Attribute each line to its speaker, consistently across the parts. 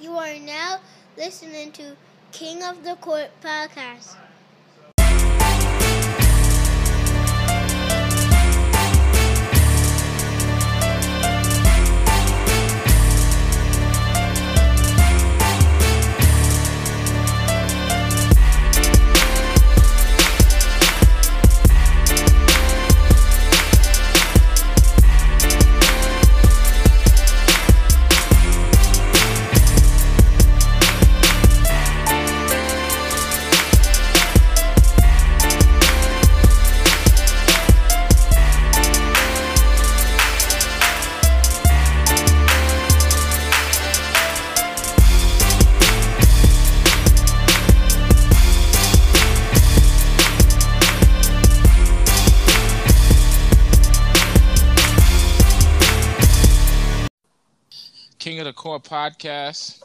Speaker 1: You are now listening to King of the Court podcast.
Speaker 2: King of the Core podcast,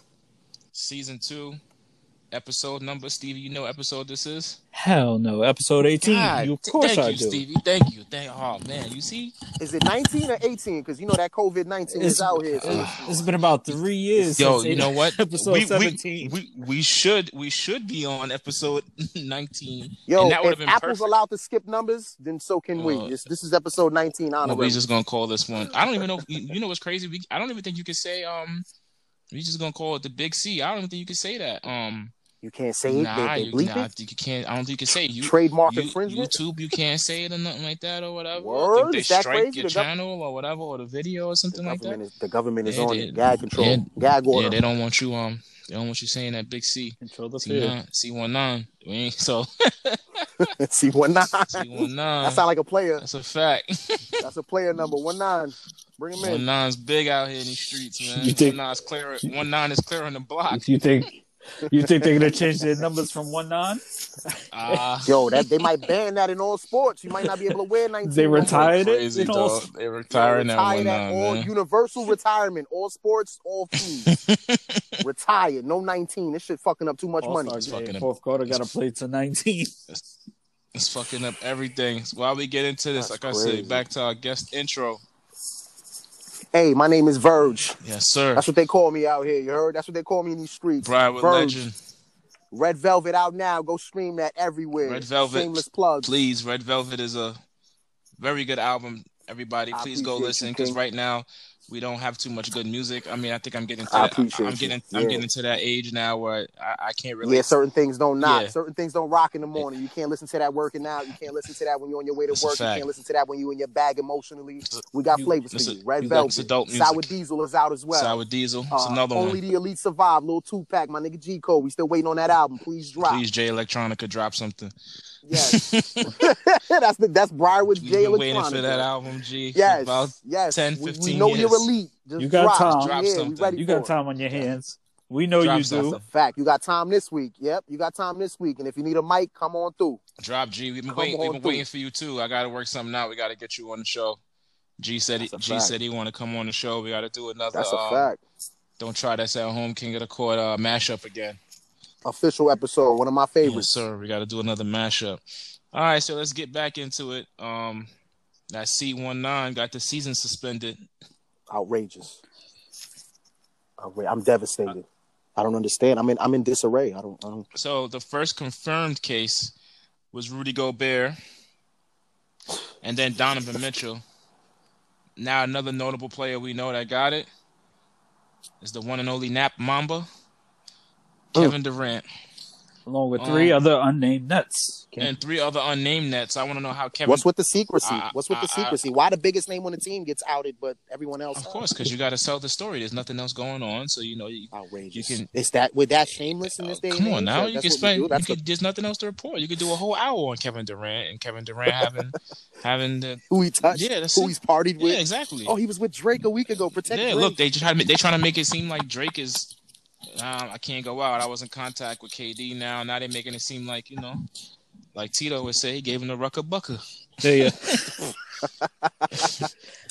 Speaker 2: season two, episode number. Stevie, you know episode this is.
Speaker 3: Hell no, episode 18.
Speaker 2: God,
Speaker 3: you, of
Speaker 2: th-
Speaker 3: course
Speaker 2: thank
Speaker 3: I
Speaker 2: you,
Speaker 3: do.
Speaker 2: Stevie. Thank you. Thank. Oh man, you see,
Speaker 4: Is it 19 or 18? Because you know that COVID 19
Speaker 3: It's-
Speaker 4: is out here. so
Speaker 3: it's been about three years.
Speaker 2: yo,
Speaker 3: since
Speaker 2: you
Speaker 3: it-
Speaker 2: know what?
Speaker 3: Episode
Speaker 2: we,
Speaker 3: 17.
Speaker 2: We, we we should we should be on episode nineteen.
Speaker 4: yo,
Speaker 2: and that would have
Speaker 4: if
Speaker 2: been
Speaker 4: Apple's
Speaker 2: perfect.
Speaker 4: allowed to skip numbers, then so can we.
Speaker 2: Oh.
Speaker 4: This, this is episode 19
Speaker 2: Well,
Speaker 4: honor.
Speaker 2: we just gonna call this one. I don't even know. You you know what's crazy? We I don't even think you could say um. We just gonna call it the Big C. I don't even think you could say that. Um,
Speaker 4: you can't say it.
Speaker 2: nah,
Speaker 4: They, they
Speaker 2: you,
Speaker 4: bleep
Speaker 2: nah, I
Speaker 4: it.
Speaker 2: think you can't. I don't think you can say you.
Speaker 4: Trademark
Speaker 2: you-
Speaker 4: infringement.
Speaker 2: YouTube, you can't say it or nothing like that or whatever. I think
Speaker 4: Word?
Speaker 2: they
Speaker 4: Is that
Speaker 2: strike
Speaker 4: crazy?
Speaker 2: your
Speaker 4: The gov-
Speaker 2: channel or whatever or the video or
Speaker 4: the,
Speaker 2: something like
Speaker 4: government
Speaker 2: that.
Speaker 4: is, the government is
Speaker 2: Yeah,
Speaker 4: on
Speaker 2: they-
Speaker 4: it. Gag control.
Speaker 2: yeah,
Speaker 4: Gag order.
Speaker 2: Yeah, they don't want you. Um, they don't want you saying that Big C.
Speaker 3: Control the
Speaker 2: C
Speaker 3: fear.
Speaker 2: nine, C one nine. We ain't so
Speaker 4: See, one nine.
Speaker 2: C one
Speaker 4: That
Speaker 2: nine.
Speaker 4: sound like a player.
Speaker 2: That's a fact.
Speaker 4: That's a player number. One nine. Bring him
Speaker 2: One
Speaker 4: in.
Speaker 2: nine's big out here in these streets, man.
Speaker 3: You think-
Speaker 2: one nine's clear. One nine is clearing the block.
Speaker 3: You think you think they're gonna change their numbers from one nine?
Speaker 2: Ah,
Speaker 4: Yo, that they might ban that in all sports. You might not be able to wear 19.
Speaker 3: They
Speaker 4: no more.
Speaker 3: retired it.
Speaker 2: crazy
Speaker 3: You know,
Speaker 2: dog. They retiring that
Speaker 4: Retire
Speaker 2: one
Speaker 4: that
Speaker 2: nine,
Speaker 4: all
Speaker 2: man.
Speaker 4: universal retirement, all sports, all fees. Retire, no nineteen. This shit fucking up too much money.
Speaker 3: All-star game,
Speaker 2: fucking-
Speaker 3: fourth quarter gotta play to nineteen.
Speaker 2: It's, it's fucking up everything. So while we get into this,
Speaker 4: That's
Speaker 2: like I
Speaker 4: crazy.
Speaker 2: said, back to our guest intro.
Speaker 4: Hey, my name is Verge.
Speaker 2: Yes, sir.
Speaker 4: That's what they call me out here. You heard? That's what they call me in these streets.
Speaker 2: Brian with
Speaker 4: Verge.
Speaker 2: Legend.
Speaker 4: Red Velvet out now. Go stream that everywhere.
Speaker 2: Red Velvet.
Speaker 4: Shameless plug.
Speaker 2: Please, Red Velvet is a very good album. Everybody,
Speaker 4: I
Speaker 2: please go
Speaker 4: appreciate
Speaker 2: listen
Speaker 4: you,
Speaker 2: because
Speaker 4: King.
Speaker 2: right now we don't have too much good music. I mean, I think I'm getting to
Speaker 4: I
Speaker 2: that,
Speaker 4: appreciate
Speaker 2: I'm
Speaker 4: you.
Speaker 2: getting I'm
Speaker 4: Yeah.
Speaker 2: getting to that age now where I, I can't really
Speaker 4: Yeah, certain things don't knock.
Speaker 2: Yeah.
Speaker 4: Certain things don't rock in the morning. You can't listen to that working out. You can't listen to that when you're on your way to
Speaker 2: That's a
Speaker 4: work. You
Speaker 2: fact.
Speaker 4: can't listen to that when you in your bag emotionally.
Speaker 2: It's a-
Speaker 4: We got
Speaker 2: you-
Speaker 4: flavors
Speaker 2: it's
Speaker 4: for
Speaker 2: a-
Speaker 4: you. Red
Speaker 2: you got-
Speaker 4: Velvet.
Speaker 2: it's adult music.
Speaker 4: Sour Diesel is out as well.
Speaker 2: Sour Diesel.
Speaker 4: Uh,
Speaker 2: It's another
Speaker 4: only
Speaker 2: one.
Speaker 4: the elite survive. Lil Tupac, my nigga G Code. We still waiting on that album. Please drop.
Speaker 2: Please, Jay Electronica, drop something.
Speaker 4: Yes, that's the that's Briarwood
Speaker 2: We've
Speaker 4: J
Speaker 2: been waiting
Speaker 4: Electronica.
Speaker 2: for that album, G. for
Speaker 4: Yes,
Speaker 2: about
Speaker 4: yes.
Speaker 2: 10,
Speaker 4: We- we,
Speaker 2: 15
Speaker 4: know
Speaker 2: years.
Speaker 4: you're elite. Just
Speaker 3: You got
Speaker 4: drop.
Speaker 3: time.
Speaker 2: Drop
Speaker 4: yeah,
Speaker 2: something.
Speaker 4: We ready
Speaker 3: You
Speaker 4: for
Speaker 3: got
Speaker 4: it.
Speaker 3: time on your hands. We know
Speaker 2: Drop
Speaker 3: you do.
Speaker 2: something.
Speaker 4: Fact, you got time this week. Yep, you got time this week. And if you need a mic, come on through.
Speaker 2: Drop G. We've been
Speaker 4: Come
Speaker 2: waiting. We've
Speaker 4: on
Speaker 2: been
Speaker 4: through.
Speaker 2: waiting for you too. I gotta work something out. We gotta get you on the show. G said he,
Speaker 4: That's a
Speaker 2: G
Speaker 4: fact.
Speaker 2: said he want to come on the show. We gotta do another.
Speaker 4: That's
Speaker 2: um,
Speaker 4: a fact.
Speaker 2: Don't try that's at home. King of the court uh, mashup again.
Speaker 4: Official episode, one of my
Speaker 2: Yes,
Speaker 4: favorites.
Speaker 2: sir. We gotta do another mashup. All right, so let's get back into it. Um, that C19 got the season suspended.
Speaker 4: Outrageous. Outra- I'm devastated. I don't understand. I'm in. I'm in disarray. I don't. I don't.
Speaker 2: So the first confirmed case was Rudy Gobert, and then Donovan Mitchell. Now another notable player we know that got it is the one and only Nap Mamba, Kevin Durant,
Speaker 3: Along with three
Speaker 2: Um,
Speaker 3: other unnamed nuts.
Speaker 2: and three other unnamed Nets. I want to know how Kevin.
Speaker 4: What's with the secrecy?
Speaker 2: I-
Speaker 4: What's with the
Speaker 2: I- I-
Speaker 4: secrecy? Why the biggest name on the team gets outed, but everyone else?
Speaker 2: of course, because you got to sell the story. There's nothing else going on, so you know. You,
Speaker 4: outrageous.
Speaker 2: You can- Oh,
Speaker 4: it's that with that shameless in this day.
Speaker 2: come
Speaker 4: and
Speaker 2: on
Speaker 4: age?
Speaker 2: now,
Speaker 4: That-
Speaker 2: you can
Speaker 4: that's what we
Speaker 2: spend.
Speaker 4: do.
Speaker 2: You
Speaker 4: That's
Speaker 2: could, there's nothing else to report. You could do a whole hour on Kevin Durant and Kevin Durant having having the
Speaker 4: who he touched.
Speaker 2: Yeah, that's
Speaker 4: who
Speaker 2: it.
Speaker 4: he's partied
Speaker 2: yeah
Speaker 4: with.
Speaker 2: exactly.
Speaker 4: Oh, he was with Drake a week ago. Protect
Speaker 2: Yeah,
Speaker 4: Drake.
Speaker 2: look, they try to make, they trying to make it seem like Drake is. Um, I can't go out. I was in contact with KD now. Now they're making it seem like you know, like Tito would say, he gave him the rucka bucker.
Speaker 3: There you-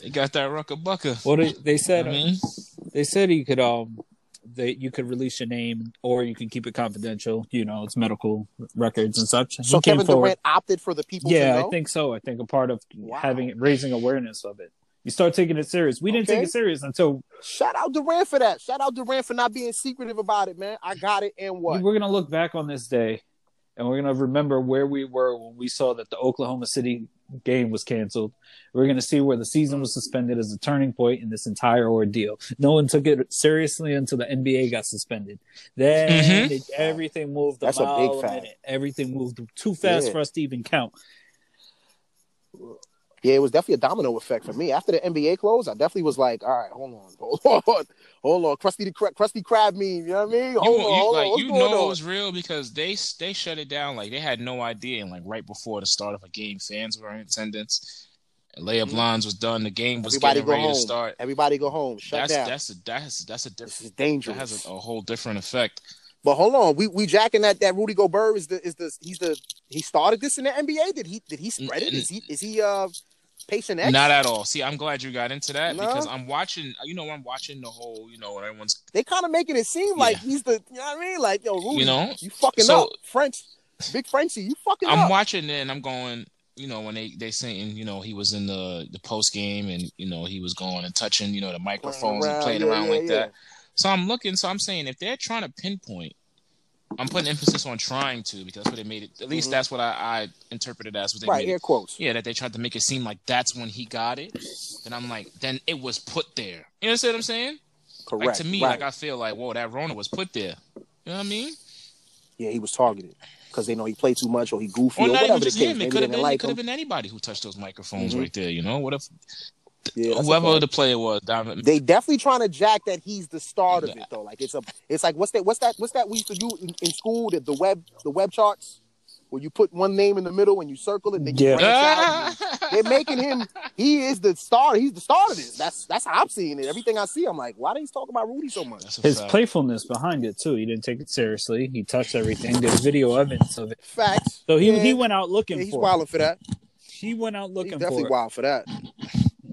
Speaker 2: They got that rucka bucker.
Speaker 3: Well, they, they said
Speaker 2: I mean,
Speaker 3: they said you could um that you could release your name or you can keep it confidential. You know, it's medical records and such.
Speaker 4: so
Speaker 3: He came
Speaker 4: Kevin
Speaker 3: forward.
Speaker 4: Durant opted for the people. to
Speaker 3: Yeah,
Speaker 4: know?
Speaker 3: I think so. I think a part of
Speaker 4: Wow.
Speaker 3: having raising awareness of it. You start taking it serious. We didn't
Speaker 4: Okay.
Speaker 3: take it serious until
Speaker 4: Shout out Durant for that. Shout out Durant for not being secretive about it, man. I got it and what?
Speaker 3: we're gonna look back on this day, and we're gonna remember where we were when we saw that the Oklahoma City game was canceled. We're gonna see where the season was suspended as a turning point in this entire ordeal. No one took it seriously until the NBA got suspended. Then
Speaker 2: Mhm.
Speaker 3: it- everything moved. A
Speaker 4: That's a
Speaker 3: mile
Speaker 4: big fact.
Speaker 3: minute. Everything moved too fast
Speaker 4: Yeah.
Speaker 3: for us to even count.
Speaker 4: Yeah, it was definitely a domino effect for me. After the NBA closed, I definitely was like, all right, hold on, hold on, hold on. Krusty the Krab, Krusty Krab meme, you know what I mean?
Speaker 2: You,
Speaker 4: Hold on,
Speaker 2: you-
Speaker 4: hold on.
Speaker 2: like
Speaker 4: What's
Speaker 2: you
Speaker 4: going
Speaker 2: know
Speaker 4: on?
Speaker 2: it was real because they they shut it down like they had no idea and like right before the start of a game fans were in attendance. Layup
Speaker 4: Mhm.
Speaker 2: lines was done. The game was
Speaker 4: Everybody
Speaker 2: getting
Speaker 4: go
Speaker 2: ready to
Speaker 4: home.
Speaker 2: start.
Speaker 4: Everybody go home. Shut
Speaker 2: that's
Speaker 4: down.
Speaker 2: that's a that's that's a different
Speaker 4: this is
Speaker 2: that
Speaker 4: dangerous.
Speaker 2: has a, a whole different effect.
Speaker 4: But hold on, we we jacking that that Rudy Gobert is the is the he's the he started this in the NBA. Did he did he spread it? Is he is he uh patient X?
Speaker 2: Not at all. See, I'm glad you got into that
Speaker 4: No.
Speaker 2: because I'm watching. You know, I'm watching the whole. You know, when everyone's.
Speaker 4: they kind of making it seem like
Speaker 2: Yeah.
Speaker 4: he's the you know what I mean? Like yo, Rudy,
Speaker 2: You
Speaker 4: you,
Speaker 2: know,
Speaker 4: fucking
Speaker 2: So-
Speaker 4: up French, big Frenchie, you fucking
Speaker 2: I'm
Speaker 4: up.
Speaker 2: watching it and I'm going. You know, when they they saying you know he was in the the post game and you know he was going and touching you know the
Speaker 4: Playing
Speaker 2: microphones and
Speaker 4: around,
Speaker 2: playing
Speaker 4: yeah,
Speaker 2: around
Speaker 4: yeah,
Speaker 2: like
Speaker 4: yeah.
Speaker 2: that. So I'm looking. So I'm saying if they're trying to pinpoint, I'm putting emphasis on trying to because that's what they made it. At least
Speaker 4: Mhm.
Speaker 2: that's what I, I interpreted as what they
Speaker 4: Right,
Speaker 2: made.
Speaker 4: air
Speaker 2: It.
Speaker 4: quotes.
Speaker 2: Yeah, that they tried to make it seem like that's when he got it. Then I'm like, then it was put there. You understand what I'm saying?
Speaker 4: Correct.
Speaker 2: Like to me,
Speaker 4: right.
Speaker 2: like I feel like, whoa, that Rona was put there. You know what I mean?
Speaker 4: yeah, he was targeted because they know he played too much or he goofy
Speaker 2: Or
Speaker 4: or,
Speaker 2: not
Speaker 4: whatever
Speaker 2: even
Speaker 4: the
Speaker 2: just
Speaker 4: case.
Speaker 2: him.
Speaker 4: Maybe
Speaker 2: It
Speaker 4: they
Speaker 2: could have
Speaker 4: didn't
Speaker 2: been. it
Speaker 4: like
Speaker 2: could
Speaker 4: him.
Speaker 2: have been anybody who touched those microphones
Speaker 4: Mhm.
Speaker 2: right there. You know, what if
Speaker 4: Yeah, that's a
Speaker 2: whoever
Speaker 4: fact.
Speaker 2: the player was, Donovan,
Speaker 4: They definitely trying to jack that he's the start of it though. Like it's a, it's like what's that? What's that? What's that we used to do in, in school? The, the web, the web charts, where you put one name in the middle and you circle it. And then you
Speaker 3: Yeah.
Speaker 4: branch out. They're making him. He is the star. He's the star of this. That's that's how I'm seeing it. Everything I see, I'm like, why do you talk about Rudy so much?
Speaker 2: That's a
Speaker 3: His
Speaker 2: fact.
Speaker 3: playfulness behind it too. He didn't take it seriously. He touched everything. There's video evidence of it.
Speaker 4: Facts.
Speaker 3: So he
Speaker 4: Yeah.
Speaker 3: he went out looking
Speaker 4: Yeah, he's
Speaker 3: for. it.
Speaker 4: wilding for that.
Speaker 3: He went out
Speaker 4: he's
Speaker 3: looking for.
Speaker 4: definitely
Speaker 3: it.
Speaker 4: wild for that.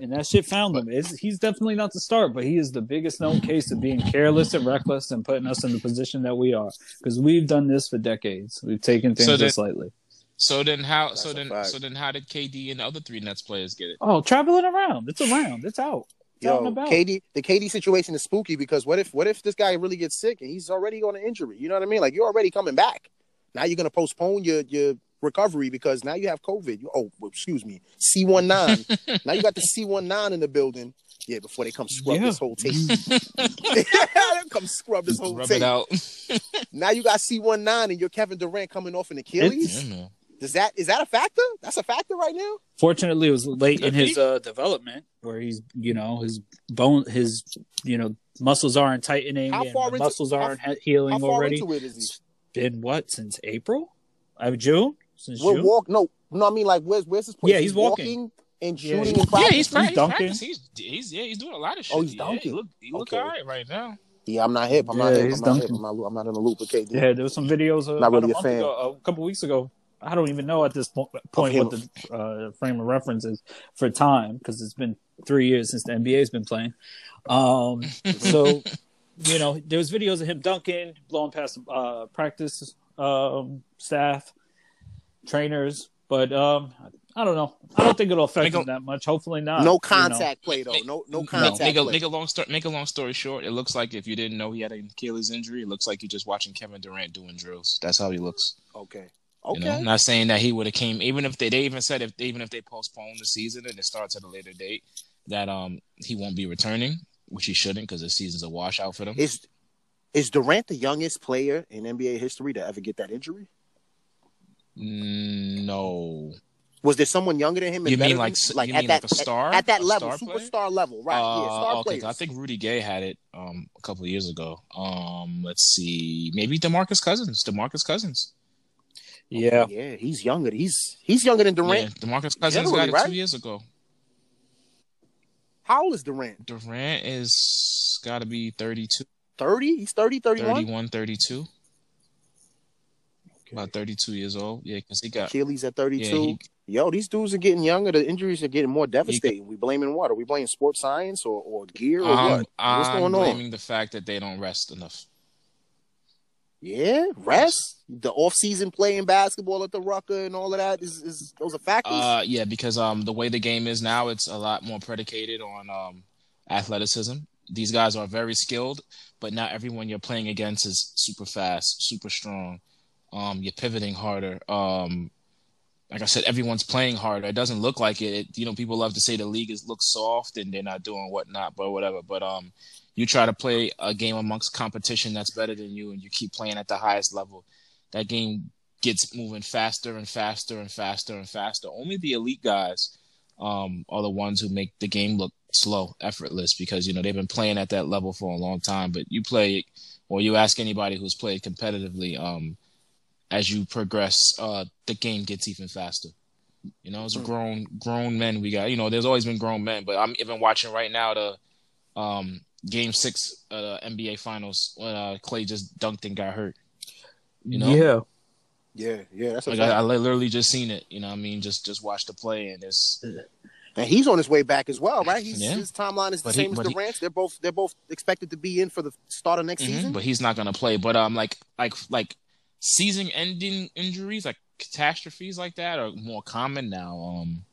Speaker 3: and that shit found him. It's, he's definitely not the start, but he is the biggest known case of being careless and reckless and putting us in the position that we are because we've done this for decades. We've taken things
Speaker 2: So
Speaker 3: just lightly.
Speaker 2: So then how? So
Speaker 4: That's a
Speaker 2: then
Speaker 4: fact.
Speaker 2: so then how did KD and the other three Nets players get it?
Speaker 3: Oh, traveling around. It's around. It's out. It's out and
Speaker 4: Yo,
Speaker 3: about.
Speaker 4: KD, the KD situation is spooky because what if what if this guy really gets sick and he's already on an injury? You know what I mean? Like you're already coming back. Now you're gonna postpone your your recovery because now you have COVID. You, oh, well, excuse me, C one nine. Now you got the C one nine in the building. Yeah, before they come scrub
Speaker 3: Yeah.
Speaker 4: this whole tape. They'll come scrub this whole
Speaker 2: Rub
Speaker 4: tape.
Speaker 2: it out.
Speaker 4: Now you got C one nine and you're Kevin Durant coming off an
Speaker 2: Yeah,
Speaker 4: Achilles.
Speaker 2: man.
Speaker 4: Does that is that a factor? That's a factor right now.
Speaker 3: Fortunately, it was late
Speaker 2: Could
Speaker 3: in his uh, development where he's, you know, his bone, his, you know, muscles aren't tightening.
Speaker 4: How
Speaker 3: and
Speaker 4: far
Speaker 3: the
Speaker 4: into-
Speaker 3: muscles
Speaker 4: how-
Speaker 3: aren't he- healing
Speaker 4: How far
Speaker 3: already.
Speaker 4: into it is he?
Speaker 3: It's been what since April? I mean, June since
Speaker 4: Well,
Speaker 3: June.
Speaker 4: walk. No, no. I mean, like, where's where's his place?
Speaker 3: Yeah, he's walking.
Speaker 4: and
Speaker 3: Yeah,
Speaker 4: shooting
Speaker 3: he's-
Speaker 4: and practice.
Speaker 2: Yeah, he's, pra- he's
Speaker 3: dunking.
Speaker 2: practicing. He's, he's yeah, he's doing a lot of shit.
Speaker 4: Oh, he's
Speaker 2: Yeah,
Speaker 4: dunking.
Speaker 2: He look, he look
Speaker 4: Okay.
Speaker 2: all right right now.
Speaker 4: Yeah, I'm not hip. I'm
Speaker 3: Yeah,
Speaker 4: not hip.
Speaker 3: he's
Speaker 4: I'm not hip.
Speaker 3: dunking.
Speaker 4: I'm not, I'm not in the loop with KD.
Speaker 3: Yeah, there was some videos uh,
Speaker 4: Not
Speaker 3: about
Speaker 4: really
Speaker 3: a,
Speaker 4: a
Speaker 3: month
Speaker 4: fan.
Speaker 3: ago, a couple weeks ago. I don't even know at this po- point
Speaker 4: him.
Speaker 3: what the uh, frame of reference is for time because it's been three years since the NBA's been playing. Um, so, you know, there was videos of him dunking, blowing past uh, practice um, staff, trainers, but um, I don't know. I don't think it'll affect
Speaker 2: Nigga-
Speaker 3: him that much. Hopefully not. you
Speaker 4: No
Speaker 3: know.
Speaker 4: contact play though. No, no contact.
Speaker 2: Make, make, a,
Speaker 4: play.
Speaker 2: make a long story. Make a long story short. It looks like if you didn't know he had an Achilles injury, it looks like you're just watching Kevin Durant doing drills. That's how he looks.
Speaker 4: Okay.
Speaker 2: You know?
Speaker 4: Okay.
Speaker 2: Not saying that he would have came. Even if they, they even said if even if they postpone the season and it starts at a later date, that um he won't be returning, which he shouldn't because the season's a washout for them.
Speaker 4: Is is Durant the youngest player in NBA history to ever get that injury?
Speaker 2: Mm, no.
Speaker 4: Was there someone younger than him? and
Speaker 2: You mean
Speaker 4: better
Speaker 2: like
Speaker 4: than,
Speaker 2: s- you mean like a star?
Speaker 4: at, at that
Speaker 2: A
Speaker 4: level,
Speaker 2: star player?
Speaker 4: superstar level, right? yeah,
Speaker 2: Uh,
Speaker 4: star
Speaker 2: okay,
Speaker 4: players.
Speaker 2: I think Rudy Gay had it um, a couple of years ago. Um, let's see, maybe Demarcus Cousins. Demarcus Cousins.
Speaker 3: Yeah.
Speaker 4: Yeah, he's younger. He's he's younger than Durant.
Speaker 2: Yeah, Demarcus Cousins
Speaker 4: Generally,
Speaker 2: got it
Speaker 4: right?
Speaker 2: two years ago.
Speaker 4: How old is Durant?
Speaker 2: Durant is got to be 32,
Speaker 4: Thirty? He's 30, 31?
Speaker 2: 31, 32. About 32 years old. Yeah, because he got.
Speaker 4: Achilles at
Speaker 2: Yeah,
Speaker 4: 32.
Speaker 2: he,
Speaker 4: Yo, these dudes are getting younger. The injuries are getting more devastating. We blaming what? Are we blaming sports science or, or gear or
Speaker 2: I'm,
Speaker 4: what? What's
Speaker 2: I'm
Speaker 4: going on?
Speaker 2: blaming the fact that they don't rest enough.
Speaker 4: Yeah, rest. The off-season playing basketball at the Rucker and all of that is, is those are factors.
Speaker 2: Uh, yeah, because um, the way the game is now, it's a lot more predicated on um, athleticism. These guys are very skilled, but not everyone you're playing against is super fast, super strong. Um, you're pivoting harder. Um, like I said, everyone's playing harder. It doesn't look like it. it. You know, people love to say the league is looks soft and they're not doing whatnot, but whatever. But um, you try to play a game amongst competition that's better than you, and you keep playing at the highest level. That game gets moving faster and faster and faster and faster. Only the elite guys um, are the ones who make the game look slow, effortless, because you know they've been playing at that level for a long time. But you play, or you ask anybody who's played competitively, um, as you progress, uh, the game gets even faster. You know, it's a grown grown men we got. You know, there's always been grown men, but I'm even watching right now the um, game six uh, NBA Finals when uh, Clay just dunked and got hurt. You know,
Speaker 3: Yeah.
Speaker 4: yeah, yeah, that's a
Speaker 2: like
Speaker 4: fact.
Speaker 2: I, I literally just seen it. You know, what I mean, just just watch the play and it's
Speaker 4: And he's on his way back as well, right? He's,
Speaker 2: Yeah.
Speaker 4: His timeline is the
Speaker 2: But he-
Speaker 4: same as
Speaker 2: but he- Mm-hmm,
Speaker 4: Durant's. they're both they're both expected to be in for the start of next season.
Speaker 2: but he's not gonna play. But um, like like like season ending injuries, like catastrophes like that, are more common now. Um,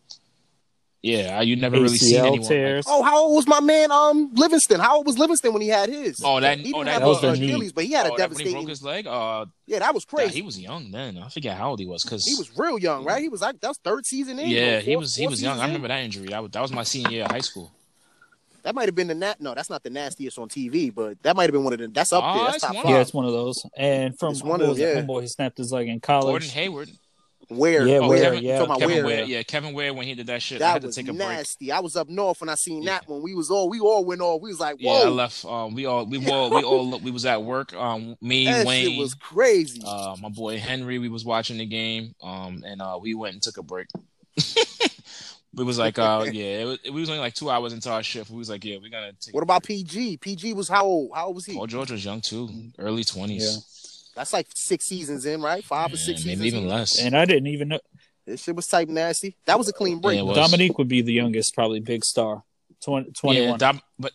Speaker 2: yeah, you never really seen
Speaker 3: ACL
Speaker 2: anyone. like-
Speaker 3: tears.
Speaker 4: Oh, how old was my man um Livingston? How old was Livingston when he had his?
Speaker 2: Oh, that-
Speaker 4: he
Speaker 2: oh, that-
Speaker 4: have
Speaker 3: That was
Speaker 4: a-
Speaker 3: the
Speaker 4: a
Speaker 3: knee.
Speaker 4: Achilles, but he had
Speaker 2: oh,
Speaker 4: a
Speaker 2: that- when he broke
Speaker 4: devastating.
Speaker 2: his leg, uh,
Speaker 4: Yeah, that was
Speaker 2: yeah,
Speaker 4: crazy.
Speaker 2: he was young then. I forget how old he was because
Speaker 4: he was real young, right? He was like that was third season in.
Speaker 2: yeah,
Speaker 4: or
Speaker 2: he
Speaker 4: fourth-
Speaker 2: was he
Speaker 4: fourth
Speaker 2: was young.
Speaker 4: season
Speaker 2: I
Speaker 4: in.
Speaker 2: remember that injury. That was, that was my senior year of high school.
Speaker 4: that might have been the nat. No, that's not the nastiest on TV, but that might have been one of the. That's up
Speaker 2: Oh,
Speaker 4: there. That's
Speaker 2: it's
Speaker 4: top
Speaker 2: one
Speaker 4: five.
Speaker 2: of-
Speaker 3: Yeah, it's one of those. And from
Speaker 4: It's
Speaker 3: one
Speaker 4: one of
Speaker 3: was
Speaker 4: them,
Speaker 3: it?
Speaker 4: yeah.
Speaker 3: homeboy, he snapped his leg in
Speaker 2: Gordon
Speaker 3: college.
Speaker 2: Hayward.
Speaker 4: Where?
Speaker 3: Yeah,
Speaker 2: Oh,
Speaker 3: where?
Speaker 2: Kevin-
Speaker 3: yeah,
Speaker 4: talking about
Speaker 2: Kevin
Speaker 4: Ware.
Speaker 2: Ware, yeah, Kevin Ware when he did that shit. I had
Speaker 4: That
Speaker 2: to
Speaker 4: was
Speaker 2: take a break.
Speaker 4: nasty. I was up north when I seen
Speaker 2: Yeah.
Speaker 4: that one. We was all we all went all. We was like,
Speaker 2: Yeah, I
Speaker 4: whoa,
Speaker 2: left. Um, we all we all we all we was at work. Um, me,
Speaker 4: that shit
Speaker 2: Wayne,
Speaker 4: was crazy.
Speaker 2: uh, my boy Henry. We was watching the game. Um, and uh, we went and took a break. we was like, uh, yeah, it was, we was only like two hours into our shift. We was like, yeah, we're gonna take.
Speaker 4: What about PG? PG was how old? How old was he?
Speaker 2: Paul George was young too, early twenties,
Speaker 4: That's like six seasons in, right? Five or six
Speaker 2: maybe
Speaker 4: seasons.
Speaker 2: even
Speaker 4: in.
Speaker 2: less.
Speaker 3: And I didn't even know
Speaker 4: This shit was type nasty. That was a clean break.
Speaker 2: Yeah, it was.
Speaker 3: Dominique would be the youngest, probably big star. 20, 21.
Speaker 2: Yeah, Dom- but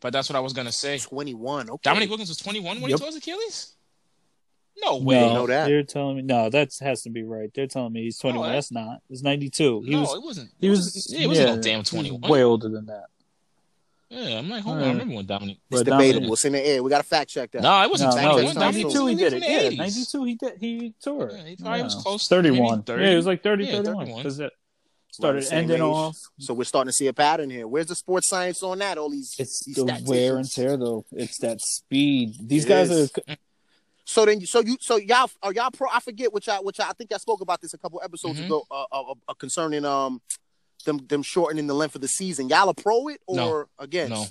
Speaker 2: but that's what I was gonna say.
Speaker 4: Twenty-one. Okay.
Speaker 2: Dominic Wilkins was 21 when
Speaker 3: Yep.
Speaker 2: he tore his Achilles. No way.
Speaker 3: no,
Speaker 4: know that.
Speaker 3: they're telling me no. That has to be right. They're telling me he's twenty one.
Speaker 2: No, that-
Speaker 3: That's not. It's ninety two. He
Speaker 2: no,
Speaker 3: was.
Speaker 2: it wasn't.
Speaker 3: He was.
Speaker 2: Yeah, it wasn't
Speaker 3: yeah,
Speaker 2: no damn
Speaker 3: he was
Speaker 2: 21.
Speaker 3: Way older than that.
Speaker 2: Yeah, I'm like, hold on.
Speaker 3: Alright.
Speaker 2: I remember when Dominic.
Speaker 4: it's
Speaker 3: But Dominic-
Speaker 4: debatable. It's in the air. We gotta fact check that.
Speaker 2: No, it
Speaker 3: No,
Speaker 2: wasn't
Speaker 3: no,
Speaker 2: 21.
Speaker 3: it's
Speaker 4: Dominic
Speaker 3: ninety
Speaker 2: Dominic
Speaker 3: two. He
Speaker 2: Wilkins
Speaker 3: did
Speaker 2: was
Speaker 3: it.
Speaker 2: in the
Speaker 3: Yeah,
Speaker 2: 80s.
Speaker 3: ninety two. He did. He tore it.
Speaker 2: Yeah, he probably was close to
Speaker 3: Thirty
Speaker 2: maybe
Speaker 3: one.
Speaker 2: 30.
Speaker 3: Yeah, it was like 30,
Speaker 2: Yeah,
Speaker 3: 31.
Speaker 2: 31.
Speaker 3: Because it
Speaker 4: We're on the
Speaker 3: started
Speaker 4: same
Speaker 3: ending
Speaker 4: page.
Speaker 3: off.
Speaker 4: So we're starting to see a pattern here. Where's the sports science on that? All these
Speaker 3: It's
Speaker 4: these
Speaker 3: the
Speaker 4: stats
Speaker 3: wear and
Speaker 4: issues?
Speaker 3: tear, though. It's that speed. These
Speaker 4: It
Speaker 3: guys
Speaker 4: is.
Speaker 3: are.
Speaker 4: So then, you- so you, so y'all are y'all pro? I forget what y'all, what y'all. I think I spoke about this a couple episodes
Speaker 2: Mhm.
Speaker 4: ago uh, uh, uh, concerning um them them shortening the length of the season. Y'all are pro it or
Speaker 2: No.
Speaker 4: against?
Speaker 2: No,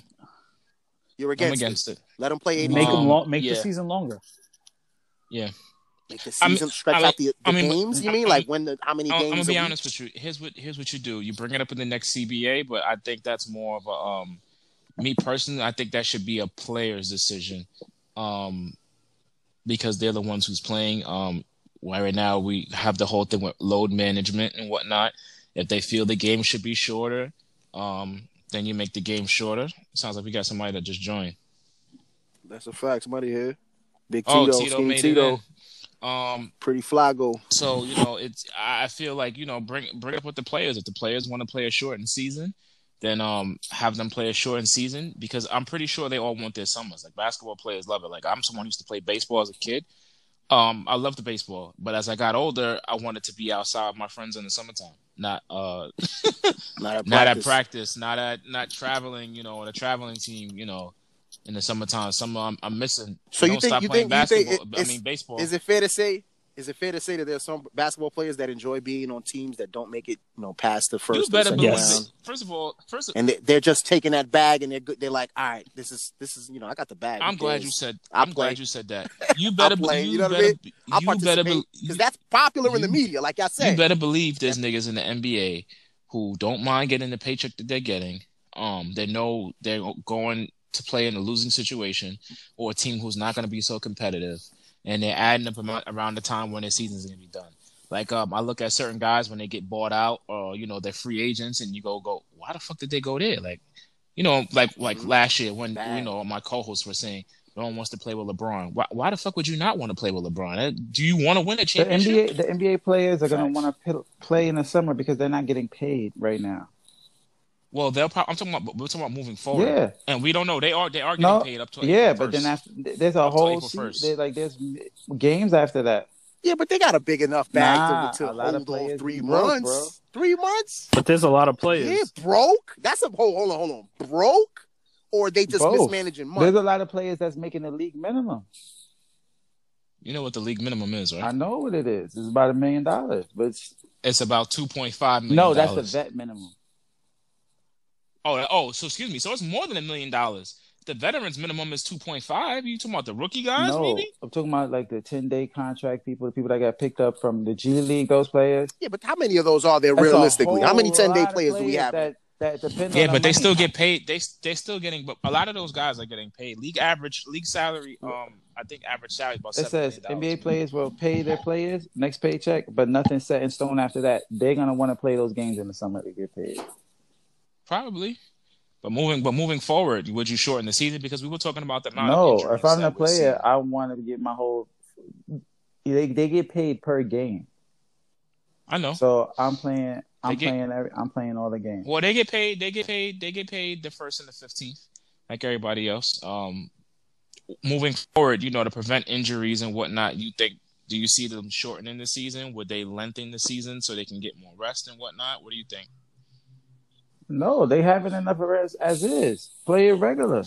Speaker 4: You're
Speaker 2: I'm
Speaker 4: against.
Speaker 2: against it.
Speaker 4: It. Let them play eight.
Speaker 3: Make
Speaker 2: Um,
Speaker 3: them long, make
Speaker 2: yeah.
Speaker 3: the season longer.
Speaker 4: Make the
Speaker 2: I mean-
Speaker 4: season stretch
Speaker 2: I mean-
Speaker 4: out the, the
Speaker 2: I mean,
Speaker 4: games. You
Speaker 2: I
Speaker 4: mean
Speaker 2: mean-
Speaker 4: like when the how many
Speaker 2: I'm, I'm
Speaker 4: games?
Speaker 2: gonna
Speaker 4: a
Speaker 2: be
Speaker 4: week?
Speaker 2: honest with you. Here's what here's what you do. You bring it up in the next CBA, but I think that's more of a um, me personally. I think that should be a player's decision, um, because they're the ones who's playing. Um, why right now we have the whole thing with load management and whatnot. If they feel the game should be shorter, um, then you make the game shorter. Sounds like we got somebody that just joined.
Speaker 4: That's a fact. Somebody here. Big
Speaker 2: Oh,
Speaker 4: Tito,
Speaker 2: Tito
Speaker 4: Skinny
Speaker 2: made
Speaker 4: Tito,
Speaker 2: it. In. Um,
Speaker 4: pretty Flago.
Speaker 2: So you know, it's I I feel like you know bring bring up with the players. If the players want to play a shortened season, then um have them play a shortened season because I'm pretty sure they all want their summers. Like basketball players love it. Like I'm someone who used to play baseball as a kid. Um, I loved the baseball, but as I got older, I wanted to be outside with my friends in the summertime, not uh
Speaker 4: Not at
Speaker 2: not at
Speaker 4: practice.
Speaker 2: practice, not at not traveling. You know, on a traveling team. You know. In the summertime, summer I'm, I'm missing.
Speaker 4: So you
Speaker 2: don't
Speaker 4: think-
Speaker 2: stop
Speaker 4: you
Speaker 2: playing
Speaker 4: think- you think
Speaker 2: basketball?
Speaker 4: it- it's-
Speaker 2: I mean baseball.
Speaker 4: Is it fair to say? Is it fair to say that there's some basketball players that enjoy being on teams that don't make it, you know, past the first
Speaker 2: you
Speaker 4: or
Speaker 2: better
Speaker 4: second
Speaker 2: believe
Speaker 3: Yes.
Speaker 4: round?
Speaker 2: it. First of all, first of,
Speaker 4: and they, they're just taking that bag and they're good. They're like, all right, this is this is you know, I got the bag.
Speaker 2: I'm glad
Speaker 4: There's-
Speaker 2: you said.
Speaker 4: I
Speaker 2: I'm
Speaker 4: play.
Speaker 2: glad you said that. You better. be-
Speaker 4: play,
Speaker 2: You,
Speaker 4: you know what I
Speaker 2: better.
Speaker 4: mean?
Speaker 2: be-
Speaker 4: I
Speaker 2: You better. Be,
Speaker 4: participate because that's popular in the
Speaker 2: you-
Speaker 4: media, like I
Speaker 2: you
Speaker 4: said.
Speaker 2: better believe there's niggas in the NBA who don't mind getting the paycheck that they're getting. Um, they know they're going to play in a losing situation or a team who's not going to be so competitive, and they're adding up amount around the time when their season's going to be done. Like um, I look at certain guys when they get bought out, or you know they're free agents, and you go go, why the fuck did they go there? Like, you know, like like
Speaker 4: Mhm.
Speaker 2: last year when
Speaker 4: Bad.
Speaker 2: you know my co-hosts were saying, one wants to play with LeBron. Why, why the fuck would you not want to play with LeBron? Eh, Do you want to win a
Speaker 5: The
Speaker 2: championship?
Speaker 5: NBA, the NBA players are going
Speaker 3: Facts.
Speaker 5: to want to play in the summer because they're not getting paid right now.
Speaker 2: Well, they'll probably. I'm talking about. We're talking about moving forward.
Speaker 5: Yeah.
Speaker 2: and we don't know. They are. They are getting
Speaker 5: No,
Speaker 2: paid up to.
Speaker 5: yeah,
Speaker 2: April
Speaker 5: but then
Speaker 2: 1st.
Speaker 5: after there's a
Speaker 2: Up till
Speaker 5: whole
Speaker 2: April
Speaker 5: se-
Speaker 2: 1st.
Speaker 5: there's like there's games after that.
Speaker 4: Yeah, but they got a big enough bag
Speaker 5: Nah,
Speaker 4: to, to
Speaker 5: a lot
Speaker 4: hold
Speaker 5: of
Speaker 4: off
Speaker 5: players
Speaker 4: three
Speaker 5: be broke,
Speaker 4: months.
Speaker 5: bro.
Speaker 4: Three months?
Speaker 3: But there's a lot of players.
Speaker 4: Yeah, broke. That's a hold. Hold on, hold on. Broke, or they just
Speaker 5: Both.
Speaker 4: mismanaging
Speaker 5: There's
Speaker 4: money.
Speaker 5: a lot of players that's making the league minimum.
Speaker 2: you know what the league minimum is, right?
Speaker 5: I know what it is. It's about a million dollars, but it's-
Speaker 2: it's about two point five million.
Speaker 5: no, that's the
Speaker 2: dollars.
Speaker 5: vet minimum.
Speaker 2: Oh, that- oh, so excuse me. So it's more than a million dollars. The veterans minimum is two point five. You talking about the rookie guys?
Speaker 5: no,
Speaker 2: Maybe.
Speaker 5: I'm talking about like the 10 day contract people, the people that got picked up from the G League, those players.
Speaker 4: Yeah, but how many of those are there
Speaker 5: That's a
Speaker 4: realistically? How many
Speaker 5: whole
Speaker 4: 10 day
Speaker 5: lot of
Speaker 4: players do we have?
Speaker 5: That, that depend
Speaker 2: Yeah,
Speaker 5: on the
Speaker 2: but they
Speaker 5: money.
Speaker 2: still get paid. They they're still getting, but a lot of those guys are getting paid. League average, league salary. Um, I think average salary is about.
Speaker 5: It says
Speaker 2: $7 million.
Speaker 5: NBA players will pay their players next paycheck, but nothing's set in stone after that. They're gonna want to play those games in the summer to get paid.
Speaker 2: probably. But moving, but moving forward, would you shorten the season? Because we were talking about the amount of
Speaker 5: no,
Speaker 2: injuries
Speaker 5: if I'm
Speaker 2: that
Speaker 5: the
Speaker 2: we're
Speaker 5: player, I want to get my whole. They they get paid per
Speaker 2: seeing.
Speaker 5: game,
Speaker 2: I know.
Speaker 5: so I'm playing. I'm
Speaker 2: They get-
Speaker 5: playing. Every, I'm playing all the games.
Speaker 2: Well, they get paid. They get paid. They get paid the first and the fifteenth, like everybody else. Um, moving forward, you know, to prevent injuries and whatnot, you think do you see them shortening the season? Would they lengthen the season so they can get more rest and whatnot? What do you think?
Speaker 5: No, they haven't enough rest as is. Play it regular.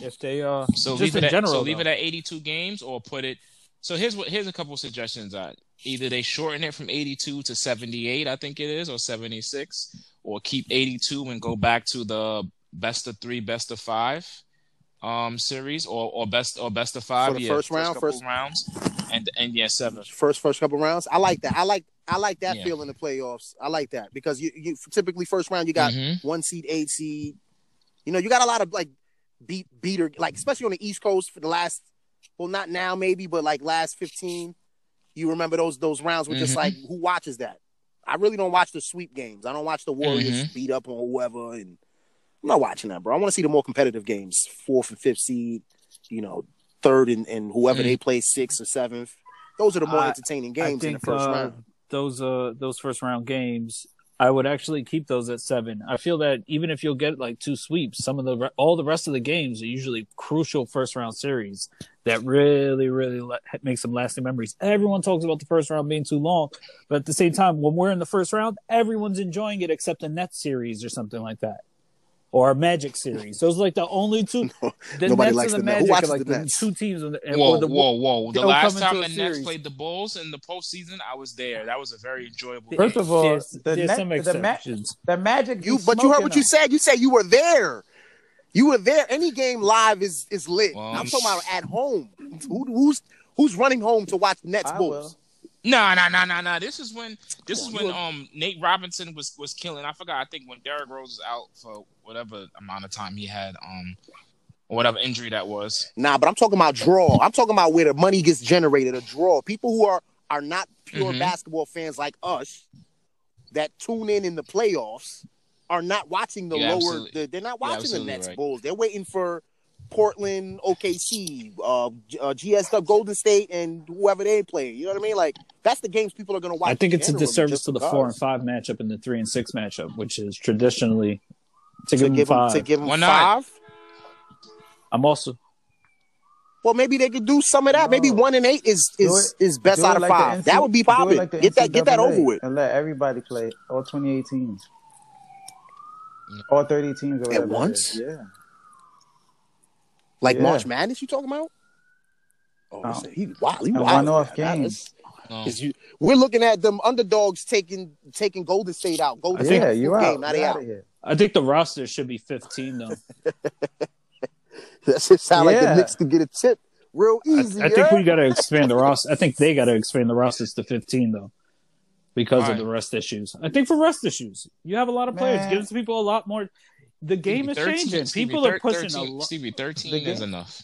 Speaker 3: If they uh,
Speaker 2: So
Speaker 3: just
Speaker 2: leave
Speaker 3: in
Speaker 2: it at,
Speaker 3: general,
Speaker 2: so leave
Speaker 3: though.
Speaker 2: it at 82 games or put it so here's what here's a couple suggestions I either they shorten it from 82 to 78 I think it is or 76 or keep 82 and go back to the best of 3 best of 5 um series or or best or best of 5
Speaker 4: the
Speaker 2: yeah,
Speaker 4: first round,
Speaker 2: couple
Speaker 4: first-
Speaker 2: rounds and and yeah 7
Speaker 4: First, first couple rounds. I like that. I like, I like that
Speaker 2: Yeah.
Speaker 4: feel in the playoffs. I like that because you, you typically first round you got
Speaker 2: Mhm.
Speaker 4: one seed, eight seed. You know, you got a lot of like beat beater, like especially on the East Coast for the last, well, not now maybe, but like last fifteen. You remember those those rounds were just
Speaker 2: Mhm.
Speaker 4: like who watches that? I really don't watch the sweep games. I don't watch the Warriors beat up on whoever, and I'm not watching that, bro. I want to see the more competitive games, fourth and fifth seed, you know, third and, and whoever
Speaker 2: Mhm.
Speaker 4: they play sixth or seventh. Those are the more
Speaker 3: I-
Speaker 4: entertaining
Speaker 3: I
Speaker 4: games in the
Speaker 3: think,
Speaker 4: first
Speaker 3: uh,
Speaker 4: round.
Speaker 3: those uh those first round games i would actually keep those at seven i feel that even if you'll get like two sweeps some of the re- all the rest of the games are usually crucial first round series that really really le- make some lasting memories everyone talks about the first round being too long but at the same time when we're in the first round everyone's enjoying it except the net series or something like that or a magic series those are like the only two the
Speaker 4: nobody
Speaker 3: nets
Speaker 4: likes
Speaker 3: and the
Speaker 4: the Nets. Who
Speaker 3: magic are
Speaker 4: watches
Speaker 3: like
Speaker 4: the
Speaker 3: the,
Speaker 4: Nets?
Speaker 3: two teams in the, and-
Speaker 2: Whoa,
Speaker 3: or the,
Speaker 2: whoa, whoa! The
Speaker 3: they'll
Speaker 2: last
Speaker 3: come
Speaker 2: time
Speaker 3: into
Speaker 2: the
Speaker 3: a
Speaker 2: Nets
Speaker 3: series.
Speaker 2: played the Bulls in the postseason, I was there. That was a very enjoyable.
Speaker 3: First
Speaker 5: First
Speaker 2: game.
Speaker 5: of all,
Speaker 3: There's-
Speaker 5: the,
Speaker 3: there's
Speaker 5: net,
Speaker 3: some
Speaker 5: the, ma-
Speaker 3: exceptions.
Speaker 5: the Magic. be
Speaker 4: You, but you heard
Speaker 5: smoking
Speaker 4: what you
Speaker 5: them.
Speaker 4: said. You said you were there. You were there. Any game live is is lit.
Speaker 2: Well,
Speaker 4: I'm
Speaker 2: I'm-
Speaker 4: talking about at home. Who, who's who's running home to watch Nets
Speaker 5: I
Speaker 4: Bulls?
Speaker 2: No, no, no, no, no. This is when this
Speaker 4: Come
Speaker 2: is when
Speaker 4: on, you
Speaker 2: um Nate Robinson was was killing. I forgot. I think when Derrick Rose was out for whatever amount of time he had, um, or whatever injury that was.
Speaker 4: Nah, but I'm talking about draw. I'm talking about where the money gets generated. A draw. People who are are not pure
Speaker 2: Mhm.
Speaker 4: basketball fans like us that tune in in the playoffs are not watching the
Speaker 2: Yeah,
Speaker 4: lower.
Speaker 2: absolutely.
Speaker 4: The, they're not watching the
Speaker 2: absolutely
Speaker 4: Nets
Speaker 2: right.
Speaker 4: Bulls. They're waiting for Portland, OKC, uh, G- uh, GSW, Golden State, and whoever they play. You know what I mean? Like that's the games people are gonna watch.
Speaker 3: I think it's a
Speaker 4: generally,
Speaker 3: disservice
Speaker 4: just
Speaker 3: to the
Speaker 4: because.
Speaker 3: four and five matchup and the three and six matchup, which is traditionally to give
Speaker 4: to
Speaker 3: them
Speaker 4: give them
Speaker 3: five.
Speaker 4: to give them
Speaker 2: Why not?
Speaker 4: five.
Speaker 3: I'm also
Speaker 4: Well, maybe they could do some of that. Maybe
Speaker 5: No.
Speaker 4: one and eight is is is best
Speaker 5: Do it
Speaker 4: out of
Speaker 5: like the
Speaker 4: five.
Speaker 5: NC
Speaker 4: that would be
Speaker 5: do it
Speaker 4: popping.
Speaker 5: like the
Speaker 4: get that get that
Speaker 5: NCAA
Speaker 4: over with.
Speaker 5: and let everybody play all 28 teams, all 30 teams or whatever it
Speaker 4: once?
Speaker 5: is. Yeah.
Speaker 4: Like
Speaker 5: Yeah.
Speaker 4: March Madness, you talking about? Oh,
Speaker 5: Oh.
Speaker 4: listen, he wow, he
Speaker 5: And
Speaker 4: wild,
Speaker 5: one-off
Speaker 4: man. That
Speaker 5: games.
Speaker 4: is-
Speaker 2: No.
Speaker 4: is you- we're looking at them underdogs taking taking Golden State out. Golden State
Speaker 5: yeah, you
Speaker 4: game,
Speaker 5: out.
Speaker 4: now
Speaker 5: You
Speaker 4: they
Speaker 5: out
Speaker 4: out.
Speaker 5: of here.
Speaker 3: I think the roster should be fifteen though.
Speaker 4: That shit sound like the
Speaker 5: Yeah.
Speaker 4: Knicks could get a tip real
Speaker 3: I,
Speaker 4: easy.
Speaker 3: I think
Speaker 4: yeah?
Speaker 3: we gotta expand the roster. I think they gotta expand the rosters to fifteen though. Because of
Speaker 2: Alright.
Speaker 3: the rest issues. I think for rest issues, you have a lot of players.
Speaker 5: Man.
Speaker 3: Gives people a lot more the game is
Speaker 2: 13
Speaker 3: changing.
Speaker 2: Stevie,
Speaker 3: People
Speaker 2: thir-
Speaker 3: are pushing a
Speaker 2: 13
Speaker 3: lot.
Speaker 2: Stevie,
Speaker 5: The
Speaker 2: thirteen
Speaker 5: game-
Speaker 2: is enough.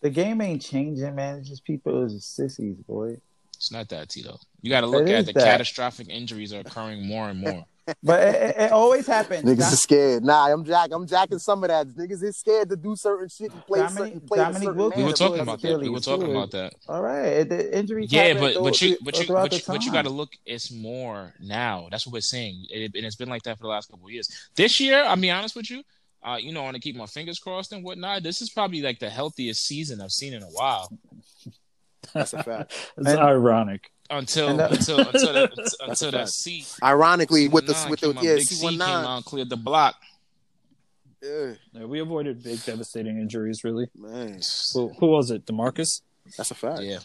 Speaker 5: The game ain't changing, man. It's just people is sissies, boy.
Speaker 2: It's not that, Tito. You got to look
Speaker 5: It
Speaker 2: at
Speaker 5: is
Speaker 2: the
Speaker 5: that.
Speaker 2: catastrophic injuries are occurring more and more.
Speaker 5: But it, it, it always happens.
Speaker 4: Niggas is scared. Nah, I'm jack. I'm jacking some of that. Niggas is scared to do certain shit and play
Speaker 5: Dominique-
Speaker 4: certain play
Speaker 5: Dominique
Speaker 4: certain
Speaker 5: Wilkins.
Speaker 2: We
Speaker 4: manner,
Speaker 2: were
Speaker 5: Yeah,
Speaker 2: talking
Speaker 4: because
Speaker 2: about
Speaker 4: of
Speaker 2: that. We
Speaker 5: Achilles,
Speaker 2: were talking
Speaker 5: too.
Speaker 2: about that.
Speaker 5: All right, the injuries.
Speaker 2: Yeah,
Speaker 5: happen
Speaker 2: but
Speaker 5: thro-
Speaker 2: but you
Speaker 5: thro-
Speaker 4: uh,
Speaker 2: but you
Speaker 5: throughout
Speaker 2: but you,
Speaker 5: the
Speaker 2: but you
Speaker 5: time.
Speaker 2: got to look. It's more now. That's what we're seeing, it, and it's been like that for the last couple of years. This year, I'll be honest with you. Uh, you know, I want to keep my fingers crossed and whatnot. This is probably like the healthiest season I've seen in a while.
Speaker 4: That's a fact.
Speaker 3: It's
Speaker 5: And-
Speaker 3: ironic.
Speaker 2: Until
Speaker 5: And that-
Speaker 2: until until that
Speaker 4: That's a
Speaker 2: until that
Speaker 4: fact.
Speaker 2: C
Speaker 4: Ironically, with the
Speaker 2: 19
Speaker 4: with the
Speaker 2: came out,
Speaker 4: yeah
Speaker 2: Big
Speaker 4: C one
Speaker 2: came
Speaker 4: nine.
Speaker 2: out and cleared the block.
Speaker 3: Yeah, we avoided big devastating injuries. Really,
Speaker 4: Man,
Speaker 3: who, who was it? Demarcus.
Speaker 4: that's a fact.
Speaker 2: Yeah,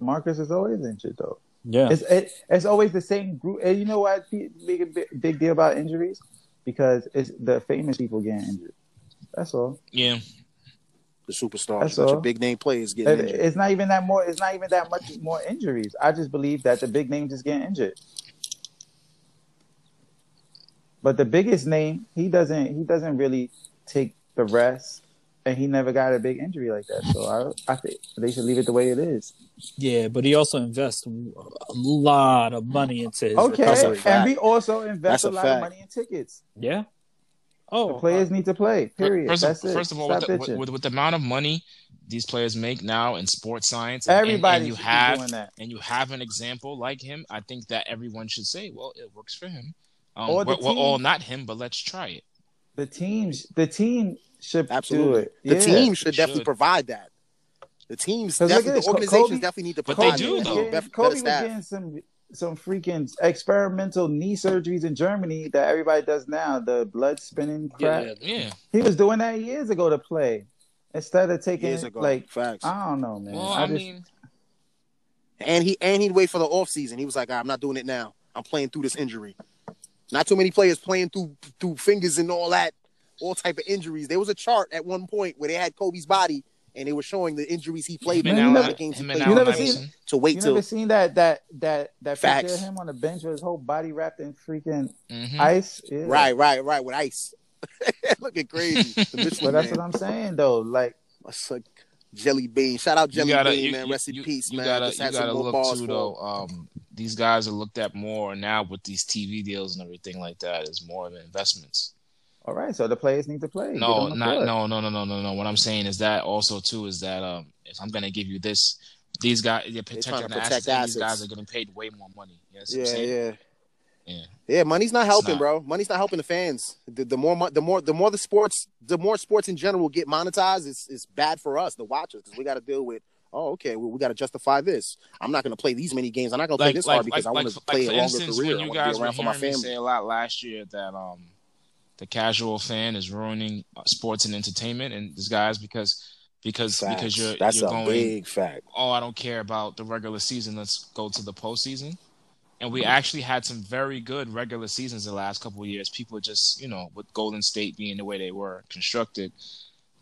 Speaker 5: Marcus is always injured though.
Speaker 3: Yeah,
Speaker 5: It's it, it's always the same group. And you know why I pe- make a big, big deal about injuries? Because it's the famous people getting injured. That's all.
Speaker 2: yeah.
Speaker 4: The superstars,
Speaker 5: That's
Speaker 4: such a
Speaker 5: all.
Speaker 4: big name players getting
Speaker 5: It-
Speaker 4: injured.
Speaker 5: it's not even that more. It's not even that much more injuries. I just believe that the big names is getting injured. But the biggest name, he doesn't. He doesn't really take the rest, and he never got a big injury like that. So I, I think they should leave it the way it is.
Speaker 3: yeah, but he also invests a lot of money into his
Speaker 4: That's a
Speaker 5: Okay,
Speaker 3: recovery.
Speaker 5: and
Speaker 4: fact.
Speaker 5: we also invest
Speaker 4: That's
Speaker 5: a
Speaker 4: a
Speaker 5: lot
Speaker 4: fact.
Speaker 5: of money in tickets.
Speaker 3: Yeah.
Speaker 5: The
Speaker 3: Oh,
Speaker 5: players need to play. Period.
Speaker 2: uh, First,
Speaker 5: That's
Speaker 2: of,
Speaker 5: it.
Speaker 2: first of all,
Speaker 5: Stop
Speaker 2: with the, with,
Speaker 5: bitching.
Speaker 2: with, with the amount of money these players make now in sports science, and- and,
Speaker 5: Everybody
Speaker 2: and you
Speaker 5: should be
Speaker 2: have
Speaker 5: doing that.
Speaker 2: and you have an example like him, I think that everyone should say, "Well, it works for him." Um,
Speaker 5: Or
Speaker 2: well,
Speaker 5: the
Speaker 2: well,
Speaker 5: team.
Speaker 2: all not him, but let's try it.
Speaker 5: The teams, the team should
Speaker 4: Absolutely.
Speaker 5: do it.
Speaker 4: The
Speaker 5: Yeah.
Speaker 4: team should
Speaker 2: They
Speaker 4: definitely
Speaker 2: should.
Speaker 4: provide that. The teams,
Speaker 5: 'Cause look
Speaker 4: definitely,
Speaker 5: at this,
Speaker 4: the organizations
Speaker 5: Kobe-
Speaker 4: definitely need to
Speaker 2: But they
Speaker 4: provide
Speaker 2: do,
Speaker 4: that.
Speaker 5: was
Speaker 2: though.
Speaker 5: getting-
Speaker 4: Better-
Speaker 5: Kobe
Speaker 4: better
Speaker 5: was
Speaker 4: staff.
Speaker 5: getting some some freaking experimental knee surgeries in Germany that everybody does now. The blood spinning crap.
Speaker 3: yeah.
Speaker 2: Yeah.
Speaker 5: He was doing that years ago to play instead of taking
Speaker 4: years ago.
Speaker 5: like
Speaker 4: facts.
Speaker 5: I don't know, man.
Speaker 2: well,
Speaker 5: I,
Speaker 2: I,
Speaker 5: just
Speaker 2: mean,
Speaker 4: and he and he'd wait for the offseason. He was like, "Ah, I'm not doing it now. I'm playing through this injury. Not too many players playing through through fingers and all that, all type of injuries. There was a chart at one point where they had Kobe's body and they were showing the injuries he played
Speaker 2: him and
Speaker 5: man, you
Speaker 4: in
Speaker 2: Allen,
Speaker 4: the
Speaker 5: never-
Speaker 2: him
Speaker 4: games he
Speaker 2: and
Speaker 4: played
Speaker 5: you
Speaker 2: Allen
Speaker 5: never
Speaker 2: Iverson.
Speaker 5: seen-
Speaker 4: to wait
Speaker 5: you
Speaker 4: till
Speaker 5: never seen that that that that picture of
Speaker 4: Facts.
Speaker 5: him on the bench with his whole body wrapped in freaking
Speaker 2: Mhm.
Speaker 5: ice. Yeah.
Speaker 4: right, right, right with ice. Looking crazy. The
Speaker 5: But
Speaker 4: Michelin
Speaker 5: that's
Speaker 4: man.
Speaker 5: what I'm saying though. Like
Speaker 4: What's up, Jelly Bean? Shout out
Speaker 2: You
Speaker 4: Jelly
Speaker 2: gotta,
Speaker 4: Bean,
Speaker 2: you,
Speaker 4: man.
Speaker 2: you-
Speaker 4: Rest
Speaker 2: you-
Speaker 4: in peace,
Speaker 2: you
Speaker 4: man.
Speaker 2: gotta,
Speaker 4: Just
Speaker 2: you
Speaker 4: had some
Speaker 2: gotta
Speaker 4: more
Speaker 2: look
Speaker 4: bars
Speaker 2: too,
Speaker 4: for him.
Speaker 2: though. Um, these guys are looked at more now with these TV deals and everything like that. Is more of investments.
Speaker 5: all right, so the players need to play. Get
Speaker 2: No,
Speaker 5: on the
Speaker 2: not
Speaker 5: court.
Speaker 2: no, no, no, no, no, no. What I'm saying is that also too is that um, if I'm gonna give you this, these guys they're
Speaker 4: trying
Speaker 2: protecting
Speaker 4: to
Speaker 2: the assets,
Speaker 4: protect
Speaker 2: and these
Speaker 4: assets.
Speaker 2: guys are getting paid way more money. You know what I'm
Speaker 4: Yeah,
Speaker 2: saying?
Speaker 4: yeah.
Speaker 2: Yeah.
Speaker 4: Yeah, money's not helping,
Speaker 2: not.
Speaker 4: bro. Money's not helping the fans. The, the more, mon- the more, the more the sports, the more sports in general get monetized. It's it's bad for us, the watchers, because we got to deal with. Oh, okay. Well, we got to justify this. I'm not going to play these many games. I'm not going to play
Speaker 2: Like,
Speaker 4: this
Speaker 2: like,
Speaker 4: hard because
Speaker 2: like,
Speaker 4: I
Speaker 2: like,
Speaker 4: want to
Speaker 2: like,
Speaker 4: play
Speaker 2: for
Speaker 4: a longer
Speaker 2: instance,
Speaker 4: career.
Speaker 2: when
Speaker 4: I
Speaker 2: you
Speaker 4: want to
Speaker 2: guys
Speaker 4: be
Speaker 2: were
Speaker 4: around for my
Speaker 2: hearing me
Speaker 4: family.
Speaker 2: say a lot last year that um, the casual fan is ruining uh, sports and entertainment, and these guys because because because
Speaker 4: Facts.
Speaker 2: you're
Speaker 4: That's
Speaker 2: you're
Speaker 4: a
Speaker 2: going
Speaker 4: big fact.
Speaker 2: oh, I don't care about the regular season. Let's go to the postseason. And we actually had some very good regular seasons the last couple of years. People just, you know, with Golden State being the way they were constructed,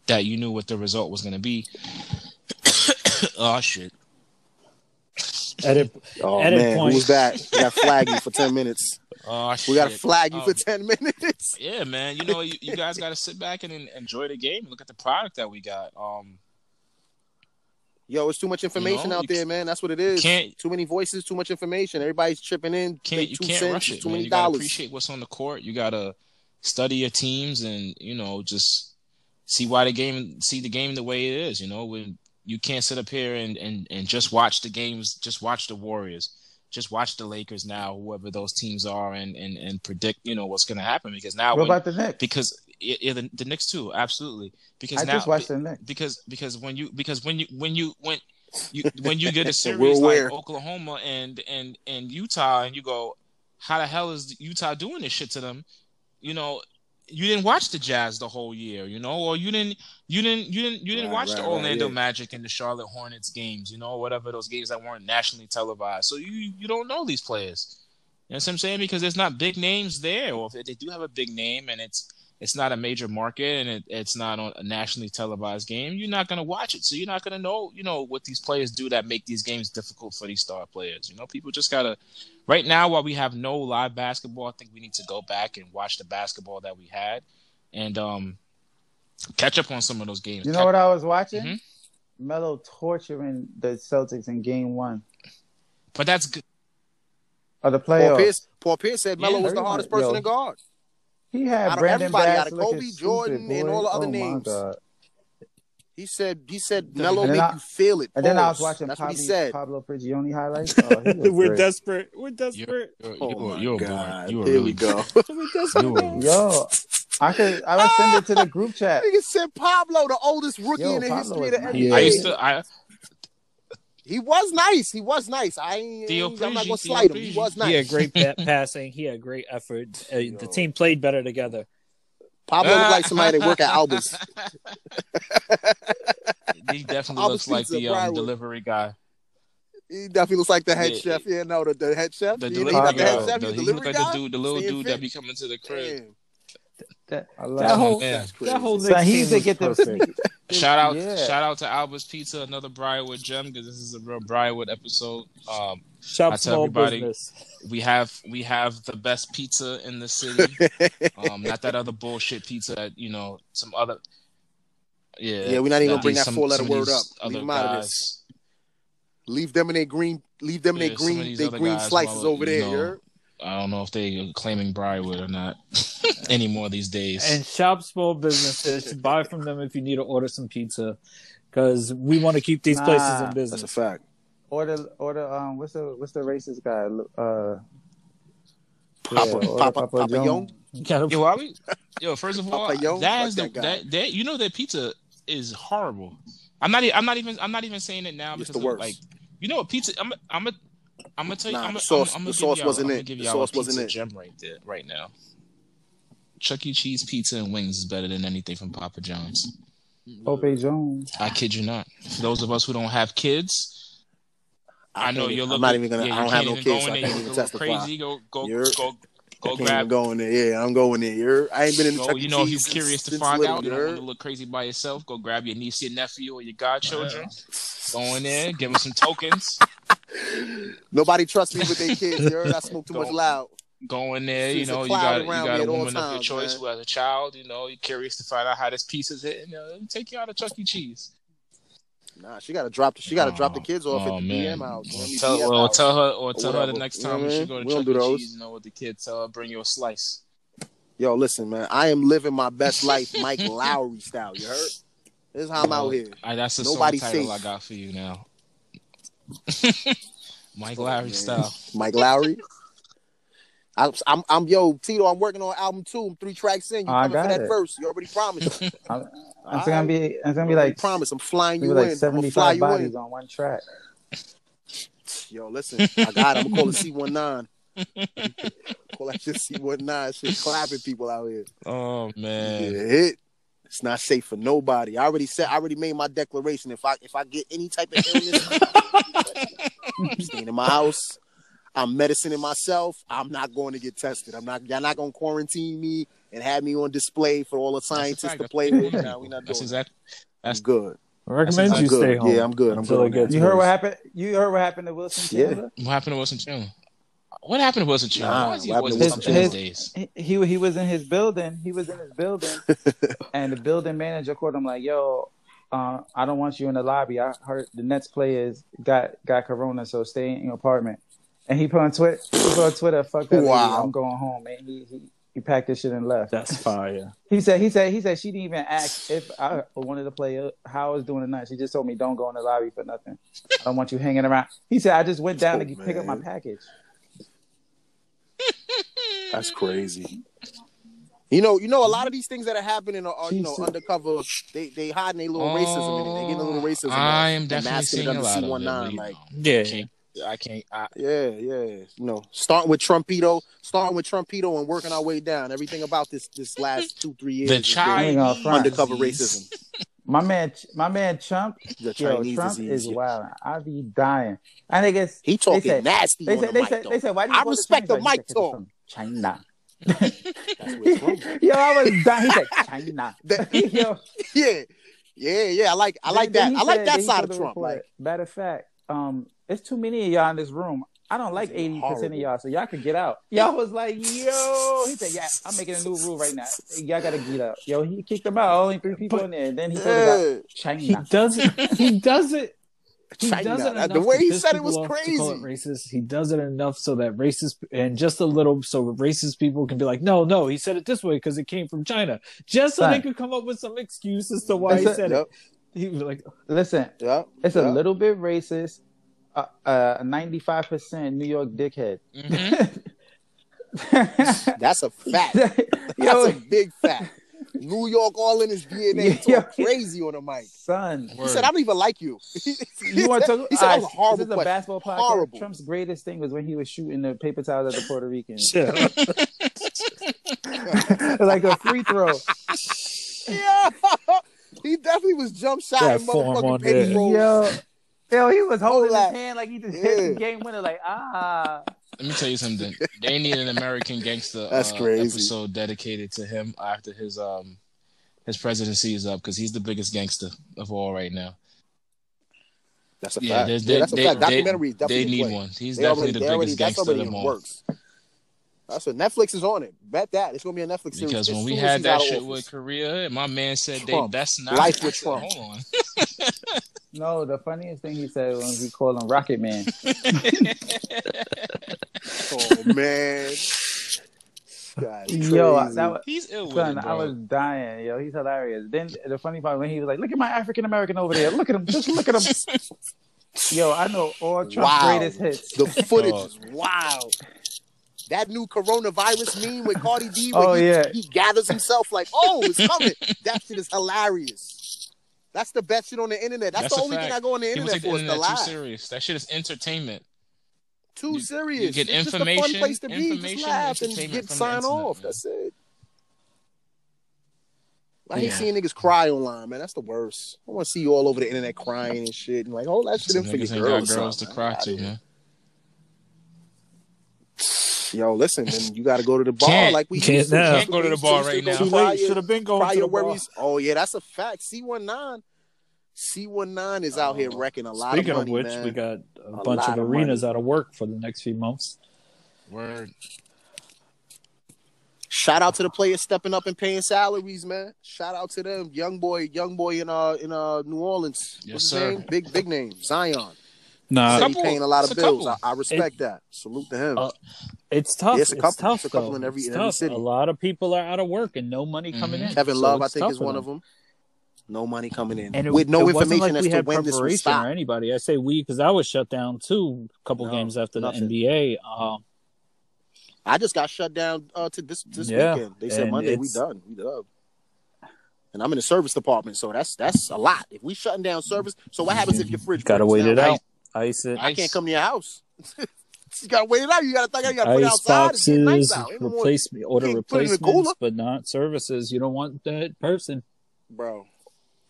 Speaker 2: that you knew what the result was going to be. oh shit!
Speaker 3: Edit.
Speaker 4: Oh
Speaker 3: Edit
Speaker 4: man,
Speaker 3: point.
Speaker 4: who's that? We got to flag you for ten minutes.
Speaker 2: Oh shit!
Speaker 4: We got to flag you
Speaker 2: Oh.
Speaker 4: for ten minutes.
Speaker 2: yeah, man. You know, you, you guys got to sit back and, en- enjoy the game. Look at the product that we got. Um,
Speaker 4: Yo, it's too much information
Speaker 2: know,
Speaker 4: out
Speaker 2: you
Speaker 4: there, man. That's what it is.
Speaker 2: can't-
Speaker 4: too many voices, too much information. Everybody's chipping in.
Speaker 2: can't
Speaker 4: make
Speaker 2: you
Speaker 4: two
Speaker 2: can't
Speaker 4: cents,
Speaker 2: rush
Speaker 4: it's
Speaker 2: it,
Speaker 4: too
Speaker 2: man.
Speaker 4: many
Speaker 2: You got to
Speaker 4: dollars.
Speaker 2: appreciate what's on the court. You got to study your teams and you know just see why the game see the game the way it is. You know, when you can't sit up here and and and just watch the games, just watch the Warriors, just watch the Lakers now, whoever those teams are, and and and predict you know what's going to happen because now
Speaker 5: What
Speaker 2: when,
Speaker 5: about the Knicks?
Speaker 2: because yeah, yeah, the, the Knicks too, absolutely because
Speaker 5: I
Speaker 2: now
Speaker 5: just watched the Knicks.
Speaker 2: because because when you because when you when you when you when you get a
Speaker 4: We're
Speaker 2: series like
Speaker 4: aware.
Speaker 2: Oklahoma and and and Utah and you go, how the hell is Utah doing this shit to them? You know, you didn't watch the Jazz the whole year, you know, or you didn't you didn't you didn't you didn't
Speaker 4: Right,
Speaker 2: watch
Speaker 4: right,
Speaker 2: the
Speaker 4: right,
Speaker 2: Orlando
Speaker 4: yeah.
Speaker 2: Magic and the Charlotte Hornets games, you know, or whatever those games that weren't nationally televised. So you you don't know these players. You know what I'm saying? Because there's not big names there, or if they do have a big name and it's it's not a major market and it, it's not on a nationally televised game, you're not going to watch it. So you're not going to know, you know, what these players do that make these games difficult for these star players. You know, people just got to right now while we have no live basketball, I think we need to go back and watch the basketball that we had and um catch up on some of those games.
Speaker 5: You know what I was watching?
Speaker 2: Mhm.
Speaker 5: Melo torturing the Celtics in game one.
Speaker 2: But that's good.
Speaker 5: of the
Speaker 4: Paul
Speaker 5: playoffs.
Speaker 4: Pierce, Paul Pierce said Melo
Speaker 2: Yeah,
Speaker 4: was the
Speaker 5: everybody-
Speaker 4: hardest person
Speaker 5: yo.
Speaker 4: to guard.
Speaker 5: He
Speaker 4: Out
Speaker 5: had
Speaker 4: of
Speaker 5: Brandon
Speaker 4: everybody, out
Speaker 5: Bass
Speaker 4: of
Speaker 5: looking
Speaker 4: Kobe,
Speaker 5: stupid,
Speaker 4: Jordan, and
Speaker 5: boy.
Speaker 4: all the other
Speaker 5: Oh, my
Speaker 4: names.
Speaker 5: God.
Speaker 4: He said he said Melo
Speaker 5: And then
Speaker 4: make
Speaker 5: I-
Speaker 4: you feel it.
Speaker 5: And then I was
Speaker 4: Pause.
Speaker 5: watching
Speaker 4: That's
Speaker 5: Pablo,
Speaker 4: what he said.
Speaker 5: Pablo Prigioni highlights. Oh, he was
Speaker 3: We're
Speaker 5: great.
Speaker 3: desperate. We're desperate.
Speaker 2: You're,
Speaker 4: Oh
Speaker 2: you're,
Speaker 4: my
Speaker 2: you're
Speaker 4: God.
Speaker 2: bored. You were
Speaker 4: Here
Speaker 2: really
Speaker 4: we go.
Speaker 3: We're desperate.
Speaker 2: You were-
Speaker 5: Yo, I could I would send it to the group chat.
Speaker 4: Nigga said Pablo, the oldest rookie
Speaker 5: Yo,
Speaker 4: in the
Speaker 5: Pablo
Speaker 4: history of the
Speaker 5: is nice.
Speaker 4: NBA.
Speaker 2: I used to. I
Speaker 4: He was nice. He was nice. I ain't,
Speaker 2: Theo
Speaker 4: I'm not
Speaker 2: Prigi,
Speaker 4: gonna
Speaker 2: Theo
Speaker 4: slight him. He
Speaker 2: Prigi.
Speaker 4: was
Speaker 3: He
Speaker 4: nice.
Speaker 3: had great pa- passing. He had great effort. Uh, the
Speaker 4: Yo.
Speaker 3: team played better together.
Speaker 4: Pablo looked like somebody that work at Albert's.
Speaker 2: he definitely
Speaker 4: I
Speaker 2: looks
Speaker 4: was
Speaker 2: like the
Speaker 4: pizza fry
Speaker 2: um,
Speaker 4: with-
Speaker 2: delivery guy.
Speaker 4: He definitely looks like the head
Speaker 2: Yeah.
Speaker 4: chef. Yeah, no, the, the head chef.
Speaker 2: The
Speaker 4: He
Speaker 2: delivery
Speaker 5: not
Speaker 2: guy.
Speaker 4: not
Speaker 5: the head chef,
Speaker 2: The-
Speaker 4: you
Speaker 2: he looked like the
Speaker 4: guy?
Speaker 2: dude, the little
Speaker 4: Staying
Speaker 2: dude that
Speaker 4: fit.
Speaker 2: be coming to the crib.
Speaker 4: Damn.
Speaker 5: That, I
Speaker 3: That
Speaker 5: love
Speaker 3: whole-
Speaker 5: whole,
Speaker 2: Yeah.
Speaker 4: That's crazy.
Speaker 3: That whole
Speaker 5: son,
Speaker 3: Knicks
Speaker 5: he
Speaker 3: team
Speaker 5: used to
Speaker 3: was
Speaker 5: get
Speaker 3: perfect.
Speaker 5: the
Speaker 2: Shout out,
Speaker 5: Yeah.
Speaker 2: shout out to Albert's Pizza, another Briarwood gem, because this is a real Briarwood episode. Um, I
Speaker 3: Shop
Speaker 2: tell
Speaker 3: small
Speaker 2: everybody-
Speaker 3: business.
Speaker 2: we have we have the best pizza in the city. um, not that other bullshit pizza that you know some other. Yeah,
Speaker 4: Yeah, we're not even gonna
Speaker 2: nah,
Speaker 4: bring that
Speaker 2: some-
Speaker 4: four-letter
Speaker 2: some of
Speaker 4: word
Speaker 2: these
Speaker 4: up. Leave
Speaker 2: Other
Speaker 4: them out of
Speaker 2: guys,
Speaker 4: Leave them in their green. Leave them in
Speaker 2: Yeah,
Speaker 4: their
Speaker 2: some of
Speaker 4: green.
Speaker 2: these
Speaker 4: Their
Speaker 2: other
Speaker 4: green
Speaker 2: guys,
Speaker 4: slices
Speaker 2: well,
Speaker 4: over
Speaker 2: you
Speaker 4: there.
Speaker 2: know.
Speaker 4: you heard?
Speaker 2: I don't know if they are claiming Briarwood or not anymore these days.
Speaker 3: And shop small businesses. Buy from them if you need to order some pizza, because we want to keep these places
Speaker 5: Nah.
Speaker 3: in
Speaker 4: That's a
Speaker 3: business.
Speaker 4: fact.
Speaker 5: or the or the um what's the what's the racist guy uh
Speaker 4: Papa,
Speaker 5: yeah, or the
Speaker 4: Papa,
Speaker 5: Papa
Speaker 4: Papa
Speaker 5: Jones.
Speaker 4: Young.
Speaker 3: You gotta-
Speaker 2: Yo, why we? Yo, first of all,
Speaker 4: Papa Yo,
Speaker 2: that is the
Speaker 4: fuck
Speaker 2: that,
Speaker 4: that guy.
Speaker 2: that you know that pizza is horrible. I'm not. e- I'm not even. I'm not even saying it now
Speaker 4: It's
Speaker 2: because
Speaker 4: the
Speaker 2: of,
Speaker 4: worst.
Speaker 2: like you know what pizza. I'm. a- I'm. A, I'm gonna tell you.
Speaker 4: Nah,
Speaker 2: I'm.
Speaker 4: the
Speaker 2: a-
Speaker 4: sauce-
Speaker 2: I'm, I'm
Speaker 4: the
Speaker 2: gonna
Speaker 4: sauce
Speaker 2: give y'all,
Speaker 4: wasn't
Speaker 2: I'm gonna
Speaker 4: it.
Speaker 2: give
Speaker 4: The
Speaker 2: y'all
Speaker 4: sauce
Speaker 2: a pizza
Speaker 4: wasn't it.
Speaker 2: gem right there, right now. Chuck E. Cheese pizza and wings is better than anything from Papa John's.
Speaker 5: Pope Jones.
Speaker 2: I kid you not. For those of us who don't have kids, I, know
Speaker 4: can't-
Speaker 2: you're
Speaker 4: I'm
Speaker 2: looking.
Speaker 4: not even gonna.
Speaker 2: yeah,
Speaker 4: I
Speaker 2: you
Speaker 4: don't have
Speaker 2: can't
Speaker 4: no
Speaker 2: even
Speaker 4: kids,
Speaker 2: go
Speaker 4: so
Speaker 2: in
Speaker 4: I
Speaker 2: there.
Speaker 4: can't
Speaker 2: You
Speaker 4: even
Speaker 2: look
Speaker 4: testify.
Speaker 2: crazy. Go. Go.
Speaker 4: You're-
Speaker 2: Go. Go
Speaker 4: I can't even
Speaker 2: grab.
Speaker 4: go in there. Yeah, I'm going there. You're, I ain't been in the
Speaker 2: Go,
Speaker 4: Chuck E.
Speaker 2: you know, if you're
Speaker 4: Cheese since-
Speaker 2: curious to
Speaker 4: since
Speaker 2: find
Speaker 4: little,
Speaker 2: out, you don't
Speaker 4: you're-
Speaker 2: want to look crazy by yourself, go grab your niece, your nephew, or your godchildren. Go in there, give them some tokens.
Speaker 4: Nobody trusts me with their kids. You're, I smoke too
Speaker 2: Go.
Speaker 4: much loud.
Speaker 2: Go in there, you
Speaker 4: There's a
Speaker 2: know, you
Speaker 4: cloud
Speaker 2: got you
Speaker 4: around
Speaker 2: got
Speaker 4: me
Speaker 2: a
Speaker 4: at all
Speaker 2: woman of your
Speaker 4: times,
Speaker 2: choice
Speaker 4: man.
Speaker 2: who has a child. You know, you're curious to find out how this piece is hitting. You know, let me take you out of Chuck E. Cheese.
Speaker 4: Nah, she gotta drop. She gotta drop the
Speaker 2: Oh,
Speaker 4: kids off
Speaker 2: oh,
Speaker 4: at the
Speaker 2: man.
Speaker 4: BM house.
Speaker 2: Well,
Speaker 4: I mean,
Speaker 2: tell,
Speaker 4: BF
Speaker 2: well,
Speaker 4: house.
Speaker 2: tell her, or tell her
Speaker 4: whatever.
Speaker 2: the next
Speaker 4: You know
Speaker 2: time
Speaker 4: what I
Speaker 2: she
Speaker 4: mean?
Speaker 2: go to
Speaker 4: We don't
Speaker 2: Chuck
Speaker 4: do
Speaker 2: E.
Speaker 4: those.
Speaker 2: Cheese, you know, with the kids, tell her bring you a slice.
Speaker 4: Yo, listen, man. I am living my best life, Mike Lowry style. You heard? This is how I'm
Speaker 5: Oh.
Speaker 2: Well,
Speaker 4: out here.
Speaker 2: I, that's the
Speaker 4: Nobody's
Speaker 2: song title
Speaker 4: safe.
Speaker 2: I got for you now. Mike
Speaker 4: Oh,
Speaker 2: Lowry
Speaker 4: man.
Speaker 2: style.
Speaker 4: Mike Lowry. I, I'm, I'm, yo, Tito. I'm working on album two. I'm three tracks in. You coming
Speaker 5: I
Speaker 4: for
Speaker 5: got
Speaker 4: that
Speaker 5: it.
Speaker 4: verse? You already promised. You
Speaker 5: I'm, I'm still gonna be. I'm gonna be
Speaker 4: already
Speaker 5: like.
Speaker 4: promised. I'm flying
Speaker 5: We
Speaker 4: you
Speaker 5: were like
Speaker 4: in. I'm gonna fly
Speaker 5: 75
Speaker 4: you
Speaker 5: bodies
Speaker 4: in.
Speaker 5: on one track.
Speaker 4: Yo, listen. I got. It. I'm gonna call it C19. call that shit C19. Shit, clapping people out here.
Speaker 2: Oh
Speaker 4: Yeah,
Speaker 2: man.
Speaker 4: hit. It's not safe for nobody. I already said. I already made my declaration. If I if I get any type of illness, I'm staying in my house. I'm medicining myself. I'm not going to get tested. I'm not. Y'all not gonna quarantine me and have me on display for all the
Speaker 2: That's a
Speaker 4: scientists
Speaker 2: fact.
Speaker 4: to
Speaker 2: That's
Speaker 4: play
Speaker 2: what
Speaker 4: with.
Speaker 2: I'm
Speaker 4: Nah, we
Speaker 2: doing.
Speaker 4: not
Speaker 2: That's
Speaker 4: doing.
Speaker 2: exact-
Speaker 4: that.
Speaker 2: that's-
Speaker 4: I'm good.
Speaker 3: I recommend
Speaker 2: That's
Speaker 4: I'm
Speaker 3: you
Speaker 4: good.
Speaker 3: stay home.
Speaker 4: Yeah, I'm good. I'm
Speaker 3: until
Speaker 4: good.
Speaker 3: it
Speaker 4: on that.
Speaker 3: gets
Speaker 5: You heard
Speaker 3: worse.
Speaker 5: what happened? You heard what happened to Wilson
Speaker 4: Yeah.
Speaker 5: Chandler?
Speaker 2: What happened to Wilson Chandler? What happened to Wilson Chandler?
Speaker 4: Nah,
Speaker 2: Why is he
Speaker 4: what happened
Speaker 2: always
Speaker 4: to
Speaker 2: Wilson
Speaker 5: Wilson
Speaker 2: Chandler these
Speaker 5: Chandler?
Speaker 2: days?
Speaker 5: He, he he was in his building. He was in his building, and the building manager called him like, "Yo, uh, I don't want you in the lobby. I heard the Nets players got got corona, so stay in your apartment." And he put on Twitter, he put on Twitter, "Fuck that lady.
Speaker 4: Wow.
Speaker 5: I'm going home." And he he, he packed his shit and left.
Speaker 3: That's fire.
Speaker 5: He said, he said, he said she didn't even ask if I wanted to play uh, how I was doing tonight. She just told me don't go in the lobby for nothing. I don't want you hanging around. He said, I just went down
Speaker 4: Oh,
Speaker 5: to get- pick up my
Speaker 4: man.
Speaker 5: package.
Speaker 4: That's crazy. You know, you know, a lot of these things that are happening are, are you know
Speaker 5: Jesus.
Speaker 4: undercover. They they hiding a little racism in it. They getting a little racism. in it.
Speaker 2: I am
Speaker 4: And
Speaker 2: Oh, definitely
Speaker 4: masking it
Speaker 2: seeing a
Speaker 4: under
Speaker 2: lot of it. but,
Speaker 4: C19,
Speaker 2: you
Speaker 4: like-
Speaker 2: know,
Speaker 3: Yeah.
Speaker 2: can't- I can't. I,
Speaker 4: Yeah, yeah. You know, starting with Trumpito, starting with Trumpito, and working our way down. Everything about this this last two three years.
Speaker 2: the
Speaker 4: has been
Speaker 5: ain't gonna
Speaker 2: Chinese
Speaker 5: front.
Speaker 4: undercover
Speaker 2: disease.
Speaker 4: racism.
Speaker 5: My man, my man, Trump.
Speaker 4: The
Speaker 5: Yo,
Speaker 4: Chinese
Speaker 5: Trump
Speaker 4: disease.
Speaker 5: is wild. I be dying. I think it's
Speaker 4: He talking
Speaker 5: They said-
Speaker 4: nasty
Speaker 5: they
Speaker 4: on
Speaker 5: said
Speaker 4: the
Speaker 5: they
Speaker 4: mic
Speaker 5: said
Speaker 4: though.
Speaker 5: they said why do you
Speaker 4: I
Speaker 5: go to
Speaker 4: respect the
Speaker 5: China?" He said,
Speaker 4: mic
Speaker 5: 'Cause it's
Speaker 4: talk.
Speaker 5: from China.
Speaker 4: That's where it's from.
Speaker 5: Yo, I was dying. He said China.
Speaker 4: That-
Speaker 5: Yo,
Speaker 4: yeah, yeah, yeah. I like I
Speaker 5: Then-
Speaker 4: like
Speaker 5: then
Speaker 4: that.
Speaker 5: he
Speaker 4: I like
Speaker 5: said-
Speaker 4: that
Speaker 5: then he
Speaker 4: side
Speaker 5: told
Speaker 4: of
Speaker 5: the
Speaker 4: Trump.
Speaker 5: reporter,
Speaker 4: Like
Speaker 5: matter of fact, um, it's too many of y'all in this room. I don't like eighty percent
Speaker 4: Horrible.
Speaker 5: of y'all, so y'all could get out. Y'all was like, yo, he said, yeah, I'm making a new rule right now. Y'all gotta get out. Yo, he kicked them out. Only three people in there. And then he told about
Speaker 4: yeah.
Speaker 5: China.
Speaker 3: He does it. He does it. He
Speaker 4: China.
Speaker 3: does it
Speaker 4: That- Uh,
Speaker 3: enough
Speaker 4: The way
Speaker 3: to
Speaker 4: he
Speaker 3: piss
Speaker 4: said it
Speaker 3: people
Speaker 4: was
Speaker 3: off to call it
Speaker 4: crazy.
Speaker 3: racist. He does it enough so that racist and just a little so racist people can be like, no, no, he said it this way because it came from China, just so
Speaker 5: Right.
Speaker 3: they could come up with some excuse as to why he
Speaker 5: It's a-
Speaker 3: said
Speaker 4: Yep,
Speaker 3: it. He was like,
Speaker 5: Listen,
Speaker 4: yep.
Speaker 5: it's a
Speaker 4: yep.
Speaker 5: little bit racist. Uh, uh, 95% New York dickhead.
Speaker 2: Mhm.
Speaker 4: Mm-hmm. That's a fact. That's
Speaker 5: Yo,
Speaker 4: a big fact. New York all in his DNA. He
Speaker 5: Yo.
Speaker 4: talk crazy on the mic.
Speaker 5: son.
Speaker 4: He said, I don't even like you.
Speaker 5: You want to talk?
Speaker 4: He said, that was a
Speaker 5: Alright,
Speaker 4: horrible
Speaker 5: This is a
Speaker 4: question.
Speaker 5: basketball podcast.
Speaker 4: Horrible.
Speaker 5: Trump's greatest thing was when he was shooting the paper towels at the Puerto Ricans,
Speaker 3: shit.
Speaker 5: like a free throw.
Speaker 4: yeah. He definitely was jump shot
Speaker 3: That
Speaker 4: and
Speaker 3: form on
Speaker 4: motherfucking penny
Speaker 3: there.
Speaker 4: rolls.
Speaker 5: Yo, yo, he was
Speaker 4: Oh. Hold
Speaker 5: holding his
Speaker 4: up.
Speaker 5: hand like he just
Speaker 4: Yeah.
Speaker 5: hit the game winner. Like ah,
Speaker 2: Let me tell you something. They need an American Gangster
Speaker 4: That's
Speaker 2: uh,
Speaker 4: crazy.
Speaker 2: episode dedicated to him after his um his presidency is up because he's the biggest gangster of all right now.
Speaker 4: That's a
Speaker 2: Yeah,
Speaker 4: fact.
Speaker 2: they-
Speaker 4: yeah,
Speaker 2: they-
Speaker 4: that's a
Speaker 2: they-
Speaker 4: fact.
Speaker 2: they-
Speaker 4: Documentary definitely.
Speaker 2: they need
Speaker 4: play.
Speaker 2: one. He's
Speaker 4: They
Speaker 2: definitely
Speaker 4: already-
Speaker 2: the
Speaker 4: they
Speaker 2: biggest
Speaker 4: already-
Speaker 2: gangster
Speaker 4: that's already
Speaker 2: of
Speaker 4: in the
Speaker 2: all.
Speaker 4: works. That's what Netflix is on it. Bet that it's gonna be a Netflix series.
Speaker 2: Because
Speaker 4: as
Speaker 2: when we
Speaker 4: soon as
Speaker 2: had
Speaker 4: he's
Speaker 2: that
Speaker 4: out of
Speaker 2: shit
Speaker 4: office.
Speaker 2: with Korea, and my man said
Speaker 4: Trump.
Speaker 2: they best not.
Speaker 4: Life with
Speaker 2: I said,
Speaker 4: Trump.
Speaker 2: Hold on.
Speaker 5: no. The funniest thing he said was we call him Rocket Man.
Speaker 4: Oh man. God, it's
Speaker 5: Yo,
Speaker 4: crazy.
Speaker 5: that was.
Speaker 2: He's ill with
Speaker 5: Son,
Speaker 2: it,
Speaker 5: I
Speaker 2: bro.
Speaker 5: was dying, yo. He's hilarious. Then the funny part when he was like, "Look at my African American over there. Look at him. Just look at him." Yo, I know all Trump's
Speaker 4: Wow.
Speaker 5: greatest hits.
Speaker 4: the footage
Speaker 3: Dog.
Speaker 4: is wild. That new coronavirus meme with Cardi B, where
Speaker 5: Oh,
Speaker 4: he,
Speaker 5: yeah.
Speaker 4: he gathers himself like, "Oh, it's coming." that shit is hilarious. That's the best shit on the internet. That's,
Speaker 2: That's
Speaker 4: the
Speaker 2: a
Speaker 4: only thing
Speaker 2: fact.
Speaker 4: I go on the
Speaker 2: People take
Speaker 4: internet
Speaker 2: the
Speaker 4: for. is the
Speaker 2: internet too
Speaker 4: laugh.
Speaker 2: serious. That shit is entertainment.
Speaker 4: Too
Speaker 2: You-
Speaker 4: serious.
Speaker 2: you get
Speaker 4: it's just a
Speaker 2: information-
Speaker 4: fun place to be. Just
Speaker 2: information,
Speaker 4: laugh and
Speaker 2: entertainment
Speaker 4: get
Speaker 2: from the
Speaker 4: sign
Speaker 2: internet,
Speaker 4: off.
Speaker 2: man.
Speaker 4: That's it. I hate
Speaker 2: Yeah.
Speaker 4: seeing niggas cry online, man. That's the worst. I want to see you all over the internet crying and shit, and like, oh, that shit
Speaker 2: Some
Speaker 4: in for
Speaker 2: niggas
Speaker 4: your
Speaker 2: ain't got
Speaker 4: girl.
Speaker 2: girls to cry to, man.
Speaker 4: Yo, listen, man, you got to go to the bar
Speaker 2: Can't.
Speaker 4: like we
Speaker 3: Can't
Speaker 4: used to.
Speaker 3: now.
Speaker 2: Can't go to the bar
Speaker 4: We used
Speaker 2: right now.
Speaker 3: Too
Speaker 4: cry
Speaker 3: late.
Speaker 4: your-
Speaker 3: Should have been going
Speaker 4: cry
Speaker 3: to
Speaker 4: your
Speaker 3: the bar.
Speaker 4: worries. Oh yeah, that's a fact. C one nine, C one nine is out
Speaker 3: Oh.
Speaker 4: here wrecking a lot
Speaker 3: Speaking
Speaker 4: of
Speaker 3: of,
Speaker 4: money,
Speaker 3: which,
Speaker 4: man.
Speaker 3: we got a,
Speaker 4: A
Speaker 3: bunch
Speaker 4: lot
Speaker 3: of
Speaker 4: of
Speaker 3: arenas out of work for the next few months.
Speaker 2: Word.
Speaker 4: Shout out to the players stepping up and paying salaries, man. Shout out to them, young boy, young boy in uh in uh New Orleans.
Speaker 2: Yes,
Speaker 4: What's his
Speaker 2: sir. Uh,
Speaker 4: Name? Big big name, Zion.
Speaker 3: Nah,
Speaker 4: Said he
Speaker 2: Couple-
Speaker 4: paying a lot of
Speaker 2: it's a
Speaker 4: bills. I,
Speaker 2: couple.
Speaker 4: I respect that. Salute to him.
Speaker 3: Uh, It's tough. It's,
Speaker 4: Yes, a couple.
Speaker 3: tough.
Speaker 4: It's a couple
Speaker 3: though.
Speaker 4: in every-
Speaker 3: It's
Speaker 4: in every
Speaker 3: tough.
Speaker 4: city.
Speaker 3: A lot of people are out of work and no money coming
Speaker 2: Mhm.
Speaker 3: in.
Speaker 4: Kevin
Speaker 3: So
Speaker 4: Love, I
Speaker 3: it's
Speaker 4: think,
Speaker 3: tough
Speaker 4: is
Speaker 3: for
Speaker 4: one
Speaker 3: them.
Speaker 4: of them. No money coming in
Speaker 3: And it,
Speaker 4: with no
Speaker 3: it wasn't
Speaker 4: information
Speaker 3: like
Speaker 4: as
Speaker 3: we
Speaker 4: to
Speaker 3: had
Speaker 4: when this
Speaker 3: preparation
Speaker 4: will
Speaker 3: or
Speaker 4: stop.
Speaker 3: anybody. I say we because I was shut down too. A couple
Speaker 4: No,
Speaker 3: games after
Speaker 4: nothing.
Speaker 3: the NBA. Um,
Speaker 4: I just got shut down uh, to this this
Speaker 3: Yeah,
Speaker 4: weekend. They said
Speaker 3: and
Speaker 4: Monday we
Speaker 3: it's-
Speaker 4: done, we done. And I'm in the service department, so that's that's a lot. If we shutting down service, so what happens if your fridge
Speaker 3: gotta
Speaker 4: breaks
Speaker 3: wait
Speaker 4: down?
Speaker 3: it out. Ice it.
Speaker 4: I can't come to your house. you gotta wait it out. You gotta think. You gotta put it
Speaker 3: Ice
Speaker 4: outside. It's getting nice
Speaker 3: boxes.
Speaker 4: out. Ain't no more-
Speaker 3: Replace order
Speaker 4: you can't put it in the
Speaker 3: replacements,
Speaker 4: cooler.
Speaker 3: but not services. You don't want that person.
Speaker 4: bro.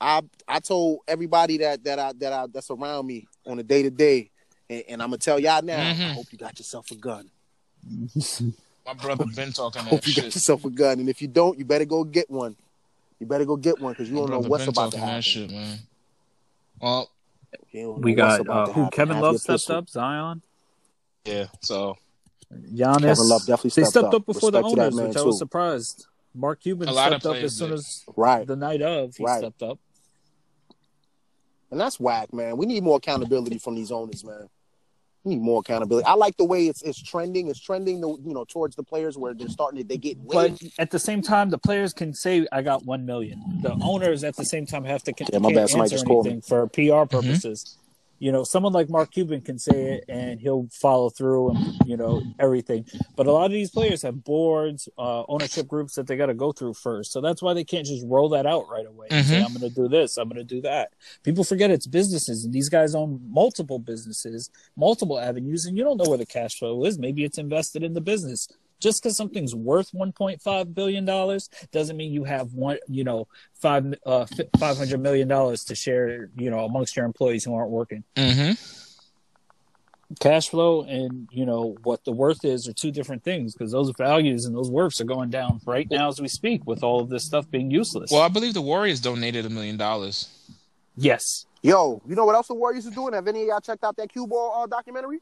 Speaker 4: I I told everybody that that I that I that's around me on a day to day, and and I'm gonna tell y'all now. I
Speaker 2: Mhm.
Speaker 4: hope you got yourself a gun.
Speaker 2: My brother been talking that
Speaker 4: Hope you got
Speaker 2: shit.
Speaker 4: yourself a gun, and if you don't, you better go get one. You better go get one because you
Speaker 2: My
Speaker 4: don't know
Speaker 2: brother
Speaker 4: what's
Speaker 2: been
Speaker 4: about to
Speaker 2: talking that
Speaker 4: happen.
Speaker 2: shit, man. Well,
Speaker 4: You don't know
Speaker 3: We
Speaker 4: what's
Speaker 3: got
Speaker 4: about
Speaker 3: uh,
Speaker 4: to
Speaker 3: who?
Speaker 4: happen.
Speaker 3: Kevin
Speaker 4: Have
Speaker 3: Love
Speaker 4: your
Speaker 3: stepped
Speaker 4: pistol.
Speaker 3: up. Zion,
Speaker 2: yeah. So
Speaker 3: Giannis.
Speaker 4: Kevin Love definitely
Speaker 3: they
Speaker 4: stepped
Speaker 3: stepped up,
Speaker 4: up.
Speaker 3: before the
Speaker 4: Respect to that
Speaker 3: owners,
Speaker 4: man,
Speaker 3: which I was
Speaker 4: too.
Speaker 3: surprised. Mark Cuban
Speaker 2: A lot of
Speaker 3: stepped up as
Speaker 2: players
Speaker 3: soon
Speaker 2: did.
Speaker 3: as
Speaker 4: Right,
Speaker 3: the night of. He
Speaker 4: Right.
Speaker 3: stepped up.
Speaker 4: and that's whack, man. We need more accountability from these owners, man. We need more accountability. I like the way it's it's trending. It's trending, the, you know, towards the players where they're starting to they get way
Speaker 3: But at the same time, the players can say, "I got one million. The owners, at the same time, have to can,
Speaker 4: Yeah, my
Speaker 3: can't
Speaker 4: bad. Somebody
Speaker 3: answer
Speaker 4: just called
Speaker 3: anything for PR purposes. You know, someone like Mark Cuban can say it, and he'll follow through, and you know everything. But a lot of these players have boards, uh, ownership groups that they got to go through first. So that's why they can't just roll that out right away. and Say,
Speaker 2: Mhm.
Speaker 3: I'm going to do this. I'm going to do that. People forget it's businesses, and these guys own multiple businesses, multiple avenues, and you don't know where the cash flow is. Maybe it's invested in the business just because something's worth 1.5 billion dollars doesn't mean you have one you know five uh fi- 500 million dollars to share you know amongst your employees who aren't working
Speaker 2: Mm-hmm.
Speaker 3: cash flow and you know what the worth is are two different things because those values and those worths are going down right now as we speak with all of this stuff being useless
Speaker 2: Well, I believe the Warriors donated a million dollars.
Speaker 3: yes
Speaker 4: Yo, you know what else the Warriors is doing? Have any of y'all checked out that cue ball uh, documentary?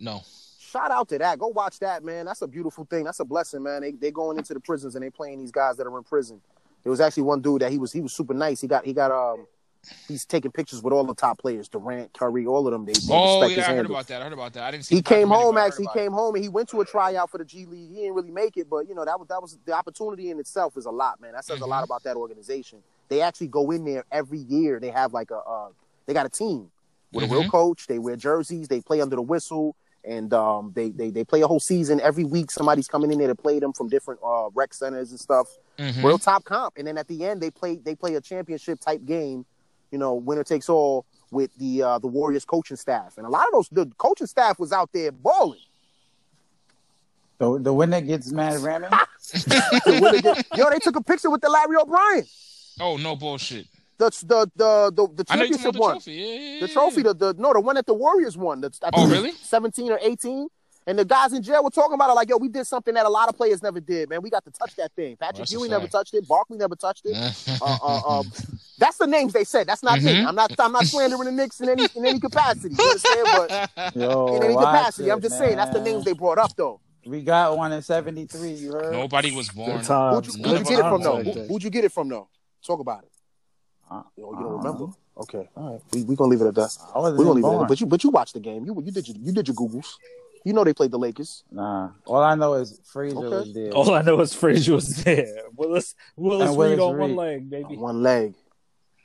Speaker 2: No.
Speaker 4: Shout out to that. Go watch that, man. That's a beautiful thing. That's a blessing, man. They they going into the prisons and they playing these guys that are in prison. There was actually one dude that he was he was super nice. He got he got um he's taking pictures with all the top players, Durant, Curry, all of them. They, they
Speaker 2: Oh
Speaker 4: respect his
Speaker 2: yeah, I heard
Speaker 4: handle.
Speaker 2: about that. I heard about that. I didn't see.
Speaker 4: He
Speaker 2: the documentary,
Speaker 4: came home.
Speaker 2: but I heard
Speaker 4: Actually,
Speaker 2: about
Speaker 4: he
Speaker 2: it.
Speaker 4: came home and he went to a tryout for the G League. He didn't really make it, but you know that was that was the opportunity in itself is a lot, man. That says
Speaker 2: Mm-hmm.
Speaker 4: a lot about that organization. They actually go in there every year. They have like a uh, they got a team with a
Speaker 2: Mm-hmm.
Speaker 4: real coach. They wear jerseys. They play under the whistle, and um, they they they play a whole season every week. Somebody's coming in there to play them from different uh, rec centers and stuff.
Speaker 2: Mhm.
Speaker 4: Real top comp, and then at the end they play they play a championship type game you know, winner takes all with the uh, the Warriors coaching staff, and a lot of those the coaching staff was out there balling.
Speaker 5: The, the winner gets mad ramming.
Speaker 4: The winner get- yo, they took a picture with the Larry O'Brien.
Speaker 2: Oh no bullshit!
Speaker 4: The the the the, the
Speaker 2: I know you talking about
Speaker 4: championship
Speaker 2: the
Speaker 4: one,
Speaker 2: trophy. Yeah, yeah, yeah,
Speaker 4: the trophy,
Speaker 2: yeah.
Speaker 4: the, the no, the one that the Warriors won. The, I think
Speaker 2: Oh,
Speaker 4: it was
Speaker 2: really?
Speaker 4: Seventeen or eighteen. And the guys in jail were talking about it like, yo, we did something that a lot of players never did, man. We got to touch that thing. Patrick
Speaker 2: that's a
Speaker 4: Ewing never
Speaker 2: fact.
Speaker 4: touched it. Barkley never touched it. uh, uh, um,
Speaker 5: Mm-hmm.
Speaker 4: that's the names they said. That's not me.
Speaker 2: Mhm.
Speaker 4: I'm not. I'm not slandering the Knicks in any in any capacity. You understand? But
Speaker 5: Yo,
Speaker 4: in any
Speaker 5: watch
Speaker 4: capacity.
Speaker 5: it,
Speaker 4: I'm just saying that's the
Speaker 5: man.
Speaker 4: names they brought up though.
Speaker 5: We got one in '73. You heard?
Speaker 2: Nobody was born.
Speaker 3: Good times.
Speaker 4: Who'd you,
Speaker 2: None
Speaker 4: who'd you
Speaker 2: of
Speaker 4: get it
Speaker 2: us
Speaker 4: from
Speaker 2: know
Speaker 4: though?
Speaker 2: that.
Speaker 4: Who, would you get it from though? Talk about it.
Speaker 5: Uh,
Speaker 4: Yo, you don't
Speaker 5: uh,
Speaker 4: remember? Okay, all right. We we gonna leave it at that.
Speaker 5: I wasn't
Speaker 4: We gonna leave it at
Speaker 5: born.
Speaker 4: that. But you but you watched the game. You you did your, you did your googles. You know they played the Lakers.
Speaker 5: Nah. All I know is Frazier
Speaker 4: Okay.
Speaker 5: was there.
Speaker 3: All I know is Frazier was there. Willis Willis,
Speaker 5: And Willis
Speaker 3: Reed on one
Speaker 5: Reed.
Speaker 3: leg, baby.
Speaker 4: One leg.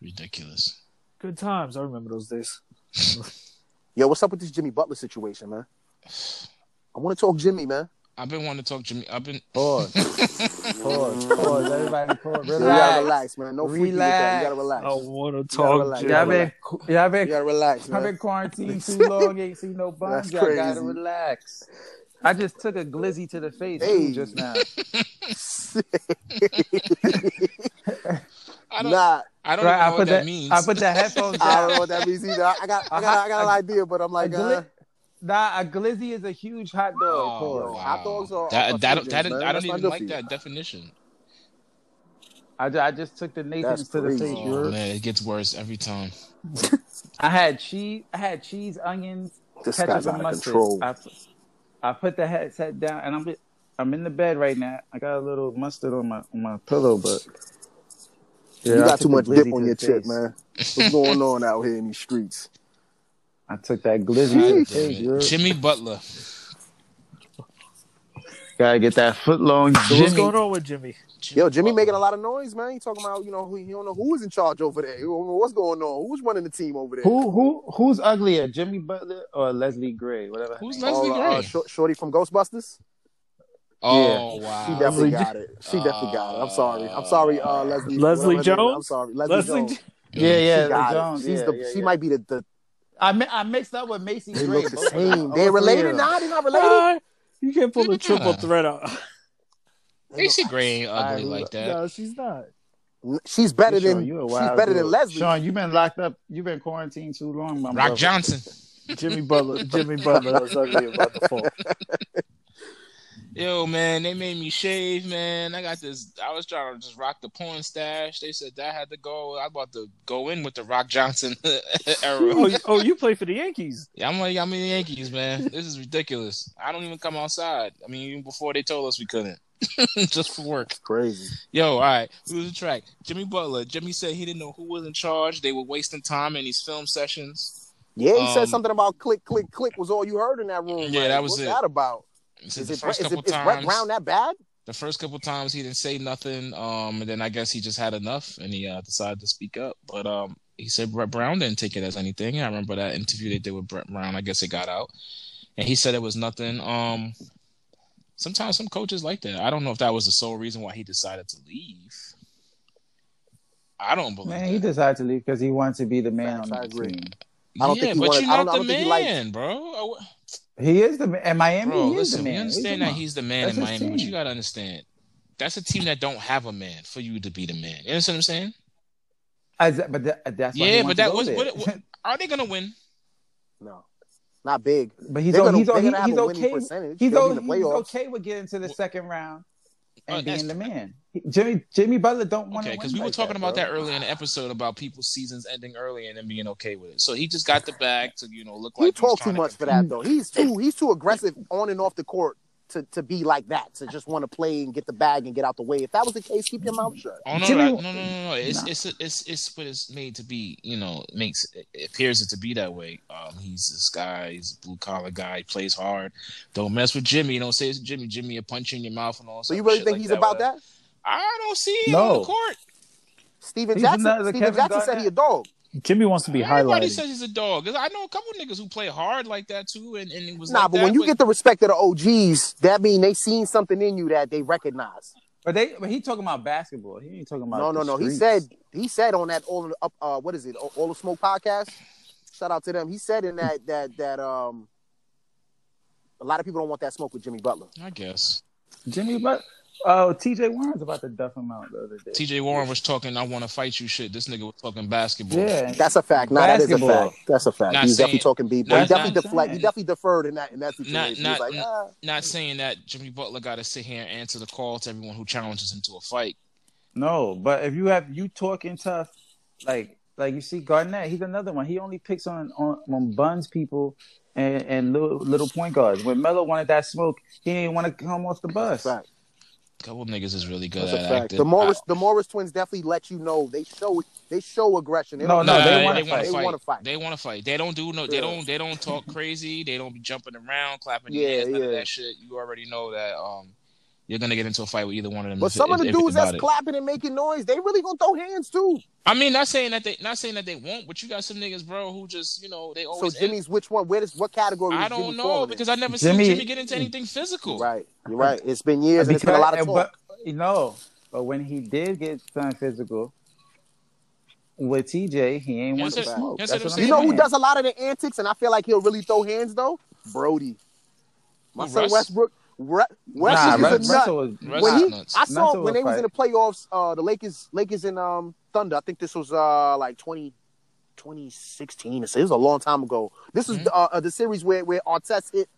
Speaker 2: Ridiculous.
Speaker 3: Good times. I remember those days.
Speaker 4: Yo, what's up with this Jimmy Butler situation, man? I want to talk Jimmy, man.
Speaker 2: I've been wanting to talk Jimmy. I've been.
Speaker 5: Pause. pause. Pause. Everybody pause.
Speaker 4: You gotta
Speaker 5: Relax.
Speaker 4: relax, man. No freaky with that. You gotta relax.
Speaker 3: I want to
Speaker 4: gotta
Speaker 3: talk.
Speaker 4: relax.
Speaker 3: Jim.
Speaker 5: Y'all been, y'all
Speaker 4: You
Speaker 5: been,
Speaker 4: gotta relax,
Speaker 5: I've been
Speaker 4: man.
Speaker 5: quarantined too long. Ain't seen no buns.
Speaker 4: That's
Speaker 5: Y'all gotta
Speaker 4: crazy.
Speaker 5: relax. I just took a glizzy to the face
Speaker 4: Hey.
Speaker 5: too just now.
Speaker 2: I don't.
Speaker 4: Nah,
Speaker 2: I don't even
Speaker 5: Right,
Speaker 2: know
Speaker 5: I
Speaker 2: what
Speaker 5: put
Speaker 2: that,
Speaker 5: that.
Speaker 2: means.
Speaker 5: I put the headphones.
Speaker 4: I don't
Speaker 5: down.
Speaker 4: know what that means either. I got I got I got an idea, but I'm
Speaker 5: Uh-huh. A
Speaker 4: like, uh,
Speaker 5: gli- nah, a glizzy is a huge hot dog.
Speaker 2: Oh,
Speaker 5: pause.
Speaker 2: wow.
Speaker 4: hot dogs are- are
Speaker 2: that, that, that,
Speaker 4: fingers, man.
Speaker 2: I
Speaker 4: That's
Speaker 2: don't
Speaker 4: not
Speaker 2: even
Speaker 4: good for
Speaker 2: like
Speaker 4: you.
Speaker 2: that definition.
Speaker 5: I, ju- I just took the Nathan's
Speaker 4: That's
Speaker 5: to the
Speaker 4: crazy.
Speaker 5: face. you
Speaker 2: Oh,
Speaker 5: heard?
Speaker 2: man, it gets worse every time.
Speaker 5: I had cheese. I had cheese, onions,
Speaker 4: This
Speaker 5: ketchup,
Speaker 4: guy's
Speaker 5: and
Speaker 4: out of
Speaker 5: mustard.
Speaker 4: control.
Speaker 5: I, pu- I put the headset down, and I'm just, I'm in the bed right now. I got a little mustard on my on my pillow, but yeah,
Speaker 4: you
Speaker 5: I
Speaker 4: got
Speaker 5: took
Speaker 4: too
Speaker 5: the
Speaker 4: much
Speaker 5: glizzy
Speaker 4: dip on
Speaker 5: to
Speaker 4: your
Speaker 5: the
Speaker 4: chip,
Speaker 5: face.
Speaker 4: man. What's going on out here in these streets?
Speaker 5: I took that glizzy to the
Speaker 2: God
Speaker 5: face.
Speaker 2: damn
Speaker 5: You
Speaker 2: it.
Speaker 5: heard?
Speaker 2: Jimmy Butler.
Speaker 5: Gotta get that foot long
Speaker 3: So what's
Speaker 5: Jimmy.
Speaker 3: going on with Jimmy?
Speaker 4: Yo, Jimmy making a lot of noise, man. He talking about, you know, who, he don't know who is in charge over there. He don't know what's going on? Who's running the team over there?
Speaker 5: Who who who's uglier, Jimmy Butler or Leslie Gray? Whatever. her
Speaker 2: Who's
Speaker 5: name is.
Speaker 2: Leslie
Speaker 4: Oh, uh,
Speaker 2: Gray?
Speaker 4: Shor- Shorty from Ghostbusters.
Speaker 2: Oh,
Speaker 4: She
Speaker 2: wow.
Speaker 4: definitely
Speaker 3: Leslie
Speaker 4: got it. She definitely got it. I'm sorry. I'm sorry, uh, Leslie.
Speaker 3: Leslie
Speaker 4: whatever her name is. I'm
Speaker 3: Jones?
Speaker 4: sorry, Leslie,
Speaker 3: Leslie,
Speaker 4: Jones.
Speaker 5: Yeah, yeah,
Speaker 4: She got
Speaker 5: Jones.
Speaker 4: it. She's
Speaker 5: yeah,
Speaker 4: the.
Speaker 5: yeah,
Speaker 4: she
Speaker 5: yeah.
Speaker 4: might be the. the
Speaker 5: I mi- I mixed up with Macy
Speaker 4: they
Speaker 5: Gray.
Speaker 4: look the
Speaker 5: both of them.
Speaker 4: same.
Speaker 5: I
Speaker 4: They're
Speaker 5: was
Speaker 4: related.
Speaker 5: weird.
Speaker 4: Nah, they're not related.
Speaker 3: Ah, you can't pull the triple threat out.
Speaker 4: They
Speaker 2: Macy
Speaker 4: look-
Speaker 2: Gray ain't
Speaker 5: Alright,
Speaker 2: ugly
Speaker 5: who-
Speaker 2: like that.
Speaker 3: no, she's not.
Speaker 4: She's better
Speaker 5: Sean,
Speaker 4: than.
Speaker 5: you a
Speaker 4: She's
Speaker 5: wild
Speaker 4: better
Speaker 5: dude.
Speaker 4: than Leslie.
Speaker 5: Sean, you've been locked up. You've been quarantined too long, my brother.
Speaker 2: Rock Johnson.
Speaker 3: Jimmy Butler. Jimmy Butler was ugly by default.
Speaker 2: Yo, man, they made me shave, man. I got this. I was trying to just rock the porn stash. They said that had to go. I about to go in with the Rock Johnson
Speaker 3: Oh,
Speaker 2: era.
Speaker 3: you- oh, you play for the Yankees?
Speaker 2: Yeah, I'm like, I'm in the Yankees, man. This is ridiculous. I don't even come outside. I mean, even before they told us we couldn't, just for work.
Speaker 4: Crazy.
Speaker 2: Yo, all right, we was a track. Jimmy Butler. Jimmy said he didn't know who was in charge. They were wasting time in these film sessions.
Speaker 4: Yeah, he
Speaker 2: Um,
Speaker 4: said something about click, click, click was all you heard in that room.
Speaker 2: Yeah,
Speaker 4: like,
Speaker 2: that was
Speaker 4: what's
Speaker 2: it.
Speaker 4: that about?
Speaker 2: He said
Speaker 4: Is
Speaker 2: the
Speaker 4: it, Brett-
Speaker 2: first
Speaker 4: is it
Speaker 2: couple
Speaker 4: is Brett
Speaker 2: times,
Speaker 4: Brown that bad?
Speaker 2: the first couple times he didn't say nothing. Um, and then I guess he just had enough and he uh, decided to speak up. But um, he said Brett Brown didn't take it as anything. I remember that interview they did with Brett Brown. I guess it got out, and he said it was nothing. Um, sometimes some coaches like that. I don't know if that was the sole reason why he decided to leave. I don't believe.
Speaker 5: Man, he
Speaker 2: that.
Speaker 5: decided to leave because he wanted to be the man
Speaker 4: Facts,
Speaker 5: on
Speaker 4: I
Speaker 5: the
Speaker 4: agree.
Speaker 5: team.
Speaker 4: I don't
Speaker 2: yeah,
Speaker 4: think he
Speaker 2: but
Speaker 4: wanted-
Speaker 2: you're
Speaker 4: I
Speaker 2: not
Speaker 4: don't- I don't
Speaker 2: the
Speaker 4: think he
Speaker 2: man,
Speaker 4: liked-
Speaker 2: bro. I wa-
Speaker 5: He is the man. And Miami,
Speaker 2: Bro,
Speaker 5: he is the
Speaker 2: listen, we
Speaker 5: man. What you
Speaker 2: understand
Speaker 5: talking
Speaker 2: that
Speaker 5: about?
Speaker 2: he's the man
Speaker 5: That's
Speaker 2: in
Speaker 5: his
Speaker 2: Miami, but you
Speaker 5: team.
Speaker 2: gotta understand that's a team that don't have a man for you to be the man. You understand what I'm saying?
Speaker 5: As- but tha- that's why
Speaker 2: yeah,
Speaker 5: he
Speaker 2: but
Speaker 5: wants
Speaker 2: that
Speaker 5: to go
Speaker 2: was
Speaker 5: there.
Speaker 2: what, what are they gonna win?
Speaker 4: No, not big.
Speaker 5: but he's
Speaker 4: They're
Speaker 5: o-
Speaker 4: gonna-
Speaker 5: he's o-
Speaker 4: they're gonna
Speaker 5: he-
Speaker 4: have
Speaker 5: he's
Speaker 4: a winning
Speaker 5: okay.
Speaker 4: percentage.
Speaker 5: He's,
Speaker 4: They'll
Speaker 5: o-
Speaker 4: be in the
Speaker 5: he's
Speaker 4: playoffs.
Speaker 5: okay with getting to the second round and
Speaker 2: Uh, that's
Speaker 5: being the man. He- Jimmy Jimmy Butler don't want to
Speaker 2: Okay, because we
Speaker 5: win
Speaker 2: were
Speaker 5: like
Speaker 2: talking about
Speaker 5: bro.
Speaker 2: that earlier in the episode about people's seasons ending early and then being okay with it. So he just got the bag to you know look
Speaker 4: He
Speaker 2: like he's
Speaker 4: talked too
Speaker 2: trying to
Speaker 4: much for
Speaker 2: compete.
Speaker 4: that though. He's too he's too aggressive on and off the court to, to be like that, to just want to play and get the bag and get out the way. If that was the case, keep your mouth shut.
Speaker 2: Oh no,
Speaker 5: Jimmy-
Speaker 2: no, no, no, no, no. It's
Speaker 5: Nah.
Speaker 2: it's it's it's what it's made to be. You know, it makes it appears it to be that way. Um, he's this guy, he's a blue collar guy. He plays hard. Don't mess with Jimmy. Don't say it's Jimmy. Jimmy, a punch you in your mouth and all.
Speaker 4: So
Speaker 2: type
Speaker 4: you
Speaker 2: of
Speaker 4: really
Speaker 2: shit
Speaker 4: think
Speaker 2: like
Speaker 4: he's about
Speaker 2: whatever.
Speaker 4: that?
Speaker 2: I don't see it
Speaker 5: No.
Speaker 2: on the court.
Speaker 4: Steven
Speaker 5: He's
Speaker 4: Jackson.
Speaker 5: another
Speaker 4: Steven
Speaker 5: Kevin
Speaker 4: Jackson said
Speaker 5: Garnett.
Speaker 4: he a dog.
Speaker 3: Jimmy wants to be
Speaker 2: Everybody
Speaker 3: highlighted.
Speaker 2: says he's a dog. 'Cause I know a couple niggas who play hard like that too, and and it was
Speaker 4: Nah,
Speaker 2: like
Speaker 4: but
Speaker 2: that,
Speaker 4: when you get the respect of the OGs, that mean they seen something in you that they recognize.
Speaker 5: But they, but he talking about basketball. He ain't talking about
Speaker 4: No,
Speaker 5: the
Speaker 4: no, no. He
Speaker 5: streets.
Speaker 4: said he said on that all up uh what is it? All- All the smoke podcast. Shout out to them. He said in that that that um a lot of people don't want that smoke with Jimmy Butler.
Speaker 2: I guess
Speaker 5: Jimmy, but oh, T.J. Warren's about to duff him out the other day.
Speaker 2: T.J. Warren was talking. I want to fight you. Shit, this nigga was talking basketball.
Speaker 5: yeah,
Speaker 4: That's a fact. Nah, that is a
Speaker 5: Basketball.
Speaker 4: fact. That's a fact.
Speaker 2: Not
Speaker 4: he was definitely
Speaker 2: saying-
Speaker 4: talking B, but
Speaker 2: not-
Speaker 4: he definitely
Speaker 5: not
Speaker 4: deflect. He
Speaker 5: saying.
Speaker 4: definitely deferred in that in that situation.
Speaker 2: Not-
Speaker 4: he was
Speaker 2: not-
Speaker 4: like, ah.
Speaker 2: Not saying that Jimmy Butler got to sit here and answer the call to everyone who challenges him to a fight.
Speaker 5: no. But if you have you talking tough, like like you see Garnett, he's another one. He only picks on on, on buns people and and little, little point guards. When Melo wanted that smoke, he didn't want to come off the bus.
Speaker 4: that's a fact.
Speaker 2: couple niggas is really good
Speaker 4: That's
Speaker 2: at
Speaker 4: a fact.
Speaker 2: acting.
Speaker 4: The Morris, the Morris twins definitely let you know they show they show aggression. oh, They
Speaker 5: No,
Speaker 4: don't-
Speaker 2: no,
Speaker 5: they
Speaker 2: they,
Speaker 5: wanna
Speaker 2: they want
Speaker 5: fight.
Speaker 2: to
Speaker 4: They
Speaker 2: fight.
Speaker 4: wanna fight.
Speaker 2: They want to fight. They don't do no. They
Speaker 4: Yeah.
Speaker 2: don't. They don't talk crazy. They don't be jumping around, clapping.
Speaker 4: Yeah,
Speaker 2: Yeah, hands, none of
Speaker 4: yeah.
Speaker 2: that shit. You already know that. Um, you're gonna get into a fight with either one of them.
Speaker 4: But
Speaker 2: if-
Speaker 4: some of
Speaker 2: if-
Speaker 4: the
Speaker 2: if
Speaker 4: dudes
Speaker 2: it's about
Speaker 4: that's
Speaker 2: it.
Speaker 4: clapping and making noise, they really gonna throw hands too.
Speaker 2: I mean, not saying that they. Not saying that they won't. But you got some niggas, bro, who just you know they
Speaker 4: So
Speaker 2: always.
Speaker 4: Jimmy's which one? Where does what category?
Speaker 2: I
Speaker 4: is Jimmy
Speaker 2: don't know
Speaker 4: falling in?
Speaker 2: because I never
Speaker 5: Jimmy-
Speaker 2: seen Jimmy get into anything physical.
Speaker 4: right, you're right. It's been years and it's been a lot of talk.
Speaker 5: But, you know, but when he did get something physical with TJ, he ain't want
Speaker 2: That's
Speaker 5: to
Speaker 4: it.
Speaker 5: smoke.
Speaker 2: That's what
Speaker 5: That's, what
Speaker 2: I'm
Speaker 5: I'm
Speaker 2: saying.
Speaker 4: you know who
Speaker 5: saying.
Speaker 4: does a lot of the antics, and I feel like he'll really throw hands though. Brody, my
Speaker 2: Who,
Speaker 4: son
Speaker 2: Russ?
Speaker 4: Westbrook. Re-
Speaker 5: Nah,
Speaker 4: Westbrook
Speaker 2: Russ-
Speaker 4: is a nut.
Speaker 5: Russell was
Speaker 2: Russ
Speaker 4: when
Speaker 2: is
Speaker 4: he,
Speaker 2: nuts.
Speaker 4: I saw
Speaker 5: Nuts
Speaker 4: when they was
Speaker 5: will
Speaker 4: in the playoffs, uh, the Lakers, Lakers and um, Thunder. I think this was uh like 20, 2016. This is a long time ago. This is
Speaker 2: Mhm.
Speaker 4: uh, uh, the series where where Artest hit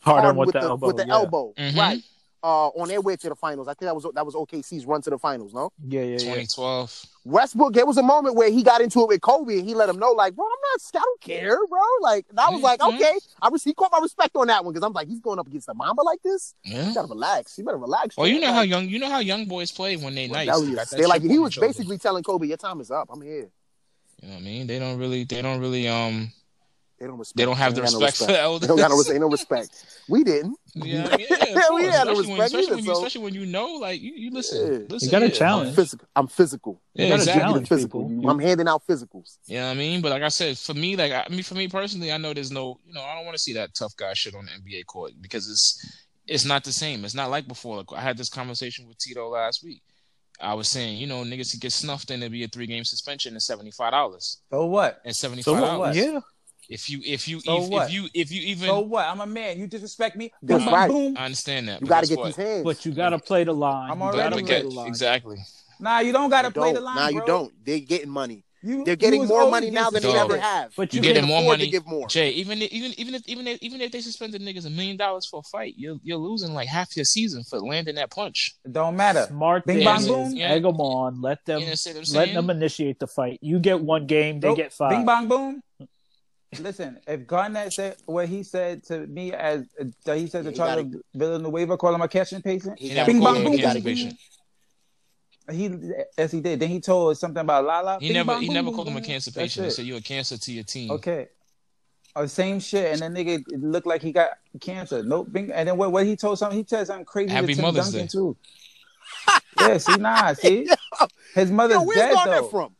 Speaker 3: Harden
Speaker 4: Harden
Speaker 3: with, the, elbow.
Speaker 4: with the
Speaker 3: yeah.
Speaker 4: elbow,
Speaker 2: Mhm.
Speaker 4: right? Uh, on their way to the finals. I think that was that was OKC's run to the finals. No,
Speaker 5: yeah, yeah, yeah.
Speaker 2: 2012.
Speaker 4: Westbrook. There was a moment where he got into it with Kobe, and he let him know, like, bro, I'm not, I don't care, bro. Like, and I was like,
Speaker 2: Mhm.
Speaker 4: okay, I was, he caught my respect on that one because I'm like, he's going up against the Mamba like this.
Speaker 2: Yeah.
Speaker 4: You gotta relax. You better relax.
Speaker 2: Mm-hmm. Well, you
Speaker 4: man.
Speaker 2: know
Speaker 4: Like,
Speaker 2: how young you know how young boys play when they nice.
Speaker 4: rebellious.
Speaker 2: Got that
Speaker 4: They like
Speaker 2: chip
Speaker 4: he
Speaker 2: on
Speaker 4: was
Speaker 2: their shoulder.
Speaker 4: basically telling Kobe, "Your time is up. I'm here."
Speaker 2: You know what I mean? They don't really. They don't really. Um.
Speaker 4: They don't respect.
Speaker 2: They don't have
Speaker 4: They
Speaker 2: the
Speaker 4: ain't got no
Speaker 2: respect, for
Speaker 4: They
Speaker 2: elders.
Speaker 4: don't got no, ain't no respect. We didn't.
Speaker 2: Yeah, I mean, yeah, of
Speaker 4: Yeah,
Speaker 2: course.
Speaker 4: we had no
Speaker 2: especially, when,
Speaker 4: respect
Speaker 2: especially,
Speaker 4: either,
Speaker 2: when you,
Speaker 4: so-
Speaker 2: especially when you know, like you, you listen,
Speaker 4: Yeah.
Speaker 2: listen.
Speaker 3: You gotta
Speaker 2: yeah,
Speaker 3: challenge.
Speaker 2: man.
Speaker 4: Physical. I'm physical.
Speaker 2: Yeah,
Speaker 3: You gotta
Speaker 2: exactly.
Speaker 3: challenge
Speaker 4: physical.
Speaker 3: people.
Speaker 4: You- I'm handing out physicals.
Speaker 2: You know what I mean? But like I said, for me, like I I mean, for me personally, I know there's no, you know, I don't want to see that tough guy shit on the NBA court because it's it's not the same. It's not like before. Like, I had this conversation with Tito last week. I was saying, you know, niggas could get snuffed and it'd be a three game suspension and seventy five dollars
Speaker 5: So what?
Speaker 2: and seventy
Speaker 3: So
Speaker 2: five
Speaker 3: what?
Speaker 2: dollars.
Speaker 3: Yeah.
Speaker 2: If you if you
Speaker 5: So
Speaker 2: if, if
Speaker 5: what?
Speaker 2: you if you even
Speaker 5: So what? I'm a man. You disrespect me.
Speaker 4: That's
Speaker 5: boom,
Speaker 4: right.
Speaker 5: boom.
Speaker 2: I understand that.
Speaker 4: You
Speaker 2: but
Speaker 4: got to
Speaker 2: guess
Speaker 4: get
Speaker 2: what?
Speaker 4: these hands.
Speaker 3: But you gotta play the line.
Speaker 5: I'm
Speaker 3: You
Speaker 5: already
Speaker 3: gotta
Speaker 2: But, but
Speaker 5: on the
Speaker 3: play
Speaker 2: get,
Speaker 3: the
Speaker 5: red
Speaker 3: line.
Speaker 2: exactly.
Speaker 5: Nah, you don't gotta
Speaker 4: You
Speaker 5: play the
Speaker 4: don't.
Speaker 5: line,
Speaker 4: Now
Speaker 5: bro.
Speaker 4: you don't. They're getting money.
Speaker 5: You,
Speaker 4: They're getting
Speaker 5: you was
Speaker 4: more
Speaker 5: always
Speaker 4: money now than they
Speaker 2: Dog.
Speaker 4: ever have.
Speaker 3: But
Speaker 2: You
Speaker 3: you
Speaker 4: They
Speaker 2: get
Speaker 3: can
Speaker 2: getting
Speaker 4: can
Speaker 2: more
Speaker 4: afford
Speaker 2: money.
Speaker 4: to give more.
Speaker 2: Jay, even if, even even if even if, even if they suspended niggas a million dollars for a fight, you're you're losing like half your season for landing that punch.
Speaker 5: Don't matter.
Speaker 3: smart
Speaker 5: Bing,
Speaker 3: thing
Speaker 2: bang,
Speaker 3: is
Speaker 5: boom.
Speaker 3: egg them on, let them
Speaker 2: You know what I'm
Speaker 3: let
Speaker 2: saying?
Speaker 3: them initiate the fight. You get one game, they
Speaker 5: Nope.
Speaker 3: get five.
Speaker 5: Bing bong boom. Listen, if Garnett said what he said to me as uh, he said
Speaker 4: Yeah,
Speaker 5: to
Speaker 4: he
Speaker 5: Charlie Villanueva, call him a catching patient.
Speaker 4: He
Speaker 2: He never
Speaker 4: gotta
Speaker 5: Bing
Speaker 4: go
Speaker 2: called
Speaker 5: bong
Speaker 4: in,
Speaker 2: him
Speaker 5: boom.
Speaker 2: a
Speaker 4: he gotta
Speaker 2: catching
Speaker 4: go in.
Speaker 2: patient.
Speaker 5: He as he did. Then he told something about Lala.
Speaker 2: He
Speaker 5: Bing,
Speaker 2: never
Speaker 5: bong,
Speaker 2: he
Speaker 5: boom,
Speaker 2: never
Speaker 5: boom,
Speaker 2: called him a
Speaker 5: boom.
Speaker 2: cancer
Speaker 5: That's
Speaker 2: patient. He
Speaker 5: it.
Speaker 2: said you're a cancer to your team.
Speaker 5: Okay. Oh, same shit, and then nigga it looked like he got cancer. Nope. Bing. And then what? What he told something? He said something crazy
Speaker 2: Happy
Speaker 5: to Tim
Speaker 2: Mother's
Speaker 5: Duncan
Speaker 2: Day.
Speaker 5: too. yeah. See, nah. See, his mother's
Speaker 4: Yo, where's
Speaker 5: dead
Speaker 4: Garnett
Speaker 5: though.
Speaker 4: from?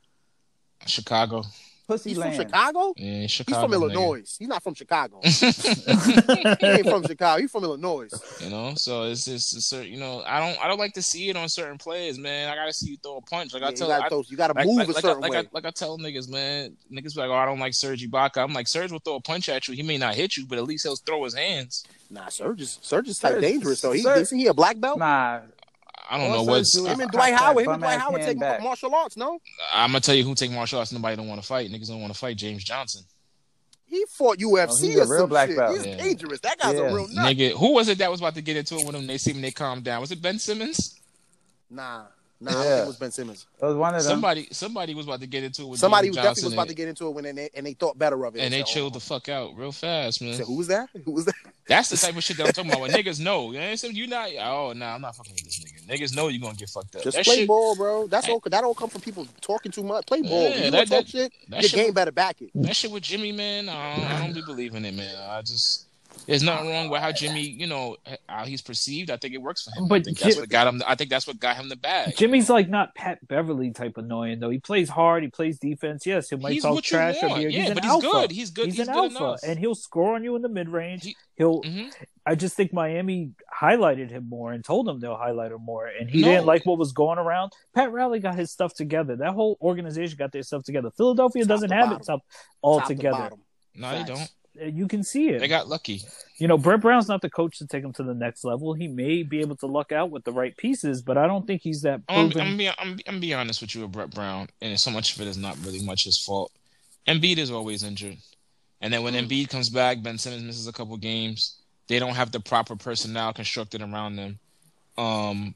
Speaker 2: Chicago.
Speaker 5: Pussy
Speaker 4: He's
Speaker 5: land.
Speaker 4: from Chicago.
Speaker 2: Yeah,
Speaker 4: He's
Speaker 2: Chicago.
Speaker 4: from
Speaker 2: nigga.
Speaker 4: Illinois. He's not from Chicago. he ain't from Chicago. He's from Illinois.
Speaker 2: you know, so it's just a certain you know, I don't I don't like to see it on certain players, man. I gotta see you throw a punch. Like
Speaker 4: Yeah,
Speaker 2: I
Speaker 4: you
Speaker 2: tell
Speaker 4: gotta
Speaker 2: I-
Speaker 4: those- you got to
Speaker 2: like,
Speaker 4: move
Speaker 2: like,
Speaker 4: a
Speaker 2: like, I,
Speaker 4: certain
Speaker 2: like,
Speaker 4: way.
Speaker 2: I, like I tell niggas, man, niggas be like, oh, I don't like Serge Ibaka. I'm like, Serge will throw a punch at you. He may not hit you, but at least he'll throw his hands.
Speaker 4: Nah, Serge is Serge is type
Speaker 5: Serge-
Speaker 4: dangerous though. He
Speaker 5: Serge-
Speaker 4: isn't he a black belt?
Speaker 5: Nah.
Speaker 2: I don't know
Speaker 5: Also,
Speaker 2: what's.
Speaker 5: do it-
Speaker 2: I,
Speaker 4: Him and
Speaker 5: Cut
Speaker 4: Dwight
Speaker 5: that
Speaker 4: Howard. Him and
Speaker 5: bum
Speaker 4: Dwight
Speaker 5: ass
Speaker 4: Howard
Speaker 5: hand
Speaker 4: take
Speaker 5: back.
Speaker 4: martial arts. No,
Speaker 2: I'm gonna tell you who take martial arts. Nobody don't want to fight. Niggas don't want to fight. James Johnson,
Speaker 4: he fought UFC
Speaker 5: he's Oh, a
Speaker 4: or
Speaker 5: real
Speaker 4: some
Speaker 5: black
Speaker 4: shit.
Speaker 5: belt.
Speaker 4: He's
Speaker 2: Yeah.
Speaker 4: dangerous. That guy's
Speaker 5: Yeah.
Speaker 4: a real nut.
Speaker 2: nigga. Who was it that was about to get into it with him? They seemed they calmed down. Was it Ben Simmons?
Speaker 4: Nah, nah. I don't
Speaker 5: Yeah.
Speaker 4: think it was Ben Simmons.
Speaker 5: It was one of them.
Speaker 2: Somebody, somebody was about to get into it with
Speaker 4: Somebody
Speaker 2: James
Speaker 4: definitely
Speaker 2: Johnson,
Speaker 4: was about to get into it when and they, and they thought better of it.
Speaker 2: and, and they
Speaker 4: said,
Speaker 2: chilled the fuck out real fast,
Speaker 4: oh.
Speaker 2: man.
Speaker 4: Said, who was that? Who was that?
Speaker 2: That's the type of shit that I'm talking about. When niggas know, you know, so you not. Oh, nah, I'm not fucking with this nigga. Niggas know you're gonna get fucked up.
Speaker 4: Just
Speaker 2: that
Speaker 4: play
Speaker 2: shit,
Speaker 4: ball, bro. That's all. That don't come from people talking too much. Play ball.
Speaker 2: Yeah,
Speaker 4: When you
Speaker 2: that-
Speaker 4: want to talk
Speaker 2: that-
Speaker 4: shit,
Speaker 2: that
Speaker 4: your
Speaker 2: shit-
Speaker 4: game better back it.
Speaker 2: that shit with Jimmy, man. I don't, I don't be believing it, man. I just. There's nothing wrong with how Jimmy, you know, how he's perceived. I think it works for him. I
Speaker 3: But
Speaker 2: think that's
Speaker 3: Jim-
Speaker 2: what got him. I think that's what got him the bag.
Speaker 3: Jimmy's like not Pat Beverly type annoying though. He plays hard. He plays defense. Yes, he might
Speaker 2: He's
Speaker 3: talk
Speaker 2: what you
Speaker 3: trash
Speaker 2: want.
Speaker 3: over here.
Speaker 2: Yeah,
Speaker 3: he's an
Speaker 2: but he's
Speaker 3: alpha.
Speaker 2: good. He's good.
Speaker 3: He's,
Speaker 2: He's
Speaker 3: an
Speaker 2: good
Speaker 3: alpha,
Speaker 2: enough.
Speaker 3: and he'll score on you in the mid range.
Speaker 2: He-
Speaker 3: He'll.
Speaker 2: Mhm.
Speaker 3: I just think Miami highlighted him more and told him they'll highlight him more, and he
Speaker 2: No.
Speaker 3: didn't like what was going around. Pat Riley got his stuff together. That whole organization got their stuff together. Philadelphia
Speaker 4: Top
Speaker 3: doesn't
Speaker 4: to
Speaker 3: have
Speaker 4: bottom.
Speaker 3: it top
Speaker 4: Top
Speaker 3: all
Speaker 4: to
Speaker 3: together. Uh,
Speaker 4: bottom.
Speaker 2: No,
Speaker 4: Facts.
Speaker 2: they don't.
Speaker 3: You can see it.
Speaker 2: They got lucky.
Speaker 3: you know, Brett Brown's not the coach to take him to the next level. He may be able to luck out with the right pieces, but I don't think he's that
Speaker 4: Um,
Speaker 2: I'm,
Speaker 3: proven.
Speaker 2: I'm, be, I'm, I'm gonna be honest with you with Brett Brown, and so much of it is not really much his fault. Embiid is always injured, and then when
Speaker 4: Mm.
Speaker 2: Embiid comes back, Ben Simmons misses a couple games. They don't have the proper personnel constructed around them. Um,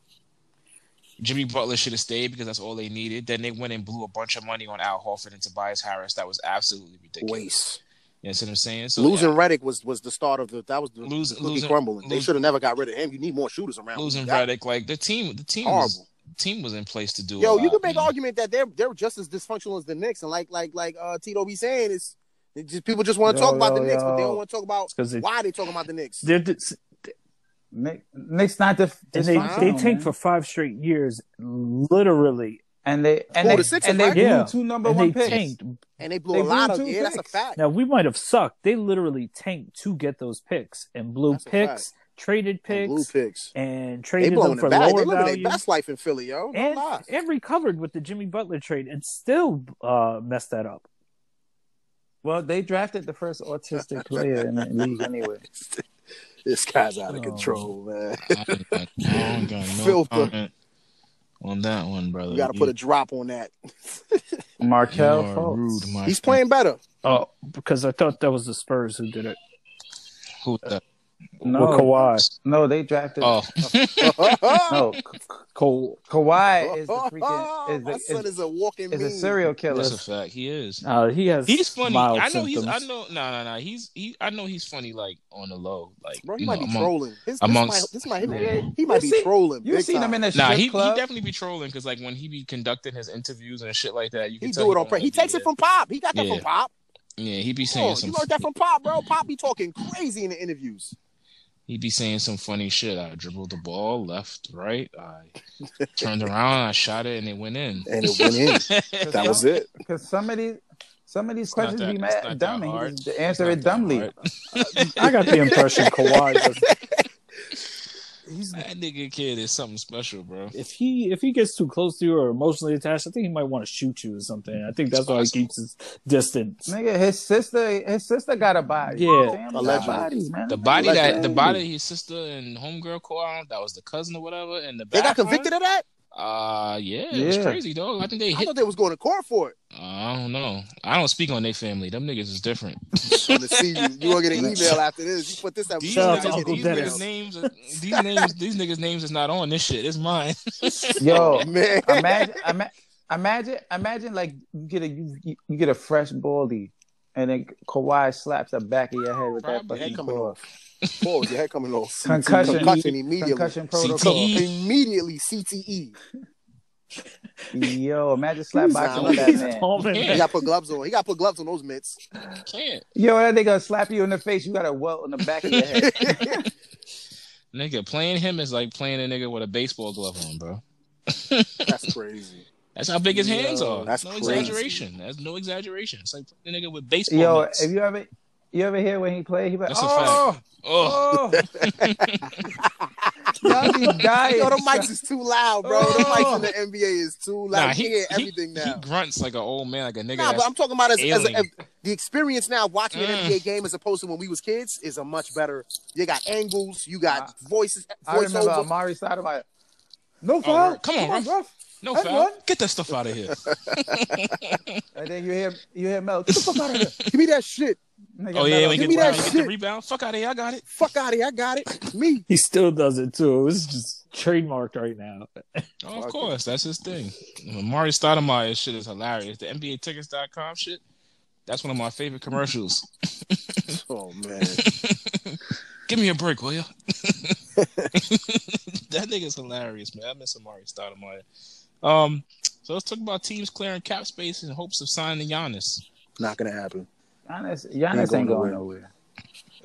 Speaker 2: Jimmy Butler should have stayed because that's all they needed. Then they went and blew a bunch of money on Al Horford and Tobias Harris. That was absolutely ridiculous.
Speaker 4: Waste.
Speaker 2: You know what I'm saying? So
Speaker 4: losing
Speaker 2: yeah,
Speaker 4: Reddick was was the start of the that was the
Speaker 2: Lose-
Speaker 4: losing,
Speaker 2: losing-
Speaker 4: crumbling. they
Speaker 2: lose-
Speaker 4: should have never got rid of him. You need more shooters around.
Speaker 2: losing
Speaker 4: That-
Speaker 2: Redick, like the team, the team, was,
Speaker 4: horrible.
Speaker 2: team was in place to do. a
Speaker 4: Yo, you
Speaker 2: lot, Mm.
Speaker 4: can make
Speaker 2: know?
Speaker 4: argument that they're they're just as dysfunctional as the Knicks, and like like like uh, Tito be saying is just people just want to
Speaker 5: Yo,
Speaker 4: talk about
Speaker 5: yo,
Speaker 4: the Knicks, but they
Speaker 5: yo.
Speaker 4: don't want to talk about
Speaker 3: because they,
Speaker 4: why they talking about the Knicks.
Speaker 3: they're dis-
Speaker 5: Nick, Nick's not the.
Speaker 3: and they, they
Speaker 5: dysfunctional,
Speaker 3: tanked
Speaker 5: man.
Speaker 3: for five straight years, literally,
Speaker 5: and they and
Speaker 4: Who,
Speaker 5: they
Speaker 4: Oh, the Sixers,
Speaker 5: and they
Speaker 4: right?
Speaker 5: blew
Speaker 3: Yeah.
Speaker 5: two number
Speaker 3: and
Speaker 5: one
Speaker 3: they
Speaker 5: picks.
Speaker 3: tanked.
Speaker 4: and they blew
Speaker 5: They
Speaker 4: a lot of
Speaker 5: blew two
Speaker 4: yeah, that's a
Speaker 5: picks.
Speaker 4: fact.
Speaker 3: Now we might have sucked. They literally tanked to get those picks and blew
Speaker 4: That's a
Speaker 3: picks, traded
Speaker 4: And Blue
Speaker 3: picks,
Speaker 4: picks.
Speaker 3: and
Speaker 4: They
Speaker 3: traded them
Speaker 4: blowing
Speaker 3: for
Speaker 4: the bag. They
Speaker 3: lower
Speaker 4: living
Speaker 3: value.
Speaker 4: their best life in Philly, yo. No
Speaker 3: and,
Speaker 4: lie.
Speaker 3: and recovered with the Jimmy Butler trade and still uh, messed that up.
Speaker 5: Well, they drafted the first autistic player in the league anyway.
Speaker 4: This guy's out of
Speaker 5: Oh.
Speaker 4: control, man.
Speaker 2: I ain't got- I ain't got no
Speaker 4: Filthy.
Speaker 2: comment on that one, brother.
Speaker 4: You got to put a drop on that.
Speaker 5: Markel
Speaker 2: are
Speaker 5: Fultz.
Speaker 2: rude, my
Speaker 4: He's
Speaker 2: friend.
Speaker 4: playing better.
Speaker 3: Oh, because I thought that was the Spurs who did it
Speaker 2: Who the-
Speaker 5: No,
Speaker 3: with Kawhi.
Speaker 5: no, they drafted.
Speaker 2: Oh,
Speaker 5: No, Ka-
Speaker 3: Cole,
Speaker 5: Kawhi is the freaking is
Speaker 4: My
Speaker 5: the,
Speaker 4: son
Speaker 5: is,
Speaker 4: is a walking
Speaker 5: is a
Speaker 4: meme.
Speaker 5: serial killer.
Speaker 2: that's a fact. He is.
Speaker 3: uh, he has.
Speaker 2: He's funny.
Speaker 3: mild
Speaker 2: I know he's. I
Speaker 3: symptoms.
Speaker 2: know. No, no, no. He's. He. I know he's funny. Like on the low. Like
Speaker 4: Bro, he
Speaker 2: you
Speaker 4: might
Speaker 2: know,
Speaker 4: be
Speaker 2: among-
Speaker 4: trolling. His,
Speaker 2: amongst-
Speaker 4: this might, this might,
Speaker 5: Nigga,
Speaker 4: he might
Speaker 5: you
Speaker 4: be
Speaker 5: see-
Speaker 4: trolling.
Speaker 5: You
Speaker 4: big
Speaker 5: seen
Speaker 4: time.
Speaker 5: him in the strip
Speaker 2: Nah, he, he
Speaker 5: club.
Speaker 2: definitely be trolling because like when he be conducting his interviews and shit like that, you can
Speaker 4: He
Speaker 2: tell
Speaker 4: do it on
Speaker 2: don't
Speaker 4: purpose. He
Speaker 2: wanna
Speaker 4: takes
Speaker 2: be
Speaker 4: it from Pop. He got that
Speaker 2: Yeah.
Speaker 4: from Pop.
Speaker 2: there. Yeah, he be
Speaker 4: Come
Speaker 2: saying
Speaker 4: on,
Speaker 2: some.
Speaker 4: you learned that from Pop, bro. Pop be talking crazy in the interviews.
Speaker 2: He be saying some funny shit. I dribbled the ball left, right. I turned around, I shot it, and it went in.
Speaker 4: And it went in.
Speaker 5: That was
Speaker 4: it.
Speaker 5: Because some of these some of these
Speaker 2: not
Speaker 5: questions
Speaker 2: that-
Speaker 5: be
Speaker 2: it's not that
Speaker 5: mad dumb,
Speaker 2: hard.
Speaker 5: and he
Speaker 2: It's
Speaker 5: just answer
Speaker 2: not
Speaker 5: it
Speaker 2: that
Speaker 5: dumbly.
Speaker 2: hard.
Speaker 3: I got the impression Kawhi. Does,
Speaker 4: He's
Speaker 2: That nigga kid is something special, bro.
Speaker 3: if he if he gets too close to you or emotionally attached, I think he might want to shoot you or something. I think that's why he keeps his distance.
Speaker 5: Nigga, his sister, his sister got a body.
Speaker 3: Yeah.
Speaker 5: Family got
Speaker 4: Allegedly.
Speaker 5: bodies, man.
Speaker 2: The
Speaker 5: Nigga,
Speaker 2: body
Speaker 5: what's
Speaker 2: that the
Speaker 5: crazy?
Speaker 2: body his sister and homegirl caught that was the cousin or whatever, and the
Speaker 4: they got
Speaker 2: bathroom?
Speaker 4: convicted of that?
Speaker 2: Uh, yeah, it was
Speaker 5: Yeah.
Speaker 2: crazy, dog. I think they
Speaker 4: I
Speaker 2: hit.
Speaker 4: thought they was going to court for it.
Speaker 2: I don't know. I don't speak on their family. Them niggas is different.
Speaker 4: I'm gonna see you. You gonna get an email after this. You put this out.
Speaker 2: These,
Speaker 3: Shout out
Speaker 2: niggas,
Speaker 3: to Uncle
Speaker 2: these
Speaker 3: Dennis.
Speaker 2: niggas names, these names, these niggas names is not on this shit. It's mine.
Speaker 5: Yo,
Speaker 4: man.
Speaker 5: imagine, ima- imagine, imagine, like you get a you, you- you get a fresh baldy, and then Kawhi slaps the back of your head with
Speaker 2: Probably.
Speaker 5: that
Speaker 4: Head
Speaker 5: fucking
Speaker 4: coming
Speaker 5: claw.
Speaker 4: off. Pause. Your head coming off.
Speaker 5: Concussion.
Speaker 4: Concussion immediately.
Speaker 5: Concussion protocol.
Speaker 2: CTE.
Speaker 4: Immediately E. CTE.
Speaker 5: Yo, imagine slap
Speaker 4: He's
Speaker 5: boxing
Speaker 4: not
Speaker 5: with that
Speaker 4: like-
Speaker 5: man.
Speaker 3: Coleman,
Speaker 2: Yeah.
Speaker 4: He
Speaker 3: man.
Speaker 4: got to put gloves on. He got to put gloves on those mitts.
Speaker 2: Can't
Speaker 5: Yo, that nigga slap you in the face. You got a welt on the back of your head.
Speaker 2: nigga playing him is like playing a nigga with a baseball glove on, bro.
Speaker 4: That's crazy.
Speaker 2: That's how big his hands
Speaker 5: Yo,
Speaker 2: are.
Speaker 4: that's
Speaker 2: no
Speaker 4: crazy.
Speaker 2: exaggeration. That's no exaggeration. It's like playing a nigga with baseball.
Speaker 5: Yo,
Speaker 2: mitts.
Speaker 5: if you ever, you ever hear when he play, he be like,
Speaker 2: That's a
Speaker 5: oh,
Speaker 2: Ugh.
Speaker 5: oh, y'all be dying.
Speaker 4: Yo, the mics is too loud, bro. The mics in the NBA is too loud.
Speaker 2: Nah,
Speaker 4: You
Speaker 2: he,
Speaker 4: hear
Speaker 2: he-
Speaker 4: everything
Speaker 2: he
Speaker 4: now.
Speaker 2: grunts like an old man, like a nigga.
Speaker 4: Nah, but
Speaker 2: that's,
Speaker 4: I'm talking about as, as,
Speaker 2: alien.
Speaker 4: a- the experience now watching an
Speaker 2: Mm.
Speaker 4: NBA game as opposed to when we was kids is a much better. You got angles, you got
Speaker 5: I-
Speaker 4: voices,
Speaker 5: I remember
Speaker 4: voiceover.
Speaker 5: Amari Stoudemire. No
Speaker 2: Oh,
Speaker 5: foul.
Speaker 2: word. Come on, ref.
Speaker 5: ref.
Speaker 2: no
Speaker 5: Hey,
Speaker 2: foul.
Speaker 5: what?
Speaker 2: Get that stuff out of here.
Speaker 5: And then you hear you hear Mel. Get the fuck out of here.
Speaker 4: Give me that shit.
Speaker 5: Nigga,
Speaker 2: oh yeah,
Speaker 5: Melo,
Speaker 2: when
Speaker 4: give
Speaker 2: you
Speaker 4: me
Speaker 2: get,
Speaker 4: that
Speaker 2: when you get the
Speaker 4: shit.
Speaker 2: rebound. Fuck out of here. I got it.
Speaker 4: Fuck out of here. I got it. Me.
Speaker 3: He still does it too. It's just trademarked right now.
Speaker 2: Oh,
Speaker 4: Fuck
Speaker 2: of
Speaker 4: it.
Speaker 2: course, that's his thing. Amari Stoudemire shit is hilarious. The NBAtickets.com shit. That's one of my favorite commercials.
Speaker 4: Oh man.
Speaker 2: Give me a break, will you? that nigga's hilarious, man. I miss Amari Stoudemire. Um, so let's talk about teams clearing cap space in hopes of signing Giannis.
Speaker 4: Not gonna happen.
Speaker 5: Giannis,
Speaker 4: Ain't
Speaker 5: Giannis ain't
Speaker 4: going
Speaker 5: going nowhere.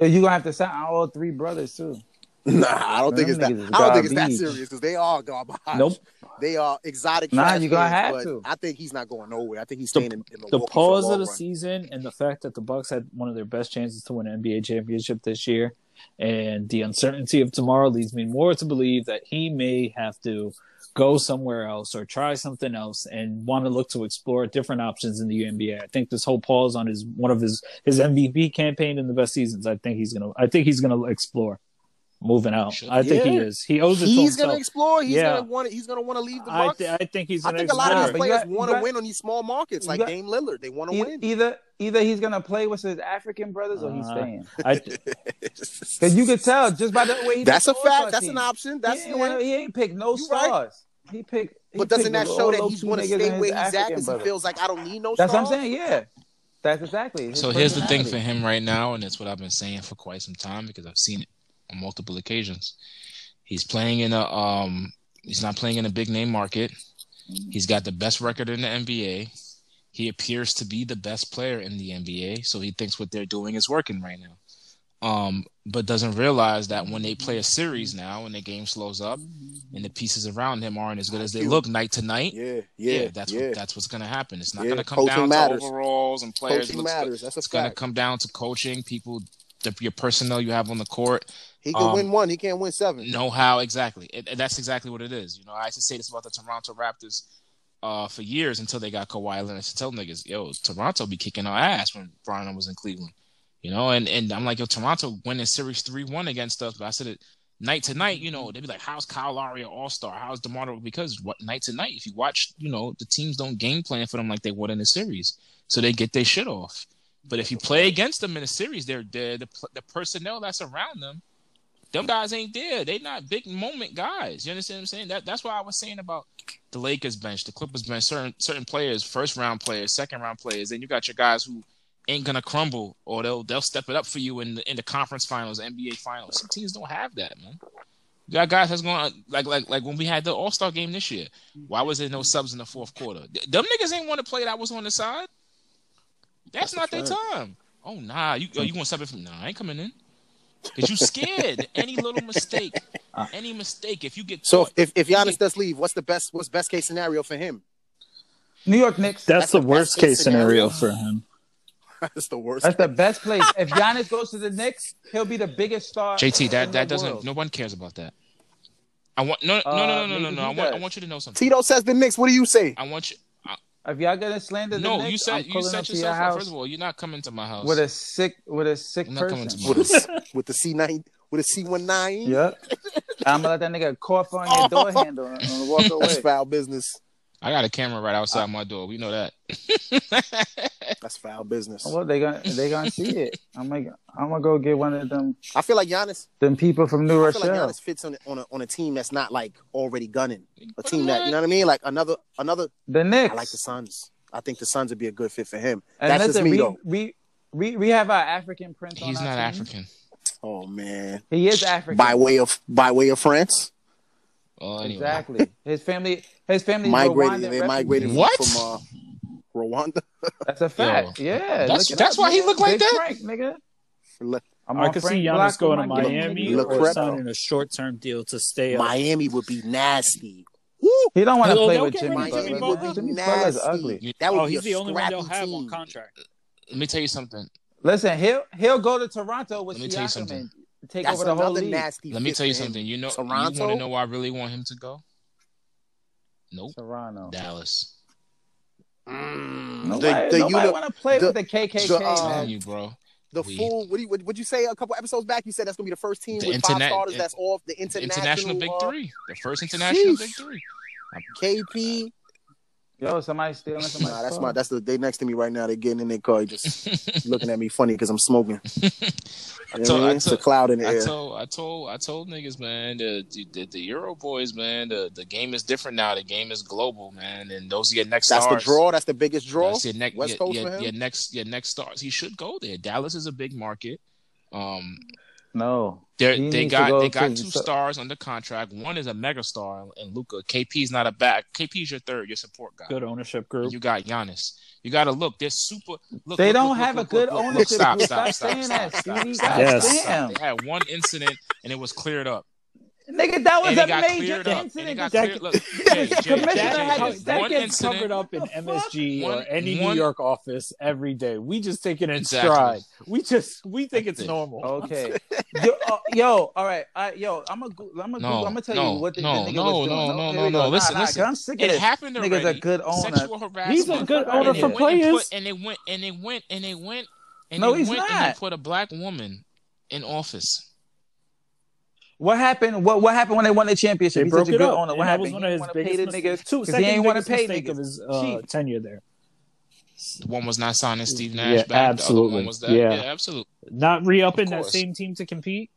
Speaker 5: You gonna have to sign all three brothers too.
Speaker 4: Nah, I don't
Speaker 5: Man,
Speaker 4: think it's
Speaker 5: them
Speaker 4: that.
Speaker 5: niggas is
Speaker 4: I don't think it's that
Speaker 5: garbage.
Speaker 4: serious because they are garbage.
Speaker 3: Nope.
Speaker 4: They are exotic.
Speaker 5: Nah,
Speaker 4: trash
Speaker 5: you gonna
Speaker 4: cans,
Speaker 5: have
Speaker 4: but
Speaker 5: to.
Speaker 4: I think he's not going nowhere. I think he's
Speaker 3: The-
Speaker 4: staying in, in Milwaukee
Speaker 3: the pause
Speaker 4: for
Speaker 3: of the
Speaker 4: the long run.
Speaker 3: season and the fact that the Bucks had one of their best chances to win an NBA championship this year, and the uncertainty of tomorrow leads me more to believe that he may have to go somewhere else or try something else and want to look to explore different options in the NBA. I think this whole pause on his one of his his MVP campaign in the best seasons. I think he's gonna. I think he's gonna explore moving out.
Speaker 2: Should-
Speaker 3: I think he
Speaker 4: Yeah.
Speaker 3: is. He owes it to
Speaker 4: He's
Speaker 3: himself.
Speaker 4: gonna explore. He's
Speaker 3: Yeah.
Speaker 4: gonna want. to He's gonna want to leave the
Speaker 3: I,
Speaker 4: Bucks.
Speaker 3: th- I think he's.
Speaker 4: I
Speaker 3: gonna
Speaker 4: think a lot of these
Speaker 3: explore.
Speaker 5: But you
Speaker 4: players
Speaker 5: got- you
Speaker 4: want to
Speaker 5: got-
Speaker 4: win on these small markets,
Speaker 5: you
Speaker 4: like
Speaker 5: got-
Speaker 4: Dame Lillard. They want to
Speaker 5: E-
Speaker 4: win.
Speaker 5: Either either he's gonna play with his African brothers or he's
Speaker 3: Uh,
Speaker 5: staying.
Speaker 3: I th-
Speaker 5: Cause you could tell just by the way he
Speaker 4: That's a
Speaker 5: picked the All-Star
Speaker 4: fact. That's an
Speaker 5: team.
Speaker 4: option. That's
Speaker 5: he,
Speaker 4: the
Speaker 5: ain't,
Speaker 4: way.
Speaker 5: he ain't picked no
Speaker 4: You right.
Speaker 5: stars. He picked. he
Speaker 4: But doesn't
Speaker 5: picked
Speaker 4: that
Speaker 5: all
Speaker 4: show that
Speaker 5: low-key
Speaker 4: he's going to
Speaker 5: niggas and
Speaker 4: stay
Speaker 5: his
Speaker 4: where he's at
Speaker 5: African
Speaker 4: because he
Speaker 5: brothers.
Speaker 4: feels like I don't need no
Speaker 5: That's what I'm
Speaker 4: stars?
Speaker 5: saying. Yeah, that's exactly. his
Speaker 2: So here's the thing for
Speaker 5: personality.
Speaker 2: him right now, and it's what I've been saying for quite some time because I've seen it on multiple occasions. He's playing in a um he's not playing in a big name market. He's got the best record in the NBA. He appears to be the best player in the NBA, so he thinks what they're doing is working right now. Um, but doesn't realize that when they play a series now and the game slows up and the pieces around him aren't as good as they look night to night,
Speaker 4: Yeah,
Speaker 2: yeah,
Speaker 4: yeah,
Speaker 2: that's
Speaker 4: yeah.
Speaker 2: What, that's what's gonna happen. It's not
Speaker 4: Yeah,
Speaker 2: gonna come
Speaker 4: coaching
Speaker 2: down
Speaker 4: matters.
Speaker 2: to overalls and players.
Speaker 4: Coaching
Speaker 2: It's-
Speaker 4: matters. That's a
Speaker 2: It's gonna
Speaker 4: fact.
Speaker 2: come down to coaching, people, the, your personnel you have on the court,
Speaker 4: He can
Speaker 2: um,
Speaker 4: win one. He can't win seven.
Speaker 2: know how exactly. It, it- that's exactly what it is. You know, I used to say this about the Toronto Raptors uh, for years until they got Kawhi Leonard. I used to tell niggas, yo, Toronto be kicking our ass when Brian was in Cleveland. You know, and, and I'm like, yo, Toronto winning series three one against us, but I said it night to night. You know, they'd be like, how's Kyle Lowry all star? How's Demar? Because what night to night, if you watch, you know, the teams don't game plan for them like they would in a series, so they get their shit off. But if you play against them in a series, they're, they the pl- the personnel that's around them them guys ain't there. They not big moment guys. You understand what I'm saying? That that's why I was saying about the Lakers bench, the Clippers bench, certain certain players, first round players, second round players. Then you got your guys who ain't gonna crumble or they'll they'll step it up for you in the, in the conference finals, NBA finals. Some teams don't have that, man. You got guys that's going to like like like when we had the All Star game this year. Why was there no subs in the fourth quarter? Th- Them niggas ain't want to play that was on the side. That's, not their time. Oh nah, you oh, you want something from? Nah, I ain't coming in. Cause you scared any little mistake, any mistake. If you get
Speaker 4: So
Speaker 2: caught,
Speaker 4: if if Giannis does leave, what's the best? What's best case scenario for him?
Speaker 5: New York Knicks.
Speaker 3: that's,
Speaker 4: That's
Speaker 3: the
Speaker 4: the
Speaker 3: worst
Speaker 4: best-case
Speaker 3: case scenario
Speaker 4: scenario.
Speaker 3: for him.
Speaker 4: That's the worst.
Speaker 5: That's the best place. If Giannis goes to the Knicks, he'll be the biggest star.
Speaker 2: JT,
Speaker 5: in
Speaker 2: that that
Speaker 5: the
Speaker 2: doesn't.
Speaker 5: world.
Speaker 2: No one cares about that. I want no no
Speaker 5: Uh,
Speaker 2: no no no no
Speaker 5: maybe
Speaker 2: no. I
Speaker 5: he
Speaker 2: want I
Speaker 5: does.
Speaker 2: want you to know something.
Speaker 4: Tito says the Knicks. What do you say?
Speaker 2: I want you.
Speaker 5: If y'all gonna slander the
Speaker 2: No,
Speaker 5: Knicks,
Speaker 2: you set
Speaker 5: I'm
Speaker 2: you
Speaker 5: pulling up
Speaker 2: set
Speaker 5: to your
Speaker 2: yourself up. First
Speaker 5: house
Speaker 2: of all, you're not coming to my house.
Speaker 5: with a sick with a sick
Speaker 2: I'm not coming
Speaker 5: person.
Speaker 2: to my
Speaker 4: With the with the C nine with a C one nine.
Speaker 5: Yep. I'm gonna let that nigga cough on your door handle and, and walk away.
Speaker 4: That's foul business.
Speaker 2: I got a camera right outside my door. We know that.
Speaker 4: That's foul business.
Speaker 5: Well, they gonna they gonna see it. I'm like, I'm gonna go get one of them
Speaker 4: I feel like Giannis.
Speaker 5: them people from New
Speaker 4: I feel like
Speaker 5: Rochelle.
Speaker 4: Giannis fits on on a, on a team that's not like already gunning. A
Speaker 2: Put
Speaker 4: team
Speaker 2: him
Speaker 4: that you know what I mean. Like another another.
Speaker 5: the Knicks.
Speaker 4: I like the Suns. I think the Suns would be a good fit for him.
Speaker 5: and
Speaker 4: that's just
Speaker 5: listen,
Speaker 4: me
Speaker 5: we,
Speaker 4: though.
Speaker 5: we we we have our African prince. on
Speaker 2: He's
Speaker 5: our
Speaker 2: not
Speaker 5: team.
Speaker 2: African.
Speaker 4: Oh man.
Speaker 5: He is African.
Speaker 4: By way of by way of France,
Speaker 2: Well, anyway.
Speaker 5: Exactly. His family. His family. is
Speaker 4: migrated.
Speaker 5: Rwandan
Speaker 4: They
Speaker 5: refugees.
Speaker 4: migrated from,
Speaker 2: What?
Speaker 4: from uh, Rwanda.
Speaker 5: That's a fact.
Speaker 2: Yo,
Speaker 5: yeah.
Speaker 2: that's-
Speaker 5: look it
Speaker 2: that's
Speaker 5: up,
Speaker 2: why he
Speaker 5: nigga.
Speaker 2: look like
Speaker 5: Big
Speaker 2: that?
Speaker 5: Frank, nigga.
Speaker 4: Le-
Speaker 5: I'm
Speaker 3: I
Speaker 5: on
Speaker 3: could
Speaker 5: Frank
Speaker 3: see
Speaker 5: Black
Speaker 3: Giannis
Speaker 5: with
Speaker 3: going to
Speaker 5: my game,
Speaker 3: Miami
Speaker 5: nigga.
Speaker 4: Look
Speaker 3: or
Speaker 4: crap.
Speaker 3: signing a short-term deal to stay up.
Speaker 4: Miami would be nasty.
Speaker 5: He don't want to
Speaker 3: Hello,
Speaker 5: play
Speaker 3: don't
Speaker 5: with
Speaker 3: get
Speaker 5: Jimmy
Speaker 3: rid of Jimmy
Speaker 4: Miami
Speaker 5: Butler.
Speaker 4: would
Speaker 3: Butler.
Speaker 5: man.
Speaker 4: be
Speaker 5: Jimmy Butler's
Speaker 4: nasty.
Speaker 5: ugly.
Speaker 4: That would
Speaker 3: Oh,
Speaker 4: be
Speaker 3: he's
Speaker 4: a
Speaker 3: the only one
Speaker 4: scrappy
Speaker 3: they'll have
Speaker 4: team.
Speaker 3: on contract.
Speaker 2: Let me tell you something.
Speaker 5: Listen, he'll he'll go to Toronto with
Speaker 2: Let me tell you
Speaker 5: Siakam
Speaker 2: something.
Speaker 5: and take
Speaker 4: That's
Speaker 5: over the whole
Speaker 4: another
Speaker 5: league.
Speaker 4: nasty.
Speaker 2: Let me
Speaker 4: fit
Speaker 2: tell you
Speaker 4: for him.
Speaker 2: something. You know, you want
Speaker 4: Toronto?
Speaker 2: to know where I really want him to go? Nope.
Speaker 5: Toronto.
Speaker 2: Dallas.
Speaker 4: Mm,
Speaker 5: Nobody,
Speaker 4: the the,
Speaker 5: nobody
Speaker 4: uni-
Speaker 5: want to play
Speaker 4: the-
Speaker 5: with the KKK,
Speaker 4: the,
Speaker 2: I'm
Speaker 4: uh,
Speaker 5: man.
Speaker 2: telling you, bro.
Speaker 4: the
Speaker 2: We-
Speaker 4: full. What do you, what would you say a couple episodes back? You said that's gonna be the first team
Speaker 2: The
Speaker 4: with
Speaker 2: interna-
Speaker 4: five starters
Speaker 2: it-
Speaker 4: that's off the
Speaker 2: The
Speaker 4: international,
Speaker 2: international big
Speaker 4: uh,
Speaker 2: three. The first international
Speaker 4: sheesh.
Speaker 2: big three.
Speaker 4: KP.
Speaker 5: Yo, somebody stealing somebody's
Speaker 4: Nah, that's
Speaker 5: phone.
Speaker 4: my. That's the. They next to me right now. They're getting in their car, They just looking at me funny because I'm smoking. You know
Speaker 2: told-
Speaker 4: what I
Speaker 2: I
Speaker 4: mean? It's a
Speaker 2: told-
Speaker 4: cloud in the
Speaker 2: I
Speaker 4: air.
Speaker 2: told I told I told niggas, man, the the, the Euro boys, man, the, the game is different now. The game is global, man. And those are your next
Speaker 4: That's the
Speaker 2: stars.
Speaker 4: draw. That's the biggest draw.
Speaker 2: That's your next
Speaker 4: West
Speaker 2: your,
Speaker 4: Coast
Speaker 2: your-
Speaker 4: for him?
Speaker 2: your next your next stars. He should go there. Dallas is a big market. Um
Speaker 5: No.
Speaker 2: They're,
Speaker 5: He
Speaker 2: they
Speaker 5: needs to
Speaker 2: got
Speaker 5: go
Speaker 2: they got
Speaker 5: to-
Speaker 2: two
Speaker 5: so-
Speaker 2: stars under contract. One is a megastar, and Luca. KP's not a back. KP's your third, your support guy.
Speaker 3: Good ownership group.
Speaker 2: You got Giannis. You got to look. They're super. Look,
Speaker 5: They
Speaker 2: look,
Speaker 5: don't
Speaker 2: look,
Speaker 5: have
Speaker 2: look,
Speaker 5: a
Speaker 2: look,
Speaker 5: good
Speaker 2: look, look,
Speaker 5: ownership
Speaker 2: Stop,
Speaker 5: group.
Speaker 2: stop,
Speaker 5: Stop
Speaker 2: stop,
Speaker 5: saying
Speaker 2: stop,
Speaker 5: that,
Speaker 2: stop,
Speaker 5: Stevie.
Speaker 2: stop,
Speaker 3: Yes.
Speaker 2: stop, stop.
Speaker 5: Goddamn.
Speaker 2: They had one incident and it was cleared up.
Speaker 5: Nigga, Oh, that was
Speaker 2: and it
Speaker 5: a
Speaker 2: got
Speaker 5: major
Speaker 2: cleared up. And it
Speaker 5: incident.
Speaker 2: got
Speaker 3: That-
Speaker 2: cleared. Look, Jay, Jay,
Speaker 5: commissioner
Speaker 2: Jay,
Speaker 5: had
Speaker 2: Jay,
Speaker 5: to-
Speaker 2: Jay,
Speaker 5: that
Speaker 2: one
Speaker 5: gets
Speaker 2: incident.
Speaker 3: covered up in MSG
Speaker 2: One-
Speaker 3: or any
Speaker 2: one-
Speaker 3: New York office every day. We just take it in
Speaker 2: Exactly.
Speaker 3: stride. We just we think
Speaker 2: That's
Speaker 3: it's
Speaker 2: it.
Speaker 3: normal.
Speaker 5: Okay. yo, uh, yo, all right. I, yo, I'm going to I'm
Speaker 2: No,
Speaker 5: gonna tell
Speaker 2: no,
Speaker 5: you what the,
Speaker 2: no,
Speaker 5: the nigga
Speaker 2: no,
Speaker 5: was doing.
Speaker 2: no, no,
Speaker 5: here
Speaker 2: no,
Speaker 5: we
Speaker 2: no.
Speaker 5: go.
Speaker 2: Listen,
Speaker 5: nah,
Speaker 2: listen.
Speaker 5: I'm sick of
Speaker 2: It
Speaker 5: this.
Speaker 2: happened already.
Speaker 5: Nigga's a good owner.
Speaker 2: Sexual harassment.
Speaker 3: He's a good owner
Speaker 2: and
Speaker 3: for
Speaker 2: they went and
Speaker 3: players.
Speaker 2: put- And they went and they went and they went and
Speaker 5: No,
Speaker 2: they
Speaker 5: he's
Speaker 2: went and they
Speaker 5: not.
Speaker 2: put a black woman in office.
Speaker 5: What happened? What what happened when they won the championship?
Speaker 3: They
Speaker 5: He's
Speaker 3: broke
Speaker 5: such a
Speaker 3: it
Speaker 5: good
Speaker 3: up.
Speaker 5: owner.
Speaker 3: and that
Speaker 5: What happened?
Speaker 3: was
Speaker 5: He
Speaker 3: one of
Speaker 5: didn't
Speaker 3: his
Speaker 5: wanna
Speaker 3: biggest
Speaker 5: pay the
Speaker 3: mistakes.
Speaker 5: niggas
Speaker 3: Two,
Speaker 5: because he ain't
Speaker 3: second
Speaker 5: want to
Speaker 3: biggest
Speaker 5: pay
Speaker 3: mistake of
Speaker 5: niggas.
Speaker 3: his uh,
Speaker 5: Chief.
Speaker 3: tenure there.
Speaker 2: The one was not signing Steve Nash
Speaker 3: Yeah,
Speaker 2: back. The other
Speaker 3: absolutely.
Speaker 2: one was that.
Speaker 3: Yeah.
Speaker 2: absolutely.
Speaker 3: Not re-upping
Speaker 2: Of
Speaker 3: that
Speaker 2: course.
Speaker 3: same team to compete.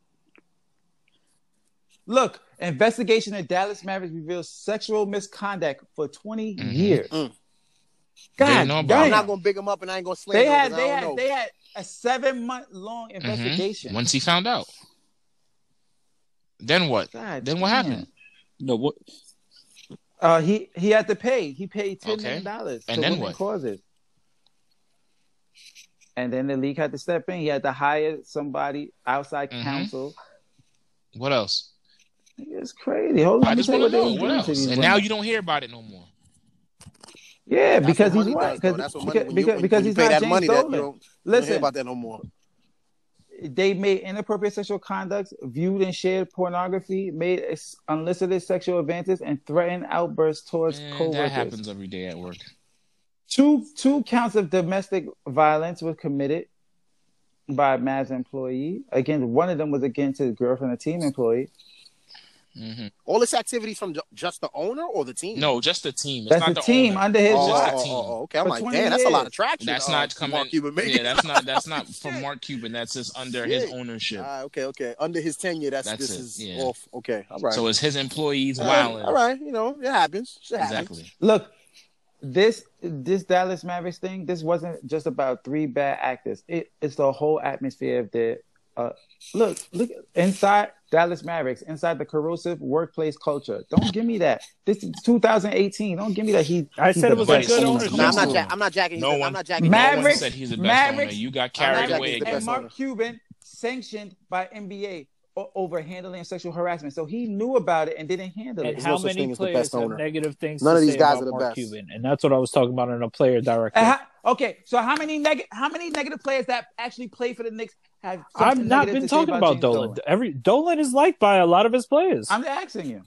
Speaker 5: Look, investigation in Dallas Mavericks reveals sexual misconduct for 20
Speaker 2: Mhm.
Speaker 5: years.
Speaker 4: Mm.
Speaker 5: God,
Speaker 2: Didn't know about
Speaker 5: damn.
Speaker 4: I'm not gonna big him up and I ain't gonna slam
Speaker 5: they
Speaker 4: him.
Speaker 5: had
Speaker 4: 'cause I
Speaker 5: they
Speaker 4: don't
Speaker 5: had
Speaker 4: know.
Speaker 5: they had a seven month long
Speaker 4: Mm-hmm.
Speaker 5: investigation.
Speaker 2: Once he found out, then what?
Speaker 5: God,
Speaker 2: Then what
Speaker 5: damn.
Speaker 2: happened?
Speaker 3: No, what
Speaker 5: Uh, he he had to pay. He paid ten
Speaker 2: Okay.
Speaker 5: million dollars
Speaker 2: And
Speaker 5: to
Speaker 2: then
Speaker 5: women
Speaker 2: what?
Speaker 5: causes. And then the league had to step in. He had to hire somebody outside
Speaker 4: Mm-hmm.
Speaker 2: Mhm.
Speaker 5: counsel.
Speaker 2: What else?
Speaker 5: It's crazy. Hold on,
Speaker 2: I
Speaker 5: let me
Speaker 2: just
Speaker 5: tell you
Speaker 2: want
Speaker 5: what
Speaker 2: to
Speaker 5: they
Speaker 2: know
Speaker 5: was
Speaker 2: what
Speaker 5: doing to
Speaker 2: else.
Speaker 5: these
Speaker 2: And
Speaker 5: women.
Speaker 2: now you don't hear about it no more.
Speaker 5: yeah,
Speaker 4: That's
Speaker 5: because
Speaker 4: what
Speaker 5: he's
Speaker 4: money
Speaker 5: white.
Speaker 4: does, though. That's what money
Speaker 5: Because
Speaker 4: when you,
Speaker 5: because
Speaker 4: when,
Speaker 5: because
Speaker 4: when you
Speaker 5: he's
Speaker 4: pay
Speaker 5: not
Speaker 4: that
Speaker 5: James
Speaker 4: money that you
Speaker 5: Dolan.
Speaker 4: don't, you don't hear
Speaker 5: Listen,
Speaker 4: about that no more.
Speaker 5: they made inappropriate sexual conduct, viewed and shared pornography, made ex- unsolicited sexual advances, and threatened outbursts towards
Speaker 2: Man, that
Speaker 5: coworkers.
Speaker 2: happens every day at work.
Speaker 5: Two two counts of domestic violence was committed by a Mavs employee. Again, one of them was against his girlfriend, a team employee.
Speaker 2: hmm
Speaker 4: All this activities from ju- just the owner or the team?
Speaker 2: No, just the team. It's
Speaker 5: That's
Speaker 2: not
Speaker 5: a
Speaker 2: the
Speaker 5: team
Speaker 2: owner.
Speaker 5: under his
Speaker 4: Oh,
Speaker 2: Just
Speaker 5: watch.
Speaker 2: the
Speaker 4: oh,
Speaker 2: team.
Speaker 4: oh, oh, okay. I'm
Speaker 5: For
Speaker 4: like,
Speaker 5: 20
Speaker 4: damn, that's a lot of
Speaker 5: years.
Speaker 4: traction.
Speaker 2: That's
Speaker 4: uh,
Speaker 2: not
Speaker 4: for
Speaker 2: coming.
Speaker 4: Mark Cuban making.
Speaker 2: yeah, that's not that's not from Mark Cuban. That's just under his
Speaker 4: Shit.
Speaker 2: ownership.
Speaker 4: Ah, okay, okay. Under his tenure, that's,
Speaker 2: That's
Speaker 4: this
Speaker 2: it,
Speaker 4: is
Speaker 2: yeah.
Speaker 4: off. Okay, all right.
Speaker 2: So it's his employees
Speaker 4: all right,
Speaker 2: wilding.
Speaker 4: all right, you know it happens. Shit happens.
Speaker 2: Exactly.
Speaker 5: Look, this this Dallas Mavericks thing, this wasn't just about three bad actors. It, it's the whole atmosphere of the uh, look, look inside Dallas Mavericks, inside the corrosive workplace culture. Don't give me that. This is 2018. Don't give me that. He
Speaker 3: I
Speaker 5: he's
Speaker 3: said
Speaker 5: a
Speaker 3: it was a
Speaker 5: best
Speaker 2: best
Speaker 3: good
Speaker 2: team.
Speaker 3: ownership.
Speaker 2: Come
Speaker 4: Nah, I'm not.
Speaker 2: on.
Speaker 4: Ja- I'm not jacking.
Speaker 2: No
Speaker 4: No
Speaker 2: one-
Speaker 4: I'm not jacking.
Speaker 2: No one
Speaker 5: Mavericks-
Speaker 2: said he's the best owner.
Speaker 5: Mavericks-
Speaker 2: You got carried
Speaker 4: Mavericks
Speaker 2: away
Speaker 4: is the
Speaker 2: again.
Speaker 5: and
Speaker 4: best
Speaker 5: Mark
Speaker 4: owner.
Speaker 5: Cuban sanctioned by NBA o- over handling sexual harassment. So he knew about it and didn't handle
Speaker 3: And
Speaker 5: it.
Speaker 4: There's
Speaker 3: how
Speaker 4: no such
Speaker 3: many
Speaker 4: thing as the
Speaker 3: players
Speaker 4: best
Speaker 3: have
Speaker 4: owner.
Speaker 3: negative things
Speaker 4: None
Speaker 3: to
Speaker 4: of these
Speaker 3: say
Speaker 4: guys
Speaker 3: about
Speaker 4: are the
Speaker 3: Mark
Speaker 4: best.
Speaker 3: Cuban? And that's what I was talking about in a player directive.
Speaker 5: And Uh, how- okay, so how many neg- how many negative players that actually play for the Knicks have?
Speaker 3: I've
Speaker 5: something
Speaker 3: not
Speaker 5: negative
Speaker 3: been
Speaker 5: to say
Speaker 3: talking about
Speaker 5: James
Speaker 3: Dolan. Every Dolan is liked by a lot of his players.
Speaker 5: I'm asking you.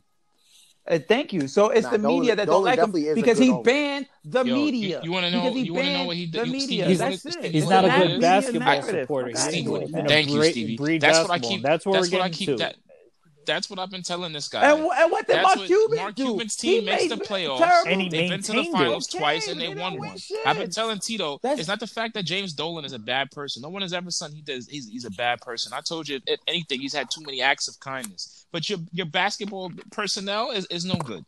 Speaker 5: Uh, thank you. So it's
Speaker 4: Nah,
Speaker 5: the
Speaker 4: Dolan-
Speaker 5: media that
Speaker 4: Dolan
Speaker 5: don't like
Speaker 4: definitely
Speaker 5: him
Speaker 4: is a
Speaker 5: because
Speaker 4: good
Speaker 5: he
Speaker 4: owner.
Speaker 5: banned the
Speaker 2: Yo, you-
Speaker 5: media.
Speaker 2: you wanna know-
Speaker 5: Because he
Speaker 2: you wanna know
Speaker 5: banned
Speaker 2: what he did-
Speaker 5: The
Speaker 2: you- Steve,
Speaker 5: media.
Speaker 3: he's-
Speaker 5: That's
Speaker 2: Steve,
Speaker 5: it.
Speaker 3: He's
Speaker 2: Well,
Speaker 5: It's
Speaker 3: not a
Speaker 5: the
Speaker 2: that
Speaker 3: good
Speaker 5: media's
Speaker 3: basketball
Speaker 5: narrative.
Speaker 3: supporter. He's
Speaker 5: God
Speaker 2: Steve,
Speaker 5: damn
Speaker 3: a-
Speaker 5: it,
Speaker 2: what-
Speaker 5: man.
Speaker 3: and a
Speaker 2: thank you,
Speaker 3: breed-
Speaker 2: Stevie.
Speaker 3: breed
Speaker 2: That's what I
Speaker 3: basketball.
Speaker 2: keep-
Speaker 3: That's where
Speaker 2: That's
Speaker 3: we're
Speaker 2: what I
Speaker 3: getting
Speaker 2: keep.
Speaker 3: to.
Speaker 2: That that's what I've been telling this guy.
Speaker 5: And, wh- and what did
Speaker 2: That's
Speaker 5: Mark
Speaker 2: what
Speaker 5: Cuban
Speaker 2: Mark
Speaker 5: do?
Speaker 2: Cuban's team
Speaker 5: He
Speaker 2: makes the
Speaker 5: made
Speaker 2: playoffs,
Speaker 5: terrible-
Speaker 3: And he
Speaker 2: They've been to the
Speaker 3: maintained it.
Speaker 2: finals
Speaker 5: Okay,
Speaker 2: twice and they
Speaker 5: they don't
Speaker 2: won
Speaker 5: win
Speaker 2: one.
Speaker 5: shit.
Speaker 2: I've been telling Tito,
Speaker 5: That's-
Speaker 2: it's not the fact that James Dolan is a bad person. No one has ever said he does. He's, he's a bad person. I told you, if anything, he's had too many acts of kindness. But your your basketball personnel is, is no good.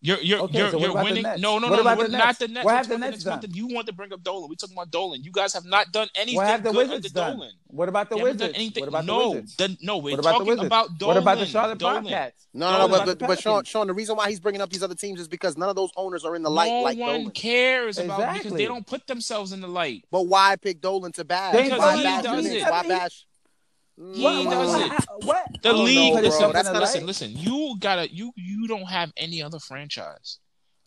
Speaker 2: You're you're
Speaker 5: Okay,
Speaker 2: you're,
Speaker 5: so what
Speaker 2: you're
Speaker 5: about the
Speaker 2: winning.
Speaker 5: Nets?
Speaker 2: No, no,
Speaker 5: What
Speaker 2: no,
Speaker 5: about
Speaker 2: no.
Speaker 5: the
Speaker 2: not
Speaker 5: Nets?
Speaker 2: the Nets.
Speaker 5: What
Speaker 2: We're
Speaker 5: have the
Speaker 2: talking
Speaker 5: Nets
Speaker 2: about
Speaker 5: done?
Speaker 2: You want to bring up Dolan? We talking about Dolan. You guys have not done anything
Speaker 5: What have the
Speaker 2: good
Speaker 5: Wizards
Speaker 2: under
Speaker 5: done?
Speaker 2: Dolan.
Speaker 5: What about the
Speaker 2: They haven't done
Speaker 5: Wizards?
Speaker 2: anything-
Speaker 5: What about
Speaker 2: no,
Speaker 5: the Wizards?
Speaker 2: the- no, we're
Speaker 5: What about the
Speaker 2: talking
Speaker 5: Wizards?
Speaker 2: about
Speaker 5: What about the
Speaker 2: Dolan,
Speaker 5: Charlotte
Speaker 2: Dolan.
Speaker 5: Bobcats?
Speaker 4: No,
Speaker 5: What
Speaker 4: no, no.
Speaker 5: about
Speaker 4: But,
Speaker 5: the
Speaker 4: but, but Sean,
Speaker 5: Pelicans?
Speaker 4: Sean, the reason why he's bringing up these other teams is because none of those owners are in the light
Speaker 2: no
Speaker 4: like
Speaker 2: one
Speaker 4: Dolan.
Speaker 2: cares about because they
Speaker 5: Exactly.
Speaker 2: don't put themselves in the light.
Speaker 4: But why pick Dolan to bash?
Speaker 5: James
Speaker 4: why
Speaker 2: Dolan
Speaker 4: bash
Speaker 2: does
Speaker 4: the Knicks?
Speaker 2: it.
Speaker 4: Why bash? Mm.
Speaker 2: He
Speaker 5: What- what-
Speaker 2: does
Speaker 5: what-
Speaker 2: it.
Speaker 5: how- What?
Speaker 2: The
Speaker 5: I don't
Speaker 2: league,
Speaker 5: know,
Speaker 4: put
Speaker 5: Oh, bro.
Speaker 4: itself
Speaker 2: Oh,
Speaker 4: in
Speaker 5: That's
Speaker 2: that's
Speaker 5: not
Speaker 2: not,
Speaker 5: a
Speaker 2: listen,
Speaker 5: light.
Speaker 2: listen. You gotta, you you don't have any other franchise.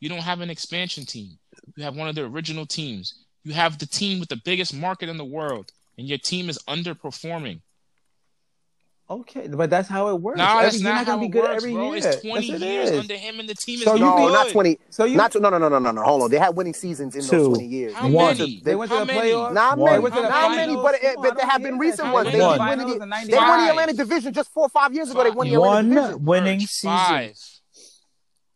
Speaker 2: You don't have an expansion team. You have one of the original teams. You have the team with the biggest market in the world, and your team is underperforming.
Speaker 5: Okay, but that's how it works.
Speaker 2: Nah,
Speaker 5: Every-
Speaker 2: that's
Speaker 5: you're
Speaker 2: not,
Speaker 5: not gonna
Speaker 2: how
Speaker 5: be
Speaker 2: it
Speaker 5: good
Speaker 2: works,
Speaker 5: every
Speaker 2: bro.
Speaker 5: year.
Speaker 2: It's twenty
Speaker 5: Yes, it
Speaker 2: years
Speaker 5: is.
Speaker 2: under him, and the team is
Speaker 5: So
Speaker 2: no
Speaker 5: you
Speaker 4: No,
Speaker 5: be-
Speaker 2: good.
Speaker 4: not twenty.
Speaker 5: So you
Speaker 4: Not tw- no, no, no, no, no, no. Hold on. They had winning seasons in those
Speaker 3: Two.
Speaker 4: twenty years.
Speaker 2: How
Speaker 3: One.
Speaker 2: many?
Speaker 5: They went to
Speaker 2: How
Speaker 5: the
Speaker 2: many?
Speaker 5: playoffs.
Speaker 4: Not
Speaker 3: One.
Speaker 4: many,
Speaker 5: They went to the
Speaker 4: not
Speaker 5: finals.
Speaker 4: many, but it,
Speaker 5: Come
Speaker 4: but
Speaker 5: on, I
Speaker 4: there
Speaker 5: don't
Speaker 4: have
Speaker 5: hear
Speaker 4: been
Speaker 5: that.
Speaker 4: recent
Speaker 5: They
Speaker 4: ones.
Speaker 5: went
Speaker 4: They
Speaker 5: to the
Speaker 3: One.
Speaker 4: was
Speaker 5: finals
Speaker 4: winning.
Speaker 5: in
Speaker 4: They won the
Speaker 5: 95.
Speaker 4: Atlantic Division just four or five years ago. They won the Atlantic
Speaker 3: One
Speaker 4: Division.
Speaker 3: winning
Speaker 2: Birch,
Speaker 3: season.
Speaker 2: Five.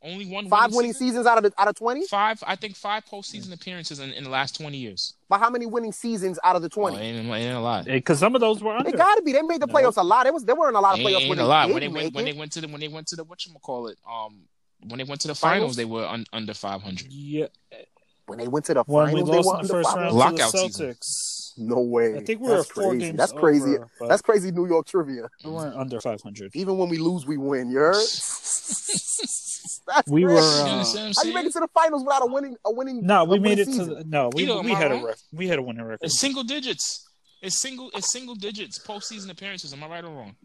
Speaker 2: Only one
Speaker 4: Five
Speaker 2: winning
Speaker 4: winning
Speaker 2: season.
Speaker 4: seasons out of the, out of twenty.
Speaker 2: Five. I think five postseason appearances in, in the last twenty years.
Speaker 4: But how many winning seasons out of the
Speaker 2: Oh,
Speaker 4: twenty?
Speaker 2: ain't, ain't a lot.
Speaker 3: Because Eh, some of those were
Speaker 4: They
Speaker 3: under.
Speaker 4: gotta be. They made the
Speaker 3: No.
Speaker 4: playoffs a lot. They was they weren't a lot of
Speaker 2: Ain't,
Speaker 4: playoffs
Speaker 2: ain't
Speaker 4: when
Speaker 2: a lot.
Speaker 4: they
Speaker 2: When they
Speaker 4: did
Speaker 2: went
Speaker 4: make
Speaker 2: when they
Speaker 4: it.
Speaker 2: went to the when they went to the whatchamacallit, um when they went to the finals,
Speaker 4: Finals?
Speaker 2: they were un, under five hundred.
Speaker 3: Yeah.
Speaker 4: When they went to the
Speaker 3: When we
Speaker 4: finals, they
Speaker 3: lost in the
Speaker 4: were under
Speaker 3: first
Speaker 4: five
Speaker 3: round
Speaker 4: hundred.
Speaker 3: to the
Speaker 2: Lockout season.
Speaker 3: Celtics.
Speaker 4: Yes, no way.
Speaker 3: I think we were
Speaker 4: That's
Speaker 3: four
Speaker 4: crazy.
Speaker 3: games.
Speaker 4: That's crazy.
Speaker 3: over, but
Speaker 4: That's crazy New York trivia.
Speaker 3: we weren't under 500.
Speaker 4: Even when we lose, we win. You heard? That's
Speaker 3: We
Speaker 4: crazy.
Speaker 3: were,
Speaker 2: You understand what
Speaker 3: uh,
Speaker 2: I'm
Speaker 4: How you
Speaker 2: saying?
Speaker 4: make it to the finals without a winning a winning?
Speaker 3: No,
Speaker 4: a
Speaker 3: we
Speaker 4: winning
Speaker 3: made it to
Speaker 4: season?
Speaker 3: the, no. We,
Speaker 2: Tito, am
Speaker 3: we
Speaker 2: I
Speaker 3: had a
Speaker 2: wrong?
Speaker 3: ref, we had a winning record.
Speaker 2: It's single digits. It's single. It's single digits. Postseason appearances. Am I right or wrong?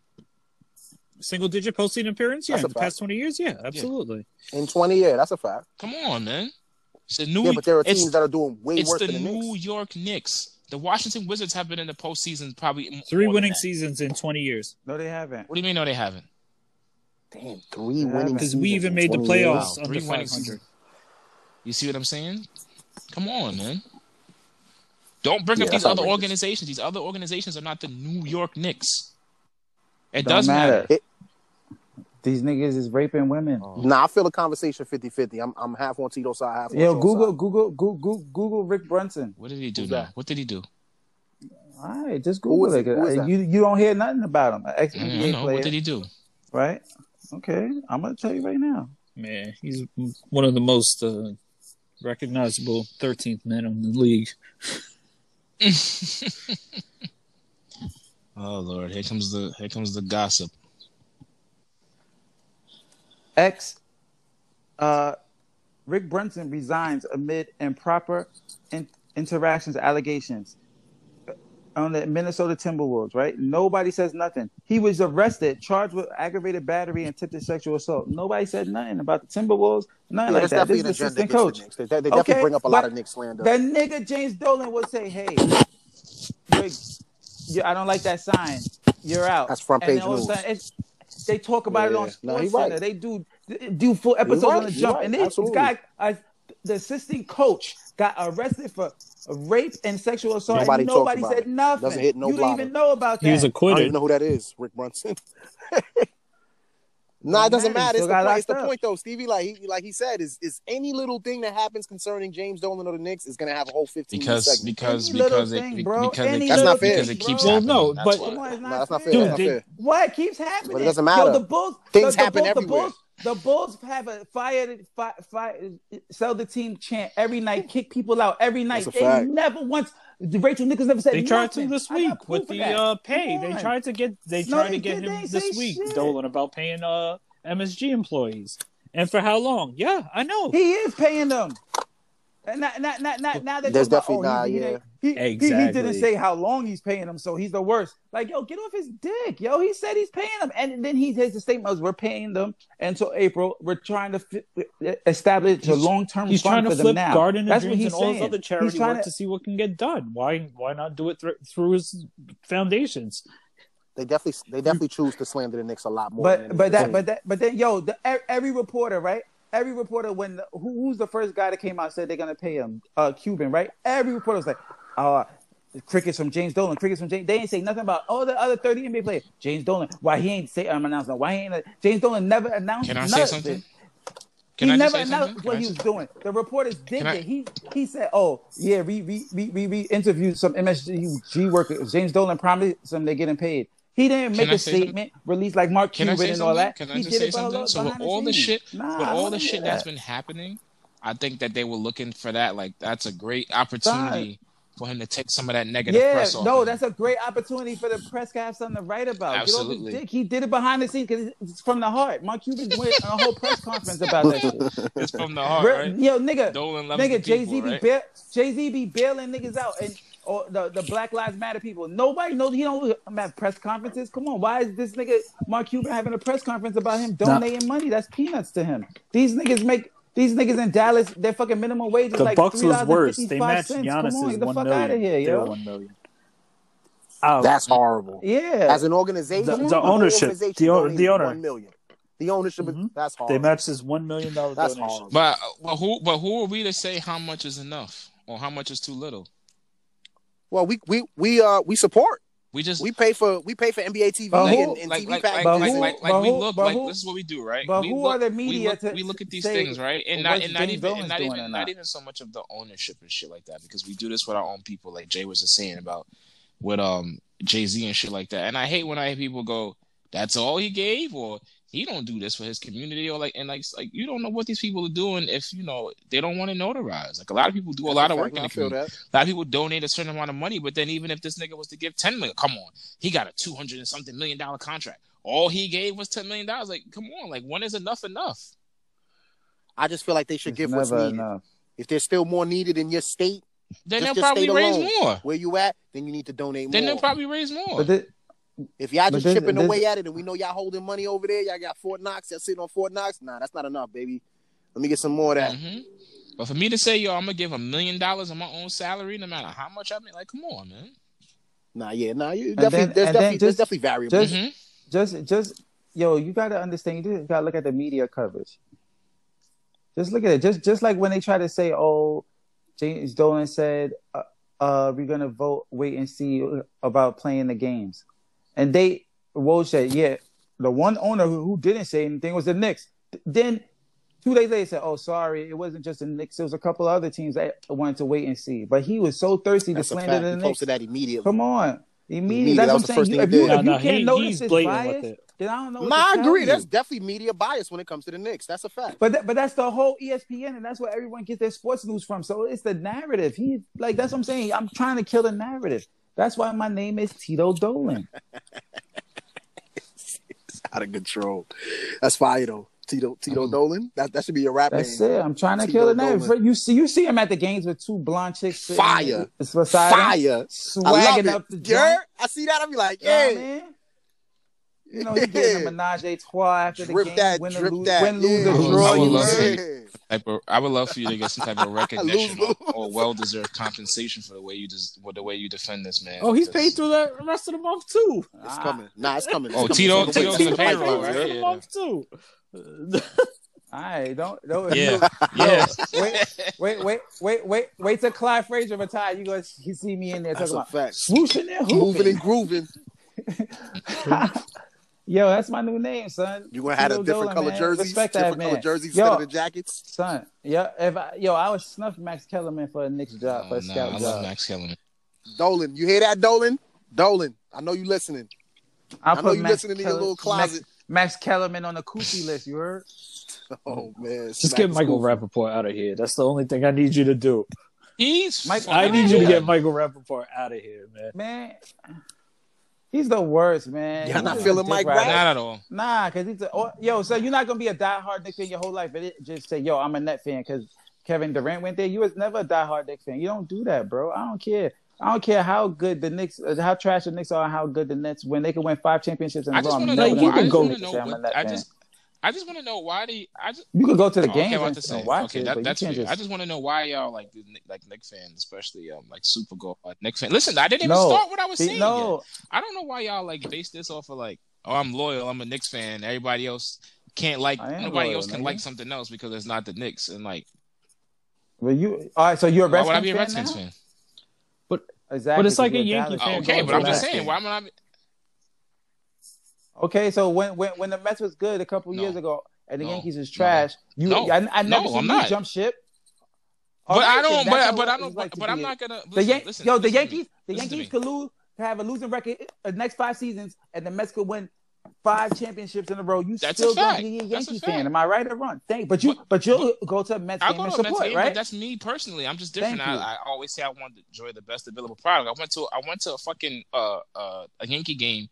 Speaker 3: Single digit postseason appearance. Yeah,
Speaker 4: That's
Speaker 3: in
Speaker 4: a
Speaker 3: the past 20 years. Yeah, absolutely.
Speaker 4: in twenty. Yeah, that's a fact.
Speaker 2: Come on, man. It's the New.
Speaker 4: Yeah, but there are
Speaker 2: it's,
Speaker 4: teams that are doing way
Speaker 2: it's
Speaker 4: worse
Speaker 2: the
Speaker 4: than the
Speaker 2: New
Speaker 4: Knicks.
Speaker 2: York Knicks. The Washington Wizards have been in the postseason probably m-
Speaker 3: Three
Speaker 2: more than
Speaker 3: winning
Speaker 2: that.
Speaker 3: seasons in 20 years.
Speaker 5: No, they haven't.
Speaker 2: What do you mean? No, they haven't.
Speaker 4: Damn, three winning
Speaker 5: Because
Speaker 3: Because
Speaker 4: seasons.
Speaker 3: we even
Speaker 4: in
Speaker 3: made the
Speaker 4: 20 years.
Speaker 2: Wow,
Speaker 3: playoffs under
Speaker 2: three winning
Speaker 3: 500.
Speaker 2: seasons. You see what I'm saying? Come on, man. Don't bring
Speaker 4: Yeah,
Speaker 2: up these
Speaker 4: that's
Speaker 2: other
Speaker 4: outrageous.
Speaker 2: organizations. These other organizations are not the New York Knicks. It
Speaker 5: Don't
Speaker 2: does
Speaker 5: matter.
Speaker 2: matter.
Speaker 4: It-
Speaker 5: These niggas is raping women.
Speaker 4: Nah, I feel the conversation 50-50. I'm I'm half on Tito's side, half on
Speaker 5: Yo,
Speaker 4: Sean's
Speaker 5: Google,
Speaker 4: side.
Speaker 5: Google, Google, Google Rick Brunson.
Speaker 2: What did he do
Speaker 4: Who's
Speaker 2: now?
Speaker 4: that?
Speaker 2: What did he do?
Speaker 5: All right, just
Speaker 4: Who
Speaker 5: Google
Speaker 4: is
Speaker 5: it.
Speaker 4: it? Who is that?
Speaker 5: You you don't hear nothing about him. Ex
Speaker 2: I
Speaker 5: NBA
Speaker 2: don't know.
Speaker 5: player,
Speaker 2: What did he do?
Speaker 5: right? Okay, I'm gonna tell you right now.
Speaker 3: Man, he's one of the most uh, recognizable 13th men in the league.
Speaker 2: Oh Lord, here comes the here comes the gossip.
Speaker 5: Ex, uh, Rick Brunson resigns amid improper in- interactions allegations on the Minnesota Timberwolves. Right? Nobody says nothing. He was arrested, charged with aggravated battery and attempted sexual assault. Nobody said nothing about the Timberwolves. Nothing
Speaker 4: Yeah,
Speaker 5: like
Speaker 4: there's
Speaker 5: that.
Speaker 4: definitely
Speaker 5: This is
Speaker 4: an agenda
Speaker 5: the assistant
Speaker 4: against
Speaker 5: coach.
Speaker 4: the Knicks. They, they they definitely
Speaker 5: Okay,
Speaker 4: bring up a lot
Speaker 5: but
Speaker 4: of Knicks slander.
Speaker 5: That nigga James Dolan would say, "Hey, Rick, you, I don't like that sign. You're out."
Speaker 4: That's front
Speaker 5: and
Speaker 4: page
Speaker 5: then all of a
Speaker 4: news.
Speaker 5: sudden, it's, they talk about it on
Speaker 4: Yeah. No, he
Speaker 5: Sports Center.
Speaker 4: right.
Speaker 5: They do do full episodes
Speaker 4: right,
Speaker 5: on the
Speaker 4: he
Speaker 5: jump,
Speaker 4: right,
Speaker 5: and this
Speaker 4: absolutely.
Speaker 5: guy, uh, the assistant coach, got arrested for rape and sexual assault.
Speaker 4: Nobody
Speaker 5: and
Speaker 4: talked
Speaker 5: nobody
Speaker 4: about
Speaker 5: said
Speaker 4: it.
Speaker 5: nothing.
Speaker 4: Doesn't hit no
Speaker 5: you didn't
Speaker 4: blotter.
Speaker 5: even know about that.
Speaker 3: He was
Speaker 4: I don't even
Speaker 3: acquitted.
Speaker 4: know who that is, Rick Brunson. nah, it doesn't
Speaker 5: matter,
Speaker 4: matter. It's
Speaker 5: he
Speaker 4: the,
Speaker 5: still got
Speaker 4: point, it's
Speaker 5: locked
Speaker 4: the
Speaker 5: up.
Speaker 4: point, though, Stevie. Like he, like he said, is is any little thing that happens concerning James Dolan or the Knicks is gonna have a whole fifteen minute
Speaker 2: Because
Speaker 4: segment.
Speaker 2: because
Speaker 5: Any little
Speaker 2: because it
Speaker 5: thing, bro.
Speaker 2: because
Speaker 5: Any
Speaker 2: it,
Speaker 4: That's not
Speaker 2: keeps-
Speaker 4: fair.
Speaker 2: because it
Speaker 5: thing,
Speaker 2: keeps
Speaker 5: bro.
Speaker 3: Well,
Speaker 2: happening.
Speaker 3: no,
Speaker 2: That's
Speaker 3: but-
Speaker 2: why.
Speaker 5: Come on, it's
Speaker 4: No,
Speaker 5: not
Speaker 4: that's not fair.
Speaker 5: fair.
Speaker 3: Dude,
Speaker 4: that's not
Speaker 3: they-
Speaker 4: fair.
Speaker 5: What keeps happening?
Speaker 4: But it doesn't
Speaker 5: Yo,
Speaker 4: matter.
Speaker 5: the Bulls.
Speaker 4: Things
Speaker 5: the, the
Speaker 4: happen
Speaker 5: Bulls,
Speaker 4: everywhere.
Speaker 5: The Bulls. The Bulls have a fire, fire, fire, sell the team chant every night. Kick people out every night.
Speaker 4: That's a
Speaker 5: they
Speaker 4: fact.
Speaker 5: never once. Rachel Nichols never said.
Speaker 3: They tried to
Speaker 5: nothing.
Speaker 3: this
Speaker 5: I got
Speaker 3: week
Speaker 5: proof
Speaker 3: with
Speaker 5: of
Speaker 3: the
Speaker 5: that.
Speaker 3: uh, pay.
Speaker 5: Come
Speaker 3: They
Speaker 5: on.
Speaker 3: tried to get they
Speaker 5: No,
Speaker 3: tried
Speaker 5: they
Speaker 3: to get
Speaker 5: did- they
Speaker 3: him
Speaker 5: ain't
Speaker 3: this
Speaker 5: say
Speaker 3: week,
Speaker 5: shit.
Speaker 3: Dolan, about paying uh MSG employees. And for how long? Yeah, I know.
Speaker 5: He is paying them. And not, not, not, not, now they're
Speaker 4: There's
Speaker 5: talking about, oh,
Speaker 4: definitely-
Speaker 5: he,
Speaker 4: nah, yeah.
Speaker 5: he didn't- he, he- he,
Speaker 3: Exactly.
Speaker 5: didn't say how long he's paying them, so he's the worst. Like, yo, get off his dick, yo. He said he's paying them, and then he says the statement was, "We're paying them until April. We're trying to fi- e, establish a
Speaker 3: He's-
Speaker 5: long term
Speaker 3: He's
Speaker 5: fund
Speaker 3: trying
Speaker 5: for
Speaker 3: to
Speaker 5: them
Speaker 3: flip
Speaker 5: now."
Speaker 3: Garden of
Speaker 5: That's what
Speaker 3: Dreams
Speaker 5: he's
Speaker 3: and all his
Speaker 5: saying.
Speaker 3: other
Speaker 5: He's
Speaker 3: charity
Speaker 5: trying
Speaker 3: work
Speaker 5: to,
Speaker 3: to see what can get done. Why why not do it thr through his foundations?
Speaker 4: They definitely they definitely choose to slander the Knicks a lot more. than
Speaker 5: but
Speaker 4: any
Speaker 5: but
Speaker 4: other
Speaker 5: that
Speaker 4: team.
Speaker 5: but that but then, yo, the, e- every reporter, right? Every reporter, when the, who, who's the first guy that came out and said they're gonna pay him? Uh, Cuban, right? Every reporter was like, uh, crickets from James Dolan, crickets from James. They ain't say nothing about all the other 30 NBA players. James Dolan, why he ain't say I'm announcing? Why he ain't James Dolan never announced?
Speaker 2: Can I
Speaker 5: nothing.
Speaker 2: say something? Can
Speaker 5: he
Speaker 2: I just
Speaker 5: never
Speaker 2: say
Speaker 5: announced
Speaker 2: something? Can
Speaker 5: what
Speaker 2: I
Speaker 5: he was
Speaker 2: just-
Speaker 5: doing. The reporters did
Speaker 2: Can I-
Speaker 5: it. He he said, "Oh yeah, we we we we, we interviewed some MSG workers. James Dolan promised them they're getting paid. He didn't
Speaker 2: Can
Speaker 5: make
Speaker 2: I
Speaker 5: a
Speaker 2: say something?
Speaker 5: statement, released like Mark
Speaker 2: Can I
Speaker 5: Cuban
Speaker 2: say
Speaker 5: and all
Speaker 2: something?
Speaker 5: that.
Speaker 2: Can I
Speaker 5: he
Speaker 2: just
Speaker 5: did
Speaker 2: say
Speaker 5: it for hello,
Speaker 2: something? So with
Speaker 5: behind
Speaker 2: all the
Speaker 5: scenes.
Speaker 2: shit,
Speaker 5: Nah,
Speaker 2: with
Speaker 5: I
Speaker 2: all
Speaker 5: don't
Speaker 2: the
Speaker 5: hear
Speaker 2: shit that's
Speaker 5: that.
Speaker 2: been happening, I think that they were looking for that. Like that's a great opportunity for him to take some of that negative
Speaker 5: Yeah,
Speaker 2: press off.
Speaker 5: no,
Speaker 2: of him.
Speaker 5: that's a great opportunity for the press to have something to write about. Get off
Speaker 2: Absolutely.
Speaker 5: his dick. He did it behind the scenes because it's from the heart. Mark Cuban went on a whole press conference about that shit.
Speaker 2: it's from the heart,
Speaker 5: Real-
Speaker 2: right?
Speaker 5: Yo, nigga,
Speaker 2: Dolan loves the
Speaker 5: nigga, Jay
Speaker 2: people,
Speaker 5: Z be
Speaker 2: right?
Speaker 5: bail, Jay Z be bailing niggas out and or the, the Black Lives Matter people. Nobody knows he don't I'm at press conferences. Come on, why is this nigga Mark Cuban having a press conference about him donating money? That's peanuts to him. These niggas make these niggas in Dallas their fucking minimum wage is
Speaker 3: The
Speaker 5: like
Speaker 3: Bucks
Speaker 5: three
Speaker 3: was
Speaker 5: dollars
Speaker 3: worse.
Speaker 5: and
Speaker 3: They
Speaker 5: fifty five
Speaker 3: matched
Speaker 5: cents. Come on,
Speaker 3: Giannis's
Speaker 5: get the
Speaker 3: one
Speaker 5: fuck
Speaker 3: million.
Speaker 5: out of here,
Speaker 3: Their
Speaker 5: yo.
Speaker 3: one million. Out.
Speaker 4: That's horrible.
Speaker 5: Yeah,
Speaker 4: As an organization,
Speaker 3: The- the
Speaker 4: whole
Speaker 3: ownership,
Speaker 4: organization
Speaker 3: the o-
Speaker 4: donated
Speaker 3: the owner.
Speaker 4: one million. The ownership is
Speaker 3: Mhm.
Speaker 4: that's horrible.
Speaker 3: they matched his one million dollar
Speaker 4: that's
Speaker 3: donation.
Speaker 4: horrible.
Speaker 2: But but who but who are we to say how much is enough or how much is too little?
Speaker 4: Well, we we we uh we support.
Speaker 2: We just
Speaker 4: We pay for we pay for NBA TV
Speaker 5: But
Speaker 2: like,
Speaker 5: who-
Speaker 4: and, and
Speaker 2: like,
Speaker 4: TV
Speaker 2: like, like,
Speaker 4: packages.
Speaker 2: like,
Speaker 5: who-
Speaker 4: and-
Speaker 2: like, like,
Speaker 5: but
Speaker 2: we
Speaker 5: who-
Speaker 2: look,
Speaker 5: but
Speaker 2: like,
Speaker 5: who-
Speaker 2: this is what we do, right?
Speaker 5: but
Speaker 2: we
Speaker 5: who
Speaker 2: look,
Speaker 5: are the
Speaker 2: we
Speaker 5: media
Speaker 2: look,
Speaker 5: to
Speaker 2: we look at these
Speaker 5: say
Speaker 2: things, right? And
Speaker 5: what
Speaker 2: not, and not even,
Speaker 5: James
Speaker 2: and
Speaker 5: Dolan's
Speaker 2: not
Speaker 5: doing
Speaker 2: even,
Speaker 5: or
Speaker 2: not.
Speaker 5: not?
Speaker 2: even so much of the ownership and shit like that, because we do this with our own people, like Jay was just saying about with um Jay Z and shit like that. And I hate when I hear people go, "That's all he gave," or he don't do this for his community or like and like like you don't know what these people are doing if you know they don't want to notarize. Like a lot of people do a lot of work in
Speaker 4: I
Speaker 2: the
Speaker 4: feel
Speaker 2: community. A
Speaker 4: that.
Speaker 2: lot of people donate a certain amount of money, but then even if this nigga was to give ten million, come on, he got a two hundred and something million dollar contract. All he gave was ten million dollars. Like, come on, like when is enough enough?
Speaker 4: I just feel like they should
Speaker 5: It's
Speaker 4: give what's
Speaker 5: never
Speaker 4: needed.
Speaker 5: enough.
Speaker 4: If there's still more needed in your state
Speaker 2: Then
Speaker 4: Just
Speaker 2: they'll
Speaker 4: to stay
Speaker 2: probably raise
Speaker 4: alone.
Speaker 2: more.
Speaker 4: where you at, then you need to donate
Speaker 2: Then
Speaker 4: more.
Speaker 2: they'll probably raise more.
Speaker 5: But thi-
Speaker 4: if y'all
Speaker 5: but
Speaker 4: just
Speaker 5: this-
Speaker 4: chipping
Speaker 5: this-
Speaker 4: away at it, and we know y'all holding money over there, y'all got Fort Knox, y'all sitting on Fort Knox. Nah, that's not enough, baby. Let me get some more of that.
Speaker 2: hmm But for me to say, yo, I'm gonna give a million dollars on my own salary, no matter how much I make, like, come on, man. Mm-hmm.
Speaker 4: Nah, yeah, nah. You
Speaker 5: And
Speaker 4: definitely,
Speaker 5: then-
Speaker 4: there's,
Speaker 5: and
Speaker 4: definitely,
Speaker 5: then
Speaker 4: there's
Speaker 5: just-
Speaker 4: definitely variables.
Speaker 5: Just-
Speaker 2: hmm
Speaker 5: just just yo, you gotta understand. You just gotta look at the media coverage. Just look at it. Just just like when they try to say, "Oh, James Dolan said uh, uh we're gonna vote, wait and see about playing the games," and they Woj said, "Yeah, the one owner who, who didn't say anything was the Knicks." Then two days later, said, "Oh, sorry, it wasn't just the Knicks. It was a couple other teams that wanted to wait and see." But he was so thirsty
Speaker 4: that's
Speaker 5: to
Speaker 4: a
Speaker 5: slander
Speaker 4: fact.
Speaker 5: the
Speaker 4: He
Speaker 5: Knicks.
Speaker 4: posted that immediately.
Speaker 5: Come on. Immediately,
Speaker 4: Immediately,
Speaker 5: that's
Speaker 4: that
Speaker 5: what
Speaker 4: was
Speaker 5: I'm
Speaker 4: the
Speaker 5: saying.
Speaker 4: first
Speaker 5: You-
Speaker 4: thing
Speaker 5: if
Speaker 4: he
Speaker 5: you,
Speaker 4: did.
Speaker 5: if
Speaker 3: No,
Speaker 5: you
Speaker 3: no,
Speaker 5: can't
Speaker 3: he-
Speaker 5: notice
Speaker 3: he's
Speaker 5: this
Speaker 3: blatant with
Speaker 5: bias,
Speaker 3: it.
Speaker 5: then I don't know. What
Speaker 4: Nah,
Speaker 5: to
Speaker 4: I
Speaker 5: tell
Speaker 4: agree.
Speaker 5: you.
Speaker 4: That's definitely media bias when it comes to the Knicks. That's a fact.
Speaker 5: but that, but that's the whole E ESPN, and that's where everyone gets their sports news from. So it's the narrative. He like that's what I'm saying. I'm trying to kill the narrative. That's why my name is Tito Dolan.
Speaker 4: It's out of control. That's fire though. Tito Tito Dolan. That that should be your rap
Speaker 5: Mm-hmm. That's
Speaker 4: name.
Speaker 5: it. I'm trying to
Speaker 4: Tito
Speaker 5: kill the narrative.
Speaker 4: Dolan.
Speaker 5: You see, you see him at the games with two blonde chicks. sitting
Speaker 4: Fire.
Speaker 5: beside him,
Speaker 4: Fire. I
Speaker 5: swagging
Speaker 4: love
Speaker 5: up the
Speaker 4: it.
Speaker 5: joint.
Speaker 4: Girl, I see that. i be like,
Speaker 5: You know
Speaker 4: yeah.
Speaker 5: what I mean? You know, he getting a menage a trois after the
Speaker 4: Drip
Speaker 5: game.
Speaker 4: that,
Speaker 5: win, or
Speaker 4: drip
Speaker 5: lose,
Speaker 4: that.
Speaker 5: win, lose,
Speaker 4: yeah.
Speaker 5: or
Speaker 2: would-
Speaker 5: draw.
Speaker 2: Oh, I would
Speaker 5: you
Speaker 2: love
Speaker 5: win.
Speaker 2: to-
Speaker 4: yeah.
Speaker 2: Type of, I would love for you to get some type of recognition or,
Speaker 4: Lose,
Speaker 2: or well-deserved compensation for the way you just the way you defend this man.
Speaker 3: Oh, he's
Speaker 2: Because-
Speaker 3: paid through the rest of the month too.
Speaker 5: Ah,
Speaker 4: It's coming. Nah, it's coming. It's
Speaker 2: Oh,
Speaker 4: coming.
Speaker 2: Tito-
Speaker 4: It's
Speaker 2: Tito's
Speaker 4: coming.
Speaker 2: on the
Speaker 4: It's
Speaker 3: paid
Speaker 4: coming.
Speaker 2: payroll,
Speaker 3: through
Speaker 2: right?
Speaker 3: the
Speaker 2: Yeah.
Speaker 3: month too.
Speaker 5: All right, don't don't
Speaker 2: Yeah, yeah.
Speaker 5: wait, wait, wait, wait, wait, wait till Clyde Frazier retire. You gonna see- see me in there
Speaker 4: That's
Speaker 5: talking
Speaker 4: a fact.
Speaker 5: about swooshing and
Speaker 4: Moving and
Speaker 5: hooping.
Speaker 4: grooving.
Speaker 5: Yo, that's my new name, son.
Speaker 4: You gonna have a
Speaker 5: Tito
Speaker 4: different
Speaker 5: Dolan,
Speaker 4: color
Speaker 5: man.
Speaker 4: jerseys,
Speaker 5: Respect that
Speaker 4: different color
Speaker 5: man.
Speaker 4: jerseys
Speaker 5: Yo.
Speaker 4: instead of the jackets.
Speaker 5: Son, yo, if I, yo, I would snuff Max Kellerman for a Knicks job, for
Speaker 2: Oh,
Speaker 5: a
Speaker 2: nah,
Speaker 5: scout
Speaker 2: I love
Speaker 5: job.
Speaker 2: Max Kellerman.
Speaker 4: Dolan, you hear that, Dolan? Dolan, I know you listening.
Speaker 5: I'll
Speaker 4: I know
Speaker 5: put
Speaker 4: you
Speaker 5: Max
Speaker 4: listening in your
Speaker 5: Keller-
Speaker 4: little
Speaker 5: Max,
Speaker 4: closet.
Speaker 5: Max Kellerman on the Koozie list. You heard?
Speaker 4: Oh
Speaker 5: Mm.
Speaker 4: man,
Speaker 3: Just
Speaker 4: smack
Speaker 3: get
Speaker 4: is
Speaker 3: Michael
Speaker 4: goofy.
Speaker 3: Rappaport out of here. That's the only thing I need you to do.
Speaker 2: He's
Speaker 5: Mike-
Speaker 3: I need you to
Speaker 2: fine.
Speaker 3: get Michael Rappaport out of here, man.
Speaker 5: Man, he's the worst, man.
Speaker 4: Y'all not
Speaker 5: He's a
Speaker 4: feeling
Speaker 5: dick
Speaker 4: Mike
Speaker 5: rider.
Speaker 4: Brown?
Speaker 2: Not at all.
Speaker 5: Nah, cause he's a, oh, yo. So you're not gonna be a diehard Knicks fan your whole life, but it just say, yo, I'm a Net fan because Kevin Durant went there. You was never a diehard Knicks fan. You don't do that, bro. I don't care. I don't care how good the Knicks, uh, how trash the Knicks are, and how good the Nets win. They can win five championships in a
Speaker 2: I
Speaker 5: row.
Speaker 2: just
Speaker 5: I'm
Speaker 2: want to
Speaker 5: never
Speaker 2: know.
Speaker 5: gonna
Speaker 2: Why,
Speaker 5: be
Speaker 2: I
Speaker 5: a
Speaker 2: just
Speaker 5: Knicks
Speaker 2: want to know
Speaker 5: fan. I'm a
Speaker 2: what.
Speaker 5: Net
Speaker 2: I
Speaker 5: fan.
Speaker 2: just. I just want to know why they. I just.
Speaker 5: You could go to the
Speaker 2: Oh,
Speaker 5: games
Speaker 2: okay, I was about
Speaker 5: and,
Speaker 2: to
Speaker 5: and
Speaker 2: say.
Speaker 5: watch
Speaker 2: Okay,
Speaker 5: it,
Speaker 2: that,
Speaker 5: but you
Speaker 2: that's
Speaker 5: can't
Speaker 2: fair. I
Speaker 5: just.
Speaker 2: just want to know why y'all like the Knick- like Nick fans, especially um like Super Bowl like Nick fans. Listen, I didn't even
Speaker 5: No.
Speaker 2: start what I was
Speaker 5: See,
Speaker 2: saying. yet.
Speaker 5: no,
Speaker 2: I don't know why y'all like base this off of like, oh, I'm loyal, I'm a Knicks fan. Everybody else can't like,
Speaker 5: I am
Speaker 2: nobody
Speaker 5: loyal,
Speaker 2: else can
Speaker 5: nigga.
Speaker 2: like something else because it's not the Knicks. And like,
Speaker 5: well, you all right? So you're a
Speaker 2: why
Speaker 5: Redskins
Speaker 2: would I be a
Speaker 5: fan
Speaker 2: Redskins
Speaker 5: now?
Speaker 2: fan? Oh,
Speaker 5: Exactly.
Speaker 3: But it's
Speaker 5: so
Speaker 3: like
Speaker 5: you're
Speaker 3: a Yankee
Speaker 5: Dallas
Speaker 3: fan
Speaker 2: okay,
Speaker 3: going
Speaker 2: but
Speaker 3: to
Speaker 2: I'm just
Speaker 3: Redskins.
Speaker 2: saying, why would I? Be,
Speaker 5: Okay, so when when when the Mets was good a couple
Speaker 2: No.
Speaker 5: years ago and the
Speaker 2: No.
Speaker 5: Yankees was trash, you
Speaker 2: No.
Speaker 5: I, I never
Speaker 2: No,
Speaker 5: seen
Speaker 2: I'm
Speaker 5: you
Speaker 2: not.
Speaker 5: jump ship.
Speaker 2: but
Speaker 5: Alright,
Speaker 2: I
Speaker 5: then
Speaker 2: don't.
Speaker 5: that's
Speaker 2: But
Speaker 5: how
Speaker 2: but
Speaker 5: it
Speaker 2: I don't.
Speaker 5: is like to
Speaker 2: but
Speaker 5: be
Speaker 2: I'm
Speaker 5: a-
Speaker 2: not gonna. Listen,
Speaker 5: the Yan-
Speaker 2: listen,
Speaker 5: yo the
Speaker 2: listen to me.
Speaker 5: Yankees the
Speaker 2: Listen to
Speaker 5: Yankees
Speaker 2: me.
Speaker 5: could lose could have a losing record the next five seasons and the Mets could win five championships in a row. You
Speaker 2: That's a
Speaker 5: still gonna
Speaker 2: fact.
Speaker 5: be a
Speaker 2: That's a
Speaker 5: Yankee
Speaker 2: fact.
Speaker 5: fan? Am I right or wrong? Thank, but you but, you'll go to a Mets
Speaker 2: I'll
Speaker 5: game
Speaker 2: go
Speaker 5: and
Speaker 2: to a Mets
Speaker 5: support,
Speaker 2: game, but
Speaker 5: right?
Speaker 2: that's me personally. I'm just different.
Speaker 5: Thank
Speaker 2: I,
Speaker 5: you.
Speaker 2: I always say I want to enjoy the best available product. I went to I went to a fucking uh, uh a Yankee game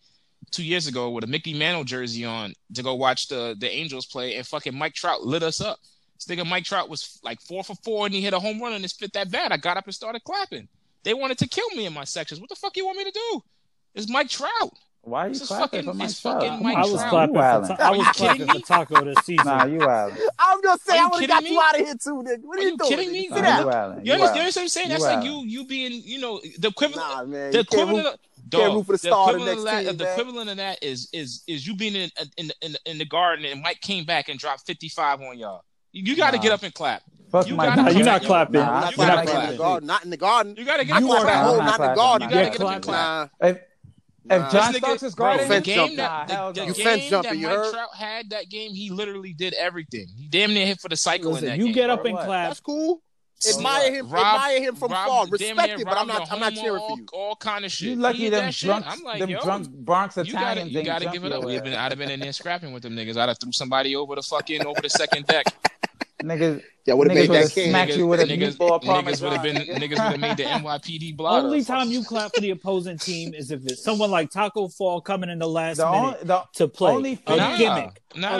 Speaker 2: two years ago with a Mickey Mantle jersey on to go watch the the Angels play, and fucking Mike Trout lit us up. This nigga Mike Trout was like four for four, and he hit a home run and his fit that bad. I got up and started clapping. They wanted to kill me in my sections. What the fuck you want me to do? It's Mike Trout.
Speaker 5: Why are you
Speaker 2: This is
Speaker 5: clapping
Speaker 2: fucking-
Speaker 5: for my
Speaker 2: it's fucking
Speaker 5: Come
Speaker 2: Mike
Speaker 5: on,
Speaker 3: I was
Speaker 5: son,
Speaker 2: Trout.
Speaker 5: you
Speaker 3: clapping. For
Speaker 5: wildin'.
Speaker 3: ta- I
Speaker 2: Are
Speaker 3: was
Speaker 2: you
Speaker 3: clapping
Speaker 2: kidding
Speaker 3: for
Speaker 2: me?
Speaker 3: Taco this season.
Speaker 5: Nah, you wildin'.
Speaker 4: I was gonna say
Speaker 2: Are you
Speaker 4: I would have
Speaker 2: kidding
Speaker 4: got
Speaker 2: me?
Speaker 4: you out of here too, nigga. What are
Speaker 2: Are
Speaker 4: you,
Speaker 2: you
Speaker 4: doing?
Speaker 2: kidding
Speaker 4: nigga?
Speaker 2: me?
Speaker 4: Sit
Speaker 5: Nah,
Speaker 2: Sit
Speaker 5: you
Speaker 4: down.
Speaker 5: wildin'.
Speaker 2: You
Speaker 5: You
Speaker 2: understand, you
Speaker 5: wildin'.
Speaker 2: understand what I'm saying?
Speaker 5: You
Speaker 2: That's like
Speaker 5: wild.
Speaker 2: you you being, you know, the equivalent
Speaker 4: Nah, man.
Speaker 2: the
Speaker 4: You can't
Speaker 2: equivalent
Speaker 4: root,
Speaker 2: of
Speaker 4: can't
Speaker 2: dog,
Speaker 4: root for the
Speaker 2: the
Speaker 4: star of the
Speaker 2: equivalent of that,
Speaker 4: next team,
Speaker 2: the
Speaker 4: man.
Speaker 2: equivalent of that is is is you being in in in, in the garden and Mike came back and dropped 55 on y'all. You got to
Speaker 5: Nah.
Speaker 2: get up and clap.
Speaker 5: Fuck
Speaker 2: You
Speaker 5: Mike
Speaker 2: gotta
Speaker 3: Nah,
Speaker 5: Trout.
Speaker 3: you're not
Speaker 2: yo.
Speaker 3: clapping.
Speaker 5: Nah, I
Speaker 4: Nah,
Speaker 5: clap
Speaker 4: we're
Speaker 3: you're
Speaker 4: not
Speaker 5: like
Speaker 3: not
Speaker 4: clapping in the
Speaker 5: that.
Speaker 3: clapping.
Speaker 4: garden. Not in the garden.
Speaker 2: You got to
Speaker 4: I
Speaker 2: get
Speaker 3: You
Speaker 2: up
Speaker 4: clap
Speaker 2: and
Speaker 3: are
Speaker 2: clap.
Speaker 4: at
Speaker 5: not.
Speaker 4: home,
Speaker 5: I'm
Speaker 4: not in the
Speaker 5: clapping.
Speaker 4: garden.
Speaker 2: You got
Speaker 5: I'm not
Speaker 2: to get up and
Speaker 5: clapping.
Speaker 2: clap.
Speaker 4: Nah,
Speaker 5: If if
Speaker 4: nah.
Speaker 5: John
Speaker 2: This nigga-
Speaker 5: Starks is
Speaker 4: bro,
Speaker 5: guarding
Speaker 2: The
Speaker 5: him,
Speaker 4: fence
Speaker 2: game
Speaker 4: jumping.
Speaker 5: Nah,
Speaker 2: that the,
Speaker 5: hell
Speaker 2: the
Speaker 5: no.
Speaker 4: You
Speaker 2: game
Speaker 4: fence jumping,
Speaker 2: that
Speaker 4: you
Speaker 2: Mike
Speaker 4: heard?
Speaker 2: Trout had that game, he literally did everything. He damn near hit for the cycle in
Speaker 3: Listen,
Speaker 2: that
Speaker 3: you
Speaker 2: game.
Speaker 3: get
Speaker 2: bro.
Speaker 3: up and
Speaker 5: What?
Speaker 3: clap.
Speaker 4: That's cool. admire him,
Speaker 2: Rob-
Speaker 4: admire him from
Speaker 2: Rob-
Speaker 4: far,
Speaker 2: damn
Speaker 4: respect
Speaker 2: near
Speaker 4: it, but
Speaker 2: robbed
Speaker 4: I'm not,
Speaker 2: a
Speaker 4: I'm not
Speaker 2: homo,
Speaker 4: cheering
Speaker 2: all,
Speaker 4: for you.
Speaker 2: All kind of shit.
Speaker 5: You lucky
Speaker 2: Eat
Speaker 5: them
Speaker 2: that shit.
Speaker 5: drunks,
Speaker 2: I'm like,
Speaker 5: them
Speaker 2: yo,
Speaker 5: drunk Bronx
Speaker 2: you gotta,
Speaker 5: Italians.
Speaker 2: you
Speaker 5: ain't
Speaker 2: gotta
Speaker 5: drunk
Speaker 2: give it up.
Speaker 5: your
Speaker 2: We've
Speaker 5: ass.
Speaker 2: been, I'd have been in there scrapping with them niggas. I'd have threw somebody over the fucking, over the second deck.
Speaker 5: Niggas,
Speaker 4: Yeah, would have
Speaker 5: Niggas
Speaker 4: made
Speaker 5: would've
Speaker 4: that king.
Speaker 5: smacked- Max, you would've
Speaker 2: niggas,
Speaker 5: meatball
Speaker 2: niggas
Speaker 5: parmesan,
Speaker 2: would have been,
Speaker 5: nigga.
Speaker 2: niggas would have made the NYPD blotter.
Speaker 3: Only time you clap for the opposing team is if it's someone like Taco Fall coming in the last
Speaker 5: the only,
Speaker 3: minute
Speaker 5: the,
Speaker 3: to play
Speaker 5: only
Speaker 3: a
Speaker 2: Nah,
Speaker 3: gimmick.
Speaker 5: thing-
Speaker 2: nah,
Speaker 3: Okay.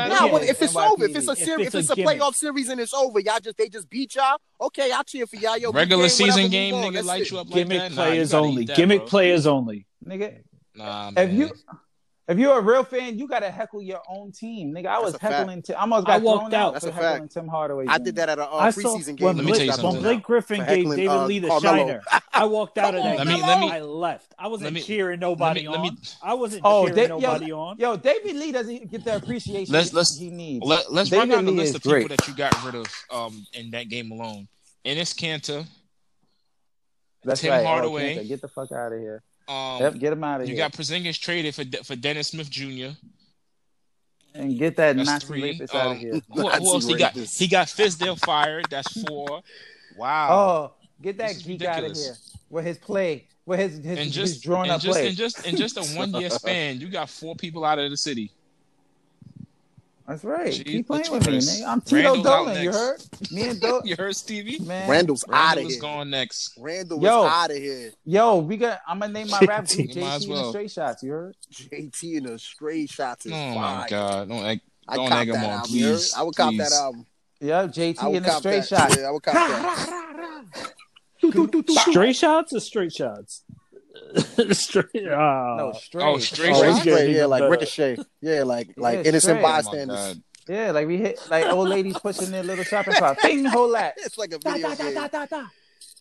Speaker 4: Nah,
Speaker 2: nah.
Speaker 4: when, if it's
Speaker 5: NYPD.
Speaker 4: over, if it's a
Speaker 3: If
Speaker 4: series,
Speaker 3: it's
Speaker 4: if
Speaker 3: a
Speaker 4: it's a
Speaker 3: gimmick.
Speaker 4: playoff series and it's over, y'all just they just beat y'all. Okay, I cheer for y'all. Yo, good
Speaker 2: regular
Speaker 4: game,
Speaker 2: season
Speaker 4: whatever,
Speaker 2: game,
Speaker 4: move on.
Speaker 2: nigga,
Speaker 4: That's
Speaker 2: light
Speaker 4: it.
Speaker 2: you up like
Speaker 3: Gimmick
Speaker 2: that. Nah, you
Speaker 3: players
Speaker 2: gotta eat
Speaker 3: only.
Speaker 2: that,
Speaker 3: gimmick
Speaker 2: bro.
Speaker 3: players only.
Speaker 5: nigga.
Speaker 2: Nah,
Speaker 5: If
Speaker 2: man.
Speaker 5: you if you're a real fan, you gotta heckle your own team, nigga. I was
Speaker 4: a fact.
Speaker 5: heckling. Tim, I almost
Speaker 3: I
Speaker 5: got
Speaker 3: walked
Speaker 5: thrown
Speaker 3: out.
Speaker 5: out
Speaker 4: That's
Speaker 5: for
Speaker 4: a fact.
Speaker 5: heckling Tim Hardaway.
Speaker 4: I
Speaker 5: Jr.
Speaker 4: did that at a
Speaker 3: I
Speaker 4: uh,
Speaker 3: saw
Speaker 4: preseason game.
Speaker 3: when
Speaker 2: Let me tell you
Speaker 3: Blake,
Speaker 2: something.
Speaker 3: when Blake Griffin
Speaker 4: For
Speaker 3: gave
Speaker 4: heckling,
Speaker 3: David
Speaker 4: uh,
Speaker 3: Lee the
Speaker 4: Carmelo.
Speaker 3: shiner, I walked out of
Speaker 4: Come
Speaker 3: that.
Speaker 2: Let
Speaker 4: on,
Speaker 2: me-
Speaker 3: game.
Speaker 2: let me-
Speaker 3: I left. I wasn't
Speaker 2: let me-
Speaker 3: cheering nobody
Speaker 2: let me-
Speaker 3: on. I wasn't
Speaker 5: Oh,
Speaker 3: cheering
Speaker 5: they- yo,
Speaker 3: nobody on.
Speaker 5: Yo, David Lee doesn't get the appreciation
Speaker 2: Let's- let's-
Speaker 5: he needs.
Speaker 2: Let, let's run
Speaker 5: David
Speaker 2: down the
Speaker 5: Lee
Speaker 2: list
Speaker 5: is
Speaker 2: of
Speaker 5: great.
Speaker 2: people that you got rid of um, in that game alone. Ennis Cantor,
Speaker 5: That's
Speaker 2: Tim
Speaker 5: right. Oh,
Speaker 2: Hardaway.
Speaker 5: Kenta, get the fuck out of here.
Speaker 2: um,
Speaker 5: Yep, get him out of
Speaker 2: you
Speaker 5: here.
Speaker 2: got Porzingis traded for De- for Dennis Smith Jr.
Speaker 5: and get that
Speaker 2: That's
Speaker 5: Nazi
Speaker 2: three.
Speaker 5: rapist
Speaker 2: Um,
Speaker 5: out of here.
Speaker 2: Who, who else he
Speaker 4: Nazi
Speaker 2: got?
Speaker 4: rapist.
Speaker 2: He got Fisdale fired. That's four. Wow.
Speaker 5: Oh, get that
Speaker 2: This is
Speaker 5: geek out of
Speaker 2: ridiculous.
Speaker 5: here with his play, with his his,
Speaker 2: and
Speaker 5: his
Speaker 2: just
Speaker 5: drawn
Speaker 2: and
Speaker 5: up
Speaker 2: just,
Speaker 5: play.
Speaker 2: and just in just a one year span, you got four people out of the city.
Speaker 5: That's right.
Speaker 2: Jeez,
Speaker 5: Keep playing with me,
Speaker 2: Taurus.
Speaker 5: nigga. I'm Tito
Speaker 2: Randall's out
Speaker 5: Dolan. You
Speaker 2: next.
Speaker 5: heard me and Dolan.
Speaker 2: You heard Stevie?
Speaker 5: Man,
Speaker 4: Randall's out of
Speaker 2: Randall is
Speaker 4: here.
Speaker 2: gone next.
Speaker 4: Randall
Speaker 5: Yo.
Speaker 4: was out of here.
Speaker 5: yo, we got. I'm gonna name my rap group
Speaker 2: You might as
Speaker 5: JT and the
Speaker 2: well.
Speaker 5: Straight Shots. You heard?
Speaker 4: JT and the straight shots
Speaker 2: Oh
Speaker 4: is
Speaker 2: my
Speaker 4: fire.
Speaker 2: god! Don't act.
Speaker 4: I
Speaker 2: Don't
Speaker 4: cop
Speaker 2: egg
Speaker 4: that
Speaker 2: him on,
Speaker 4: album. you heard?
Speaker 2: please,
Speaker 4: I would cop
Speaker 2: please.
Speaker 4: that album.
Speaker 5: Yeah, JT
Speaker 4: I
Speaker 5: and
Speaker 4: would
Speaker 5: the
Speaker 4: cop
Speaker 5: Straight
Speaker 4: that.
Speaker 5: Shots.
Speaker 4: Yeah, I would cop that.
Speaker 3: Straight shots or straight shots? straight. Uh,
Speaker 5: No, straight.
Speaker 2: Oh, straight
Speaker 4: Oh,
Speaker 2: shots?
Speaker 4: it's
Speaker 3: Straight
Speaker 4: great. Yeah,
Speaker 3: even
Speaker 4: like
Speaker 3: better.
Speaker 4: ricochet. Yeah, like like
Speaker 5: Yeah,
Speaker 4: innocent
Speaker 5: straight.
Speaker 2: Oh my
Speaker 4: bystanders.
Speaker 2: god!
Speaker 5: Yeah, like we hit like old ladies pushing their little shopping cart. Bing, whole lot.
Speaker 4: It's like a
Speaker 5: Da,
Speaker 4: video
Speaker 5: da, da, da,
Speaker 4: game.
Speaker 5: da, da.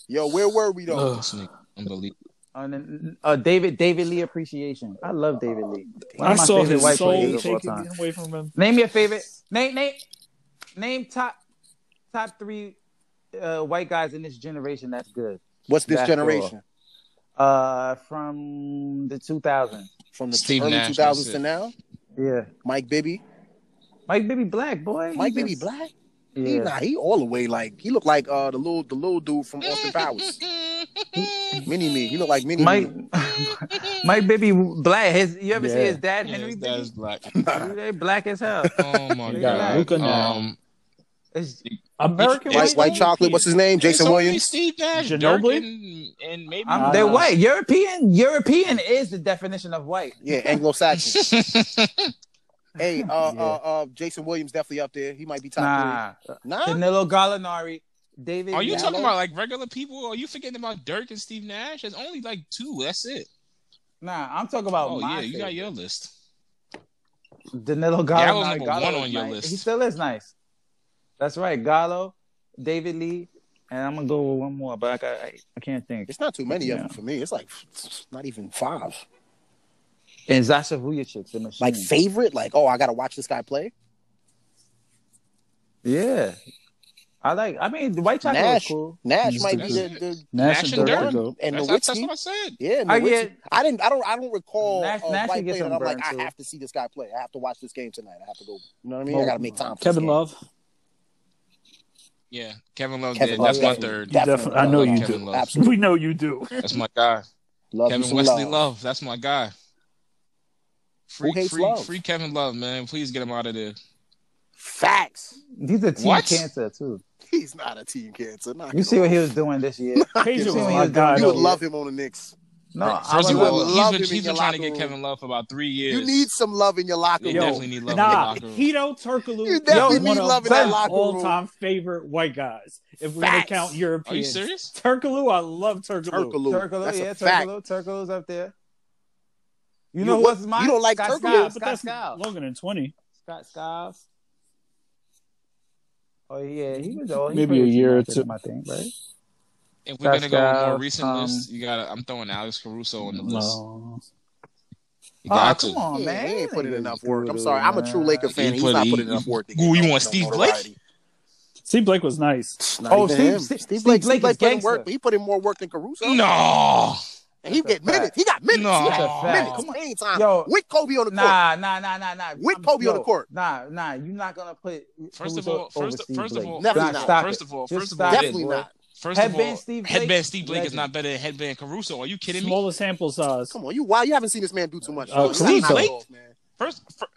Speaker 4: Yo, where were we though?
Speaker 2: This nigga, unbelievable.
Speaker 5: On the, uh, David David Lee appreciation. I love David Lee. One
Speaker 3: I
Speaker 5: of my
Speaker 3: saw
Speaker 5: favorite
Speaker 3: his
Speaker 5: white
Speaker 3: soul
Speaker 5: players of all
Speaker 3: taking
Speaker 5: time.
Speaker 3: away from him.
Speaker 5: Name your favorite. Name name name top top three uh, white guys in this generation. That's good.
Speaker 4: What's this
Speaker 5: Back
Speaker 4: generation?
Speaker 5: Uh, from the 2000s.
Speaker 4: From the
Speaker 2: Steve
Speaker 4: early
Speaker 2: Nash,
Speaker 4: 2000s
Speaker 2: that's
Speaker 4: to
Speaker 2: it.
Speaker 4: now?
Speaker 5: Yeah,
Speaker 4: Mike Bibby.
Speaker 5: Mike Bibby Black boy.
Speaker 4: Mike
Speaker 5: He
Speaker 4: Bibby
Speaker 5: just-
Speaker 4: Black? He
Speaker 5: Yeah,
Speaker 4: nah, he all the way like he looked like uh the little the little dude from Austin Powers. Mini me. He looked like Mini
Speaker 5: Mike
Speaker 4: me.
Speaker 5: Mike Bibby Black. His you ever see
Speaker 3: Yeah.
Speaker 5: his dad
Speaker 2: Yeah,
Speaker 5: Henry
Speaker 2: his dad
Speaker 5: Bibby?
Speaker 2: is black.
Speaker 5: Dude, They black as hell.
Speaker 2: Oh my
Speaker 5: Look at
Speaker 2: god!
Speaker 5: that.
Speaker 3: Look at that.
Speaker 2: Um,
Speaker 5: It's
Speaker 2: It's-
Speaker 3: American
Speaker 4: White
Speaker 2: it's-
Speaker 3: white,
Speaker 4: White Chocolate, what's his name?
Speaker 2: it's
Speaker 4: Jason
Speaker 2: only
Speaker 4: Williams?
Speaker 2: Steve Nash,
Speaker 3: Ginobili?
Speaker 2: Dirk, and, and maybe
Speaker 5: I'm,
Speaker 3: I
Speaker 5: they're
Speaker 3: know.
Speaker 5: white. European. European is the definition of white.
Speaker 4: Yeah, Anglo Saxon. hey, uh, uh uh Jason Williams definitely up there. He might be top
Speaker 5: Nah,
Speaker 4: three. Nah.
Speaker 5: Danilo Gallinari, David.
Speaker 2: Are you
Speaker 5: Gallo.
Speaker 2: talking about like regular people? Are you forgetting about Dirk and Steve Nash? There's only like two. That's it.
Speaker 5: Nah, I'm talking about
Speaker 2: Oh, yeah,
Speaker 5: my
Speaker 2: you got
Speaker 5: favorite.
Speaker 2: your list.
Speaker 5: Danilo Gallo.
Speaker 2: Gallo's
Speaker 5: nah,
Speaker 2: number
Speaker 5: Gallo
Speaker 2: one
Speaker 5: is
Speaker 2: on your
Speaker 5: nice.
Speaker 2: list.
Speaker 5: He still is nice. That's right, Gallo, David Lee, and I'm gonna go with one more, but I got, I, I can't think.
Speaker 4: It's not too many of them
Speaker 5: Yeah.
Speaker 4: for me. It's like not even five.
Speaker 5: And Zasha Vujacic, the machine.
Speaker 4: Like favorite, like oh, I gotta watch this guy play.
Speaker 5: yeah, I like. I mean, the white chocolate
Speaker 4: Nash,
Speaker 5: is cool.
Speaker 4: Nash
Speaker 3: He's
Speaker 4: might
Speaker 2: the
Speaker 4: be
Speaker 2: goat.
Speaker 4: the,
Speaker 2: Nash and
Speaker 4: the,
Speaker 2: Dirk.
Speaker 4: the one and
Speaker 2: That's,
Speaker 4: the
Speaker 2: that's, that's
Speaker 4: Nowitzki.
Speaker 2: what I said.
Speaker 4: Yeah, and
Speaker 5: I
Speaker 4: Nowitzki.
Speaker 5: get-
Speaker 4: I didn't. I don't. I don't recall
Speaker 5: Nash-
Speaker 4: a
Speaker 5: Nash
Speaker 4: white
Speaker 5: can get
Speaker 4: player that
Speaker 5: some
Speaker 4: I'm like,
Speaker 5: burn, too.
Speaker 4: I have to see this guy play. I have to watch this game tonight. I have to go. You know what I mean?
Speaker 3: Well,
Speaker 4: I gotta make time. For this
Speaker 3: Kevin
Speaker 4: game.
Speaker 3: Love.
Speaker 2: Yeah, Kevin Love's
Speaker 4: Kevin
Speaker 2: Kevin
Speaker 4: Love,
Speaker 2: That's my
Speaker 4: definitely.
Speaker 2: third.
Speaker 3: You
Speaker 4: Definitely.
Speaker 3: definitely. I know you
Speaker 2: Kevin
Speaker 3: do.
Speaker 2: Love.
Speaker 4: Absolutely.
Speaker 3: We know you do.
Speaker 2: That's my guy.
Speaker 4: Love you
Speaker 2: Kevin
Speaker 4: some
Speaker 2: Wesley
Speaker 4: love.
Speaker 2: Love. That's my guy. Free,
Speaker 4: hates
Speaker 2: free,
Speaker 4: Love?
Speaker 2: free Kevin Love, man. Please get him out of there.
Speaker 4: Facts.
Speaker 5: These are team
Speaker 2: What?
Speaker 5: cancer too.
Speaker 4: He's not a team cancer. Knock
Speaker 5: You
Speaker 4: it
Speaker 5: see
Speaker 4: off.
Speaker 5: what he was doing this year.
Speaker 3: Pager was
Speaker 5: You
Speaker 3: my
Speaker 5: would
Speaker 3: guy.
Speaker 4: you would
Speaker 3: though.
Speaker 4: love him on the Knicks.
Speaker 5: No, I
Speaker 2: First
Speaker 5: would
Speaker 2: of
Speaker 4: would
Speaker 2: all,
Speaker 5: love.
Speaker 2: he's
Speaker 4: love
Speaker 2: been,
Speaker 4: him in
Speaker 2: he's
Speaker 4: your
Speaker 2: been trying to
Speaker 4: locker
Speaker 2: get
Speaker 4: room.
Speaker 2: Kevin Love for about three years.
Speaker 4: You need some love in your locker
Speaker 2: They
Speaker 4: room.
Speaker 3: Yo,
Speaker 2: definitely need love
Speaker 3: Nah,
Speaker 2: in the locker room.
Speaker 3: Hito Turkoglu
Speaker 4: You
Speaker 5: definitely
Speaker 3: is one
Speaker 5: need
Speaker 3: of
Speaker 5: love in
Speaker 3: my
Speaker 5: that
Speaker 4: locker room.
Speaker 3: all-time favorite white guys. If we're gonna
Speaker 4: Facts.
Speaker 3: count
Speaker 2: Are you
Speaker 3: Europeans,
Speaker 2: serious?
Speaker 3: Turkoglu, I love Turkoglu.
Speaker 4: Turkaloo.
Speaker 5: Turkoglu,
Speaker 4: That's
Speaker 5: yeah,
Speaker 4: a fact.
Speaker 5: Turkoglu, Turkoglu's up there.
Speaker 4: You-
Speaker 5: You know who
Speaker 4: what-
Speaker 5: else is mine?
Speaker 4: you don't like
Speaker 5: Scott
Speaker 4: Turkoglu?
Speaker 5: Skiles.
Speaker 3: but
Speaker 5: Scott
Speaker 3: that's
Speaker 5: Skiles.
Speaker 3: longer than twenty.
Speaker 5: Scott Skiles. Oh yeah, he was old. He
Speaker 3: Maybe
Speaker 5: played
Speaker 3: a year or
Speaker 5: United,
Speaker 3: two.
Speaker 5: I think, right?
Speaker 2: If we're gonna go with more
Speaker 5: Pascal,
Speaker 2: recent
Speaker 5: um,
Speaker 2: lists, you gotta. I'm throwing Alex Caruso on the list.
Speaker 3: No,
Speaker 2: You
Speaker 5: Oh,
Speaker 4: Ah,
Speaker 2: got
Speaker 5: come
Speaker 2: to.
Speaker 5: on,
Speaker 4: Yeah,
Speaker 5: man.
Speaker 4: He ain't putting
Speaker 5: Niggas
Speaker 4: enough
Speaker 5: is
Speaker 4: work. I'm
Speaker 5: doodle,
Speaker 4: sorry. I'm a true
Speaker 5: man.
Speaker 4: Laker fan.
Speaker 2: He
Speaker 4: He's
Speaker 2: put-
Speaker 4: not
Speaker 2: he-
Speaker 4: putting enough work. to get
Speaker 2: Ooh, you
Speaker 4: no-
Speaker 2: want
Speaker 4: no
Speaker 2: Steve Blake?
Speaker 4: notoriety.
Speaker 3: Steve Blake was nice.
Speaker 4: Not
Speaker 5: Oh,
Speaker 4: even
Speaker 5: Steve-
Speaker 4: him.
Speaker 5: Steve-
Speaker 4: Steve,
Speaker 5: Steve
Speaker 4: Blake,
Speaker 5: Blake
Speaker 4: Steve Blake
Speaker 5: is
Speaker 4: put in
Speaker 5: gangster.
Speaker 4: work, but he put in more work than Caruso.
Speaker 2: No.
Speaker 4: And he
Speaker 5: That's a
Speaker 4: get minutes.
Speaker 5: fact.
Speaker 4: He got minutes.
Speaker 2: No.
Speaker 4: He
Speaker 5: That's a
Speaker 4: had
Speaker 5: fact.
Speaker 4: minutes.
Speaker 5: Come on.
Speaker 4: Playing time.
Speaker 5: Yo.
Speaker 4: with Kobe on the court.
Speaker 5: Nah, nah, nah, nah, nah.
Speaker 4: With
Speaker 5: I'm-
Speaker 4: Kobe on
Speaker 5: yo,
Speaker 4: the court.
Speaker 5: Nah, nah. You're not gonna put
Speaker 2: First of
Speaker 5: Caruso
Speaker 2: all-
Speaker 5: over
Speaker 2: first-
Speaker 5: Steve
Speaker 2: first of
Speaker 5: Blake.
Speaker 2: all-
Speaker 5: Nah,
Speaker 4: Definitely not.
Speaker 5: stop
Speaker 2: First
Speaker 5: it.
Speaker 2: of all-
Speaker 5: Just
Speaker 2: first of all,
Speaker 5: stop it,
Speaker 4: Definitely
Speaker 5: boy.
Speaker 4: not.
Speaker 2: First
Speaker 5: Headband
Speaker 2: of all,
Speaker 5: Steve Blake,
Speaker 2: headband Steve Blake is
Speaker 5: legend.
Speaker 2: not better than headband Caruso. Are you kidding me?
Speaker 3: Smaller sample size.
Speaker 4: Come on, you wow, you haven't seen this man do too much.
Speaker 3: Uh,
Speaker 4: He's not
Speaker 3: Caruso.
Speaker 4: involved, man.
Speaker 2: First, fir-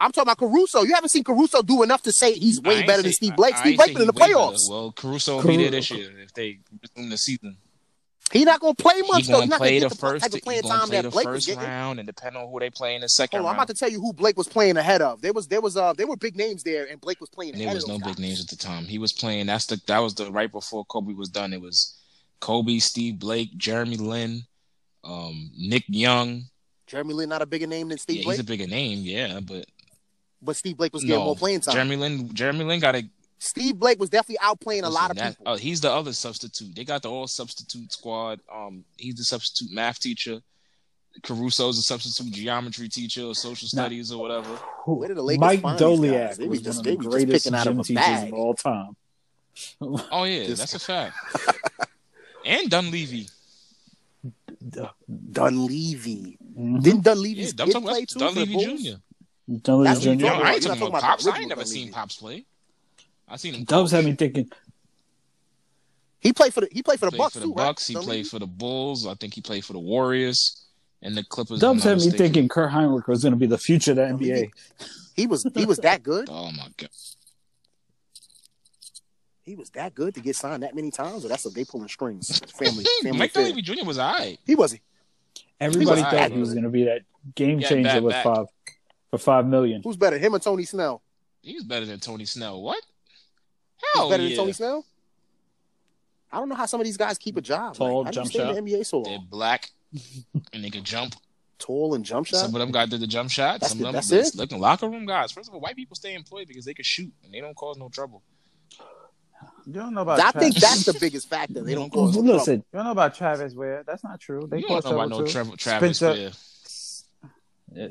Speaker 4: I'm talking about Caruso. You haven't seen Caruso do enough to say he's
Speaker 2: I
Speaker 4: way
Speaker 2: ain't
Speaker 4: better
Speaker 2: say-
Speaker 4: than Steve
Speaker 2: I-
Speaker 4: Blake.
Speaker 2: I
Speaker 4: Steve
Speaker 2: ain't say
Speaker 4: Blake been in the
Speaker 2: he way better.
Speaker 4: playoffs.
Speaker 2: Well, Caruso will be
Speaker 3: Caru-
Speaker 2: there this year if they resume the season.
Speaker 4: He's not gonna play much.
Speaker 2: He's
Speaker 4: though.
Speaker 2: going
Speaker 4: He's
Speaker 2: to
Speaker 4: not gonna
Speaker 2: play the
Speaker 4: get the
Speaker 2: first.
Speaker 4: type
Speaker 2: He's
Speaker 4: of playing
Speaker 2: going to
Speaker 4: time
Speaker 2: play
Speaker 4: that
Speaker 2: the
Speaker 4: Blake was
Speaker 2: first
Speaker 4: getting.
Speaker 2: round, and depending on who they play in the second
Speaker 4: Hold on, I'm
Speaker 2: round,
Speaker 4: about to tell you who Blake was playing ahead of. There was there was uh there were big names there, and Blake was playing.
Speaker 2: And there
Speaker 4: ahead
Speaker 2: was
Speaker 4: of
Speaker 2: no
Speaker 4: those
Speaker 2: big
Speaker 4: guys.
Speaker 2: names at the time. He was playing. That's the that was the right before Kobe was done. It was Kobe, Steve Blake, Jeremy Lin, um, Nick Young.
Speaker 4: Jeremy Lin not a bigger name than Steve
Speaker 2: yeah,
Speaker 4: Blake,
Speaker 2: he's a bigger name. Yeah, but
Speaker 4: but Steve Blake was getting
Speaker 2: no,
Speaker 4: more playing time.
Speaker 2: Jeremy Lin. Jeremy Lin got a,
Speaker 4: Steve Blake was definitely outplaying a lot of
Speaker 2: that-
Speaker 4: people.
Speaker 2: Oh, he's the other substitute. They got the all substitute squad. Um, he's the substitute math teacher. Caruso's a substitute geometry teacher or social
Speaker 3: Nah.
Speaker 2: studies or whatever.
Speaker 4: Where did the Lakers
Speaker 3: Mike
Speaker 4: find these guys?
Speaker 3: Doliak
Speaker 4: They
Speaker 3: was
Speaker 4: was just-
Speaker 3: one
Speaker 4: they
Speaker 3: of the
Speaker 4: was just
Speaker 3: greatest
Speaker 4: picking out of
Speaker 3: gym
Speaker 4: a
Speaker 3: teachers
Speaker 4: bag.
Speaker 3: of all time.
Speaker 2: Oh yeah,
Speaker 4: Just-
Speaker 2: that's a fact. and Dunleavy.
Speaker 4: Dunleavy.
Speaker 3: Mhm.
Speaker 4: Didn't Dunleavy
Speaker 2: Yeah,
Speaker 4: kid
Speaker 2: I'm talking
Speaker 4: play
Speaker 2: about
Speaker 4: too? for the
Speaker 2: Dunleavy
Speaker 4: Bulls?
Speaker 2: Jr.
Speaker 3: Dunleavy
Speaker 4: That's what
Speaker 2: Yo,
Speaker 3: Jr.
Speaker 4: No,
Speaker 2: I
Speaker 4: we're
Speaker 2: ain't
Speaker 4: not
Speaker 2: talking
Speaker 4: talking
Speaker 2: about
Speaker 4: about
Speaker 2: Pops.
Speaker 4: the
Speaker 2: I ain't
Speaker 4: original
Speaker 2: never
Speaker 4: Dunleavy.
Speaker 2: seen Pops play. I seen him.
Speaker 3: Dubs
Speaker 2: coach.
Speaker 3: had me thinking.
Speaker 4: He played for the he played for the
Speaker 2: played
Speaker 4: Bucks
Speaker 2: for the
Speaker 4: too, right?
Speaker 2: Bucks. He played
Speaker 4: Dunleavy?
Speaker 2: for the Bulls. I think he played for the Warriors and the Clippers. if I'm
Speaker 3: Dubs
Speaker 2: not
Speaker 3: had me
Speaker 2: mistaken.
Speaker 3: thinking Kurt Heinrich was going to be the future of the NBA.
Speaker 4: He was he was that good.
Speaker 2: Oh my god!
Speaker 4: He was that good to get signed that many times, or that's what they pulling strings. Family, family
Speaker 2: Mike
Speaker 4: affair.
Speaker 2: Dunleavy Jr. was alright.
Speaker 4: He wasn't.
Speaker 3: Everybody
Speaker 2: He was
Speaker 3: thought
Speaker 2: bad.
Speaker 3: he was going to be that game
Speaker 2: Yeah,
Speaker 3: changer
Speaker 2: bad
Speaker 3: with
Speaker 2: back.
Speaker 3: five for five million.
Speaker 4: Who's better, him or Tony Snell?
Speaker 2: He was better than Tony Snell. What?
Speaker 4: Who's
Speaker 2: Hell
Speaker 4: better
Speaker 2: yeah!
Speaker 4: than Tony Snell? I don't know how some of these guys keep a job.
Speaker 3: Tall,
Speaker 4: like, how do you
Speaker 3: jump
Speaker 4: stay in
Speaker 3: shot.
Speaker 4: the NBA so long?
Speaker 2: They're black and they can jump.
Speaker 4: Tall and jump shot.
Speaker 2: Some of them guys did the jump shot.
Speaker 4: That's
Speaker 2: Some
Speaker 4: it-
Speaker 2: of them
Speaker 4: that's
Speaker 2: that's
Speaker 4: it?
Speaker 2: looking locker room guys. First of all, white people stay employed because they can shoot and they don't cause no trouble.
Speaker 5: You don't know about.
Speaker 4: I
Speaker 5: Travis.
Speaker 4: think that's the biggest factor. They don't cause no trouble.
Speaker 3: Listen,
Speaker 5: You don't know about Travis Ware. That's not true. They
Speaker 2: you don't
Speaker 5: caused
Speaker 2: know about
Speaker 5: trouble
Speaker 2: no
Speaker 5: too.
Speaker 2: Trevor Travis.
Speaker 5: Spencer-
Speaker 2: Fair.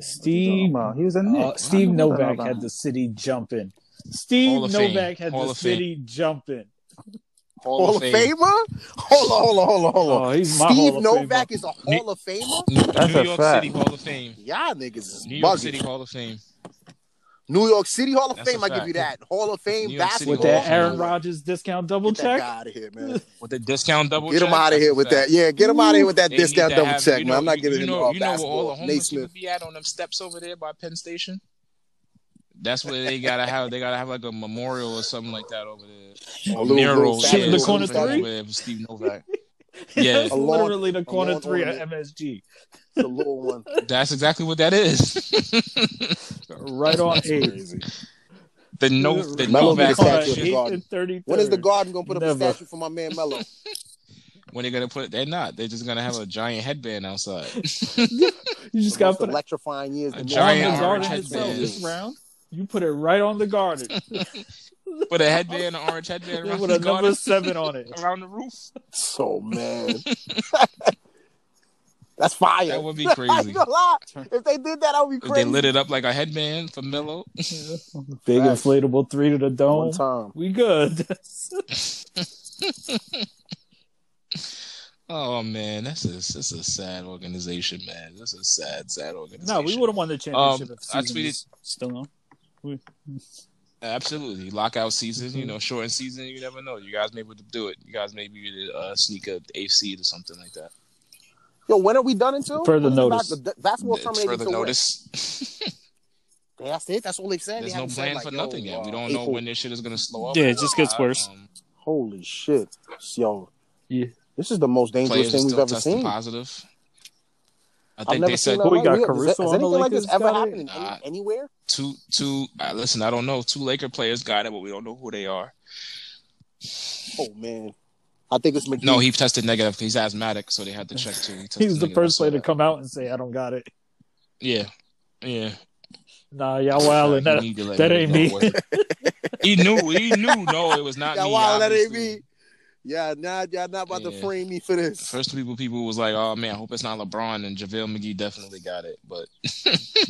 Speaker 5: Steve,
Speaker 3: Steve
Speaker 5: he was a
Speaker 3: Uh,
Speaker 5: Nick.
Speaker 3: Steve Novak had the city jumping.
Speaker 2: Hall
Speaker 3: Steve
Speaker 2: of Fame.
Speaker 3: Novak had
Speaker 2: Hall
Speaker 3: the
Speaker 2: of Fame.
Speaker 3: city jumping.
Speaker 2: Hall,
Speaker 4: Hall of Famer? Hold on, hold on, hold on, hold on.
Speaker 3: Oh, he's my
Speaker 4: Steve
Speaker 3: Hall of
Speaker 4: Novak
Speaker 3: Famer.
Speaker 4: is a Hall of Famer?
Speaker 5: That's
Speaker 2: New
Speaker 5: a
Speaker 2: York
Speaker 5: fact.
Speaker 2: City Hall of Fame.
Speaker 4: Y'all niggas is
Speaker 2: New York
Speaker 4: bugging.
Speaker 2: City Hall of Fame.
Speaker 4: New York City Hall of
Speaker 2: That's a
Speaker 4: Fame, I give you that. Hall of Fame
Speaker 2: New York City
Speaker 4: basketball.
Speaker 3: with that
Speaker 2: Hall of
Speaker 3: Aaron
Speaker 2: Fame.
Speaker 3: Rodgers discount double
Speaker 4: Get that
Speaker 3: check.
Speaker 4: guy out of here, man.
Speaker 2: with the discount double
Speaker 4: Get
Speaker 2: check.
Speaker 4: him out of
Speaker 2: that's
Speaker 4: here
Speaker 2: a
Speaker 4: with
Speaker 2: fact.
Speaker 4: that. Yeah, get him out of here with that
Speaker 2: They need
Speaker 4: discount
Speaker 2: to
Speaker 4: double
Speaker 2: have-
Speaker 4: check,
Speaker 2: you
Speaker 4: man.
Speaker 2: know-
Speaker 4: I'm not
Speaker 2: you-
Speaker 4: giving
Speaker 2: you
Speaker 4: him
Speaker 2: know,
Speaker 4: all
Speaker 2: You know where all the
Speaker 4: basketball. Nate
Speaker 2: homeless people
Speaker 4: Smith.
Speaker 2: be at on them steps over there by Penn Station. That's where they gotta have. They gotta have like a memorial or something like that over there.
Speaker 4: A little-
Speaker 2: Mural,
Speaker 4: little
Speaker 2: yeah,
Speaker 3: Shooting the
Speaker 4: statue.
Speaker 3: corner
Speaker 2: something
Speaker 3: three?
Speaker 2: over there for Steve Novak. Yeah.
Speaker 3: That's
Speaker 4: A lawn-
Speaker 3: literally the
Speaker 4: a
Speaker 3: corner
Speaker 4: lawn
Speaker 3: three of
Speaker 4: ornament.
Speaker 3: MSG,
Speaker 4: The little one.
Speaker 2: That's exactly what that is.
Speaker 3: right on
Speaker 4: That's
Speaker 3: eight.
Speaker 4: crazy.
Speaker 2: the no, the
Speaker 4: Melo did
Speaker 2: Novak
Speaker 4: a statue
Speaker 2: shit.
Speaker 4: in the garden.
Speaker 3: thirty.
Speaker 4: When is the garden gonna put up
Speaker 3: Never.
Speaker 4: a statue for my man Mello?
Speaker 2: When they're gonna put it, they're not. They're just gonna have a giant headband outside.
Speaker 3: You just
Speaker 4: The
Speaker 3: got
Speaker 4: most
Speaker 3: to put it
Speaker 4: electrifying years.
Speaker 2: A
Speaker 4: the
Speaker 2: giant
Speaker 3: on
Speaker 4: Knicks-
Speaker 3: the
Speaker 2: orange
Speaker 3: garden
Speaker 2: headband.
Speaker 3: itself this round. You put it right on the garden
Speaker 2: Put a headband, an orange headband around
Speaker 3: with
Speaker 2: the
Speaker 3: a number
Speaker 2: garden,
Speaker 3: seven on it.
Speaker 2: around the roof.
Speaker 4: So man. That's fire.
Speaker 2: That would be
Speaker 4: I
Speaker 2: crazy.
Speaker 4: ain't gonna lie. If they did that, I would be
Speaker 2: If
Speaker 4: crazy.
Speaker 2: they lit it up like a headband for Melo.
Speaker 3: Big
Speaker 4: Facts.
Speaker 3: inflatable three to the
Speaker 4: one
Speaker 3: dome.
Speaker 4: time.
Speaker 3: We good.
Speaker 2: Oh man, that's a that's a sad organization, man. That's a sad, sad organization.
Speaker 3: no, we would have won the championship
Speaker 2: Um,
Speaker 3: if
Speaker 2: I
Speaker 3: season was still on.
Speaker 2: absolutely lockout season.
Speaker 3: Mm-hmm.
Speaker 2: You know, shortened season. You never know. You guys may be able to do it. You guys may be able to uh, sneak a eighth seed or something like that.
Speaker 4: Yo, when are we done until?
Speaker 3: Further
Speaker 4: When is the
Speaker 3: notice.
Speaker 4: ba- The, basketball
Speaker 2: It's
Speaker 4: terminated
Speaker 2: further
Speaker 4: until when?
Speaker 2: notice.
Speaker 4: That's it. That's all they've said.
Speaker 2: There's
Speaker 4: they
Speaker 2: no
Speaker 4: haven't said,
Speaker 2: plan
Speaker 4: like,
Speaker 2: for
Speaker 4: yo,
Speaker 2: nothing yet. We
Speaker 4: uh,
Speaker 2: don't know
Speaker 4: April.
Speaker 2: when this shit is gonna slow up.
Speaker 3: Yeah, it just gets worse.
Speaker 2: Um,
Speaker 4: Holy shit, yo.
Speaker 3: Yeah.
Speaker 4: This is the most dangerous
Speaker 2: players are
Speaker 4: thing we've
Speaker 2: still
Speaker 4: ever
Speaker 2: testing
Speaker 4: seen.
Speaker 2: positive. I
Speaker 4: I've
Speaker 2: think
Speaker 4: never
Speaker 2: they said
Speaker 4: seen that.
Speaker 3: Who we
Speaker 4: like-
Speaker 3: got,
Speaker 4: is that-
Speaker 3: Caruso
Speaker 4: Is,
Speaker 3: on the
Speaker 4: anything like this
Speaker 3: Lakers
Speaker 4: ever
Speaker 3: got it?
Speaker 4: happening any-
Speaker 2: Nah.
Speaker 4: anywhere?
Speaker 2: two two. Uh, listen, I don't know. Two Laker players got it, but we don't know who they are.
Speaker 4: Oh man, I think it's McGee.
Speaker 2: No, he tested negative. He's asthmatic, so they had to check too. He
Speaker 3: He
Speaker 2: tested
Speaker 3: was the
Speaker 2: negative,
Speaker 3: first
Speaker 2: so
Speaker 3: player to
Speaker 2: that-
Speaker 3: come out and say, "I don't got it."
Speaker 2: Yeah, yeah.
Speaker 3: Nah, y'all wilding.
Speaker 2: Nah,
Speaker 3: That,
Speaker 2: he need to let
Speaker 3: that
Speaker 2: niggas
Speaker 3: ain't
Speaker 2: know
Speaker 3: me.
Speaker 2: it wasn't- he knew. He knew. No, it was not
Speaker 4: Y'all
Speaker 2: me.
Speaker 4: wild, that ain't
Speaker 2: obviously.
Speaker 4: me. Yeah, nah, y'all not about to
Speaker 2: Yeah.
Speaker 4: frame me for
Speaker 2: The
Speaker 4: this.
Speaker 2: First people, people was like, "Oh man, I hope it's not LeBron." And JaVale McGee definitely got it, but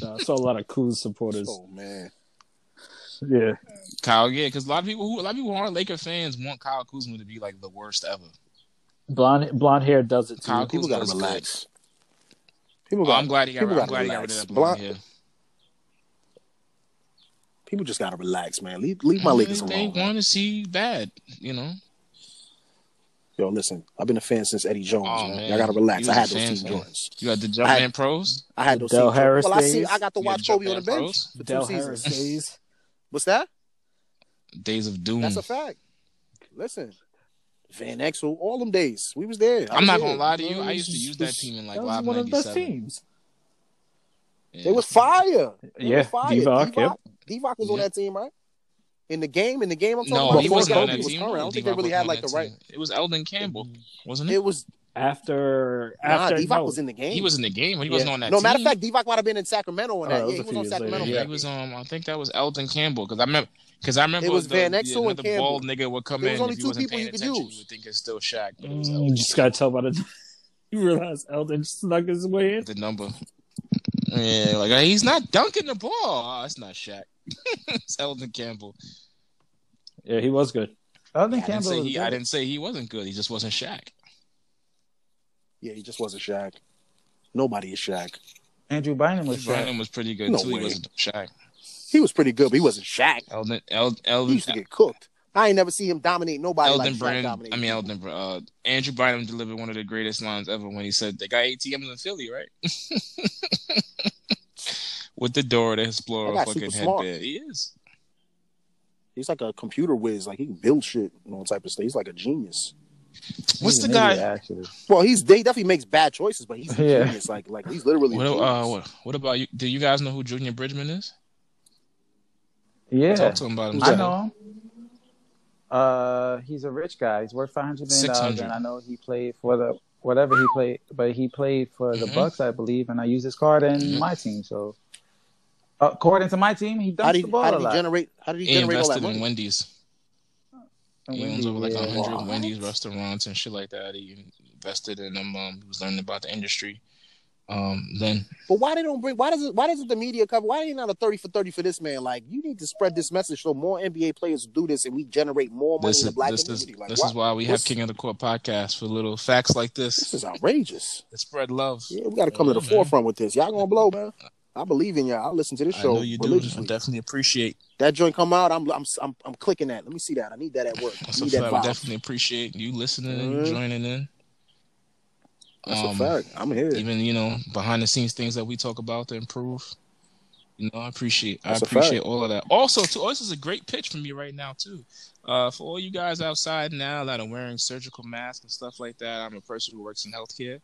Speaker 3: Nah, I saw a lot of cool supporters.
Speaker 4: Oh man,
Speaker 3: Yeah,
Speaker 2: Kyle, yeah, because a lot of people, who, a lot of people who are Laker fans, want Kyle Kuzma to be like the worst ever.
Speaker 3: blonde blonde hair does it
Speaker 2: Kyle
Speaker 3: too.
Speaker 4: people
Speaker 2: Kuzma
Speaker 4: gotta
Speaker 2: is good.
Speaker 4: relax. People
Speaker 2: Oh,
Speaker 4: got.
Speaker 2: I'm glad he got.
Speaker 4: people
Speaker 2: I'm
Speaker 4: gotta
Speaker 2: glad he got rid of
Speaker 4: relax.
Speaker 2: that blonde
Speaker 4: Blonde-
Speaker 2: hair.
Speaker 4: people just gotta relax, man. Leave, leave my Lakers
Speaker 2: they
Speaker 4: alone. man.
Speaker 2: want to see bad, you know.
Speaker 4: Yo, listen, I've been a fan since Eddie Jones.
Speaker 2: Oh,
Speaker 4: man.
Speaker 2: man.
Speaker 4: I gotta relax.
Speaker 2: You
Speaker 4: I had
Speaker 2: was a
Speaker 4: those
Speaker 2: fan
Speaker 4: Steve
Speaker 2: since-
Speaker 4: Jordans.
Speaker 2: You got the
Speaker 4: I-
Speaker 2: Jumpman Pros.
Speaker 4: I had those.
Speaker 3: Del
Speaker 4: Steve Jordans.
Speaker 3: Harris
Speaker 4: Well, I see.
Speaker 3: days.
Speaker 4: I got to
Speaker 2: You
Speaker 4: watch
Speaker 2: got
Speaker 4: Kobe on the
Speaker 2: Jumpman
Speaker 4: bench
Speaker 2: Pros?
Speaker 4: for two
Speaker 3: Del
Speaker 4: seasons.
Speaker 3: Harris days.
Speaker 4: What's that?
Speaker 2: Days of Doom.
Speaker 4: That's a fact. Listen, Van Exel, all them days, we was there. I
Speaker 2: I'm
Speaker 4: was
Speaker 2: not
Speaker 4: there.
Speaker 2: gonna lie to you. I used to use that team in like
Speaker 3: That was
Speaker 2: live
Speaker 3: one of the best
Speaker 2: 97.
Speaker 3: teams.
Speaker 2: Yeah.
Speaker 4: They was fire. They
Speaker 5: Yeah,
Speaker 4: was fire.
Speaker 3: Divock,
Speaker 4: Divock,
Speaker 3: yep.
Speaker 4: Divock was on
Speaker 2: Yep.
Speaker 4: that team, right? In the game, in the game, I'm talking
Speaker 2: No,
Speaker 4: about.
Speaker 2: he
Speaker 4: before
Speaker 2: wasn't on
Speaker 4: Kobe
Speaker 2: that
Speaker 4: was
Speaker 2: team.
Speaker 4: current, I don't think they
Speaker 2: Divock
Speaker 4: really
Speaker 2: wasn't
Speaker 4: had
Speaker 2: on
Speaker 4: like the
Speaker 2: that
Speaker 4: right.
Speaker 2: team. It was Eldon Campbell, wasn't it?
Speaker 4: It was
Speaker 3: After
Speaker 4: nah.
Speaker 3: after
Speaker 4: Divock
Speaker 3: no,
Speaker 4: was in the game.
Speaker 2: he was in the game, but he wasn't
Speaker 3: Yeah.
Speaker 2: on that
Speaker 4: no
Speaker 2: team.
Speaker 4: matter of fact, Divock might have been in Sacramento
Speaker 3: Oh,
Speaker 4: on that.
Speaker 3: that was a
Speaker 4: yeah, he was
Speaker 3: few
Speaker 4: on
Speaker 3: years
Speaker 4: Sacramento.
Speaker 3: later,
Speaker 4: on
Speaker 2: Yeah,
Speaker 4: that.
Speaker 2: he was um. I think that was Eldon Campbell because I remember because I remember
Speaker 4: It was
Speaker 2: the,
Speaker 4: Van
Speaker 2: yeah,
Speaker 4: Exel
Speaker 2: the,
Speaker 4: and
Speaker 2: the
Speaker 4: Campbell.
Speaker 2: bald nigga would come
Speaker 4: There
Speaker 2: in.
Speaker 4: was
Speaker 2: and
Speaker 4: only
Speaker 2: if you
Speaker 4: two
Speaker 2: wasn't
Speaker 4: people
Speaker 2: paying
Speaker 4: you could
Speaker 2: attention,
Speaker 4: use.
Speaker 2: You would think it's still Shaq, but it was
Speaker 3: Mm, you
Speaker 5: Mm.
Speaker 2: Eldon.
Speaker 3: just gotta tell by the. you realize Eldon snuck his way in.
Speaker 2: The number. Yeah, like hey, he's not dunking the ball. Oh, that's not Shaq. it's Eldon Campbell.
Speaker 3: Yeah, he was good.
Speaker 5: Eldon
Speaker 2: I didn't
Speaker 5: Campbell
Speaker 2: say
Speaker 5: was
Speaker 2: he.
Speaker 5: good.
Speaker 2: I didn't say he wasn't good. He just wasn't Shaq.
Speaker 4: Yeah, he just wasn't Shaq. Nobody is Shaq.
Speaker 5: Andrew Bynum was Shaq.
Speaker 2: Brandon was pretty good
Speaker 4: No
Speaker 2: too.
Speaker 4: way.
Speaker 2: He wasn't Shaq.
Speaker 4: He was pretty good, but he wasn't Shaq.
Speaker 2: Eldon. Eldon.
Speaker 4: He used to
Speaker 2: Eldon.
Speaker 4: get cooked. I ain't never see him dominate nobody
Speaker 2: Eldon
Speaker 4: like Shaq
Speaker 2: Brand,
Speaker 4: dominated.
Speaker 2: I mean Eldon. Bra- Uh, Andrew Bynum delivered one of the greatest lines ever when he said, "They got ATMs in Philly, right?" With the door to
Speaker 4: That
Speaker 2: explore a
Speaker 4: guy's
Speaker 2: fucking
Speaker 4: super smart.
Speaker 2: headband. He is.
Speaker 4: He's like a computer whiz. Like he can build shit and all type of stuff. He's like a genius.
Speaker 2: What's
Speaker 5: He's
Speaker 2: the
Speaker 5: an
Speaker 2: guy?
Speaker 5: idiot, Actually,
Speaker 4: Well, he's they definitely makes bad choices, but he's a
Speaker 5: Yeah.
Speaker 4: genius. Like like he's literally. a
Speaker 2: What, uh,
Speaker 4: genius.
Speaker 2: what, what about you? Do you guys know who Junior Bridgman is?
Speaker 5: yeah,
Speaker 2: Talk to him about him.
Speaker 5: I know him. Uh, he's a rich guy. He's worth five hundred million dollars,
Speaker 2: 600.
Speaker 5: and I know he played for the whatever he played, but he played for the
Speaker 2: Mhm.
Speaker 5: Bucks, I believe, and I used his card in
Speaker 2: Mhm.
Speaker 5: my team. So, Uh, according to my team, he
Speaker 4: How
Speaker 5: dunks
Speaker 4: did,
Speaker 5: the ball
Speaker 4: how
Speaker 5: a
Speaker 4: did he
Speaker 5: lot.
Speaker 4: generate? How did he,
Speaker 2: He
Speaker 4: generate all
Speaker 2: invested
Speaker 4: that
Speaker 2: in
Speaker 4: money?
Speaker 2: Wendy's.
Speaker 5: And
Speaker 2: He owns
Speaker 5: Wendy's,
Speaker 2: over like
Speaker 5: yeah.
Speaker 2: a hundred
Speaker 4: Wow.
Speaker 2: Wendy's restaurants and shit like that. He invested in them. Um, he was learning about the industry. Um, then
Speaker 4: But why they don't bring? Why does it? Why doesn't the media cover? Why they not a thirty for thirty for this man? Like you need to spread this message so more NBA players do this and we generate more money
Speaker 2: this
Speaker 4: in the
Speaker 2: is
Speaker 4: black
Speaker 2: this is
Speaker 4: community. like
Speaker 2: this
Speaker 4: why-
Speaker 2: is why we have
Speaker 4: what's-
Speaker 2: King of the Court podcast for little facts like
Speaker 4: this
Speaker 2: this
Speaker 4: is outrageous.
Speaker 2: to spread love.
Speaker 4: Yeah, we got to come to the
Speaker 2: Yeah, man.
Speaker 4: forefront with this. Y'all gonna blow, man. I believe in y'all. I listen to this
Speaker 2: I
Speaker 4: show
Speaker 2: know you do. I
Speaker 4: religiously.
Speaker 2: definitely appreciate.
Speaker 4: That joint come out. I'm, I'm I'm I'm clicking that. Let me see that. I need that at work. I
Speaker 2: That's a
Speaker 4: need that
Speaker 2: fact. We
Speaker 4: vibe.
Speaker 2: definitely appreciate you listening and you
Speaker 4: Mhm.
Speaker 2: joining in.
Speaker 4: That's
Speaker 2: Um,
Speaker 4: a fact. I'm here.
Speaker 2: Even you know behind the scenes things that we talk about to improve. You know, I appreciate
Speaker 4: That's
Speaker 2: I
Speaker 4: a
Speaker 2: appreciate
Speaker 4: fact.
Speaker 2: all of that. Also, too, oh, this is a great pitch from you right now too. Uh, for all you guys outside now that are wearing surgical masks and stuff like that, I'm a person who works in healthcare.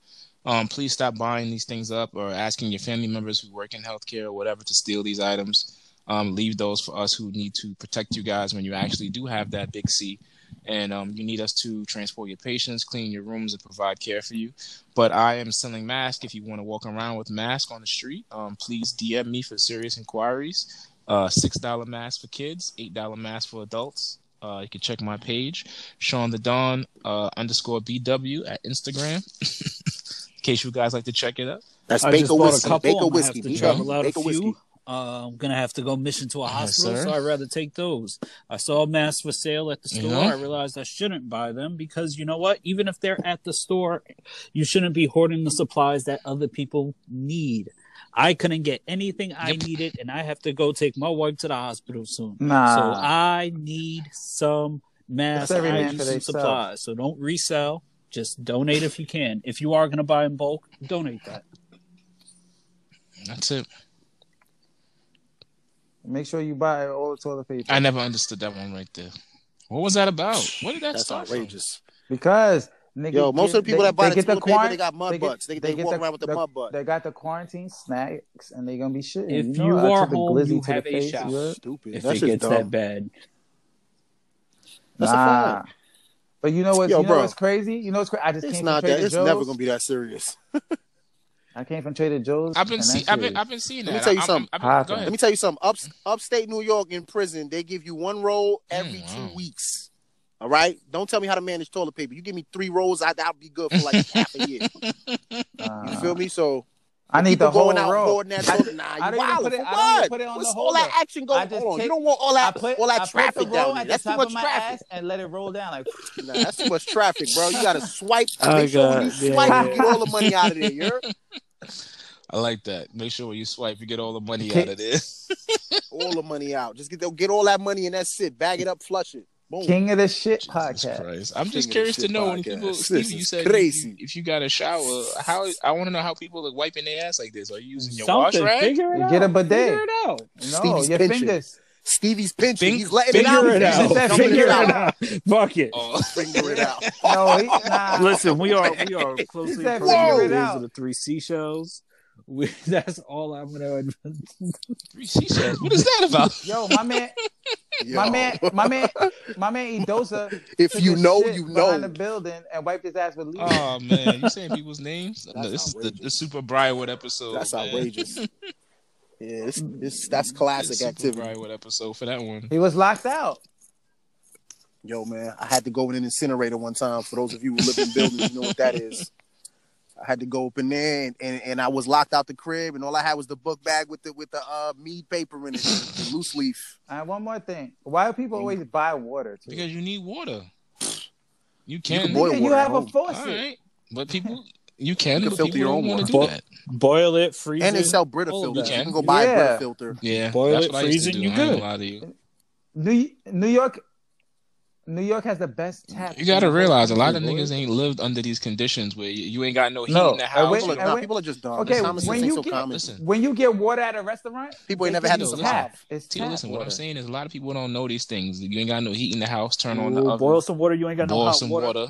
Speaker 2: Um, please stop buying these things up or asking your family members who work in healthcare or whatever to steal these items. Um, leave those for us who need to protect you guys when you actually do have that big C. And um, you need us to transport your patients, clean your rooms, and provide care for you but I am selling masks. If you want to walk around with masks on the street, um, please DM me for serious inquiries. Uh, Six dollar mask for kids, eight dollar mask for adults. Uh, you can check my page, Sean the Don uh, underscore BW at Instagram, in case you guys like to check it out.
Speaker 4: That's
Speaker 3: I just
Speaker 4: Baker
Speaker 3: bought
Speaker 4: whiskey.
Speaker 3: a couple.
Speaker 4: Baker
Speaker 3: I'm gonna
Speaker 4: whiskey.
Speaker 3: have to
Speaker 4: BW.
Speaker 3: travel out a
Speaker 4: Baker
Speaker 3: few.
Speaker 4: whiskey.
Speaker 3: Uh, I'm gonna have to go mission to a
Speaker 2: Yes,
Speaker 3: hospital,
Speaker 2: sir.
Speaker 3: so I'd rather take those. I saw masks for sale at the
Speaker 2: You
Speaker 3: store.
Speaker 2: know?
Speaker 3: I realized I shouldn't buy them because you know what? Even if they're at the store, you shouldn't be hoarding the supplies that other people need. I couldn't get anything I
Speaker 2: Yep.
Speaker 3: needed, and I have to go take my wife to the hospital soon.
Speaker 5: Nah.
Speaker 3: So I need some masks.
Speaker 5: Ah. every
Speaker 3: I
Speaker 5: man
Speaker 3: need
Speaker 5: for
Speaker 3: some
Speaker 5: theyself.
Speaker 3: supplies. So don't resell. Just donate if you can. If you are gonna buy in bulk, donate that.
Speaker 2: That's it.
Speaker 5: Make sure you buy all the toilet paper.
Speaker 2: I never understood that one right there. What was that about? Where did that
Speaker 4: That's
Speaker 2: start from?
Speaker 4: outrageous.
Speaker 5: Because nigga,
Speaker 4: Yo, most of the people that buy the toilet paper,
Speaker 5: quaran-
Speaker 4: they got mud
Speaker 5: get-
Speaker 4: butts. They- they walk around with the mud butt.
Speaker 5: They got the quarantine snacks, and they gonna be shitting.
Speaker 3: If
Speaker 5: know
Speaker 3: you
Speaker 5: I
Speaker 3: are
Speaker 5: took a
Speaker 3: home,
Speaker 5: glizzy
Speaker 3: you
Speaker 5: to the
Speaker 3: have a
Speaker 5: face,
Speaker 3: shower.
Speaker 5: you heard?
Speaker 4: Stupid.
Speaker 3: If
Speaker 4: That's
Speaker 3: it
Speaker 4: just
Speaker 3: gets that
Speaker 4: dumb.
Speaker 3: bad.
Speaker 4: That's a
Speaker 5: nah.
Speaker 4: fact.
Speaker 5: But you know what's
Speaker 4: Yo,
Speaker 5: you know
Speaker 4: bro.
Speaker 5: what's crazy? You know what's crazy? I just
Speaker 4: It's
Speaker 5: came from
Speaker 4: not that.
Speaker 5: Trader
Speaker 4: It's
Speaker 5: Joe's.
Speaker 4: never gonna be that serious.
Speaker 5: I came from Trader Joe's.
Speaker 2: I've been
Speaker 5: and
Speaker 2: see,
Speaker 5: that
Speaker 2: I've
Speaker 5: shit
Speaker 2: been I've been seeing that.
Speaker 4: Let me tell you
Speaker 2: I'm-
Speaker 4: something.
Speaker 2: I'm- I'm- go
Speaker 5: Happened.
Speaker 2: ahead.
Speaker 4: Let me tell you something. Up, upstate New York in prison, they give you one roll every
Speaker 2: Mm, wow.
Speaker 4: two weeks. All right. Don't tell me how to manage toilet paper. You give me three rolls, I, that'll be good for like half a year.
Speaker 5: is, uh,
Speaker 4: You feel me? So
Speaker 5: I need
Speaker 4: people
Speaker 5: the whole
Speaker 4: going out
Speaker 5: roll.
Speaker 4: hoarding that
Speaker 5: I-
Speaker 4: toilet. Nah,
Speaker 5: I
Speaker 4: you
Speaker 5: don't even
Speaker 4: wild
Speaker 5: put
Speaker 4: for
Speaker 5: it- I don't even
Speaker 4: what?
Speaker 5: put it on
Speaker 4: What's
Speaker 5: the
Speaker 4: all that
Speaker 5: holder.
Speaker 4: action go
Speaker 5: I just
Speaker 4: on? You
Speaker 5: take-
Speaker 4: don't want all
Speaker 5: I
Speaker 4: that
Speaker 5: put
Speaker 4: all
Speaker 5: I
Speaker 4: that
Speaker 5: put
Speaker 4: traffic
Speaker 5: the roll
Speaker 4: down
Speaker 5: at
Speaker 4: there.
Speaker 5: the
Speaker 4: That's too
Speaker 5: top of
Speaker 4: much
Speaker 5: my
Speaker 4: traffic.
Speaker 5: ass and let it roll down. Like
Speaker 4: Nah, that's too much traffic, bro. You gotta swipe.
Speaker 3: Oh,
Speaker 4: Make sure when you
Speaker 3: God, yeah,
Speaker 4: swipe, you
Speaker 5: yeah.
Speaker 4: get all the money out of there. You're
Speaker 2: I like that. Make sure when you swipe, you get all the money
Speaker 5: Okay.
Speaker 2: out of there.
Speaker 4: all the money out. Just get get all that money and that's it. Bag it up, flush it. Boom.
Speaker 5: King of the Shit
Speaker 2: Jesus
Speaker 5: podcast.
Speaker 2: Christ. I'm
Speaker 4: Speaking
Speaker 2: just
Speaker 4: of
Speaker 2: curious
Speaker 4: shit
Speaker 2: to know when
Speaker 4: podcast,
Speaker 2: people.
Speaker 4: this
Speaker 2: Stevie, you
Speaker 4: is
Speaker 2: said
Speaker 4: crazy.
Speaker 2: If, you, if you got a shower, how I want to know how people are wiping their ass like this. Are you using your
Speaker 3: Something.
Speaker 2: wash rag?
Speaker 3: Figure it
Speaker 5: You
Speaker 3: out.
Speaker 5: get a bidet.
Speaker 3: Figure it out.
Speaker 5: No,
Speaker 4: Stevie's
Speaker 5: your
Speaker 4: pinching.
Speaker 5: fingers.
Speaker 4: Stevie's pinching.
Speaker 2: Fing-
Speaker 4: He's letting it
Speaker 2: finger
Speaker 4: out.
Speaker 3: Figure it
Speaker 4: He's
Speaker 3: out.
Speaker 4: dumping
Speaker 3: Figure it out. Fuck it.
Speaker 2: Oh,
Speaker 4: Figure it out.
Speaker 5: No, he, nah.
Speaker 3: Listen, we are we are closely
Speaker 5: said,
Speaker 3: approaching
Speaker 4: "Figure
Speaker 3: the
Speaker 4: it
Speaker 3: days
Speaker 5: out."
Speaker 3: of the three seashells. We, that's all I'm gonna.
Speaker 2: three seashells. What is that about?
Speaker 5: Yo, my man,
Speaker 4: Yo.
Speaker 5: my man, my man, my man Edosa.
Speaker 4: If
Speaker 5: took
Speaker 4: you
Speaker 5: his
Speaker 4: know,
Speaker 5: shit
Speaker 4: you
Speaker 5: behind the
Speaker 4: know.
Speaker 5: building and wiped his ass with leaves.
Speaker 2: Oh man, you saying people's names?
Speaker 4: That's
Speaker 2: no, this is the, the
Speaker 4: outrageous.
Speaker 2: Super Briarwood episode.
Speaker 4: That's
Speaker 2: Oh, man.
Speaker 4: outrageous. yeah, it's, it's, that's
Speaker 2: The
Speaker 4: classic
Speaker 2: Super
Speaker 4: activity.
Speaker 2: Briarwood episode for that one.
Speaker 5: He was locked out.
Speaker 4: Yo, man, I had to go in an incinerator one time. For those of you who live in buildings, you know what that is. I had to go up in there, and, and, and I was locked out the crib, and all I had was the book bag with the with the uh, mead paper in it, the loose leaf.
Speaker 5: And one more thing, why do people always buy water? Too?
Speaker 2: Because you need water. You
Speaker 4: You
Speaker 2: can.
Speaker 4: can
Speaker 5: Nigga,
Speaker 4: boil
Speaker 5: you
Speaker 4: water. at
Speaker 5: have a
Speaker 4: home.
Speaker 2: all
Speaker 5: faucet.
Speaker 2: right, but people, you can.
Speaker 4: You can
Speaker 2: but
Speaker 4: filter
Speaker 2: people
Speaker 4: your
Speaker 2: don't
Speaker 4: own
Speaker 2: wanna
Speaker 4: water.
Speaker 2: do
Speaker 3: But-
Speaker 2: that.
Speaker 3: Boil it, freeze
Speaker 4: And
Speaker 3: it.
Speaker 4: they sell Brita
Speaker 3: all of
Speaker 4: filters.
Speaker 3: that.
Speaker 4: You can go buy a Brita
Speaker 5: Yeah.
Speaker 4: filter.
Speaker 2: Yeah,
Speaker 3: Boil
Speaker 2: that's
Speaker 3: it,
Speaker 2: what I used to
Speaker 3: freeze it,
Speaker 2: do.
Speaker 3: you
Speaker 2: I ain't
Speaker 3: good.
Speaker 2: gonna lie to you.
Speaker 5: New, New York, New York has the best tap.
Speaker 2: You gotta realize a lot of
Speaker 5: Boy.
Speaker 2: niggas ain't lived under these conditions where you, you ain't got no heat
Speaker 5: No,
Speaker 2: in the
Speaker 5: and
Speaker 2: house.
Speaker 5: wait-
Speaker 4: People are,
Speaker 5: and
Speaker 4: nah,
Speaker 5: wait-
Speaker 4: people are just dumb.
Speaker 5: okay,
Speaker 4: The common sense
Speaker 5: when
Speaker 4: ain't
Speaker 5: you
Speaker 4: so
Speaker 5: get-
Speaker 4: common.
Speaker 2: listen,
Speaker 5: When you get water at a restaurant,
Speaker 4: People ain't
Speaker 5: they
Speaker 4: never
Speaker 5: give
Speaker 4: had
Speaker 5: you
Speaker 4: this in
Speaker 5: tap.
Speaker 2: life.
Speaker 5: It's
Speaker 2: Tio,
Speaker 5: tap
Speaker 2: listen. What
Speaker 5: water.
Speaker 2: I'm saying is a lot of people don't know these things. You ain't got no heat in the house. Turn on the
Speaker 3: Ooh,
Speaker 2: oven.
Speaker 3: boil some water. You ain't got no
Speaker 2: boil
Speaker 3: hot
Speaker 2: some
Speaker 3: water.
Speaker 2: water.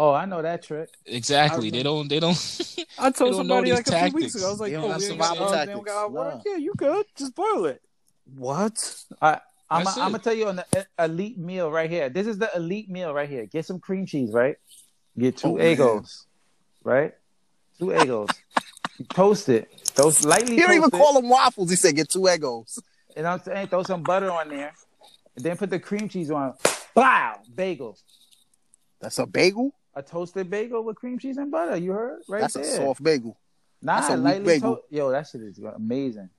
Speaker 5: Oh, I know that trick.
Speaker 2: Exactly.
Speaker 3: I
Speaker 2: They don't. They don't.
Speaker 3: I
Speaker 2: They
Speaker 3: told
Speaker 2: don't know
Speaker 3: somebody
Speaker 2: these
Speaker 3: like a few weeks
Speaker 2: tactics.
Speaker 3: ago. I was like,
Speaker 4: They
Speaker 3: "Yo,
Speaker 4: don't
Speaker 3: we
Speaker 4: have
Speaker 3: ain't got
Speaker 4: survival
Speaker 3: uh, they don't
Speaker 4: tactics.
Speaker 3: got hot water.
Speaker 4: Nah.
Speaker 3: Yeah, you good? Just boil it." What?
Speaker 5: I'm
Speaker 2: That's
Speaker 5: gonna
Speaker 2: it.
Speaker 5: tell you on the e- elite meal right here. This is the elite meal right here. Get some cream cheese, right? Get
Speaker 4: Oh,
Speaker 5: two
Speaker 4: man.
Speaker 5: egos, right? Two egos. toast it. Toast lightly.
Speaker 4: He don't even
Speaker 5: toast it.
Speaker 4: call them waffles. He said, "Get two egos."
Speaker 5: And I'm saying throw some butter on there. And then put the cream cheese on. Wow, bagel.
Speaker 4: That's a bagel.
Speaker 5: A toasted bagel with cream cheese and butter. You heard right
Speaker 4: That's
Speaker 5: there.
Speaker 4: a soft bagel.
Speaker 5: nah,
Speaker 4: that's a weak
Speaker 5: lightly
Speaker 4: bagel.
Speaker 5: toast. Yo, that shit is amazing.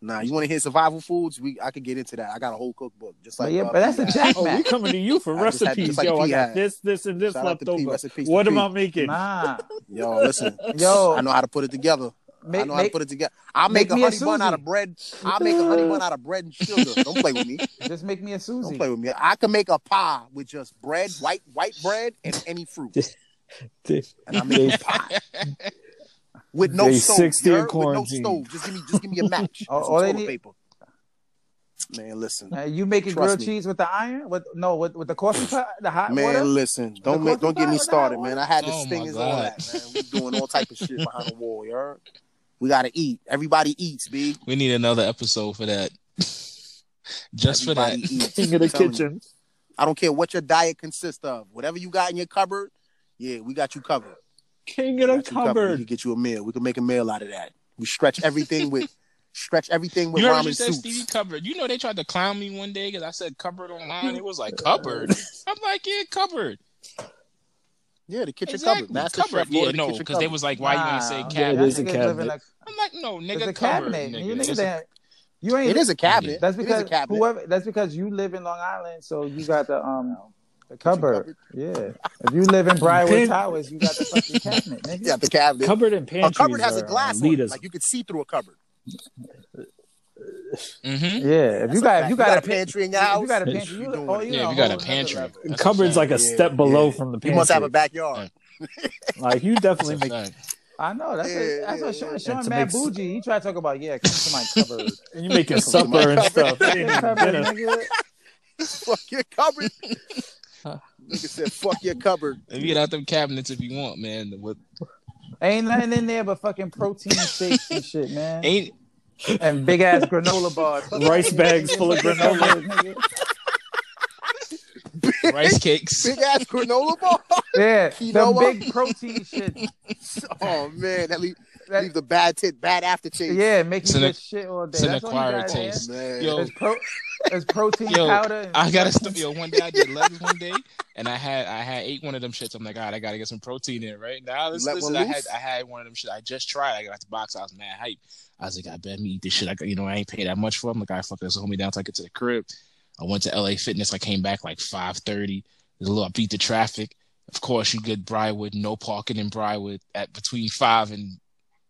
Speaker 4: Nah, you want to hear survival foods? We I could get into that. I got a whole cookbook. Just like
Speaker 5: but yeah,
Speaker 4: uh,
Speaker 5: but that's a
Speaker 4: Pete had.
Speaker 3: Oh, we
Speaker 5: jackman.
Speaker 3: coming to you for
Speaker 4: I just had-
Speaker 3: recipes,
Speaker 4: just like
Speaker 3: yo. I
Speaker 4: P
Speaker 3: got
Speaker 4: had.
Speaker 3: this, this, and this
Speaker 4: Shout out
Speaker 3: left
Speaker 4: to P,
Speaker 3: over.
Speaker 4: rest in peace to
Speaker 3: What am
Speaker 4: P.
Speaker 3: I making?
Speaker 5: nah,
Speaker 4: Yo, listen,
Speaker 5: yo,
Speaker 4: I know how to put it together. I
Speaker 5: make,
Speaker 4: know how to
Speaker 5: make,
Speaker 4: put it together. I'll
Speaker 5: make
Speaker 4: make,
Speaker 5: me
Speaker 4: a
Speaker 5: a
Speaker 4: honey bun out
Speaker 5: Suzy.
Speaker 4: of bread. I'll make a honey bun out of bread and sugar. Don't play with me.
Speaker 5: just make me a
Speaker 4: Don't
Speaker 5: Susie.
Speaker 4: play with me. I can make a pie with just bread, white white bread, and any fruit, and I make a pie with no
Speaker 3: Day
Speaker 4: stove.
Speaker 3: 60
Speaker 4: you
Speaker 3: in
Speaker 4: heard? with no
Speaker 3: quarantine.
Speaker 4: stove. Just give me just give me a match. and
Speaker 5: All-
Speaker 4: some
Speaker 5: Oh, all they
Speaker 4: toilet
Speaker 5: need-
Speaker 4: paper. Man, listen.
Speaker 5: Uh, you making
Speaker 4: Trust
Speaker 5: grilled
Speaker 4: me.
Speaker 5: cheese with the iron? With no, with, with the coffee pot, the hot
Speaker 4: Man,
Speaker 5: water.
Speaker 4: listen, don't
Speaker 5: The
Speaker 4: make, don't get me
Speaker 5: coffee pot
Speaker 4: started,
Speaker 5: with
Speaker 4: man. I had the
Speaker 2: Oh, my
Speaker 4: stingers and all
Speaker 2: God.
Speaker 4: that, man. We doing all type of shit behind the wall, you heard? We gotta eat. Everybody eats, big.
Speaker 2: We need another episode for that. Just for that.
Speaker 4: Everybody eats.
Speaker 3: King of the
Speaker 4: I'm telling you.
Speaker 3: kitchen.
Speaker 4: I don't care what your diet consists of. Whatever you got in your cupboard, yeah, we got you covered.
Speaker 3: King of the
Speaker 4: We got you covered. We can
Speaker 3: cupboard.
Speaker 4: get you a meal. We can make a meal out of that. We stretch everything with stretch everything with
Speaker 2: You heard what you
Speaker 4: ramen
Speaker 2: said, Stevie
Speaker 4: soups.
Speaker 2: cupboard. You know they tried to clown me one day because I said cupboard online. It was like cupboard. I'm like, yeah, cupboard.
Speaker 4: Yeah, the kitchen
Speaker 2: exactly.
Speaker 4: cupboard. Master
Speaker 2: cupboard.
Speaker 4: Chef
Speaker 2: yeah,
Speaker 4: ordered the
Speaker 2: no,
Speaker 4: kitchen
Speaker 2: because they
Speaker 4: cupboard.
Speaker 2: was like, why you ain't say
Speaker 3: Yeah,
Speaker 5: Nah,
Speaker 3: it
Speaker 5: y'all
Speaker 2: cabinet?
Speaker 3: is a
Speaker 5: niggas
Speaker 3: cabinet.
Speaker 5: living like-
Speaker 2: I'm like, no,
Speaker 5: it's
Speaker 2: nigga,
Speaker 5: a
Speaker 2: cupboard.
Speaker 5: cabinet. You
Speaker 2: Nigga.
Speaker 5: niggas
Speaker 2: It's a-
Speaker 5: ain't. You ain't.
Speaker 4: It is a cabinet.
Speaker 5: That's
Speaker 4: it is
Speaker 5: because
Speaker 4: a cabinet.
Speaker 5: whoever. That's because you live in Long Island, so you got the um
Speaker 4: The kitchen
Speaker 5: cupboard. Yeah. If you live in Briarwood
Speaker 3: Pin-
Speaker 5: Towers, you got the fucking cabinet, nigga.
Speaker 4: Yeah, the cabinet.
Speaker 3: Cupboard and uh,
Speaker 4: a
Speaker 3: pantry.
Speaker 4: cupboard has a glass on it.
Speaker 3: leaders.
Speaker 4: Like you could see through a cupboard.
Speaker 2: Mhm.
Speaker 5: Yeah. If
Speaker 4: That's
Speaker 5: you
Speaker 4: a
Speaker 5: got,
Speaker 4: fact.
Speaker 5: if you got a pantry,
Speaker 4: pantry in your
Speaker 5: if
Speaker 4: house.
Speaker 5: you got a
Speaker 3: house,
Speaker 5: pantry,
Speaker 4: you
Speaker 5: you,
Speaker 4: doing
Speaker 5: oh,
Speaker 4: it.
Speaker 5: you
Speaker 2: Yeah,
Speaker 5: on
Speaker 2: if
Speaker 5: a
Speaker 2: you got
Speaker 5: whole
Speaker 2: a
Speaker 5: nother
Speaker 2: pantry,
Speaker 5: level.
Speaker 2: that's a
Speaker 3: Cupboard's
Speaker 2: fact.
Speaker 3: like a
Speaker 4: Yeah,
Speaker 3: step below
Speaker 4: yeah.
Speaker 3: from the pantry.
Speaker 4: You must have a backyard.
Speaker 3: Like you
Speaker 2: That's a
Speaker 3: definitely make,
Speaker 2: fact.
Speaker 5: I know. That's
Speaker 4: Yeah,
Speaker 5: what. That's
Speaker 4: yeah,
Speaker 5: what Sean.
Speaker 4: yeah.
Speaker 5: Sean
Speaker 3: to
Speaker 5: Mad
Speaker 3: make s-
Speaker 5: Bougie. He tried to talk about. Yeah, come to my cupboard.
Speaker 3: and you making
Speaker 4: Come to
Speaker 3: supper and
Speaker 4: my
Speaker 3: stuff. You ain't
Speaker 5: Your
Speaker 3: even
Speaker 5: cupboard,
Speaker 3: dinner.
Speaker 5: nigga.
Speaker 4: Fuck your cupboard. Nigga said, "Fuck your cupboard."
Speaker 2: If you get out them cabinets if you want, man. What
Speaker 5: Ain't nothing in there but fucking protein shakes and shit, man.
Speaker 2: ain't
Speaker 5: And big ass granola bars. Fuck
Speaker 3: Rice
Speaker 5: that
Speaker 3: bags
Speaker 5: shit,
Speaker 3: full of
Speaker 5: nigga.
Speaker 3: granola.
Speaker 5: Nigga.
Speaker 2: rice cakes?
Speaker 4: Big ass granola bar.
Speaker 5: Yeah, the
Speaker 4: Quinoa.
Speaker 5: big protein shit.
Speaker 4: oh man, that leave,
Speaker 5: That-
Speaker 4: leave the bad tit, bad aftertaste. Oh,
Speaker 5: Yeah, make
Speaker 2: It's
Speaker 5: you
Speaker 2: an-
Speaker 5: get shit all day.
Speaker 2: it's an
Speaker 5: That's all you got
Speaker 2: acquired
Speaker 5: in there.
Speaker 2: taste.
Speaker 4: man.
Speaker 2: Yo.
Speaker 5: There's pro, there's protein
Speaker 2: Yo,
Speaker 5: powder. And
Speaker 2: I got a st- yo. One day I did legs one day, and I had I had ate one of them shits. I'm like, God, I gotta get some protein in right now. This,
Speaker 4: Let
Speaker 2: this
Speaker 4: one
Speaker 2: I
Speaker 4: loose?
Speaker 2: had I had one of them shit. I just tried. I got the box. I was mad hype. I was like, I bet me eat this shit. I got- you know I ain't paid that much for. it. I'm like, I fuck this. Hold me down till I get to the crib. I went to LA Fitness. I came back like 5:30. There's a little. I beat the traffic. Of course, you get Briarwood. No parking in Briarwood at between five and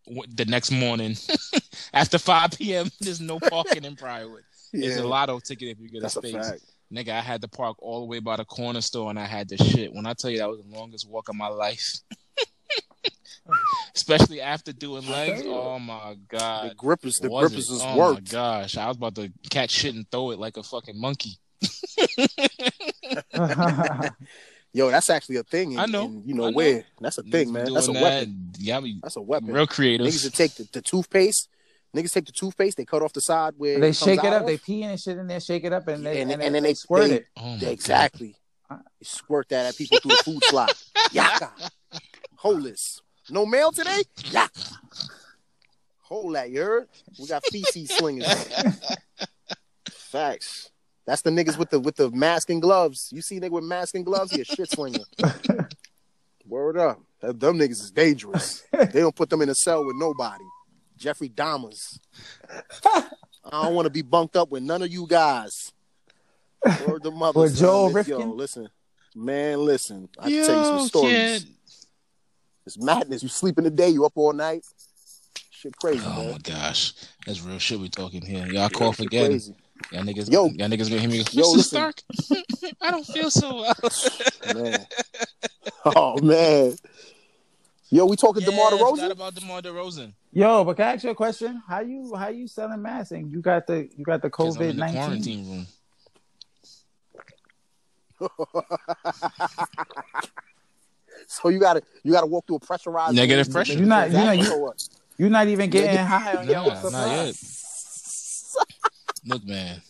Speaker 2: w- the next morning after 5 p.m. There's no parking in Briarwood.
Speaker 4: yeah.
Speaker 2: It's a lotto ticket if you get
Speaker 4: That's
Speaker 2: a
Speaker 4: a
Speaker 2: space.
Speaker 4: fact.
Speaker 2: Nigga, I had to park all the way by the corner store and I had to shit. When I tell you that was the longest walk of my life. Especially after doing legs. Oh my god.
Speaker 4: The grippers, the
Speaker 2: Was
Speaker 4: grippers
Speaker 2: it?
Speaker 4: is
Speaker 2: oh my
Speaker 4: worked.
Speaker 2: gosh. I was about to catch shit and throw it like a fucking monkey.
Speaker 4: Yo, that's actually a thing. In,
Speaker 2: I know.
Speaker 4: in, you
Speaker 2: I
Speaker 4: know
Speaker 2: know.
Speaker 4: where? That's a thing,
Speaker 2: Niggas
Speaker 4: man.
Speaker 2: doing
Speaker 4: That's a
Speaker 2: that.
Speaker 4: weapon.
Speaker 2: Y'all be
Speaker 4: That's a weapon.
Speaker 2: real creative.
Speaker 4: Niggas would take the, the toothpaste. Niggas take the toothpaste. They cut off the side where
Speaker 5: they
Speaker 4: it comes
Speaker 5: shake it
Speaker 4: out
Speaker 5: up.
Speaker 4: of.
Speaker 5: They pee and shit in there, shake it up, and, they,
Speaker 4: And-
Speaker 5: and,
Speaker 4: and
Speaker 5: then they, squirt
Speaker 4: they-
Speaker 5: it.
Speaker 2: oh my
Speaker 4: exactly.
Speaker 5: God.
Speaker 4: They squirt that at people through the food slot. Yaka. Holeless. No mail today. Yaka. Hold that, you heard? We got feces slingers. Facts. That's the niggas with the with the mask and gloves. You see nigga with mask and gloves, he a shit slinger. Word up. That- Them niggas is dangerous. They don't put them in a cell with nobody. Jeffrey Dahmer's. I don't want to be bunked up with none of you guys. Word the mother.
Speaker 5: With Joel
Speaker 4: Yo,
Speaker 5: Rifkin?
Speaker 4: listen. Man, listen. I
Speaker 2: God.
Speaker 4: can tell you some
Speaker 2: Yo,
Speaker 4: stories.
Speaker 2: kid.
Speaker 4: It's madness. You sleep in the day, you up all night. Shit crazy,
Speaker 2: Oh my
Speaker 4: man.
Speaker 2: gosh. That's real shit we talking here. Y'all cough
Speaker 4: Shit
Speaker 2: again.
Speaker 4: crazy.
Speaker 2: Y'all niggas,
Speaker 4: Yo.
Speaker 2: y'all niggas gonna hear me.
Speaker 4: Yo,
Speaker 2: Mr.
Speaker 4: listen.
Speaker 2: Stark, I don't feel so well.
Speaker 4: Man. Oh man. Yo, we talking
Speaker 2: Yeah,
Speaker 4: DeMar
Speaker 2: I forgot
Speaker 4: DeRozan?
Speaker 2: about DeMar DeRozan.
Speaker 5: Yo, but can I ask you a question? How you how you selling masks and you got the you got the
Speaker 2: 'cause I'm
Speaker 5: COVID
Speaker 2: in the
Speaker 5: nineteen?
Speaker 2: quarantine room.
Speaker 4: so you gotta you gotta walk through a pressurized
Speaker 2: Negative
Speaker 4: room.
Speaker 2: pressure.
Speaker 5: You're not- you're not-
Speaker 4: So what?
Speaker 5: You're not even getting
Speaker 4: Nigga.
Speaker 5: high on your
Speaker 2: Nah,
Speaker 5: own
Speaker 2: not
Speaker 5: supply.
Speaker 2: yet. Look, man,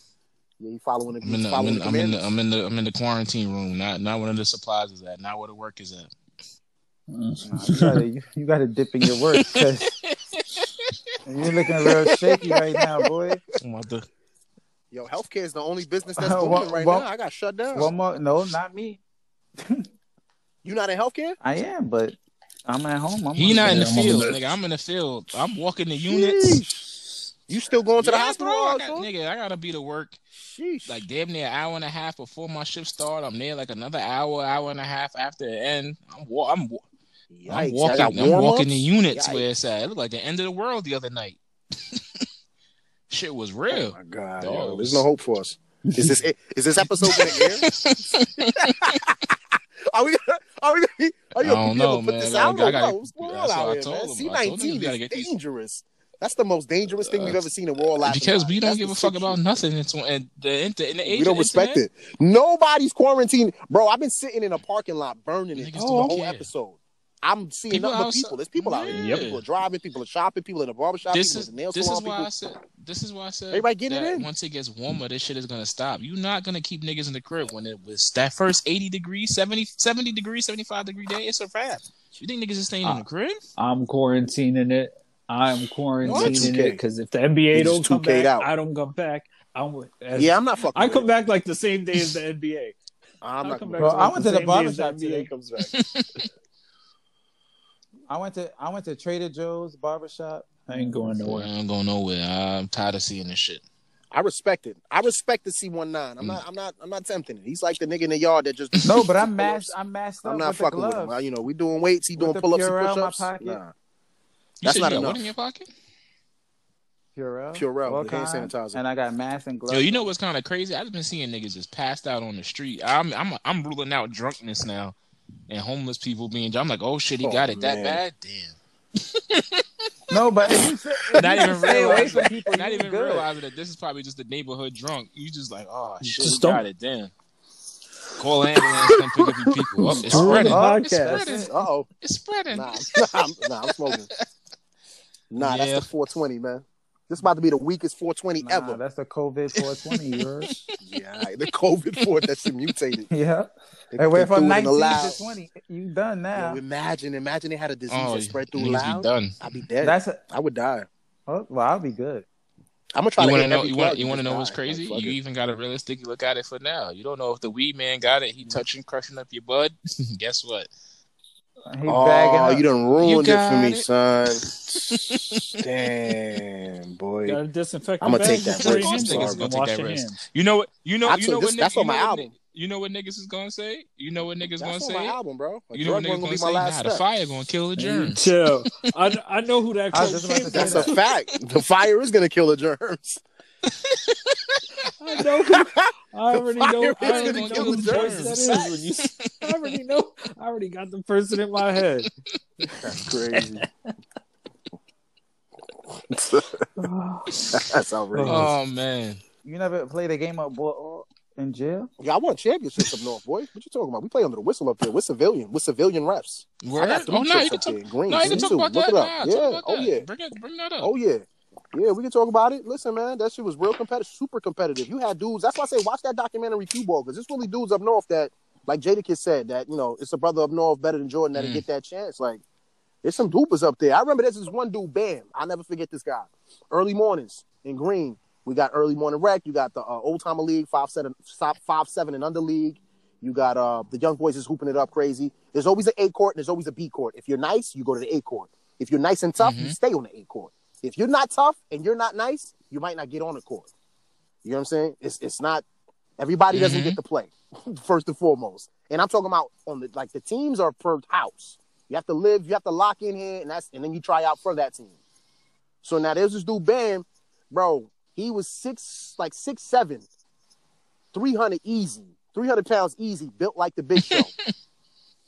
Speaker 4: Yeah, you following the
Speaker 2: I'm in
Speaker 4: you
Speaker 2: the, I'm
Speaker 4: following
Speaker 2: in,
Speaker 4: the
Speaker 2: I'm in the,
Speaker 4: commandments?
Speaker 2: I'm in the, I'm in the quarantine room. Not, not where the supplies is at. Not where the work is at.
Speaker 5: Nah, you gotta you, you gotta dip in your work because you're looking real shaky right now, boy.
Speaker 2: I'm about to-
Speaker 4: Yo, healthcare is the only business that's
Speaker 5: Uh,
Speaker 4: booming
Speaker 5: well-
Speaker 4: right
Speaker 5: well-
Speaker 4: now. I got shut down.
Speaker 5: One more, no, not me.
Speaker 4: you not in healthcare?
Speaker 5: I am, but I'm at home. I'm
Speaker 2: he
Speaker 5: on
Speaker 2: not in the
Speaker 5: I'm on
Speaker 2: field,
Speaker 5: meds.
Speaker 2: nigga. I'm in the field. I'm walking the units.
Speaker 4: You still going to the
Speaker 2: Yeah,
Speaker 4: hospital?
Speaker 2: bro, I
Speaker 4: all
Speaker 2: got-
Speaker 4: soon?
Speaker 2: nigga, I gotta be to work
Speaker 4: Sheesh.
Speaker 2: like damn near an hour and a half before my shift start. I'm there like another hour, hour and a half after the end. I'm, wa- I'm, wa-
Speaker 4: Yikes.
Speaker 2: I'm
Speaker 4: I
Speaker 2: walking.
Speaker 4: got
Speaker 2: I'm walking the
Speaker 4: warm-ups?
Speaker 2: units
Speaker 4: Yikes.
Speaker 2: where it's at. It looked like the end of the world the other night. Shit was
Speaker 4: Oh
Speaker 2: real.
Speaker 4: my god,
Speaker 2: Dogs.
Speaker 4: yo, there's no hope for us. Is this it? Is this episode gonna air? are we? Gonna, are we? Gonna, are you
Speaker 2: I
Speaker 4: gonna
Speaker 2: don't
Speaker 4: be able
Speaker 2: know,
Speaker 4: to put
Speaker 2: man.
Speaker 4: this
Speaker 2: I
Speaker 4: out?
Speaker 2: gotta-
Speaker 4: I
Speaker 2: I gotta-
Speaker 4: don't know what's going
Speaker 2: that's
Speaker 4: on
Speaker 2: what
Speaker 4: out
Speaker 2: I
Speaker 4: here, man.
Speaker 2: told
Speaker 4: C
Speaker 2: him. I told him
Speaker 4: nineteen
Speaker 2: we gotta
Speaker 4: is
Speaker 2: get these-
Speaker 4: dangerous. That's the most dangerous thing we've ever seen in world life.
Speaker 2: Because we don't give a fuck about nothing. It's and the in the, in the age
Speaker 4: We don't
Speaker 2: of
Speaker 4: respect
Speaker 2: internet,
Speaker 4: it. Nobody's quarantined, bro. I've been sitting in a parking lot burning it
Speaker 2: Niggas
Speaker 4: the
Speaker 2: don't
Speaker 4: whole
Speaker 2: care.
Speaker 4: episode. I'm seeing
Speaker 2: People
Speaker 4: nothing but
Speaker 2: outside-
Speaker 4: people. There's people out here.
Speaker 2: Yeah.
Speaker 4: People are driving. People are shopping. People in the barbershop.
Speaker 2: This
Speaker 4: people
Speaker 2: is
Speaker 4: in the nail
Speaker 2: this
Speaker 4: salon.
Speaker 2: is why
Speaker 4: people.
Speaker 2: I said this is why I said
Speaker 4: Everybody get it
Speaker 2: that
Speaker 4: in.
Speaker 2: once it gets warmer, this shit is gonna stop. You're not gonna keep niggas in the crib when it was that first 80 degrees, 70, 70 degrees, 75 degree day, it's a wrap. You think niggas is staying in the crib?
Speaker 3: I'm quarantining it. I'm quarantining it
Speaker 4: 2K.
Speaker 3: because if the NBA
Speaker 4: It's
Speaker 3: don't come
Speaker 4: 2K'd
Speaker 3: back,
Speaker 4: out.
Speaker 3: I don't come back. I'm as,
Speaker 4: Yeah, I'm not fucking.
Speaker 3: I
Speaker 4: with
Speaker 3: come
Speaker 4: it.
Speaker 3: back like the same day as the NBA.
Speaker 4: I'm
Speaker 3: I'll
Speaker 4: not.
Speaker 3: come
Speaker 4: gonna-
Speaker 3: back
Speaker 5: Bro,
Speaker 3: to
Speaker 5: I
Speaker 3: work
Speaker 5: went
Speaker 3: the same
Speaker 5: to the
Speaker 3: day as
Speaker 5: barbershop
Speaker 3: the NBA
Speaker 5: today.
Speaker 3: comes back.
Speaker 5: I went to I went to Trader Joe's barbershop.
Speaker 3: I ain't going
Speaker 2: I
Speaker 3: nowhere.
Speaker 2: ain't going nowhere. I'm tired of seeing this shit.
Speaker 4: I respect it. I respect the C one nine. I'm not. I'm not. I'm not tempting it. He's like the nigga in the yard that just. do
Speaker 5: No, but I'm
Speaker 4: pull-ups.
Speaker 5: masked. I'm masked up
Speaker 4: I'm
Speaker 5: I'm
Speaker 4: not
Speaker 5: with
Speaker 4: fucking
Speaker 5: the
Speaker 4: with
Speaker 5: gloves.
Speaker 4: him. Uh, You know, we doing weights. He
Speaker 5: With
Speaker 4: doing
Speaker 5: the
Speaker 4: pull ups and
Speaker 5: Purell
Speaker 4: push
Speaker 5: in my
Speaker 4: ups.
Speaker 5: pocket.
Speaker 4: Nah,
Speaker 2: You said
Speaker 4: That's not
Speaker 2: you got
Speaker 4: enough.
Speaker 2: what in your pocket?
Speaker 5: Purell,
Speaker 4: Purell,
Speaker 5: all
Speaker 4: the hand
Speaker 5: kinds,
Speaker 4: sanitizer.
Speaker 5: and I got masks and gloves.
Speaker 2: Yo, you know what's kind of crazy? I've been seeing niggas just passed out on the street. I'm I'm I'm ruling out drunkenness now, and homeless people being. I'm like, oh shit, he
Speaker 4: Oh,
Speaker 2: got it that
Speaker 4: man.
Speaker 2: bad. Damn.
Speaker 5: No, but if you, say- if
Speaker 2: Not
Speaker 5: you
Speaker 2: even
Speaker 5: stay away
Speaker 2: realizing,
Speaker 5: from people,
Speaker 2: not
Speaker 5: you
Speaker 2: even
Speaker 5: good.
Speaker 2: realizing that this is probably just the neighborhood drunk. You just like, oh shit,
Speaker 3: Just
Speaker 2: he
Speaker 3: don't-
Speaker 2: got it. Damn. Call an ambulance, come pick up your people. Oh, it's
Speaker 3: Ruin the
Speaker 2: spreading. It's
Speaker 3: podcast.
Speaker 2: spreading.
Speaker 4: Uh oh.
Speaker 2: It's spreading.
Speaker 4: Nah, nah, I'm, nah, I'm smoking. Nah, that's
Speaker 2: Yeah.
Speaker 4: the 420, man. This about to be the weakest 420
Speaker 5: Nah,
Speaker 4: ever.
Speaker 5: that's the COVID 420. You heard?
Speaker 4: Yeah, all right. the COVID four that's mutated.
Speaker 5: yeah.
Speaker 4: They,
Speaker 5: It went
Speaker 4: they threw
Speaker 5: from
Speaker 4: it in
Speaker 5: 19
Speaker 4: the loud.
Speaker 5: to 20. You done now.
Speaker 4: Yo, imagine, imagine they had a disease
Speaker 2: Oh,
Speaker 4: that spread through
Speaker 2: niggas be
Speaker 4: loud.
Speaker 2: done.
Speaker 4: I'd be dead.
Speaker 5: That's a,
Speaker 4: I would die.
Speaker 5: oh, well. I'll be good.
Speaker 4: I'm gonna try
Speaker 2: you
Speaker 4: to
Speaker 2: want to
Speaker 4: hit
Speaker 2: know?
Speaker 4: every
Speaker 2: You
Speaker 4: plug
Speaker 2: want you
Speaker 4: and
Speaker 2: want to
Speaker 4: just
Speaker 2: know what's
Speaker 4: die.
Speaker 2: crazy?
Speaker 4: Like, fuck
Speaker 2: you
Speaker 4: it.
Speaker 2: even got to realistically look at it for now. You don't know if the weed man got it. He
Speaker 4: Mm.
Speaker 2: touching, crushing up your bud. Guess what?
Speaker 5: He bagging
Speaker 4: Oh,
Speaker 5: up.
Speaker 4: you done
Speaker 2: You
Speaker 4: ruined it for
Speaker 2: got
Speaker 4: me,
Speaker 2: it.
Speaker 4: son. Damn, boy.
Speaker 3: Got a disinfectant
Speaker 4: I'ma
Speaker 3: bag
Speaker 4: take that
Speaker 3: before
Speaker 2: risk.
Speaker 3: you
Speaker 2: Of course
Speaker 3: do
Speaker 2: niggas
Speaker 3: it.
Speaker 2: gonna take
Speaker 3: Wash
Speaker 2: that
Speaker 3: your
Speaker 2: risk.
Speaker 3: hands.
Speaker 2: You know what? You know.
Speaker 4: I
Speaker 2: you
Speaker 4: took-
Speaker 2: know
Speaker 4: this-
Speaker 2: what?
Speaker 4: that's
Speaker 2: nigg-
Speaker 4: on
Speaker 2: you
Speaker 4: my
Speaker 2: know what
Speaker 4: album.
Speaker 2: Nigg- you know what niggas is gonna say? You know what niggas gonna
Speaker 4: That's on my
Speaker 2: say?
Speaker 4: album, bro. A
Speaker 2: You know what
Speaker 4: drug
Speaker 2: niggas gonna
Speaker 4: one gonna be
Speaker 2: say?
Speaker 4: my
Speaker 2: Nah,
Speaker 4: last Mm.
Speaker 2: the
Speaker 4: step.
Speaker 2: fire gonna kill the
Speaker 3: You
Speaker 2: germs.
Speaker 3: chill. I, I know who that
Speaker 5: I
Speaker 3: quote
Speaker 5: was just about
Speaker 3: came
Speaker 5: to say
Speaker 3: from.
Speaker 4: That's a fact. The fire is gonna kill the germs.
Speaker 3: I know. who- I already know.
Speaker 4: virus
Speaker 3: I already
Speaker 4: gonna
Speaker 3: know
Speaker 4: kill
Speaker 3: who the
Speaker 4: the
Speaker 3: voice that
Speaker 4: germs.
Speaker 3: is. When you, s- I already know. I already got the person in my head.
Speaker 4: That's crazy. That's outrageous.
Speaker 2: Oh man.
Speaker 5: You never played a game of ball in jail?
Speaker 4: yeah, I won championships up north, boy. What you talking about? We play under the whistle up there. We're civilian. We're civilian reps. I
Speaker 2: Word?
Speaker 4: got three
Speaker 2: Oh no, you
Speaker 4: trips
Speaker 2: can
Speaker 4: up
Speaker 2: talk.
Speaker 4: there in Greens.
Speaker 2: No, you can
Speaker 4: Me
Speaker 2: talk
Speaker 4: too.
Speaker 2: about
Speaker 4: Look
Speaker 2: that.
Speaker 4: it up.
Speaker 2: Nah,
Speaker 4: yeah.
Speaker 2: talk about
Speaker 4: oh
Speaker 2: that.
Speaker 4: yeah.
Speaker 2: Bring it. Bring that up.
Speaker 4: Oh yeah. Yeah, we can talk about it. Listen, man, that shit was real competitive, super competitive. You had dudes. That's why I say watch that documentary Q Ball because it's really dudes up north that, like Jadakiss said, that you know it's a brother up north better than Jordan that'll
Speaker 2: Mm.
Speaker 4: get that chance. Like there's some dupers up there. I remember there's this one dude, Bam. I'll never forget this guy. Early mornings in green, we got early morning rec. You got the uh, old timer league, five seven, stop- five seven and under league. You got uh the young boys is hooping it up crazy. There's always an A court and there's always a B court. If you're nice, you go to the A court. If you're nice and tough, you stay on the A court. If you're not tough and you're not nice, you might not get on the court. You know what I'm saying? It's it's not everybody doesn't
Speaker 2: Mhm.
Speaker 4: get to play, first and foremost. And I'm talking about on the like the teams are per house. You have to live, you have to lock in here, and that's and then you try out for that team. So now there's this dude Bam, bro. He was six like six seven, 300 easy, 300 pounds easy, built like the big show.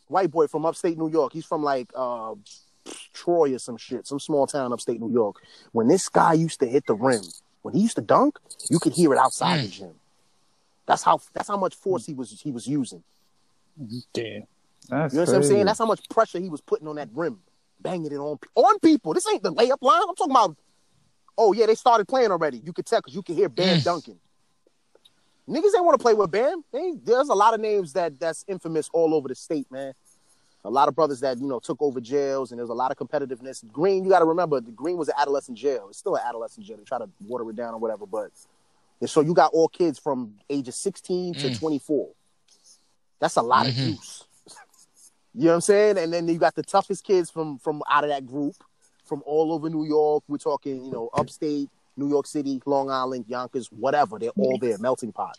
Speaker 4: White boy from upstate New York. He's from like uh, Troy or some shit, some small town upstate New York. When this guy used to hit the rim, when he used to dunk, you could hear it outside the gym. That's how that's how much force he was he was using.
Speaker 3: Damn.
Speaker 5: That's
Speaker 4: You know what I'm saying? That's how much pressure he was putting on that rim, banging it on on people. This ain't the layup line. I'm talking about. Oh yeah, they started playing already. You could tell because you could hear Bam
Speaker 2: Mm.
Speaker 4: dunking. Niggas ain't want to play with Bam. They ain't- there's a lot of names that that's infamous all over the state, man. A lot of brothers that you know took over jails, and there's a lot of competitiveness. Green, you got to remember, the Green was an adolescent jail. It's still an adolescent jail. They try to water it down or whatever, but and so you got all kids from ages 16 to
Speaker 2: Mm.
Speaker 4: 24. That's a lot
Speaker 5: Mm-hmm.
Speaker 2: Mhm.
Speaker 4: of juice. You know what I'm saying? And then you got the toughest kids from from out of that group, from all over New York. We're talking, you know, upstate, New York City, Long Island, Yonkers, whatever. They're all there, melting pot.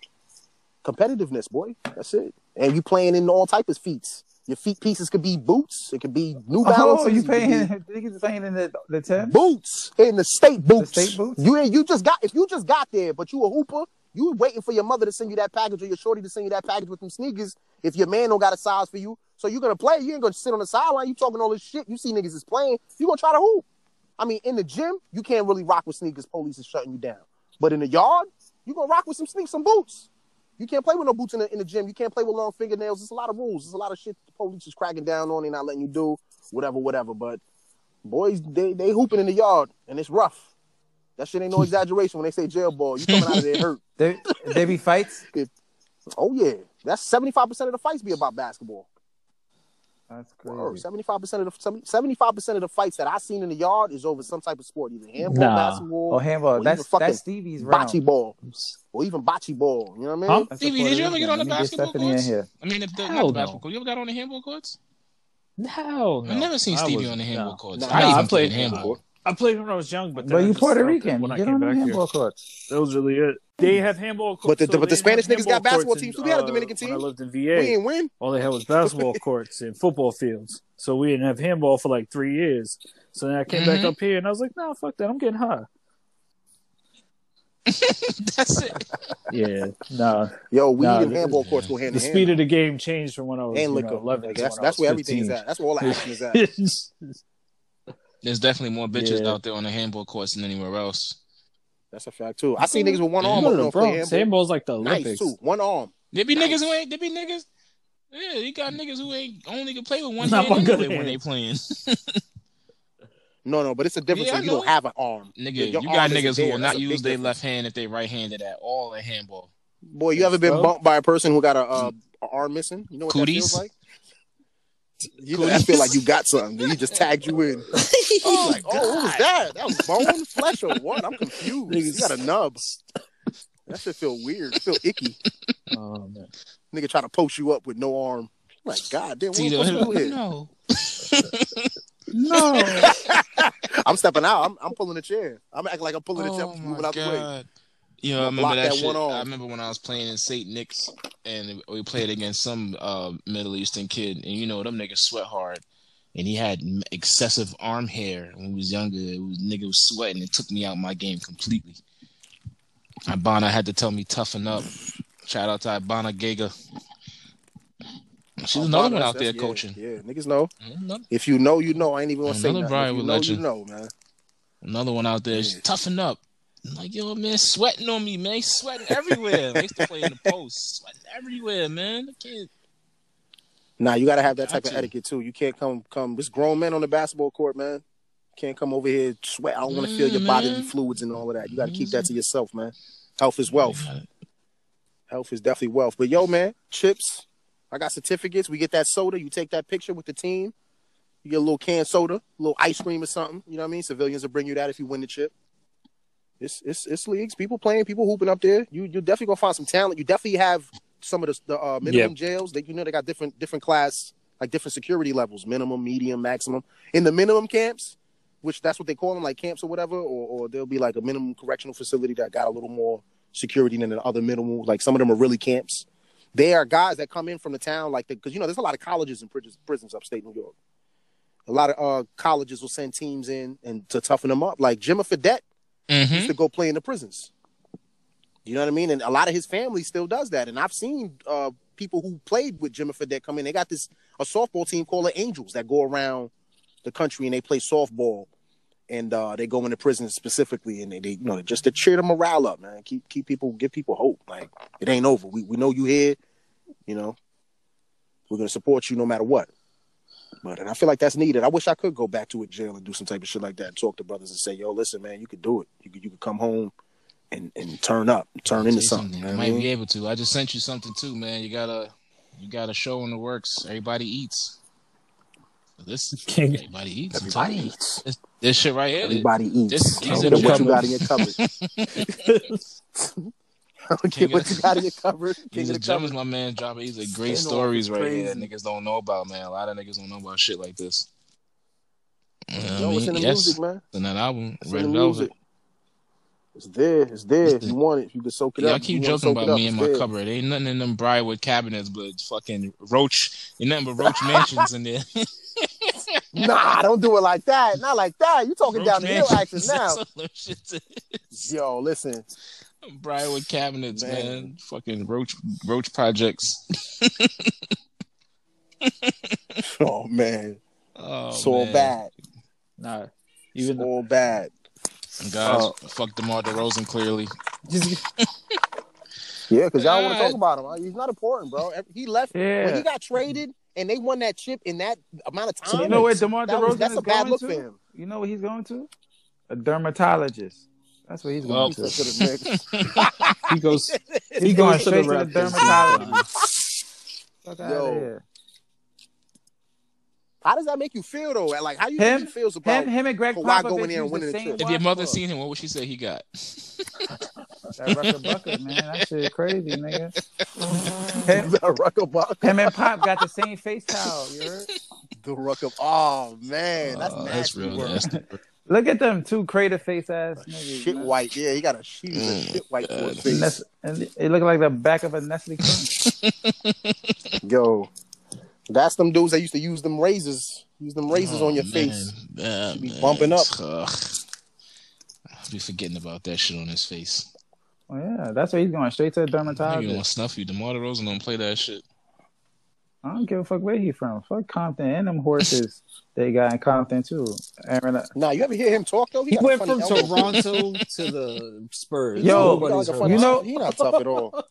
Speaker 4: Competitiveness, boy. That's it. And you playing in all types of feats. Your feet pieces could be boots. It could be New Balances.
Speaker 5: Oh, you
Speaker 4: it could be
Speaker 5: paying? Niggas paying in the the ten?
Speaker 4: boots in the state boots.
Speaker 5: state boots?
Speaker 4: You ain't- you just got if you just got there, but you a hooper. You waiting for your mother to send you that package or your shorty to send you that package with them sneakers. If your man don't got a size for you, so you gonna play. You ain't gonna sit on the sideline. You talking all this shit. You see niggas is playing. You gonna try to hoop. I mean, in the gym, you can't really rock with sneakers. Police is shutting you down. But in the yard, you gonna rock with some sneakers, some boots. You can't play with no boots in the, in the gym. You can't play with long fingernails. There's a lot of rules. There's a lot of shit the police is cracking down on. They're not letting you do whatever, whatever. But boys, they they hooping in the yard and it's rough. That shit ain't no exaggeration when they say jail ball. You coming out of there hurt.
Speaker 5: They they be fights.
Speaker 4: Oh yeah, that's seventy five percent of the fights be about basketball.
Speaker 5: That's crazy.
Speaker 4: Seventy five percent of the seventy five percent of the fights that I seen in the yard is over some type of sport, either handball,
Speaker 3: Nah.
Speaker 4: basketball,
Speaker 5: Oh, handball.
Speaker 4: Well, you
Speaker 5: That's
Speaker 4: fucking
Speaker 5: that's Stevie's round.
Speaker 4: bocce ball, or even bocce ball. You know what I mean?
Speaker 3: Huh?
Speaker 5: That's
Speaker 2: Stevie,
Speaker 5: a
Speaker 2: did you
Speaker 5: Puerto
Speaker 2: ever get
Speaker 5: Rican.
Speaker 2: on the
Speaker 5: Let me get
Speaker 2: basketball
Speaker 5: Stephanie in
Speaker 2: courts?
Speaker 5: here.
Speaker 2: I mean, if the,
Speaker 3: Hell
Speaker 2: not
Speaker 3: no.
Speaker 2: the basketball court. You ever got on the handball courts?
Speaker 3: Hell no.
Speaker 2: I've never seen
Speaker 3: I
Speaker 2: Stevie
Speaker 3: wasn't-
Speaker 2: on the handball
Speaker 3: no.
Speaker 2: courts.
Speaker 4: Nah.
Speaker 2: I
Speaker 4: Nah,
Speaker 2: even
Speaker 4: I
Speaker 2: played
Speaker 3: played-
Speaker 2: handball.
Speaker 3: I played when I was young, but then
Speaker 5: But
Speaker 3: I
Speaker 5: you
Speaker 3: just
Speaker 5: Puerto
Speaker 3: stopped it
Speaker 5: Rican.
Speaker 3: when I
Speaker 5: Get
Speaker 3: came
Speaker 5: on the
Speaker 3: back here.
Speaker 5: handball courts.
Speaker 3: That was really it. They have handball courts.
Speaker 4: But the- but the Spanish niggas got basketball teams
Speaker 3: too.
Speaker 4: too. They had Dominican
Speaker 3: uh, When I
Speaker 4: teams.
Speaker 3: lived in
Speaker 4: We
Speaker 3: VA,
Speaker 4: ain't win.
Speaker 3: all they had was basketball courts and football fields. So we didn't have handball for like three years. So then I came back
Speaker 2: Mhm.
Speaker 3: up here and I was like, nah, fuck that. I'm getting high.
Speaker 2: That's it.
Speaker 3: Yeah, no.
Speaker 4: Yo, we
Speaker 3: Nah,
Speaker 4: and
Speaker 3: the-
Speaker 4: handball courts go hand
Speaker 3: The
Speaker 4: in hand.
Speaker 3: speed of the game changed from when I was
Speaker 4: and
Speaker 3: you
Speaker 4: liquor.
Speaker 3: know, 11
Speaker 4: Like,
Speaker 3: to when I
Speaker 4: that's
Speaker 3: was
Speaker 4: that's where everything's
Speaker 3: 15.
Speaker 4: at. That's where all the action is at.
Speaker 2: There's definitely more bitches
Speaker 3: Yeah.
Speaker 2: out there on the handball courts than anywhere else.
Speaker 4: That's a fact too. I seen niggas with one
Speaker 2: Yeah.
Speaker 4: arm
Speaker 3: Go
Speaker 4: up
Speaker 3: to the
Speaker 4: north play
Speaker 3: Bronx.
Speaker 4: handball.
Speaker 3: Handball's like the Olympics.
Speaker 4: Nice too. One arm.
Speaker 2: There be
Speaker 4: Nice.
Speaker 2: niggas who ain't. There be niggas. Yeah, you got niggas who ain't only can play with one
Speaker 3: Not
Speaker 2: hand
Speaker 3: my good
Speaker 2: anyway when
Speaker 3: hand.
Speaker 2: they playing.
Speaker 4: No, no, but it's a difference
Speaker 2: Yeah,
Speaker 4: when
Speaker 2: I
Speaker 4: you
Speaker 2: know.
Speaker 4: don't have an arm. Your-
Speaker 2: Nigga,
Speaker 4: your
Speaker 2: you
Speaker 4: arm
Speaker 2: got
Speaker 4: isn't
Speaker 2: niggas who
Speaker 4: there.
Speaker 2: will
Speaker 4: That's
Speaker 2: not
Speaker 4: a
Speaker 2: use
Speaker 4: big
Speaker 2: their
Speaker 4: difference.
Speaker 2: left hand if they right handed at all at handball.
Speaker 4: Boy, you ever been
Speaker 3: Well-
Speaker 4: bumped by a person who got a uh, a arm missing? You know what
Speaker 2: Cooties?
Speaker 4: that feels like. You know, that feel like you got something. He just tagged you in.
Speaker 2: Oh,
Speaker 4: Like, oh, what was that? That was bone, flesh, or what? I'm confused. You got a nub. That shit feel weird. It feel icky.
Speaker 3: Oh, man.
Speaker 4: Nigga try to post you up with no arm. Like, God damn, what am I
Speaker 2: Tito,
Speaker 4: supposed to do here?
Speaker 2: no.
Speaker 5: No.
Speaker 4: I'm stepping out. I'm, I'm pulling a chair. I'm acting like I'm pulling a chair.
Speaker 2: Oh
Speaker 4: I'm
Speaker 2: my
Speaker 4: moving out the way.
Speaker 2: god. Yeah, I
Speaker 4: Block
Speaker 2: remember that,
Speaker 4: that
Speaker 2: shit.
Speaker 4: one off.
Speaker 2: I remember when I was playing in St. Nick's and we played against some uh, Middle Eastern kid, and you know them niggas sweat hard, and he had m- excessive arm hair when he was younger. It was nigga was sweating. It took me out my game completely. Ibana had to tell me toughen up. Shout out to Ibana Giga. She's another one out there
Speaker 4: yeah,
Speaker 2: coaching.
Speaker 4: Yeah, niggas know.
Speaker 2: Another,
Speaker 4: If you know, you know. I ain't even gonna say
Speaker 2: Another
Speaker 4: nothing.
Speaker 2: Brian
Speaker 4: If you
Speaker 2: with
Speaker 4: know, you
Speaker 2: legend.
Speaker 4: know, man.
Speaker 2: another one out there. She's toughen up. I'm like, yo, man, sweating on me, man. He's sweating everywhere. I used to play in the post. Sweating everywhere, man. The kid.
Speaker 4: Nah, you gotta have that type of
Speaker 2: Gotcha.
Speaker 4: etiquette too. You can't come come. It's grown men on the basketball court, man. Can't come over here sweat. I don't want to feel your
Speaker 2: Mm,
Speaker 4: bodily
Speaker 2: man.
Speaker 4: fluids and all of that. You gotta keep that to yourself, man. Health is wealth. Health is definitely wealth. But yo, man, chips. I got certificates. We get that soda. You take that picture with the team. You get a little canned soda, a little ice cream or something. You know what I mean? Civilians will bring you that if you win the chip. It's it's it's leagues. People playing, people hooping up there. You you definitely gonna find some talent. You definitely have some of the, the uh, minimum jails that you know they got different different class like different security levels, minimum, medium, maximum. In the minimum camps, which that's what they call them, like camps or whatever, or or there'll be like a minimum correctional facility that got a little more security than the other minimal. Like some of them are really camps. They are guys that come in from the town, like because you know there's a lot of colleges and prisons, prisons upstate New York. A lot of uh, colleges will send teams in and to toughen them up. Like Jimmy Fredette
Speaker 2: Mm-hmm.
Speaker 4: used to go play in the prisons. You know what I mean? And a lot of his family still does that. And I've seen uh, people who played with Jimmy Fredette come in. They got this a softball team called the Angels that go around the country and they play softball. And uh, they go into prisons specifically, and they, they you know just to cheer the morale up, man. Keep keep people give people hope. Like it ain't over. We we know you here. You know, we're gonna support you no matter what. But and I feel like that's needed. I wish I could go back to a jail and do some type of shit like that and talk to brothers and say, "Yo, listen, man, you could do it. You could you could come home and and turn up, turn into something." you know
Speaker 2: I
Speaker 4: what I
Speaker 2: might
Speaker 4: mean?
Speaker 2: be able to. I just sent you something too, man. You got to you got to show in the works. Everybody eats. This
Speaker 3: King.
Speaker 2: everybody eats. I'm
Speaker 4: Everybody
Speaker 2: telling you.
Speaker 4: eats.
Speaker 2: This, this shit right here.
Speaker 4: Everybody eats.
Speaker 2: This-
Speaker 4: I
Speaker 2: these
Speaker 4: don't
Speaker 2: are
Speaker 4: care what you
Speaker 2: gems.
Speaker 4: got in your cupboard. I don't care
Speaker 2: King
Speaker 4: what
Speaker 2: of-
Speaker 4: you got in your cupboard. King
Speaker 2: These
Speaker 4: of
Speaker 2: are
Speaker 4: the cupboard.
Speaker 2: gems, my man. Dropping these are great
Speaker 4: Spin-off is
Speaker 2: stories right here.
Speaker 4: crazy.
Speaker 2: Niggas don't know about man. A lot of niggas don't know about shit like this. You know what I
Speaker 4: Yo, it's
Speaker 2: mean?
Speaker 4: in the
Speaker 2: yes,
Speaker 4: music, man.
Speaker 2: it's in that album,
Speaker 4: It's
Speaker 2: Red
Speaker 4: in the
Speaker 2: Velvet.
Speaker 4: music. It's there. It's there. If
Speaker 2: It's
Speaker 4: you want it, you can soak it
Speaker 2: Y'all
Speaker 4: up. If
Speaker 2: keep
Speaker 4: you wanna
Speaker 2: joking
Speaker 4: soak
Speaker 2: about
Speaker 4: it up,
Speaker 2: me and
Speaker 4: it's
Speaker 2: my
Speaker 4: there.
Speaker 2: cupboard. Ain't nothing in them Briarwood cabinets, but fucking roach. Ain't nothing but roach mansions in there.
Speaker 4: Nah, don't do it like that. Not like that. You talking
Speaker 2: roach
Speaker 4: down the hill
Speaker 2: mansions.
Speaker 4: action now.
Speaker 2: That's all them shits in
Speaker 4: Yo, listen.
Speaker 2: Briarwood cabinets,
Speaker 4: Man.
Speaker 2: man. Fucking roach, roach projects.
Speaker 4: Oh man,
Speaker 2: Oh,
Speaker 4: it's all
Speaker 2: man.
Speaker 4: bad.
Speaker 3: nah, even
Speaker 4: all bad.
Speaker 2: Guys,
Speaker 4: Oh.
Speaker 2: fuck DeMar DeRozan clearly.
Speaker 3: just,
Speaker 4: Yeah, because y'all want
Speaker 2: God.
Speaker 4: to talk about him. Uh, He's not important, bro. He left when
Speaker 5: Yeah.
Speaker 4: he got traded, and they won that chip in that amount of time.
Speaker 5: You know where DeMar
Speaker 4: That was-
Speaker 5: DeRozan
Speaker 4: that's
Speaker 5: is
Speaker 4: a bad
Speaker 5: going
Speaker 4: look
Speaker 5: to?
Speaker 4: for him.
Speaker 5: You know what he's going to? A dermatologist. That's what he's
Speaker 2: Well,
Speaker 5: going
Speaker 4: He
Speaker 5: to.
Speaker 4: said to the Knicks.
Speaker 3: he goes
Speaker 5: He
Speaker 3: he
Speaker 5: going
Speaker 3: goes to the
Speaker 5: straight to the
Speaker 3: Raptors. this
Speaker 5: dermatologist.
Speaker 3: time.
Speaker 5: Fuck
Speaker 4: Yo.
Speaker 5: out of here.
Speaker 4: How does that make you feel though? Like how you
Speaker 5: Him?
Speaker 4: think he feels about
Speaker 5: Him, him and Greg
Speaker 4: Kawhi going
Speaker 5: Popovich
Speaker 4: in there and
Speaker 5: used
Speaker 4: winning
Speaker 5: the
Speaker 4: the
Speaker 5: same
Speaker 4: chip.
Speaker 2: if your mother
Speaker 5: washcloth.
Speaker 2: seen him, what would she say he got?
Speaker 5: That rucker bucket, man. That shit crazy, nigga. Him,
Speaker 4: the ruck up, uh,
Speaker 5: him and Pop got the same face towel. You heard?
Speaker 4: the ruck up. Oh man, that's
Speaker 2: Oh,
Speaker 4: nasty.
Speaker 2: that's real
Speaker 4: bro.
Speaker 2: nasty.
Speaker 5: Look at them two crater face ass niggas.
Speaker 4: Shit
Speaker 5: man.
Speaker 4: white. Yeah, he got a she was a
Speaker 2: Mm,
Speaker 4: shit white for his face.
Speaker 5: Nes- and it looked like the back of a Nestle crunch.
Speaker 4: Yo, that's them dudes that used to use them razors. Use them razors on your face.
Speaker 2: Oh, man.
Speaker 4: Should be
Speaker 2: man.
Speaker 4: bumping up.
Speaker 2: Ugh. I'll be forgetting about that shit on his face.
Speaker 5: Oh, yeah, that's where he's going straight to the
Speaker 2: Maybe want
Speaker 5: dermatologist.
Speaker 2: to snuff you. DeMar DeRozan don't play that shit.
Speaker 5: I don't give a fuck where he from. Fuck Compton and them horses they got in Compton too. Aaron, uh,
Speaker 4: Now you ever hear him talk though?
Speaker 3: He
Speaker 4: got a
Speaker 3: went
Speaker 4: funny
Speaker 3: from
Speaker 4: elbow.
Speaker 3: Toronto to the Spurs.
Speaker 5: Yo,
Speaker 4: He got
Speaker 3: Nobody's
Speaker 4: like a
Speaker 3: heard
Speaker 4: funny-
Speaker 5: you
Speaker 3: of him.
Speaker 5: know-
Speaker 4: he not tough at all.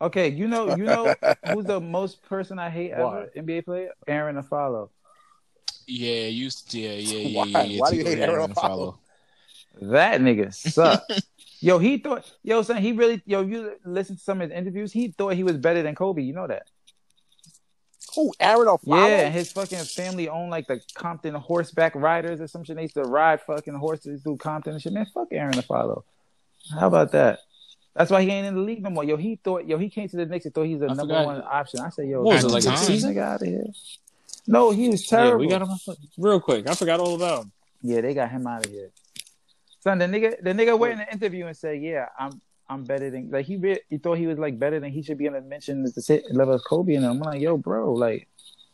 Speaker 5: okay, you know, you know who's the most person I hate
Speaker 4: Why?
Speaker 5: ever NBA player? Aaron Afalo.
Speaker 2: Yeah, you yeah, yeah, yeah,
Speaker 4: Why?
Speaker 2: yeah, yeah.
Speaker 4: Why do you
Speaker 2: Tico
Speaker 4: hate
Speaker 2: Herrera
Speaker 4: Aaron
Speaker 2: and
Speaker 4: Apollo?
Speaker 2: follow.
Speaker 5: That nigga sucked. yo, he thought, yo, son, he really, yo, you listen to some of his interviews. He thought he was better than Kobe. You know that.
Speaker 4: Who Aaron O'Fallon?
Speaker 5: Yeah, and his fucking family owned like the Compton horseback riders or some shit. They used to ride fucking horses through Compton and shit. Man, fuck Aaron Afalo. How about that? That's why he ain't in the league no more. Yo, he thought yo he came to the Knicks and thought he's the
Speaker 3: I
Speaker 5: number
Speaker 3: forgot.
Speaker 5: one option. I said, yo,
Speaker 3: What was
Speaker 5: get
Speaker 2: it, like
Speaker 5: this
Speaker 2: a season?
Speaker 5: nigga out of here. No, he was
Speaker 3: Yeah,
Speaker 5: terrible.
Speaker 3: we
Speaker 5: Yeah,
Speaker 3: got him real quick. I forgot all about him.
Speaker 5: they got him out of here. Son, the nigga, the nigga went in the interview and said, yeah, I'm. I'm better than like he re- he thought he was like better than he should be in the mention as the sit- level of Kobe and I'm like yo bro like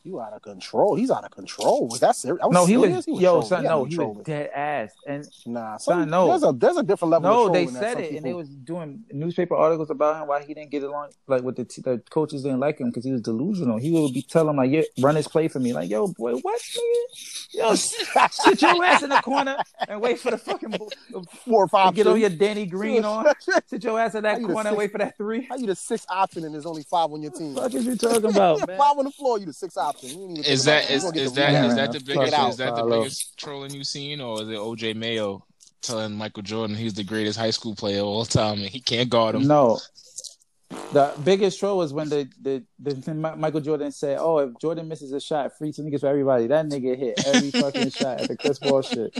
Speaker 4: You out of control. He's out of control. Was that serious? That
Speaker 5: No, he
Speaker 4: Oh, serious?
Speaker 5: was, yo,
Speaker 4: trolling.
Speaker 5: son,
Speaker 4: had
Speaker 5: no,
Speaker 4: me
Speaker 5: he
Speaker 4: trolling.
Speaker 5: was dead ass. And
Speaker 4: Nah,
Speaker 5: Son,
Speaker 4: some-
Speaker 5: no.
Speaker 4: There's a there's a different level.
Speaker 5: no,
Speaker 4: of
Speaker 5: they
Speaker 4: trolling that
Speaker 5: said
Speaker 4: some
Speaker 5: it, and
Speaker 4: people-
Speaker 5: they was doing newspaper articles about him why he didn't get along, like with the t- the coaches didn't like him because he was delusional. He would be telling them like, "Yeah, run this play for me," like, "Yo, boy, what, nigga? Yo, sit your ass in the corner and wait for the fucking ball.
Speaker 4: four or five.
Speaker 5: Get on
Speaker 4: twos.
Speaker 5: your Danny Green on. Sit your ass in
Speaker 4: How
Speaker 5: that
Speaker 4: you the
Speaker 5: corner
Speaker 4: sixth-
Speaker 5: and wait for that three.
Speaker 4: How you the sixth option and there's only five on your team?
Speaker 5: Fuck is you talking about, man?
Speaker 4: Five on the floor, you the sixth option. You ain't even
Speaker 2: Is
Speaker 4: think
Speaker 2: that
Speaker 4: about it. You
Speaker 2: is,
Speaker 4: gonna get
Speaker 2: is
Speaker 4: the
Speaker 2: that
Speaker 4: rebound.
Speaker 2: is
Speaker 5: rebound.
Speaker 2: that the
Speaker 5: Fuck
Speaker 2: biggest
Speaker 4: out,
Speaker 2: is that the
Speaker 5: Paolo.
Speaker 2: biggest trolling you've seen, or is it OJ Mayo telling Michael Jordan he's the greatest high school player of all time and he can't guard him?
Speaker 5: No. The biggest troll was when the, the, the, Mi- Michael Jordan said, "Oh, if Jordan misses a shot, free two niggas for everybody." That nigga hit every fucking shot at the Chris Paul shit.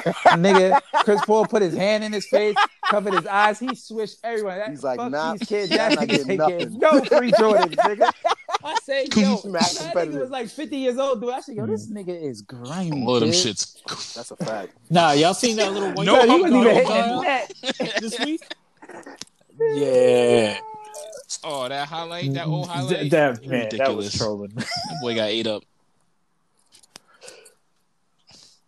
Speaker 5: nigga, Chris Paul put his hand in his face, covered his eyes. He swished everyone. That,
Speaker 4: He's like,
Speaker 5: fuck
Speaker 4: nah,
Speaker 5: these kids.
Speaker 4: y'all
Speaker 5: That
Speaker 4: not
Speaker 5: nigga
Speaker 4: getting
Speaker 5: ain't getting
Speaker 4: nothing.
Speaker 5: no free Jordan, nigga. I say, yo,
Speaker 4: Smack
Speaker 5: that nigga
Speaker 4: competitive.
Speaker 5: was like fifty years old, dude. I said, yo, this nigga is grimy.
Speaker 2: All of them
Speaker 5: kid.
Speaker 2: shits.
Speaker 4: Mm. That's a fact.
Speaker 3: Nah, y'all seen that little white
Speaker 2: No,
Speaker 3: guy
Speaker 5: He
Speaker 3: who
Speaker 5: wasn't even
Speaker 3: got
Speaker 5: hitting
Speaker 3: on
Speaker 5: the
Speaker 3: fire
Speaker 5: net.
Speaker 3: this week? Yeah,
Speaker 2: Oh, that highlight, that old
Speaker 3: Th-
Speaker 2: highlight.
Speaker 3: that man, that was
Speaker 2: Ridiculous.
Speaker 3: trolling.
Speaker 2: That boy got ate up.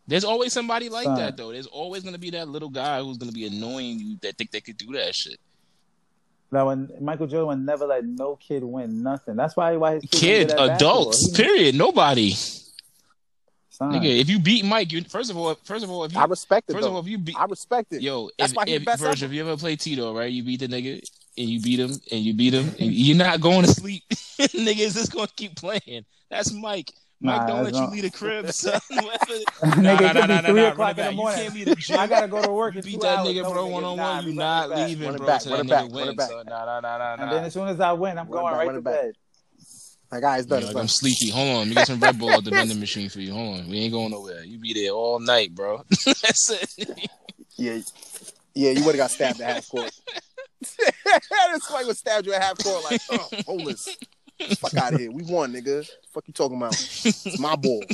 Speaker 2: There's always somebody like
Speaker 5: Son.
Speaker 2: that though. There's always gonna be that little guy who's gonna be annoying you that think they could do that shit.
Speaker 5: Now, when Michael Jordan would never let no kid win nothing. That's why why his
Speaker 2: Kid, adults, period. Nobody. Nigga, if you beat Mike, you first of all, first of all, if you
Speaker 4: I respect it
Speaker 2: first of all,
Speaker 4: though.
Speaker 2: if you beat
Speaker 4: I respect it.
Speaker 2: Yo,
Speaker 4: That's
Speaker 2: if,
Speaker 4: why he
Speaker 2: if,
Speaker 4: the best
Speaker 2: Virgil,
Speaker 4: ever.
Speaker 2: if you ever play Tito, right? You beat the nigga and you beat him and you beat him and you're not going to sleep. nigga is just gonna keep playing. That's Mike. Mike
Speaker 5: Nah,
Speaker 2: don't let
Speaker 5: that's
Speaker 2: you
Speaker 5: not-
Speaker 2: leave the crib, son.
Speaker 5: nigga, it could be three
Speaker 2: run it
Speaker 5: o'clock
Speaker 2: back.
Speaker 5: in the
Speaker 2: You
Speaker 5: morning.
Speaker 2: can't leave the gym.
Speaker 5: I gotta go to work.
Speaker 2: You
Speaker 5: in
Speaker 2: beat
Speaker 5: two
Speaker 2: that
Speaker 5: hours.
Speaker 2: nigga
Speaker 5: No,
Speaker 2: for one on one.
Speaker 5: nah,
Speaker 2: You
Speaker 5: run it
Speaker 2: not
Speaker 5: back.
Speaker 2: leaving,
Speaker 4: Run it
Speaker 2: bro.
Speaker 4: back,
Speaker 2: till
Speaker 4: run
Speaker 2: that
Speaker 4: it back,
Speaker 2: nigga
Speaker 4: run it
Speaker 2: wins,
Speaker 4: back.
Speaker 2: son. Nah, nah, nah, nah,
Speaker 5: And then
Speaker 2: nah.
Speaker 5: as soon as I win,
Speaker 4: Run
Speaker 5: I'm
Speaker 4: it
Speaker 5: going
Speaker 4: back,
Speaker 5: right
Speaker 4: run
Speaker 5: to
Speaker 4: it back.
Speaker 5: bed.
Speaker 4: That guy's
Speaker 2: Yo,
Speaker 4: done.
Speaker 2: like,
Speaker 4: son.
Speaker 2: I'm sleepy. Hold on, let me get some Red Bull out the vending machine for you. Hold on, we ain't going nowhere. You be there all night, bro. That's it.
Speaker 4: Yeah, yeah, you would have got stabbed at half court. this fight would stab you at half court like, oh, homeless. Fuck out of here. We won, nigga. Fuck you talking about? It's my ball.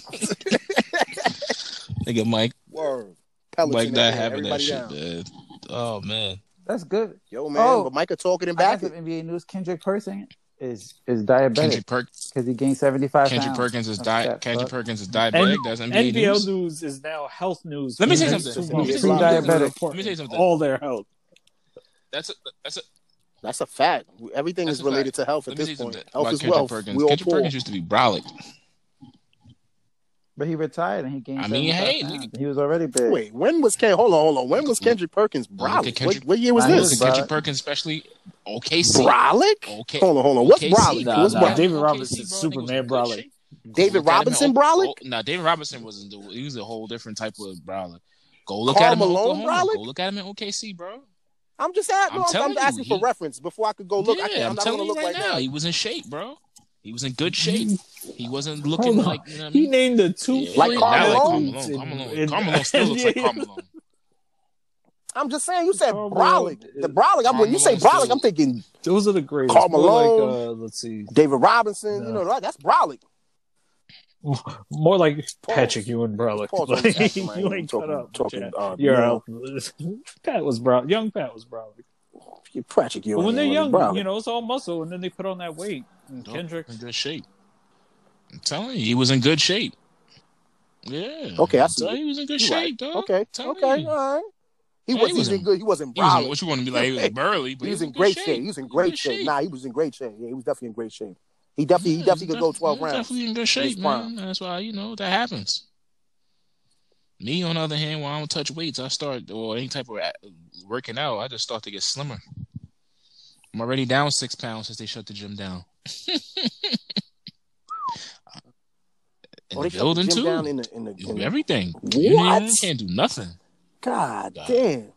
Speaker 2: Nigga, Mike,
Speaker 4: Word. Pellets
Speaker 2: Mike,
Speaker 4: in
Speaker 2: not
Speaker 4: that,
Speaker 2: having that
Speaker 4: everybody
Speaker 2: shit,
Speaker 4: down.
Speaker 2: man. Oh man.
Speaker 5: That's good.
Speaker 4: Yo, man,
Speaker 5: Oh.
Speaker 4: but Micah talking and
Speaker 5: I got
Speaker 4: back.
Speaker 5: some NBA news. Kendrick Perkins is is diabetic
Speaker 2: Kendrick Perk
Speaker 5: because he gained 75
Speaker 2: Kendrick
Speaker 5: pounds.
Speaker 2: Perkins is
Speaker 5: That's
Speaker 2: di-
Speaker 5: that
Speaker 2: Kendrick
Speaker 5: fuck.
Speaker 2: Perkins is diabetic.
Speaker 3: And-
Speaker 2: That's NBA,
Speaker 3: NBL
Speaker 2: news.
Speaker 3: news. is now health news.
Speaker 2: Let me
Speaker 3: for
Speaker 2: say
Speaker 3: the next
Speaker 2: something.
Speaker 3: two
Speaker 4: Let me
Speaker 3: months.
Speaker 4: say
Speaker 3: People are
Speaker 5: something.
Speaker 2: Let me say something.
Speaker 3: All their health.
Speaker 2: That's a that's a
Speaker 4: That's a fact. Everything
Speaker 2: That's
Speaker 4: is
Speaker 2: a
Speaker 4: related to health at
Speaker 2: let me say
Speaker 4: this point.
Speaker 2: something
Speaker 4: Health
Speaker 2: about
Speaker 4: is
Speaker 2: Kendrick
Speaker 4: wealth.
Speaker 2: Perkins.
Speaker 4: We all
Speaker 2: Kendrick
Speaker 4: poor.
Speaker 2: Perkins used to be brolic.
Speaker 5: But he retired and he gained
Speaker 2: I mean,
Speaker 5: 75
Speaker 2: hey,
Speaker 5: pounds. He was already big.
Speaker 4: Wait, when was Ken? Hold on, hold on. When was Kendrick Perkins
Speaker 2: Look at
Speaker 4: brolic?
Speaker 2: Kendrick-
Speaker 4: what, what year was
Speaker 5: Nah, he
Speaker 2: Look at
Speaker 5: was
Speaker 4: this?
Speaker 5: brolic.
Speaker 2: Kendrick Perkins, especially OKC.
Speaker 4: Brolic?
Speaker 2: Okay.
Speaker 4: Hold on, hold on. What's
Speaker 2: OKC.
Speaker 4: brolic?
Speaker 3: Nah,
Speaker 4: What's
Speaker 3: nah.
Speaker 4: brolic?
Speaker 3: David
Speaker 2: OKC,
Speaker 3: Robinson's
Speaker 2: bro, nigga was
Speaker 3: Superman
Speaker 2: good
Speaker 3: brolic.
Speaker 2: shit.
Speaker 4: David
Speaker 2: Look at him in
Speaker 4: Robinson
Speaker 2: O-
Speaker 4: brolic?
Speaker 2: O- nah, David Robinson wasn't. The, he was a whole different type of brolic. Go look
Speaker 4: Karl
Speaker 2: at him in
Speaker 4: Malone
Speaker 2: Oklahoma.
Speaker 4: brolic?
Speaker 2: Go look at him in OKC, bro.
Speaker 4: I'm just asking.
Speaker 2: I'm
Speaker 4: No, I'm,
Speaker 2: telling
Speaker 4: I'm
Speaker 2: you,
Speaker 4: asking
Speaker 2: he-
Speaker 4: for reference before I could go Oh, look.
Speaker 2: yeah,
Speaker 4: I can't, I'm,
Speaker 2: I'm
Speaker 4: not going
Speaker 2: telling
Speaker 4: to
Speaker 2: you
Speaker 4: look
Speaker 2: right,
Speaker 4: right
Speaker 2: now,
Speaker 4: now.
Speaker 2: he was in shape, bro. He was in good shape. He wasn't looking
Speaker 3: Hold on.
Speaker 2: like you know what I
Speaker 3: He
Speaker 2: mean.
Speaker 3: named the two
Speaker 2: Yeah,
Speaker 4: Like
Speaker 3: free
Speaker 4: Karl
Speaker 2: now like
Speaker 4: Malone?
Speaker 2: Carmelo. Carmelo, Carmelo still looks like Carmelo.
Speaker 4: I'm just saying. You said
Speaker 3: Karl
Speaker 4: brolic.
Speaker 3: Malone.
Speaker 4: The brolic. I'm, when you say
Speaker 2: Karl
Speaker 4: brolic,
Speaker 2: Malone
Speaker 4: I'm thinking
Speaker 3: Those are the greatest.
Speaker 4: Karl
Speaker 3: More like,
Speaker 4: Malone.
Speaker 3: uh, let's see.
Speaker 4: David Robinson. You
Speaker 3: No.
Speaker 4: know, that- that's brolic.
Speaker 3: More like Patrick Ewing brolic.
Speaker 4: Pause on
Speaker 3: Like,
Speaker 4: this action, man.
Speaker 3: you
Speaker 4: We
Speaker 3: ain't
Speaker 4: talking-
Speaker 3: cut up.
Speaker 4: talking,
Speaker 3: Jack.
Speaker 4: uh,
Speaker 3: You're
Speaker 4: Ewing.
Speaker 3: out. Pat was brolic. Young Pat was brolic.
Speaker 4: Patrick Ewing.
Speaker 3: But when they're
Speaker 4: ain't really
Speaker 3: young,
Speaker 4: brolic.
Speaker 3: you know, it's all muscle, and then they put on that weight. And Kendrick,
Speaker 2: in good shape. I'm telling you, he was in good shape. Yeah.
Speaker 4: Okay, I
Speaker 2: I'm
Speaker 4: see
Speaker 2: telling you, he was in good
Speaker 4: You
Speaker 2: shape,
Speaker 4: right.
Speaker 2: dog.
Speaker 4: Okay.
Speaker 2: Tell
Speaker 4: Okay.
Speaker 2: me.
Speaker 4: All right. He
Speaker 2: Yeah,
Speaker 4: was.
Speaker 2: he
Speaker 4: He was
Speaker 2: was
Speaker 4: in
Speaker 2: in-
Speaker 4: good. He wasn't
Speaker 2: He was in,
Speaker 4: brolic.
Speaker 2: what you want to be like? He was burly, but
Speaker 4: He was in
Speaker 2: good
Speaker 4: great
Speaker 2: shape.
Speaker 4: shape. He was in great
Speaker 2: good
Speaker 4: shape.
Speaker 2: shape.
Speaker 4: Nah, he was in great shape. Yeah, he was definitely in great shape. He definitely, he
Speaker 2: Yeah,
Speaker 4: definitely could
Speaker 2: def-
Speaker 4: go twelve
Speaker 2: he was
Speaker 4: rounds.
Speaker 2: Definitely in good shape, man.
Speaker 4: prime.
Speaker 2: That's why you know that happens. Me, on the other hand, when I don't touch weights, I start or any type of a- working out, I just start to get slimmer. I'm already down six pounds since they shut the gym down. In the
Speaker 4: Oh, they shut the
Speaker 2: building
Speaker 4: gym
Speaker 2: too.
Speaker 4: down in the in the. In
Speaker 2: do
Speaker 4: the
Speaker 2: everything.
Speaker 4: What?
Speaker 2: You ain't- you can't do nothing.
Speaker 4: God
Speaker 2: God.
Speaker 4: damn. I'm glad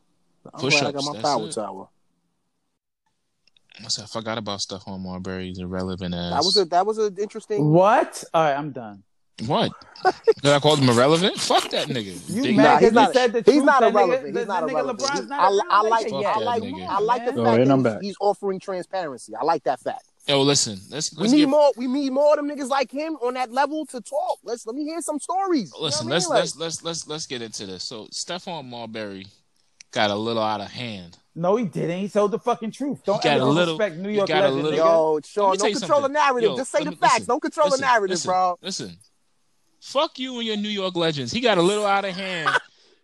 Speaker 4: I
Speaker 2: Push-ups,
Speaker 4: got my
Speaker 2: that's
Speaker 4: power
Speaker 2: it.
Speaker 4: tower.
Speaker 2: I said, I forgot about stuff on Marbury's irrelevant ass.
Speaker 4: That was a that was an interesting.
Speaker 5: What? All right, I'm done.
Speaker 2: what? Did I call him irrelevant? Fuck that nigga.
Speaker 5: You
Speaker 2: Dig-
Speaker 4: Nah,
Speaker 5: mad
Speaker 4: he's
Speaker 5: because
Speaker 4: not-
Speaker 5: he said the
Speaker 4: he's
Speaker 5: truth?
Speaker 4: not
Speaker 5: that
Speaker 4: irrelevant.
Speaker 5: Nigga,
Speaker 4: He's
Speaker 5: that
Speaker 4: not
Speaker 5: nigga
Speaker 4: irrelevant.
Speaker 5: LeBron's not
Speaker 4: I, li- I
Speaker 5: around
Speaker 4: like
Speaker 5: yet.
Speaker 2: Fuck
Speaker 4: I
Speaker 2: that
Speaker 4: like
Speaker 2: nigga.
Speaker 4: I like the
Speaker 5: man.
Speaker 3: Oh,
Speaker 4: fact
Speaker 3: and I'm
Speaker 4: that
Speaker 3: back.
Speaker 4: he's, he's offering transparency. I like that fact.
Speaker 2: Yo, listen. Let's
Speaker 4: We
Speaker 2: let's
Speaker 4: need
Speaker 2: get
Speaker 4: more. We need more of them niggas like him on that level to talk. Let's let me hear some stories.
Speaker 2: listen.
Speaker 4: you know what I mean?
Speaker 2: Let's let's let's let's let's get into this. So Stephon Marbury got a little out of hand.
Speaker 5: No, he didn't. He told the fucking truth. Don't
Speaker 2: got
Speaker 5: ever
Speaker 2: a little-
Speaker 5: respect New
Speaker 2: you
Speaker 5: York
Speaker 2: got a
Speaker 5: legend,
Speaker 2: little-
Speaker 5: nigga.
Speaker 4: Yo,
Speaker 2: Let
Speaker 4: Sean,
Speaker 2: me tell
Speaker 4: don't
Speaker 2: you
Speaker 4: control the
Speaker 2: something.
Speaker 4: narrative.
Speaker 2: Yo,
Speaker 4: Just say
Speaker 2: let
Speaker 4: the
Speaker 2: me-
Speaker 4: facts.
Speaker 2: listen,
Speaker 4: don't control the narrative,
Speaker 2: listen,
Speaker 4: bro.
Speaker 2: Listen, fuck you and your New York legends. He got a little out of hand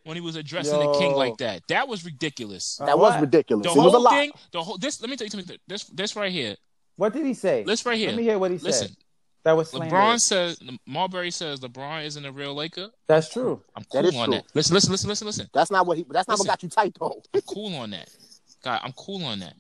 Speaker 2: when he was addressing the king
Speaker 5: Yo.
Speaker 2: like that. That was ridiculous.
Speaker 5: Uh,
Speaker 4: That was
Speaker 5: what?
Speaker 4: ridiculous.
Speaker 2: the
Speaker 4: it was a
Speaker 2: whole
Speaker 4: lot.
Speaker 2: thing, the whole this. Let me tell you something. This this right here.
Speaker 5: What did he say?
Speaker 2: This right here.
Speaker 5: Let me hear what he
Speaker 2: Listen,
Speaker 5: said. That was slanderous.
Speaker 2: LeBron says Marbury says LeBron isn't a real Laker.
Speaker 5: That's true.
Speaker 2: I'm cool
Speaker 4: That is
Speaker 2: on
Speaker 4: true.
Speaker 2: that. Listen, listen, listen, listen, listen.
Speaker 4: That's not what he. That's not
Speaker 2: Listen.
Speaker 4: what got you tight though.
Speaker 2: I'm cool on that. God, I'm cool on that.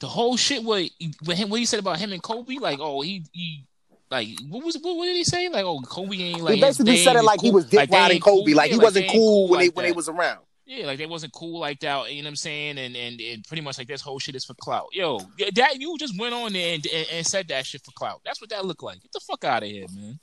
Speaker 2: The whole shit what with him, what he said about him and Kobe, like oh he he like what was what, what did he say like oh Kobe ain't like
Speaker 4: he
Speaker 2: his
Speaker 4: basically
Speaker 2: thing
Speaker 4: said it
Speaker 2: is
Speaker 4: like he
Speaker 2: cool-
Speaker 4: was dick
Speaker 2: they
Speaker 4: riding
Speaker 2: ain't cool.
Speaker 4: Kobe, like
Speaker 2: Yeah,
Speaker 4: he wasn't
Speaker 2: ain't
Speaker 4: cool when they
Speaker 2: like
Speaker 4: when they
Speaker 2: that.
Speaker 4: was around.
Speaker 2: yeah like they wasn't cool like that you know what I'm saying and and, and pretty much like this whole shit is for clout yo that you just went on there and, and, and said that shit for clout that's what that looked like get the fuck out of here man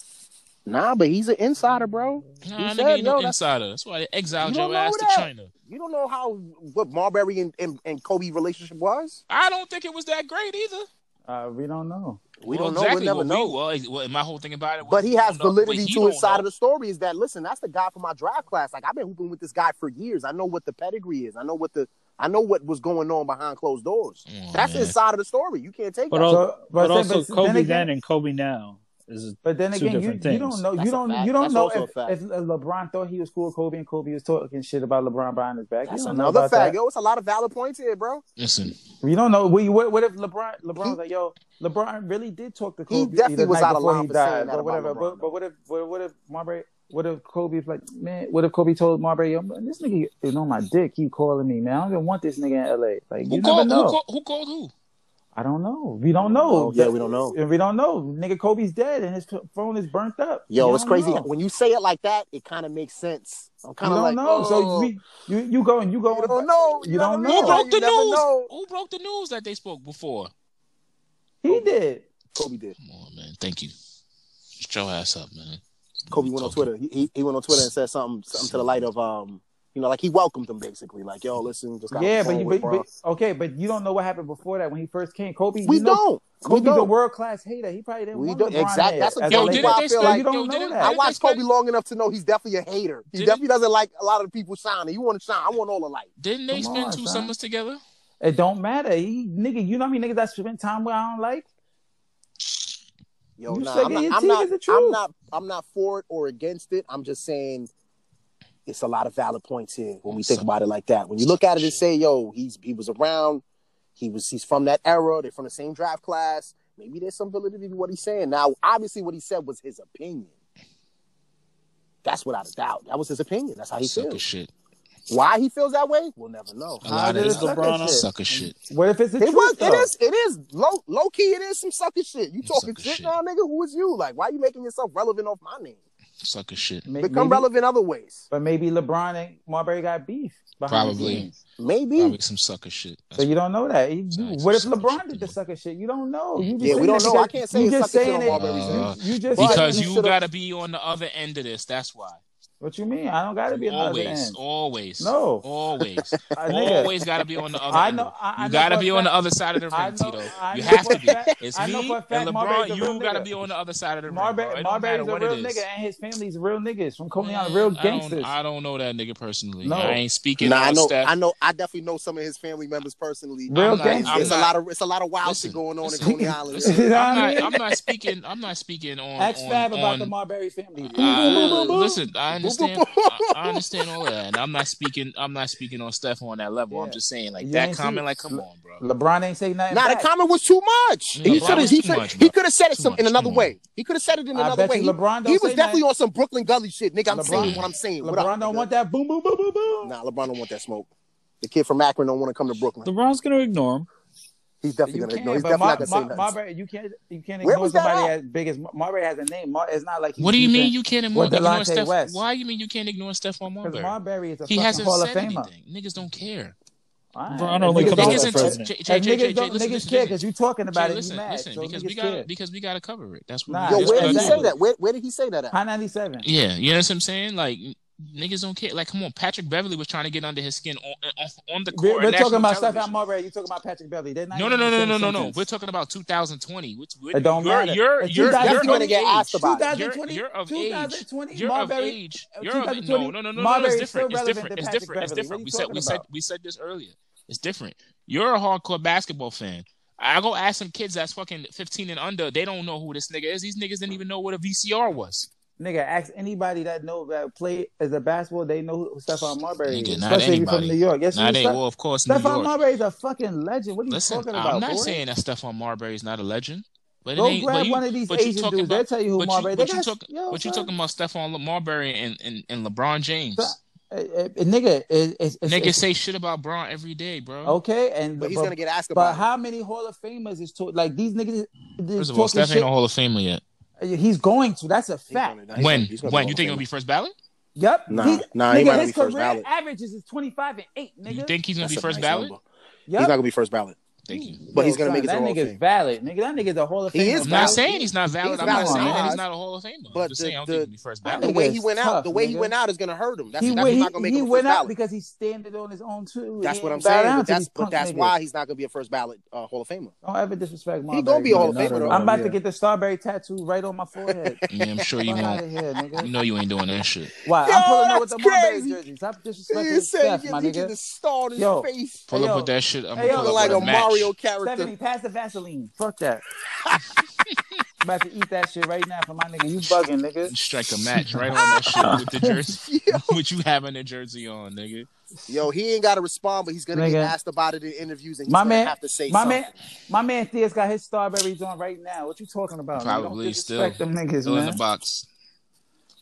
Speaker 4: Nah, but he's an insider,
Speaker 2: nah
Speaker 4: bro. He
Speaker 2: nigga
Speaker 4: said,
Speaker 2: ain't
Speaker 4: "Yo,
Speaker 2: no
Speaker 4: that's-
Speaker 2: insider that's why they exiled
Speaker 4: You don't
Speaker 2: your ass
Speaker 4: know
Speaker 2: to
Speaker 4: that.
Speaker 2: China
Speaker 4: You don't know how what Marbury and, and, and Kobe relationship was.
Speaker 2: I don't think it was that great either
Speaker 5: Uh, we don't know.
Speaker 4: We
Speaker 2: Well,
Speaker 4: don't know.
Speaker 2: exactly
Speaker 4: We'll never
Speaker 2: what
Speaker 4: know.
Speaker 2: well, ex- well, my whole thing about it was
Speaker 4: But he
Speaker 2: we don't
Speaker 4: has
Speaker 2: know, but
Speaker 4: validity
Speaker 2: he
Speaker 4: to
Speaker 2: don't
Speaker 4: his side
Speaker 2: know.
Speaker 4: of the story. Is that listen? That's the guy from my draft class. Like I've been hooping with this guy for years. I know what the pedigree is. I know what the I know what was going on behind closed doors.
Speaker 2: Come on,
Speaker 4: That's
Speaker 2: man.
Speaker 4: his side of the story. You can't take
Speaker 3: But
Speaker 4: that.
Speaker 3: al-
Speaker 5: So,
Speaker 3: but, also
Speaker 5: then
Speaker 3: Kobe then,
Speaker 5: again-
Speaker 3: and Kobe now is
Speaker 5: But then
Speaker 3: Two
Speaker 5: again, you,
Speaker 3: different
Speaker 5: you
Speaker 3: things.
Speaker 5: don't know
Speaker 4: That's
Speaker 5: you
Speaker 4: a
Speaker 5: don't
Speaker 4: fact.
Speaker 5: you don't
Speaker 4: That's
Speaker 5: know
Speaker 4: also
Speaker 5: if,
Speaker 4: a fact.
Speaker 5: if LeBron thought he was cool with Kobe and Kobe was talking shit about LeBron behind his back.
Speaker 4: That's
Speaker 5: you don't know
Speaker 4: another
Speaker 5: about
Speaker 4: fact.
Speaker 5: that.
Speaker 4: Yo, it's a lot of valid points here, bro.
Speaker 2: Listen,
Speaker 5: You don't know. What, what, what if LeBron LeBron was like, yo, LeBron really did talk to Kobe.
Speaker 4: definitely
Speaker 5: the
Speaker 4: was
Speaker 5: night
Speaker 4: out of
Speaker 5: before
Speaker 4: line
Speaker 5: he
Speaker 4: for saying
Speaker 5: died
Speaker 4: that
Speaker 5: or
Speaker 4: about
Speaker 5: whatever.
Speaker 4: LeBron,
Speaker 5: But,
Speaker 4: though.
Speaker 5: but what if what, what if Marbury? What if Kobe's like, man? What if Kobe told Marbury, yo, man, this nigga is on my dick. He calling me, man. I don't even want this nigga in L.A. Like
Speaker 2: who
Speaker 5: you never
Speaker 2: called, who
Speaker 5: know.
Speaker 2: called who called who?
Speaker 5: I don't know. We don't know.
Speaker 4: Oh, yeah, we don't know.
Speaker 5: And we don't know. Nigga, Kobe's dead and his phone is burnt up.
Speaker 4: Yo,
Speaker 5: You
Speaker 4: it's
Speaker 5: don't
Speaker 4: crazy.
Speaker 5: know.
Speaker 4: When you say it like that, it kind of makes sense. I'm
Speaker 5: You
Speaker 4: kind of
Speaker 5: don't
Speaker 4: like,
Speaker 5: know.
Speaker 4: oh,
Speaker 5: So we, you you go and you go.
Speaker 4: you don't know.
Speaker 5: You don't
Speaker 4: what I mean?
Speaker 5: know.
Speaker 2: Who
Speaker 4: Like,
Speaker 2: broke the
Speaker 4: you never
Speaker 2: news?
Speaker 4: know.
Speaker 2: Who broke the news that they spoke before?
Speaker 5: He did.
Speaker 4: Kobe did.
Speaker 2: Come on, man. Thank you. Shut your ass up, man.
Speaker 4: Kobe went on Twitter. He, he he went on Twitter and said something something to the light of um, you know, like he welcomed them basically. Like, yo, listen, just got
Speaker 5: Yeah,
Speaker 4: yeah,
Speaker 5: but, you,
Speaker 4: with
Speaker 5: but,
Speaker 4: bro.
Speaker 5: but okay, but you don't know what happened before that when he first came. Kobe,
Speaker 4: we
Speaker 5: you know,
Speaker 4: don't. We
Speaker 5: Kobe's a
Speaker 4: don't.
Speaker 5: world class hater. He probably didn't
Speaker 4: We
Speaker 5: want
Speaker 4: don't-
Speaker 5: LeBron
Speaker 4: exact-
Speaker 5: there.
Speaker 4: that's a-
Speaker 5: as a
Speaker 2: Yo,
Speaker 4: That's
Speaker 2: didn't
Speaker 5: Laker.
Speaker 2: they
Speaker 4: why I feel
Speaker 2: spend?
Speaker 4: like-
Speaker 5: you don't
Speaker 2: yo,
Speaker 5: know
Speaker 2: didn't,
Speaker 5: that.
Speaker 4: I
Speaker 2: didn't they
Speaker 4: watched
Speaker 2: spend-
Speaker 4: Kobe long enough to know he's definitely a hater. He
Speaker 2: Did
Speaker 4: definitely doesn't like a lot of the people signing. You want to sign? I want all alike.
Speaker 2: Didn't they
Speaker 5: Come
Speaker 2: spend
Speaker 5: on,
Speaker 2: two
Speaker 5: son.
Speaker 2: summers together?
Speaker 5: It don't matter. He nigga, you know how many niggas that spend time with I don't like.
Speaker 4: Yo,
Speaker 5: You
Speaker 4: nah,
Speaker 5: suck
Speaker 4: I'm
Speaker 5: at your
Speaker 4: not, I'm
Speaker 5: teeth
Speaker 4: not,
Speaker 5: is the
Speaker 4: I'm
Speaker 5: truth.
Speaker 4: not, I'm not for it or against it. I'm just saying it's a lot of valid points here when we think
Speaker 2: Some-
Speaker 4: about it like that. When you look at it and say, yo, he's he was around, he was he's from that era, they're from the same draft class. Maybe there's some validity to what he's saying. Now, obviously what he said was his opinion. That's without a doubt. That was his opinion. That's how he
Speaker 2: Sucker
Speaker 4: feels.
Speaker 2: shit.
Speaker 4: Why he feels that way, we'll never know.
Speaker 2: A
Speaker 5: How
Speaker 2: lot of
Speaker 5: did
Speaker 2: this
Speaker 5: it
Speaker 3: LeBron
Speaker 5: suck at
Speaker 3: on-
Speaker 5: shit?
Speaker 2: sucker shit.
Speaker 5: What if it's the
Speaker 4: It
Speaker 5: truth?
Speaker 4: was. It
Speaker 5: though?
Speaker 4: is. It is low. Low key. It is some sucky shit. You
Speaker 2: Some
Speaker 4: talking
Speaker 2: sucker
Speaker 4: shit
Speaker 2: shit.
Speaker 4: now, nigga? Who is you? Like, why you making yourself relevant off my name?
Speaker 2: Sucker shit.
Speaker 5: May-
Speaker 4: Become
Speaker 5: maybe-
Speaker 4: relevant other ways.
Speaker 5: But maybe LeBron and Marbury got beef behind
Speaker 2: Probably.
Speaker 5: the scenes.
Speaker 4: Maybe.
Speaker 2: Probably some sucker shit.
Speaker 5: So you don't know that. You-
Speaker 2: Sounds like
Speaker 5: what if
Speaker 2: some sucker
Speaker 5: LeBron
Speaker 2: shit
Speaker 5: did
Speaker 2: to
Speaker 5: the
Speaker 2: me.
Speaker 5: sucker shit? You don't know. You just
Speaker 4: Yeah, we
Speaker 5: saying
Speaker 4: don't
Speaker 5: that
Speaker 4: know. I
Speaker 5: because-
Speaker 4: can't say
Speaker 5: you
Speaker 4: it's
Speaker 5: just
Speaker 4: sucker shit
Speaker 5: saying
Speaker 4: on
Speaker 5: it.
Speaker 4: Marbury's
Speaker 2: Uh,
Speaker 4: end.
Speaker 5: You just
Speaker 2: because
Speaker 4: he
Speaker 2: you
Speaker 4: should've-
Speaker 2: gotta be on the other end of this. That's why.
Speaker 5: what you mean? I don't got to be
Speaker 2: You
Speaker 5: on the other
Speaker 2: always,
Speaker 5: end.
Speaker 2: always,
Speaker 5: No.
Speaker 2: always,
Speaker 5: Uh, nigga,
Speaker 2: always got to be on the other.
Speaker 5: I
Speaker 2: end
Speaker 5: know-
Speaker 2: of it.
Speaker 5: I- I
Speaker 2: you
Speaker 5: know
Speaker 2: got to
Speaker 5: for a
Speaker 2: be on the
Speaker 5: fact-
Speaker 2: other side of the
Speaker 5: I
Speaker 2: ring,
Speaker 5: know.
Speaker 2: Tito.
Speaker 5: I
Speaker 2: You
Speaker 5: know
Speaker 2: have
Speaker 5: for
Speaker 2: to
Speaker 5: a
Speaker 2: be.
Speaker 5: fact-
Speaker 2: It's
Speaker 5: I
Speaker 2: me
Speaker 5: know for a fact
Speaker 2: and LeBron.
Speaker 5: Marbury's a real
Speaker 2: You got to
Speaker 5: nigga.
Speaker 2: be on the other side of the ring, bro.
Speaker 5: Marbury,
Speaker 2: It don't matter
Speaker 5: Marbury's a
Speaker 2: what
Speaker 5: real
Speaker 2: it
Speaker 5: nigga,
Speaker 2: is.
Speaker 5: and his family's real niggas from Coney Island, real
Speaker 2: Man, I don't.
Speaker 5: gangsters.
Speaker 2: I don't know that nigga personally.
Speaker 5: No.
Speaker 2: I ain't speaking
Speaker 4: Nah,
Speaker 2: on
Speaker 4: I know.
Speaker 2: Steph.
Speaker 4: I know. I definitely know some of his family members personally.
Speaker 5: Real
Speaker 2: I'm not-
Speaker 5: gangsters.
Speaker 4: It's,
Speaker 2: I'm
Speaker 4: it's
Speaker 2: not-
Speaker 4: a lot of. It's a lot of wild
Speaker 2: Listen,
Speaker 4: shit going on
Speaker 2: listen,
Speaker 4: in Coney Island.
Speaker 2: listen,
Speaker 5: You know what
Speaker 2: I'm
Speaker 5: I
Speaker 2: not.
Speaker 5: mean?
Speaker 2: I'm not speaking. I'm not speaking on.
Speaker 5: Ask
Speaker 2: on,
Speaker 5: Fab about
Speaker 2: on-
Speaker 5: the Marbury family.
Speaker 2: I-
Speaker 4: boo.
Speaker 2: listen, I
Speaker 4: Boo, boo,
Speaker 2: understand.
Speaker 4: boo.
Speaker 2: I, I understand all that, and I'm not speaking. I'm not speaking on Steph on that level. I'm
Speaker 5: Yeah.
Speaker 2: just saying, like
Speaker 5: You
Speaker 2: that
Speaker 5: ain't see-
Speaker 2: comment, like, come on, bro.
Speaker 5: LeBron ain't say nothing.
Speaker 4: Nah, the
Speaker 5: back.
Speaker 4: comment was too much.
Speaker 2: Yeah, Mm. LeBron
Speaker 4: he should have.
Speaker 2: was
Speaker 4: He
Speaker 2: too
Speaker 4: should.
Speaker 2: much, bro.
Speaker 4: he could have said it
Speaker 2: Too
Speaker 4: some in
Speaker 2: much,
Speaker 4: another
Speaker 2: come on.
Speaker 4: way. He could have said it in
Speaker 5: I
Speaker 4: another
Speaker 5: bet
Speaker 4: way.
Speaker 5: you
Speaker 4: He-
Speaker 5: LeBron don't
Speaker 4: he, was
Speaker 5: say
Speaker 4: definitely
Speaker 5: nothing.
Speaker 4: on some Brooklyn Gully shit, nigga. I'm
Speaker 5: LeBron-
Speaker 4: saying what I'm saying. What
Speaker 5: LeBron
Speaker 4: up,
Speaker 5: don't
Speaker 4: nigga?
Speaker 5: want that boom, boom, boom, boom, boom.
Speaker 4: Nah, LeBron don't want that smoke. The kid from Akron don't want to come to Brooklyn.
Speaker 3: LeBron's going to ignore him.
Speaker 4: He's definitely
Speaker 5: You
Speaker 4: gonna
Speaker 5: can't,
Speaker 4: ignore. He's
Speaker 5: but
Speaker 4: definitely
Speaker 5: Mar-
Speaker 4: not gonna
Speaker 5: Mar-
Speaker 4: say nothing.
Speaker 5: Marbury, you can't, you can't
Speaker 4: Where
Speaker 5: ignore
Speaker 4: was that
Speaker 5: somebody
Speaker 4: at?
Speaker 5: as big as Mar- Marbury has a name. Mar- it's not like he's
Speaker 2: What do you
Speaker 5: beefing
Speaker 2: mean you can't ignore,
Speaker 5: with
Speaker 2: ignore
Speaker 5: Delonte
Speaker 2: Steph?
Speaker 5: West.
Speaker 2: Why you mean you can't ignore Steph on
Speaker 5: Because
Speaker 2: Marbury?
Speaker 5: Marbury is a
Speaker 2: He
Speaker 5: fucking
Speaker 2: hasn't
Speaker 5: Hall of
Speaker 2: said
Speaker 5: Famer.
Speaker 2: anything. Niggas don't care.
Speaker 5: All right.
Speaker 3: LeBron only
Speaker 5: Niggas
Speaker 3: comes
Speaker 5: don't-
Speaker 3: out
Speaker 2: Niggas
Speaker 3: for
Speaker 2: and
Speaker 3: president.
Speaker 2: J- J-
Speaker 5: And
Speaker 2: J- J-
Speaker 5: niggas
Speaker 2: J-
Speaker 5: don't
Speaker 2: listen,
Speaker 5: niggas
Speaker 2: listen,
Speaker 5: care
Speaker 2: listen.
Speaker 5: because you talking
Speaker 2: Jay,
Speaker 5: about it. You
Speaker 2: listen,
Speaker 5: mad,
Speaker 2: listen,
Speaker 5: so
Speaker 2: because we
Speaker 5: niggas
Speaker 2: got
Speaker 5: care.
Speaker 2: because we gotta cover it. That's what we,
Speaker 5: Nah,
Speaker 4: Yo,
Speaker 2: that's
Speaker 5: it's-
Speaker 4: where
Speaker 2: what we
Speaker 4: did he
Speaker 2: do.
Speaker 4: say
Speaker 5: exactly.
Speaker 4: that? Where, where did he say that at?
Speaker 5: High ninety seven.
Speaker 2: Yeah, you know what I'm saying? Like n- niggas don't care. Like, come on, Patrick Beverly was trying to get under his skin on on, on the
Speaker 5: We're,
Speaker 2: court.
Speaker 5: we're talking about
Speaker 2: stuff.
Speaker 5: Stephon Marbury. You talking about Patrick Beverly. They're not
Speaker 2: No, no,
Speaker 5: even
Speaker 2: no,
Speaker 5: in the
Speaker 2: no,
Speaker 5: same
Speaker 2: no, no, no.
Speaker 5: sentence.
Speaker 2: We're talking about 2020. Which we're,
Speaker 5: It don't
Speaker 2: you're,
Speaker 5: matter.
Speaker 2: You're
Speaker 5: In
Speaker 2: you're you're
Speaker 5: 2020
Speaker 4: That's when
Speaker 2: of
Speaker 4: they get asked
Speaker 2: age.
Speaker 4: about it.
Speaker 5: 2020
Speaker 2: You're, you're of age.
Speaker 5: 2020
Speaker 2: You're
Speaker 5: Marbury,
Speaker 2: of age.
Speaker 5: uh,
Speaker 2: You're of
Speaker 5: 2020
Speaker 2: no, no, no, no, no.
Speaker 5: Marbury
Speaker 2: It's
Speaker 5: is still
Speaker 2: different. It's
Speaker 5: relevant
Speaker 2: different.
Speaker 5: to
Speaker 2: It's
Speaker 5: Patrick
Speaker 2: different. It's
Speaker 5: Beverly. What
Speaker 2: different.
Speaker 5: are you
Speaker 2: We said
Speaker 5: talking
Speaker 2: we said
Speaker 5: about?
Speaker 2: we said this earlier. It's different. You're a hardcore basketball fan. I go ask some kids that's fucking 15 and under. They don't know who this nigga is. These niggas didn't even know what a VCR was.
Speaker 5: Nigga, ask anybody that know that play as a basketball, they know who Stephon Marbury
Speaker 2: Nigga,
Speaker 5: is.
Speaker 2: not
Speaker 5: Especially if
Speaker 2: anybody.
Speaker 5: you're from New York. Yes,
Speaker 2: Nah,
Speaker 5: you
Speaker 2: they
Speaker 5: Steph-
Speaker 2: well, of course, New
Speaker 5: Stephon
Speaker 2: York.
Speaker 5: Marbury is a fucking legend. What are you
Speaker 2: Listen,
Speaker 5: talking about?
Speaker 2: I'm not
Speaker 5: boy?
Speaker 2: saying that Stephon Marbury is not a legend, but it
Speaker 5: Go
Speaker 2: ain't.
Speaker 5: grab
Speaker 2: but you,
Speaker 5: one of these
Speaker 2: but you
Speaker 5: Asian
Speaker 2: talking
Speaker 5: dudes.
Speaker 2: about-
Speaker 5: They'll tell you who
Speaker 2: but you,
Speaker 5: Marbury.
Speaker 2: but
Speaker 5: they
Speaker 2: you,
Speaker 5: got,
Speaker 2: talk,
Speaker 5: yo,
Speaker 2: but you
Speaker 5: son.
Speaker 2: talking about Stephon Le- Marbury and, and, and LeBron James.
Speaker 5: Son, Uh, uh, nigga, it, it's, it's,
Speaker 2: Niggas
Speaker 5: it's-
Speaker 2: say shit about Braun every day, bro.
Speaker 5: okay, and
Speaker 4: But he's gonna get asked
Speaker 5: But
Speaker 4: about. it.
Speaker 5: how many Hall of Famers is talk, like these niggas? is
Speaker 2: First of all,
Speaker 5: talking
Speaker 2: Steph ain't a
Speaker 5: shit. Eh,
Speaker 2: Hall of Famer yet.
Speaker 5: He's going to. That's a
Speaker 4: He's gonna-
Speaker 5: fact.
Speaker 4: nah, he's
Speaker 2: when?
Speaker 4: gonna- he's
Speaker 2: when?
Speaker 4: gonna go
Speaker 2: You
Speaker 4: on
Speaker 2: think he'll
Speaker 4: the
Speaker 2: be first ballot?
Speaker 5: Yep.
Speaker 4: Nah,
Speaker 5: He-
Speaker 4: nah, he
Speaker 5: nigga,
Speaker 4: might not
Speaker 5: his
Speaker 4: be first
Speaker 5: career
Speaker 4: ballot.
Speaker 5: averages is twenty five and eight, nigga.
Speaker 2: You think he's gonna
Speaker 4: That's
Speaker 2: be
Speaker 4: a
Speaker 2: first
Speaker 4: nice
Speaker 2: ballot?
Speaker 4: number.
Speaker 5: Yep.
Speaker 4: He's not gonna be first ballot,
Speaker 2: Thank you.
Speaker 4: but he's
Speaker 5: Yo,
Speaker 4: gonna
Speaker 5: son,
Speaker 4: make it to
Speaker 5: that
Speaker 4: the Hall of
Speaker 5: nigga's
Speaker 4: Fame.
Speaker 5: valid, nigga. That nigga's a Hall of
Speaker 4: He
Speaker 5: Famer.
Speaker 4: is
Speaker 2: I'm
Speaker 4: valid.
Speaker 2: not saying he's not valid.
Speaker 4: He's
Speaker 2: I'm not
Speaker 5: valid.
Speaker 2: saying he's
Speaker 4: Nah,
Speaker 2: not a Hall of Famer.
Speaker 4: but
Speaker 2: I'm just saying I don't
Speaker 4: the-
Speaker 2: think
Speaker 4: the-
Speaker 2: he'll be first
Speaker 5: I
Speaker 4: The
Speaker 2: ballot.
Speaker 5: think-
Speaker 4: way
Speaker 5: Nigga's
Speaker 4: he went
Speaker 5: tough,
Speaker 4: out, the way he
Speaker 5: nigga.
Speaker 4: went out is gonna hurt him. That's
Speaker 5: he
Speaker 4: that's
Speaker 5: went,
Speaker 4: not
Speaker 5: he,
Speaker 4: gonna make
Speaker 5: he
Speaker 4: him a first
Speaker 5: went out
Speaker 4: ballot.
Speaker 5: because he standing on his own too. He
Speaker 4: That's what
Speaker 5: ain't
Speaker 4: I'm
Speaker 5: bow
Speaker 4: saying.
Speaker 5: down
Speaker 4: But
Speaker 5: to
Speaker 4: that's
Speaker 5: these
Speaker 4: but
Speaker 5: punk
Speaker 4: that's
Speaker 5: niggas.
Speaker 4: why he's not gonna be a first ballot uh, Hall of Famer.
Speaker 5: Don't ever disrespect my.
Speaker 4: He gonna be a Hall of
Speaker 3: Yeah,
Speaker 4: Famer
Speaker 3: not
Speaker 4: though.
Speaker 3: at
Speaker 5: I'm
Speaker 3: all.
Speaker 5: about
Speaker 3: Yeah.
Speaker 5: to get the strawberry tattoo right on my forehead.
Speaker 2: Yeah, I'm sure you
Speaker 5: Fuck out
Speaker 2: won't.
Speaker 5: of here, nigga.
Speaker 2: You know you ain't doing that shit.
Speaker 5: Why?
Speaker 4: Yo,
Speaker 5: I'm pulling up with the
Speaker 4: that's
Speaker 5: Marbury
Speaker 4: crazy.
Speaker 5: jersey. Stop
Speaker 4: He
Speaker 5: disrespecting
Speaker 4: said
Speaker 5: Steph,
Speaker 4: he
Speaker 5: my
Speaker 4: gives you
Speaker 5: nigga.
Speaker 4: the star on his
Speaker 5: Yo.
Speaker 4: face.
Speaker 2: Pull
Speaker 5: Hey,
Speaker 2: up
Speaker 5: yo.
Speaker 2: with that shit. I'm
Speaker 5: Hey, yo.
Speaker 2: gonna pull
Speaker 4: Looking
Speaker 2: up
Speaker 4: like
Speaker 2: with
Speaker 4: a
Speaker 2: a match.
Speaker 4: Mario
Speaker 5: Stephanie,
Speaker 4: character.
Speaker 5: pass the Vaseline. Fuck that. I'm about to eat that shit right now for my nigga. You bugging, nigga.
Speaker 2: Strike a match right on that shit with the jersey. with you having the jersey on, nigga.
Speaker 4: Yo, he ain't gotta respond, but he's gonna get
Speaker 5: Nigga.
Speaker 4: asked about it in interviews, and he's
Speaker 5: My
Speaker 4: gonna
Speaker 5: man,
Speaker 4: have to say
Speaker 5: my
Speaker 4: something.
Speaker 5: man, my man, Thea's got his strawberries on right now. What you talking about? nigga?
Speaker 2: Probably
Speaker 5: Don't disrespect
Speaker 2: still.
Speaker 5: them niggas,
Speaker 2: Still in the
Speaker 5: man.
Speaker 2: box.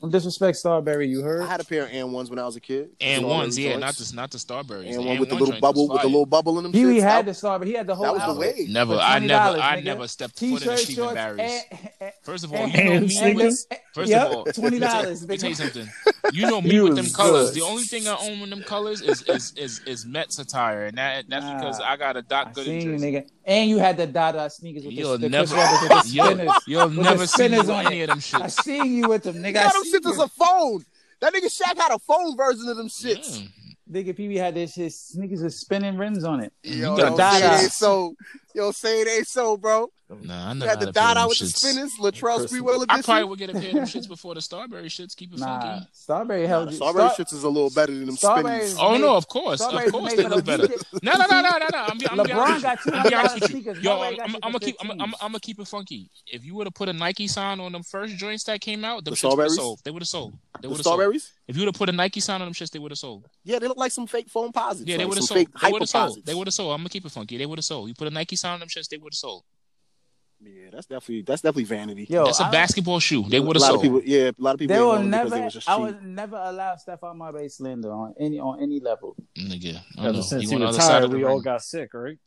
Speaker 5: Don't disrespect Starberry. You
Speaker 4: I
Speaker 5: heard?
Speaker 4: had a pair of and ones when I was a kid.
Speaker 2: And
Speaker 4: You know,
Speaker 2: ones,
Speaker 4: those
Speaker 2: yeah,
Speaker 4: joints.
Speaker 2: not the not the Starberries.
Speaker 4: and one with the
Speaker 2: one
Speaker 4: little
Speaker 2: joint was
Speaker 4: bubble with the
Speaker 2: fire.
Speaker 4: little bubble in them.
Speaker 5: He
Speaker 4: shits.
Speaker 5: had the
Speaker 4: that,
Speaker 5: strawberry. He had the whole
Speaker 4: that was the
Speaker 5: outfit.
Speaker 4: way.
Speaker 2: Never,
Speaker 5: For
Speaker 2: I never,
Speaker 5: $20,
Speaker 2: I
Speaker 5: nigga.
Speaker 2: never stepped foot in a
Speaker 5: T-shirt,
Speaker 2: Stephen
Speaker 5: shorts,
Speaker 2: Barry's.
Speaker 5: and, and,
Speaker 2: First of all,
Speaker 5: and,
Speaker 2: you know
Speaker 3: And
Speaker 2: me with
Speaker 3: sneakers.
Speaker 2: First
Speaker 5: Yep,
Speaker 2: of all,
Speaker 5: $20,
Speaker 2: Let me
Speaker 5: nigga.
Speaker 2: tell you something. You know me
Speaker 3: You
Speaker 2: with them
Speaker 3: was
Speaker 2: colors.
Speaker 3: good.
Speaker 2: The only thing I own with them colors is is is, is Mets attire, and that that's
Speaker 5: Nah.
Speaker 2: because I got a
Speaker 5: I
Speaker 2: Doc Gooden
Speaker 5: seen you,
Speaker 2: jersey.
Speaker 5: nigga. And you had the Dada sneakers with
Speaker 2: You'll
Speaker 5: the, the
Speaker 2: never,
Speaker 5: Chris Webber with the
Speaker 2: you'll,
Speaker 5: spinners.
Speaker 2: you'll
Speaker 5: the
Speaker 2: never see me
Speaker 5: spinners
Speaker 2: with
Speaker 5: on
Speaker 2: any of
Speaker 5: it.
Speaker 2: them
Speaker 5: I
Speaker 2: shits.
Speaker 5: seen you with them,
Speaker 4: He
Speaker 5: nigga. I
Speaker 4: got them
Speaker 5: seen
Speaker 4: shits as
Speaker 5: you.
Speaker 4: a phone. That nigga Shaq had a phone version of them shits.
Speaker 2: Mm.
Speaker 5: Nigga, Pee Wee had this shit. Sneakers with spinning rims on it.
Speaker 4: Yo,
Speaker 2: got
Speaker 4: don't say
Speaker 5: Dada.
Speaker 4: it ain't so. Yo, say it ain't so, bro.
Speaker 2: Nah, I
Speaker 4: You
Speaker 2: never had
Speaker 4: had the
Speaker 2: a pair of
Speaker 4: Dada
Speaker 2: them
Speaker 4: with the
Speaker 2: shits.
Speaker 4: spinners, Latrell
Speaker 3: Chris-
Speaker 4: Sprewell
Speaker 2: I probably
Speaker 4: edition.
Speaker 2: would get a pair of them shits before the Starberry shits. Keep it
Speaker 5: Nah,
Speaker 2: funky.
Speaker 5: Starberry
Speaker 4: Nah,
Speaker 5: held
Speaker 4: the
Speaker 5: you.
Speaker 4: strawberry
Speaker 5: Star-
Speaker 4: shits is a little better than them
Speaker 5: Strawberry
Speaker 4: spinners.
Speaker 5: is-
Speaker 2: Oh
Speaker 5: made-
Speaker 2: no, of course, of
Speaker 5: Strawberry's
Speaker 2: course
Speaker 5: made
Speaker 2: they
Speaker 5: for
Speaker 2: look
Speaker 5: the
Speaker 2: better.
Speaker 5: weekend.
Speaker 2: No, no, no, no, no, no. I'm, be- I'm be
Speaker 5: LeBron
Speaker 2: honest
Speaker 5: got
Speaker 2: with you.
Speaker 5: two
Speaker 2: I'm be honest
Speaker 5: hundred dollars
Speaker 2: with you.
Speaker 5: sneakers.
Speaker 2: Yo,
Speaker 5: Marbury
Speaker 2: I'm,
Speaker 5: got
Speaker 2: I'm,
Speaker 5: you
Speaker 2: I'm
Speaker 5: for
Speaker 2: gonna keep, I'm, I'm,
Speaker 5: fifteen.
Speaker 2: I'm gonna keep it funky. If you would have put a Nike sign on them first joints that came out, them
Speaker 4: The
Speaker 2: shits would have
Speaker 4: strawberries?
Speaker 2: sold. They would have sold. They
Speaker 4: The
Speaker 2: would have sold.
Speaker 4: strawberries?
Speaker 2: If you would have put a Nike sign on them shits, they would have sold.
Speaker 4: Yeah, they look like some fake foam posits.
Speaker 2: Yeah, they
Speaker 4: like
Speaker 2: would have
Speaker 4: some
Speaker 2: sold.
Speaker 4: fake
Speaker 2: They would have sold. They
Speaker 4: hyperposits.
Speaker 2: would have sold. I'm gonna keep it funky. They would have sold. You put a Nike sign on them shits, they would have sold.
Speaker 4: Yeah, that's definitely that's definitely vanity.
Speaker 5: Yo,
Speaker 2: That's a
Speaker 5: I-
Speaker 2: basketball shoe. They
Speaker 4: a
Speaker 2: would
Speaker 4: lot
Speaker 2: have sold.
Speaker 4: of people. Yeah, a lot of people.
Speaker 5: They
Speaker 4: didn't
Speaker 5: will
Speaker 4: want it because they
Speaker 5: never.
Speaker 4: was just
Speaker 5: I
Speaker 4: cheap.
Speaker 5: would never allow Stephon Marbury slander on any on any level.
Speaker 2: Nigga, I don't
Speaker 3: Ever
Speaker 2: know.
Speaker 3: since
Speaker 2: you
Speaker 3: he
Speaker 2: on the other side
Speaker 3: retired,
Speaker 2: of the
Speaker 3: we all
Speaker 2: ring.
Speaker 3: got sick, right?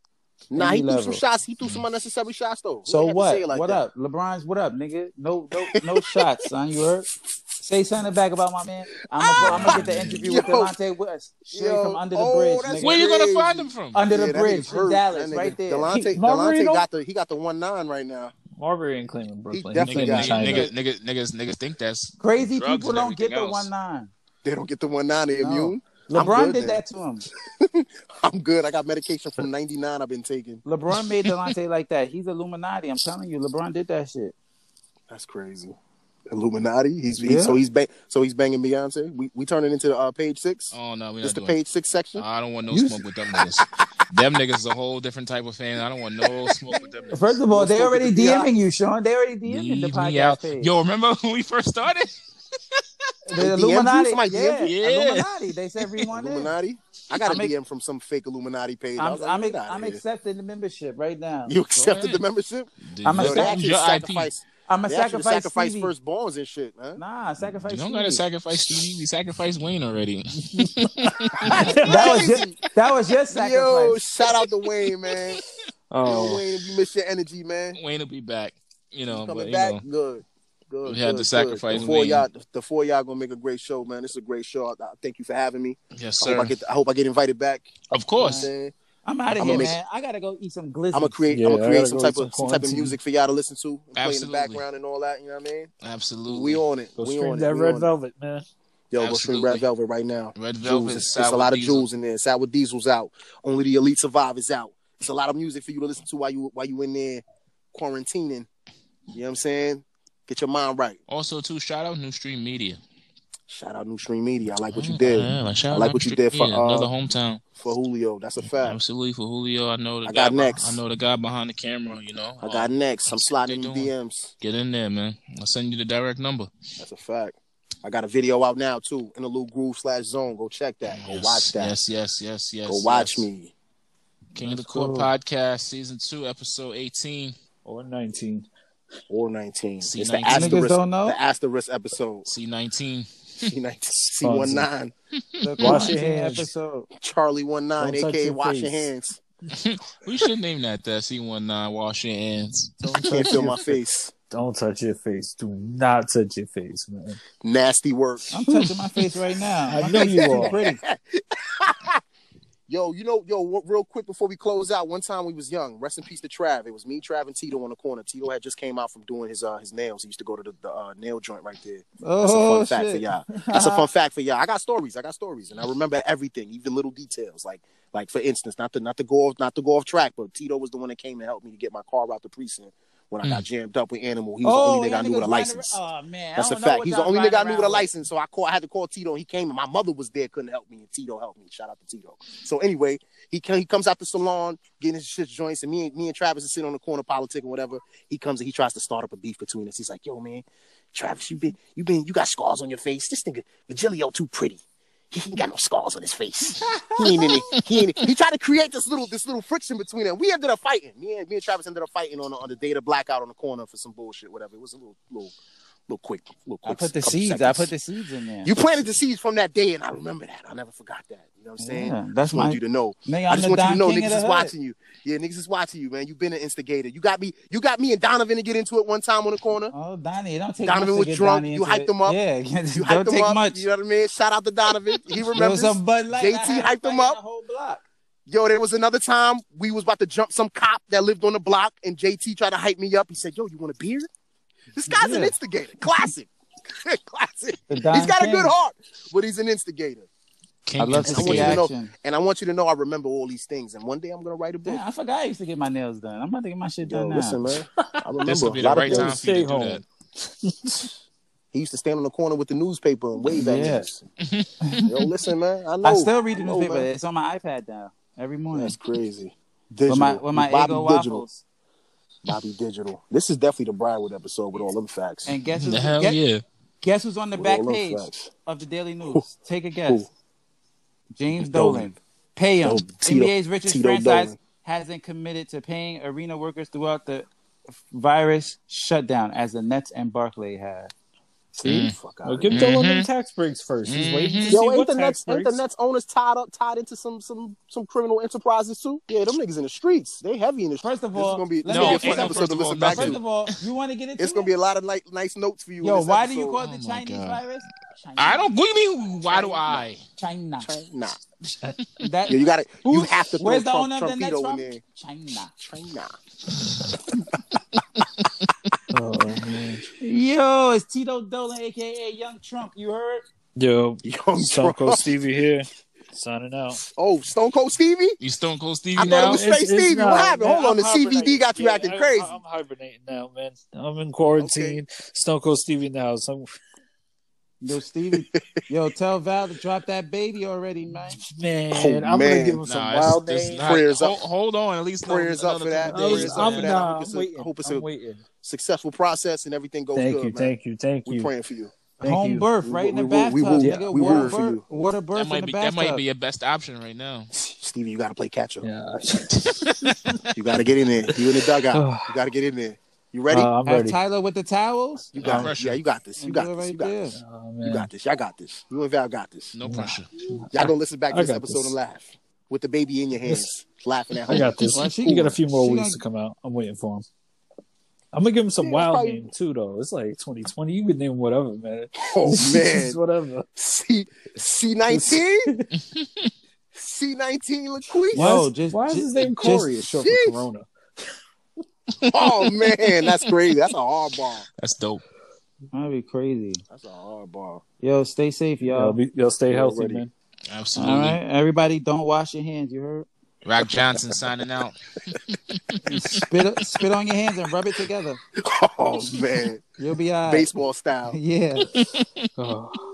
Speaker 4: Nah, he
Speaker 5: Any
Speaker 4: threw some
Speaker 5: level.
Speaker 4: shots. He threw some unnecessary shots though. He
Speaker 5: So
Speaker 4: didn't have to say
Speaker 5: what?
Speaker 4: it like
Speaker 5: what
Speaker 4: that.
Speaker 5: up, LeBron's? What up, nigga? No, no, no shots, son. You heard? Say something back about my man. I'm gonna I'm gonna get the interview with
Speaker 4: Yo.
Speaker 5: Delonte West straight
Speaker 4: Yo.
Speaker 5: from under the
Speaker 4: Oh,
Speaker 5: bridge,
Speaker 4: that's
Speaker 5: nigga.
Speaker 2: Where you gonna
Speaker 4: Crazy.
Speaker 2: find them from?
Speaker 5: Under
Speaker 4: Yeah,
Speaker 5: the
Speaker 4: that
Speaker 5: bridge
Speaker 4: nigga's
Speaker 5: in
Speaker 4: hurt.
Speaker 5: Dallas,
Speaker 4: That nigga-
Speaker 5: right there.
Speaker 4: Delonte,
Speaker 3: He-
Speaker 4: Delonte
Speaker 3: Margarito?
Speaker 4: got the he got the one nine right now.
Speaker 3: Marbury ain't claiming Brooklyn. He
Speaker 4: definitely
Speaker 3: claiming
Speaker 4: got-
Speaker 3: China.
Speaker 2: Niggas, niggas, niggas, niggas think that's
Speaker 5: Crazy
Speaker 2: drugs
Speaker 5: people
Speaker 2: and
Speaker 5: don't get
Speaker 2: everything
Speaker 5: the
Speaker 2: else.
Speaker 5: one nine.
Speaker 4: They don't get the one nine. They
Speaker 5: No.
Speaker 4: immune. I'm
Speaker 5: LeBron
Speaker 4: good
Speaker 5: did
Speaker 4: then.
Speaker 5: that to him.
Speaker 4: I'm good. I got medication from ninety nine. I've been taking.
Speaker 5: LeBron made Delonte like that. He's Illuminati. I'm telling you, LeBron did that shit.
Speaker 4: That's crazy. Illuminati. He's, he's
Speaker 5: Yeah.
Speaker 4: so he's bang, so he's banging Beyonce. We we turn it into uh, page six.
Speaker 2: Oh no, we're
Speaker 4: Just
Speaker 2: not
Speaker 4: the
Speaker 2: doing.
Speaker 4: page six section.
Speaker 2: I don't want no
Speaker 5: You-
Speaker 2: smoke with them niggas. them niggas is a whole different type of fan. I don't want no smoke with them. Niggas.
Speaker 5: First of all,
Speaker 4: Let's
Speaker 5: they
Speaker 4: go get
Speaker 5: already
Speaker 4: the
Speaker 5: DMing you, Sean. They already DMing the
Speaker 2: Leave me
Speaker 5: podcast
Speaker 2: out.
Speaker 5: page.
Speaker 2: Yo, remember when we first started?
Speaker 4: DM'd
Speaker 5: the
Speaker 4: you?
Speaker 5: Illuminati.
Speaker 4: Somebody
Speaker 5: yeah,
Speaker 4: DM'd
Speaker 2: you? Yeah.
Speaker 5: Illuminati. They said everyone in.
Speaker 4: Illuminati. I got a
Speaker 5: I'm ex-
Speaker 4: DM from some fake Illuminati page. I
Speaker 5: I'm
Speaker 4: was like,
Speaker 5: I'm,
Speaker 4: "Get outta
Speaker 5: I'm
Speaker 4: here."
Speaker 5: accepting the membership right now.
Speaker 4: You accepted
Speaker 2: ahead.
Speaker 4: the membership?
Speaker 2: Dude,
Speaker 5: I'm a
Speaker 2: you
Speaker 4: Yo, they
Speaker 5: sac-
Speaker 2: gotta
Speaker 4: actually
Speaker 2: use your IP.
Speaker 4: sacrifice.
Speaker 5: I'm a
Speaker 4: They actually
Speaker 5: sacrifice.
Speaker 4: sacrifice
Speaker 5: Stevie.
Speaker 4: firstborns and shit, man.
Speaker 5: Nah, I
Speaker 2: You
Speaker 5: sacrifice.
Speaker 2: don't gotta
Speaker 5: Stevie.
Speaker 2: sacrifice Stevie. We sacrificed Wayne already.
Speaker 5: that was your, that was your sacrifice.
Speaker 4: Yo, shout out to Wayne, man. Yo,
Speaker 3: Oh,
Speaker 4: Wayne, if you miss your energy, man.
Speaker 2: Wayne will be back. You
Speaker 4: You
Speaker 2: know,
Speaker 4: coming
Speaker 2: but you
Speaker 4: back?
Speaker 2: know,
Speaker 4: Good. Good.
Speaker 2: we had
Speaker 4: good,
Speaker 2: to
Speaker 4: good.
Speaker 2: sacrifice
Speaker 4: the 4
Speaker 2: Wayne.
Speaker 4: y'all. The four y'all gonna make a great show, man. This is a great show. I, I thank you for having me.
Speaker 2: yes,
Speaker 4: I hope
Speaker 2: sir.
Speaker 4: I get. I hope I get invited back.
Speaker 2: Of
Speaker 4: You know what I'm
Speaker 2: course.
Speaker 4: saying?
Speaker 5: I'm out of
Speaker 4: I'ma
Speaker 5: here,
Speaker 4: make-
Speaker 5: man. I gotta go eat some glizzy.
Speaker 4: I'm gonna create.
Speaker 3: Yeah,
Speaker 4: I'm gonna
Speaker 3: I
Speaker 4: create
Speaker 3: gotta
Speaker 4: some
Speaker 3: go
Speaker 4: type
Speaker 3: do some
Speaker 4: of some type of
Speaker 3: quarantine.
Speaker 4: music for y'all to listen to and play in the
Speaker 2: Absolutely.
Speaker 4: background and all that. You know what I mean?
Speaker 2: Absolutely.
Speaker 4: We on it.
Speaker 3: go
Speaker 4: we
Speaker 3: stream
Speaker 4: on it.
Speaker 3: that
Speaker 4: We
Speaker 3: Red
Speaker 4: on it.
Speaker 3: Velvet, man.
Speaker 4: Yo, we're streaming Red
Speaker 2: Absolutely.
Speaker 4: Velvet right now.
Speaker 2: Red
Speaker 4: Jewels,
Speaker 2: Velvet.
Speaker 4: it's,
Speaker 2: Sour
Speaker 4: it's a lot of
Speaker 2: Diesel.
Speaker 4: jewels in there. Sour Diesel's out. Only the elite survivors out. It's a lot of music for you to listen to while you while you in there quarantining. You know what I'm saying? Get your mind right.
Speaker 2: Also, too, shout out New Stream Media. Mm,
Speaker 4: Shout out New Stream Media. I like what you did I like what you did for, uh,
Speaker 2: another hometown.
Speaker 4: for Julio. That's a fact.
Speaker 2: Absolutely for Julio. I know the
Speaker 4: I
Speaker 2: guy.
Speaker 4: got
Speaker 2: beh-
Speaker 4: next.
Speaker 2: I know the guy behind the camera. You know.
Speaker 4: I
Speaker 2: Uh,
Speaker 4: got next. I'm sliding
Speaker 2: they
Speaker 4: in
Speaker 2: doing?
Speaker 4: DMs.
Speaker 2: Get in there, man. I'll send you the direct number.
Speaker 4: That's a fact. I got a video out now too. Interlude Groove slash Zone. Go check that. Go
Speaker 2: Yes,
Speaker 4: watch that.
Speaker 2: Yes, yes, yes, yes.
Speaker 4: Go watch
Speaker 2: yes.
Speaker 4: me.
Speaker 2: King of the
Speaker 5: That's
Speaker 2: Court
Speaker 5: cool.
Speaker 2: podcast, season two, episode eighteen.
Speaker 3: Or 19.
Speaker 4: Or 19.
Speaker 2: See,
Speaker 4: it's the
Speaker 2: 19.
Speaker 4: asterisk.
Speaker 5: Niggas don't know?
Speaker 4: The asterisk episode.
Speaker 2: C nineteen.
Speaker 4: C one nine.
Speaker 5: The
Speaker 3: Wash your
Speaker 5: quarantine
Speaker 3: hands.
Speaker 5: Episode.
Speaker 4: Charlie one nine,
Speaker 3: Don't touch
Speaker 4: aka
Speaker 3: your
Speaker 4: Wash Your
Speaker 3: face.
Speaker 4: Hands.
Speaker 2: We should name that that C one nine. Wash your hands.
Speaker 4: I can't feel my face.
Speaker 3: Don't touch your face. Do not touch your face, man.
Speaker 4: Nasty work.
Speaker 5: I'm touching my face right now.
Speaker 3: I
Speaker 5: My
Speaker 3: know
Speaker 5: face
Speaker 3: you
Speaker 5: is too
Speaker 3: are.
Speaker 5: Pretty.
Speaker 4: Yo, you know, yo, w- real quick before we close out, one time we was young. Rest in peace to Trav. It was me, Trav, and Tito on the corner. Tito had just came out from doing his uh his nails. He used to go to the, the uh, nail joint right there. That's
Speaker 5: Oh
Speaker 4: a fun fact for
Speaker 5: shit.
Speaker 4: y'all. That's a fun fact for y'all. I got stories. I got stories, and I remember everything, even little details. Like, like for instance, not to not to go off not to go off track, but Tito was the one that came and helped me to get my car out the precinct when I got jammed up with Animal. He was the only nigga I knew with a license.
Speaker 5: Oh man,
Speaker 4: That's a
Speaker 5: I don't know
Speaker 4: fact.
Speaker 5: what
Speaker 4: He's the
Speaker 5: y'all
Speaker 4: only nigga I
Speaker 5: riding
Speaker 4: knew
Speaker 5: around
Speaker 4: with a
Speaker 5: with.
Speaker 4: license, so I call, I had to call Tito. and He came, and my mother was there, couldn't help me, and Tito helped me. Shout out to Tito. So anyway, he come, he comes out the salon, getting his shit joints, and me and me and Travis are sitting on the corner politic or whatever. He comes and he tries to start up a beef between us. He's like, "Yo, man, Travis, you been you been you got scars on your face. This nigga Virgilio too pretty. He ain't got no scars on his face. He ain't in it. He ain't. in it." He tried to create this little this little friction between them. We ended up fighting. Me and me and Travis ended up fighting on the, on the data blackout on the corner for some bullshit. Whatever. It was a little little little quick little quick.
Speaker 5: I put the
Speaker 4: couple
Speaker 5: seeds. I
Speaker 4: seconds.
Speaker 5: put the seeds in there.
Speaker 4: You planted the seeds from that day, and I remember that. I never forgot that. You know what I'm saying?
Speaker 5: Yeah,
Speaker 4: I
Speaker 5: that's
Speaker 4: just wanted
Speaker 5: my
Speaker 4: you to know.
Speaker 5: nigga.
Speaker 4: i
Speaker 5: I'm
Speaker 4: just
Speaker 5: the
Speaker 4: want you to
Speaker 5: Don
Speaker 4: know
Speaker 5: King of
Speaker 4: niggas
Speaker 5: the
Speaker 4: is
Speaker 5: hood.
Speaker 4: watching you. Yeah, niggas is watching you, man. You've been an instigator. You got me. You got me and Donovan to get into it one time on the corner.
Speaker 5: Oh, Donnie, it don't take
Speaker 4: Donovan
Speaker 5: much to
Speaker 4: was
Speaker 5: get
Speaker 4: drunk.
Speaker 5: Donnie
Speaker 4: You
Speaker 5: into
Speaker 4: hyped
Speaker 5: it.
Speaker 4: him up.
Speaker 5: Yeah,
Speaker 4: You hyped
Speaker 5: don't
Speaker 4: him
Speaker 5: take
Speaker 4: up.
Speaker 5: much.
Speaker 4: You know what I mean? Shout out to Donovan. He remembers.
Speaker 5: Yo, some Bud Light. I
Speaker 4: JT
Speaker 5: had
Speaker 4: hyped him
Speaker 5: fucking
Speaker 4: up.
Speaker 5: The whole block.
Speaker 4: Yo, there was another time we was about to jump some cop that lived on the block, and JT tried to hype me up. He said, "Yo, you want a beer?" This guy's an
Speaker 5: Yeah.
Speaker 4: instigator. Classic. Classic.
Speaker 5: The Don
Speaker 4: he's got
Speaker 5: King.
Speaker 4: a good heart, but he's an instigator.
Speaker 2: King
Speaker 5: I love to
Speaker 4: Instigator.
Speaker 5: see
Speaker 4: I want you to know-
Speaker 5: action.
Speaker 4: And I want you to know I remember all these things. And one day I'm gonna write a book.
Speaker 5: Damn, I forgot I used to get my nails done. I'm about to get my shit
Speaker 4: Yo,
Speaker 5: done now.
Speaker 4: listen, man. I remember
Speaker 2: This would be
Speaker 4: a
Speaker 2: the
Speaker 4: lot
Speaker 2: right
Speaker 4: of
Speaker 2: time
Speaker 4: things.
Speaker 2: for you to do
Speaker 3: Stay
Speaker 2: that.
Speaker 4: He used to stand on the corner with the newspaper and wave at
Speaker 5: Yeah.
Speaker 4: us. Yo, listen, man. I know.
Speaker 5: I still read the
Speaker 4: I know,
Speaker 5: newspaper.
Speaker 4: man.
Speaker 5: It's on my iPad now every morning.
Speaker 4: That's crazy.
Speaker 5: With
Speaker 4: Digital.
Speaker 5: my with my
Speaker 4: Bobby
Speaker 5: ego
Speaker 4: Digital.
Speaker 5: waffles.
Speaker 4: Bobby Digital. This is definitely the Briarwood episode with all them facts.
Speaker 5: And guess who's
Speaker 2: The hell
Speaker 5: guess,
Speaker 2: yeah.
Speaker 5: guess who's on the
Speaker 4: With
Speaker 5: back
Speaker 4: all them
Speaker 5: page
Speaker 4: facts.
Speaker 5: of the Daily News? Take a
Speaker 4: Who?
Speaker 5: guess. James
Speaker 4: Dolan.
Speaker 5: Dolan. Pay him.
Speaker 4: Dolan. Tito-
Speaker 5: NBA's richest
Speaker 4: Tito
Speaker 5: franchise
Speaker 4: Dolan.
Speaker 5: hasn't committed to paying arena workers throughout the virus shutdown as the Nets and Barclay have.
Speaker 3: See?
Speaker 4: Fuck
Speaker 3: Mm. Well,
Speaker 4: out
Speaker 3: give
Speaker 4: here.
Speaker 3: Dolan them tax breaks first. He's waiting to see
Speaker 4: Yo, ain't
Speaker 3: what
Speaker 4: the
Speaker 3: tax
Speaker 4: Nets, ain't the
Speaker 3: breaks.
Speaker 4: Nets owners tied up, tied into some some some criminal enterprises too? Yeah, them niggas in the streets. They heavy in the streets.
Speaker 5: First of
Speaker 4: This is
Speaker 5: all,
Speaker 4: gonna be, this
Speaker 5: let
Speaker 4: is gonna
Speaker 5: me-
Speaker 4: be a fun
Speaker 5: ain't no
Speaker 4: episode
Speaker 2: first
Speaker 4: to
Speaker 2: of all, not
Speaker 4: listen back
Speaker 2: first
Speaker 4: to.
Speaker 5: First of all, you want to get into
Speaker 4: It's gonna
Speaker 5: it?
Speaker 4: be a lot of like nice notes for you.
Speaker 5: Yo,
Speaker 4: in this
Speaker 5: why do you
Speaker 4: episode.
Speaker 5: call it the
Speaker 2: Oh my
Speaker 5: Chinese
Speaker 2: God.
Speaker 5: virus? China.
Speaker 2: I don't. What do you mean? Why do I?
Speaker 5: China.
Speaker 4: Chi- Nah,
Speaker 5: That,
Speaker 4: Yo, you got to You
Speaker 5: Who's-
Speaker 4: have to throw
Speaker 5: Where's the
Speaker 4: Trump,
Speaker 5: owner of the Nets
Speaker 4: Trumpito in
Speaker 5: from?
Speaker 4: there.
Speaker 5: China.
Speaker 4: China.
Speaker 3: Oh, man.
Speaker 5: Yo, it's Tito Dolan, aka Young Trump. You heard?
Speaker 3: Yo,
Speaker 4: Young
Speaker 3: Stone Cold
Speaker 4: Trump.
Speaker 3: Stevie here. Signing out.
Speaker 4: Oh, Stone Cold Stevie.
Speaker 2: You Stone Cold Stevie
Speaker 4: I thought it
Speaker 2: now?
Speaker 4: was straight Stevie. What happened? Hold on, the CVD got you
Speaker 3: Yeah,
Speaker 4: acting
Speaker 3: I-
Speaker 4: crazy.
Speaker 3: I, am hibernating now, man. I'm in quarantine. Stone Cold Stevie now. So,
Speaker 5: Yo, Stevie. yo, tell Val to drop that baby already, man.
Speaker 3: man,
Speaker 4: Oh,
Speaker 3: I'm
Speaker 4: man.
Speaker 3: gonna give him some
Speaker 2: Nah,
Speaker 3: wild
Speaker 2: it's, it's
Speaker 3: names.
Speaker 2: not.
Speaker 4: Prayers up.
Speaker 2: hold, hold on, at least
Speaker 4: Prayers
Speaker 2: another
Speaker 4: up for that.
Speaker 2: couple
Speaker 3: I
Speaker 2: days.
Speaker 4: Prayers
Speaker 3: was,
Speaker 4: up
Speaker 3: I'm,
Speaker 4: for that. I
Speaker 3: nah,
Speaker 4: hope
Speaker 3: I'm
Speaker 4: it's a-
Speaker 3: waiting.
Speaker 4: I hope it's
Speaker 3: I'm
Speaker 4: a-
Speaker 3: waiting.
Speaker 4: Successful process and everything goes
Speaker 3: Thank
Speaker 4: good,
Speaker 3: you,
Speaker 4: man.
Speaker 3: thank you, thank
Speaker 4: we
Speaker 3: you.
Speaker 4: praying for you.
Speaker 3: Thank
Speaker 5: Home
Speaker 3: you.
Speaker 5: birth,
Speaker 4: We
Speaker 5: right
Speaker 4: will-
Speaker 5: in the
Speaker 4: we will-
Speaker 5: bathtub,
Speaker 4: we will-
Speaker 5: nigga.
Speaker 4: we
Speaker 5: water
Speaker 4: will for
Speaker 5: birth,
Speaker 4: you.
Speaker 5: water
Speaker 2: That
Speaker 5: birth in
Speaker 2: might
Speaker 5: the
Speaker 2: be that
Speaker 5: bathtub.
Speaker 2: might be your best option right now.
Speaker 4: Stevie, you got to play catch up.
Speaker 3: Yeah.
Speaker 4: You got to get in there. You in the dugout.
Speaker 3: Oh.
Speaker 4: you got to get in there. You ready?
Speaker 3: Uh, I'm
Speaker 5: Have
Speaker 3: ready.
Speaker 5: Tyler with the towels.
Speaker 4: you got
Speaker 2: no
Speaker 4: this.
Speaker 2: pressure.
Speaker 4: Yeah, you got this. You
Speaker 5: and
Speaker 4: got
Speaker 5: do it
Speaker 4: this.
Speaker 5: right
Speaker 4: You got
Speaker 5: there.
Speaker 4: this.
Speaker 3: Oh,
Speaker 4: You
Speaker 3: man.
Speaker 4: got this. Y'all got this. You and Val got this.
Speaker 2: No pressure.
Speaker 4: Y'all gonna listen back
Speaker 3: I
Speaker 4: to this
Speaker 3: got
Speaker 4: episode
Speaker 3: this.
Speaker 4: and laugh with the baby in your hands, laughing at home.
Speaker 3: I got this.
Speaker 5: Well, she-
Speaker 3: we got a few more
Speaker 5: she
Speaker 3: weeks
Speaker 5: gonna-
Speaker 3: to come out. I'm waiting for him. I'm gonna give him some
Speaker 4: Yeah, it's
Speaker 3: wild
Speaker 4: probably-
Speaker 3: name too, though. It's like 2020. You can name whatever, man.
Speaker 4: Oh
Speaker 3: It's
Speaker 4: man,
Speaker 3: whatever.
Speaker 4: C C nineteen, C nineteen
Speaker 5: What?
Speaker 4: Laquise.
Speaker 5: Yo,
Speaker 3: why is,
Speaker 5: Oh, just-
Speaker 3: why is his
Speaker 5: just-
Speaker 3: name Corey?
Speaker 5: just-
Speaker 3: It's short
Speaker 4: Jeez.
Speaker 3: for Corona.
Speaker 4: Oh man, that's crazy. That's a hard ball.
Speaker 2: That's dope.
Speaker 5: That'd be crazy.
Speaker 4: That's a hard ball.
Speaker 5: Yo, stay safe,
Speaker 3: Yo,
Speaker 5: y'all.
Speaker 3: be, yo stay
Speaker 4: Yo,
Speaker 3: healthy,
Speaker 4: ready.
Speaker 3: man.
Speaker 2: Absolutely.
Speaker 5: All right, everybody, don't wash your hands. You heard?
Speaker 2: Rock Johnson signing out.
Speaker 5: Spit, spit on your hands and rub it together.
Speaker 4: Oh man,
Speaker 5: You'll be all right.
Speaker 4: baseball style.
Speaker 5: Yeah.
Speaker 3: Oh.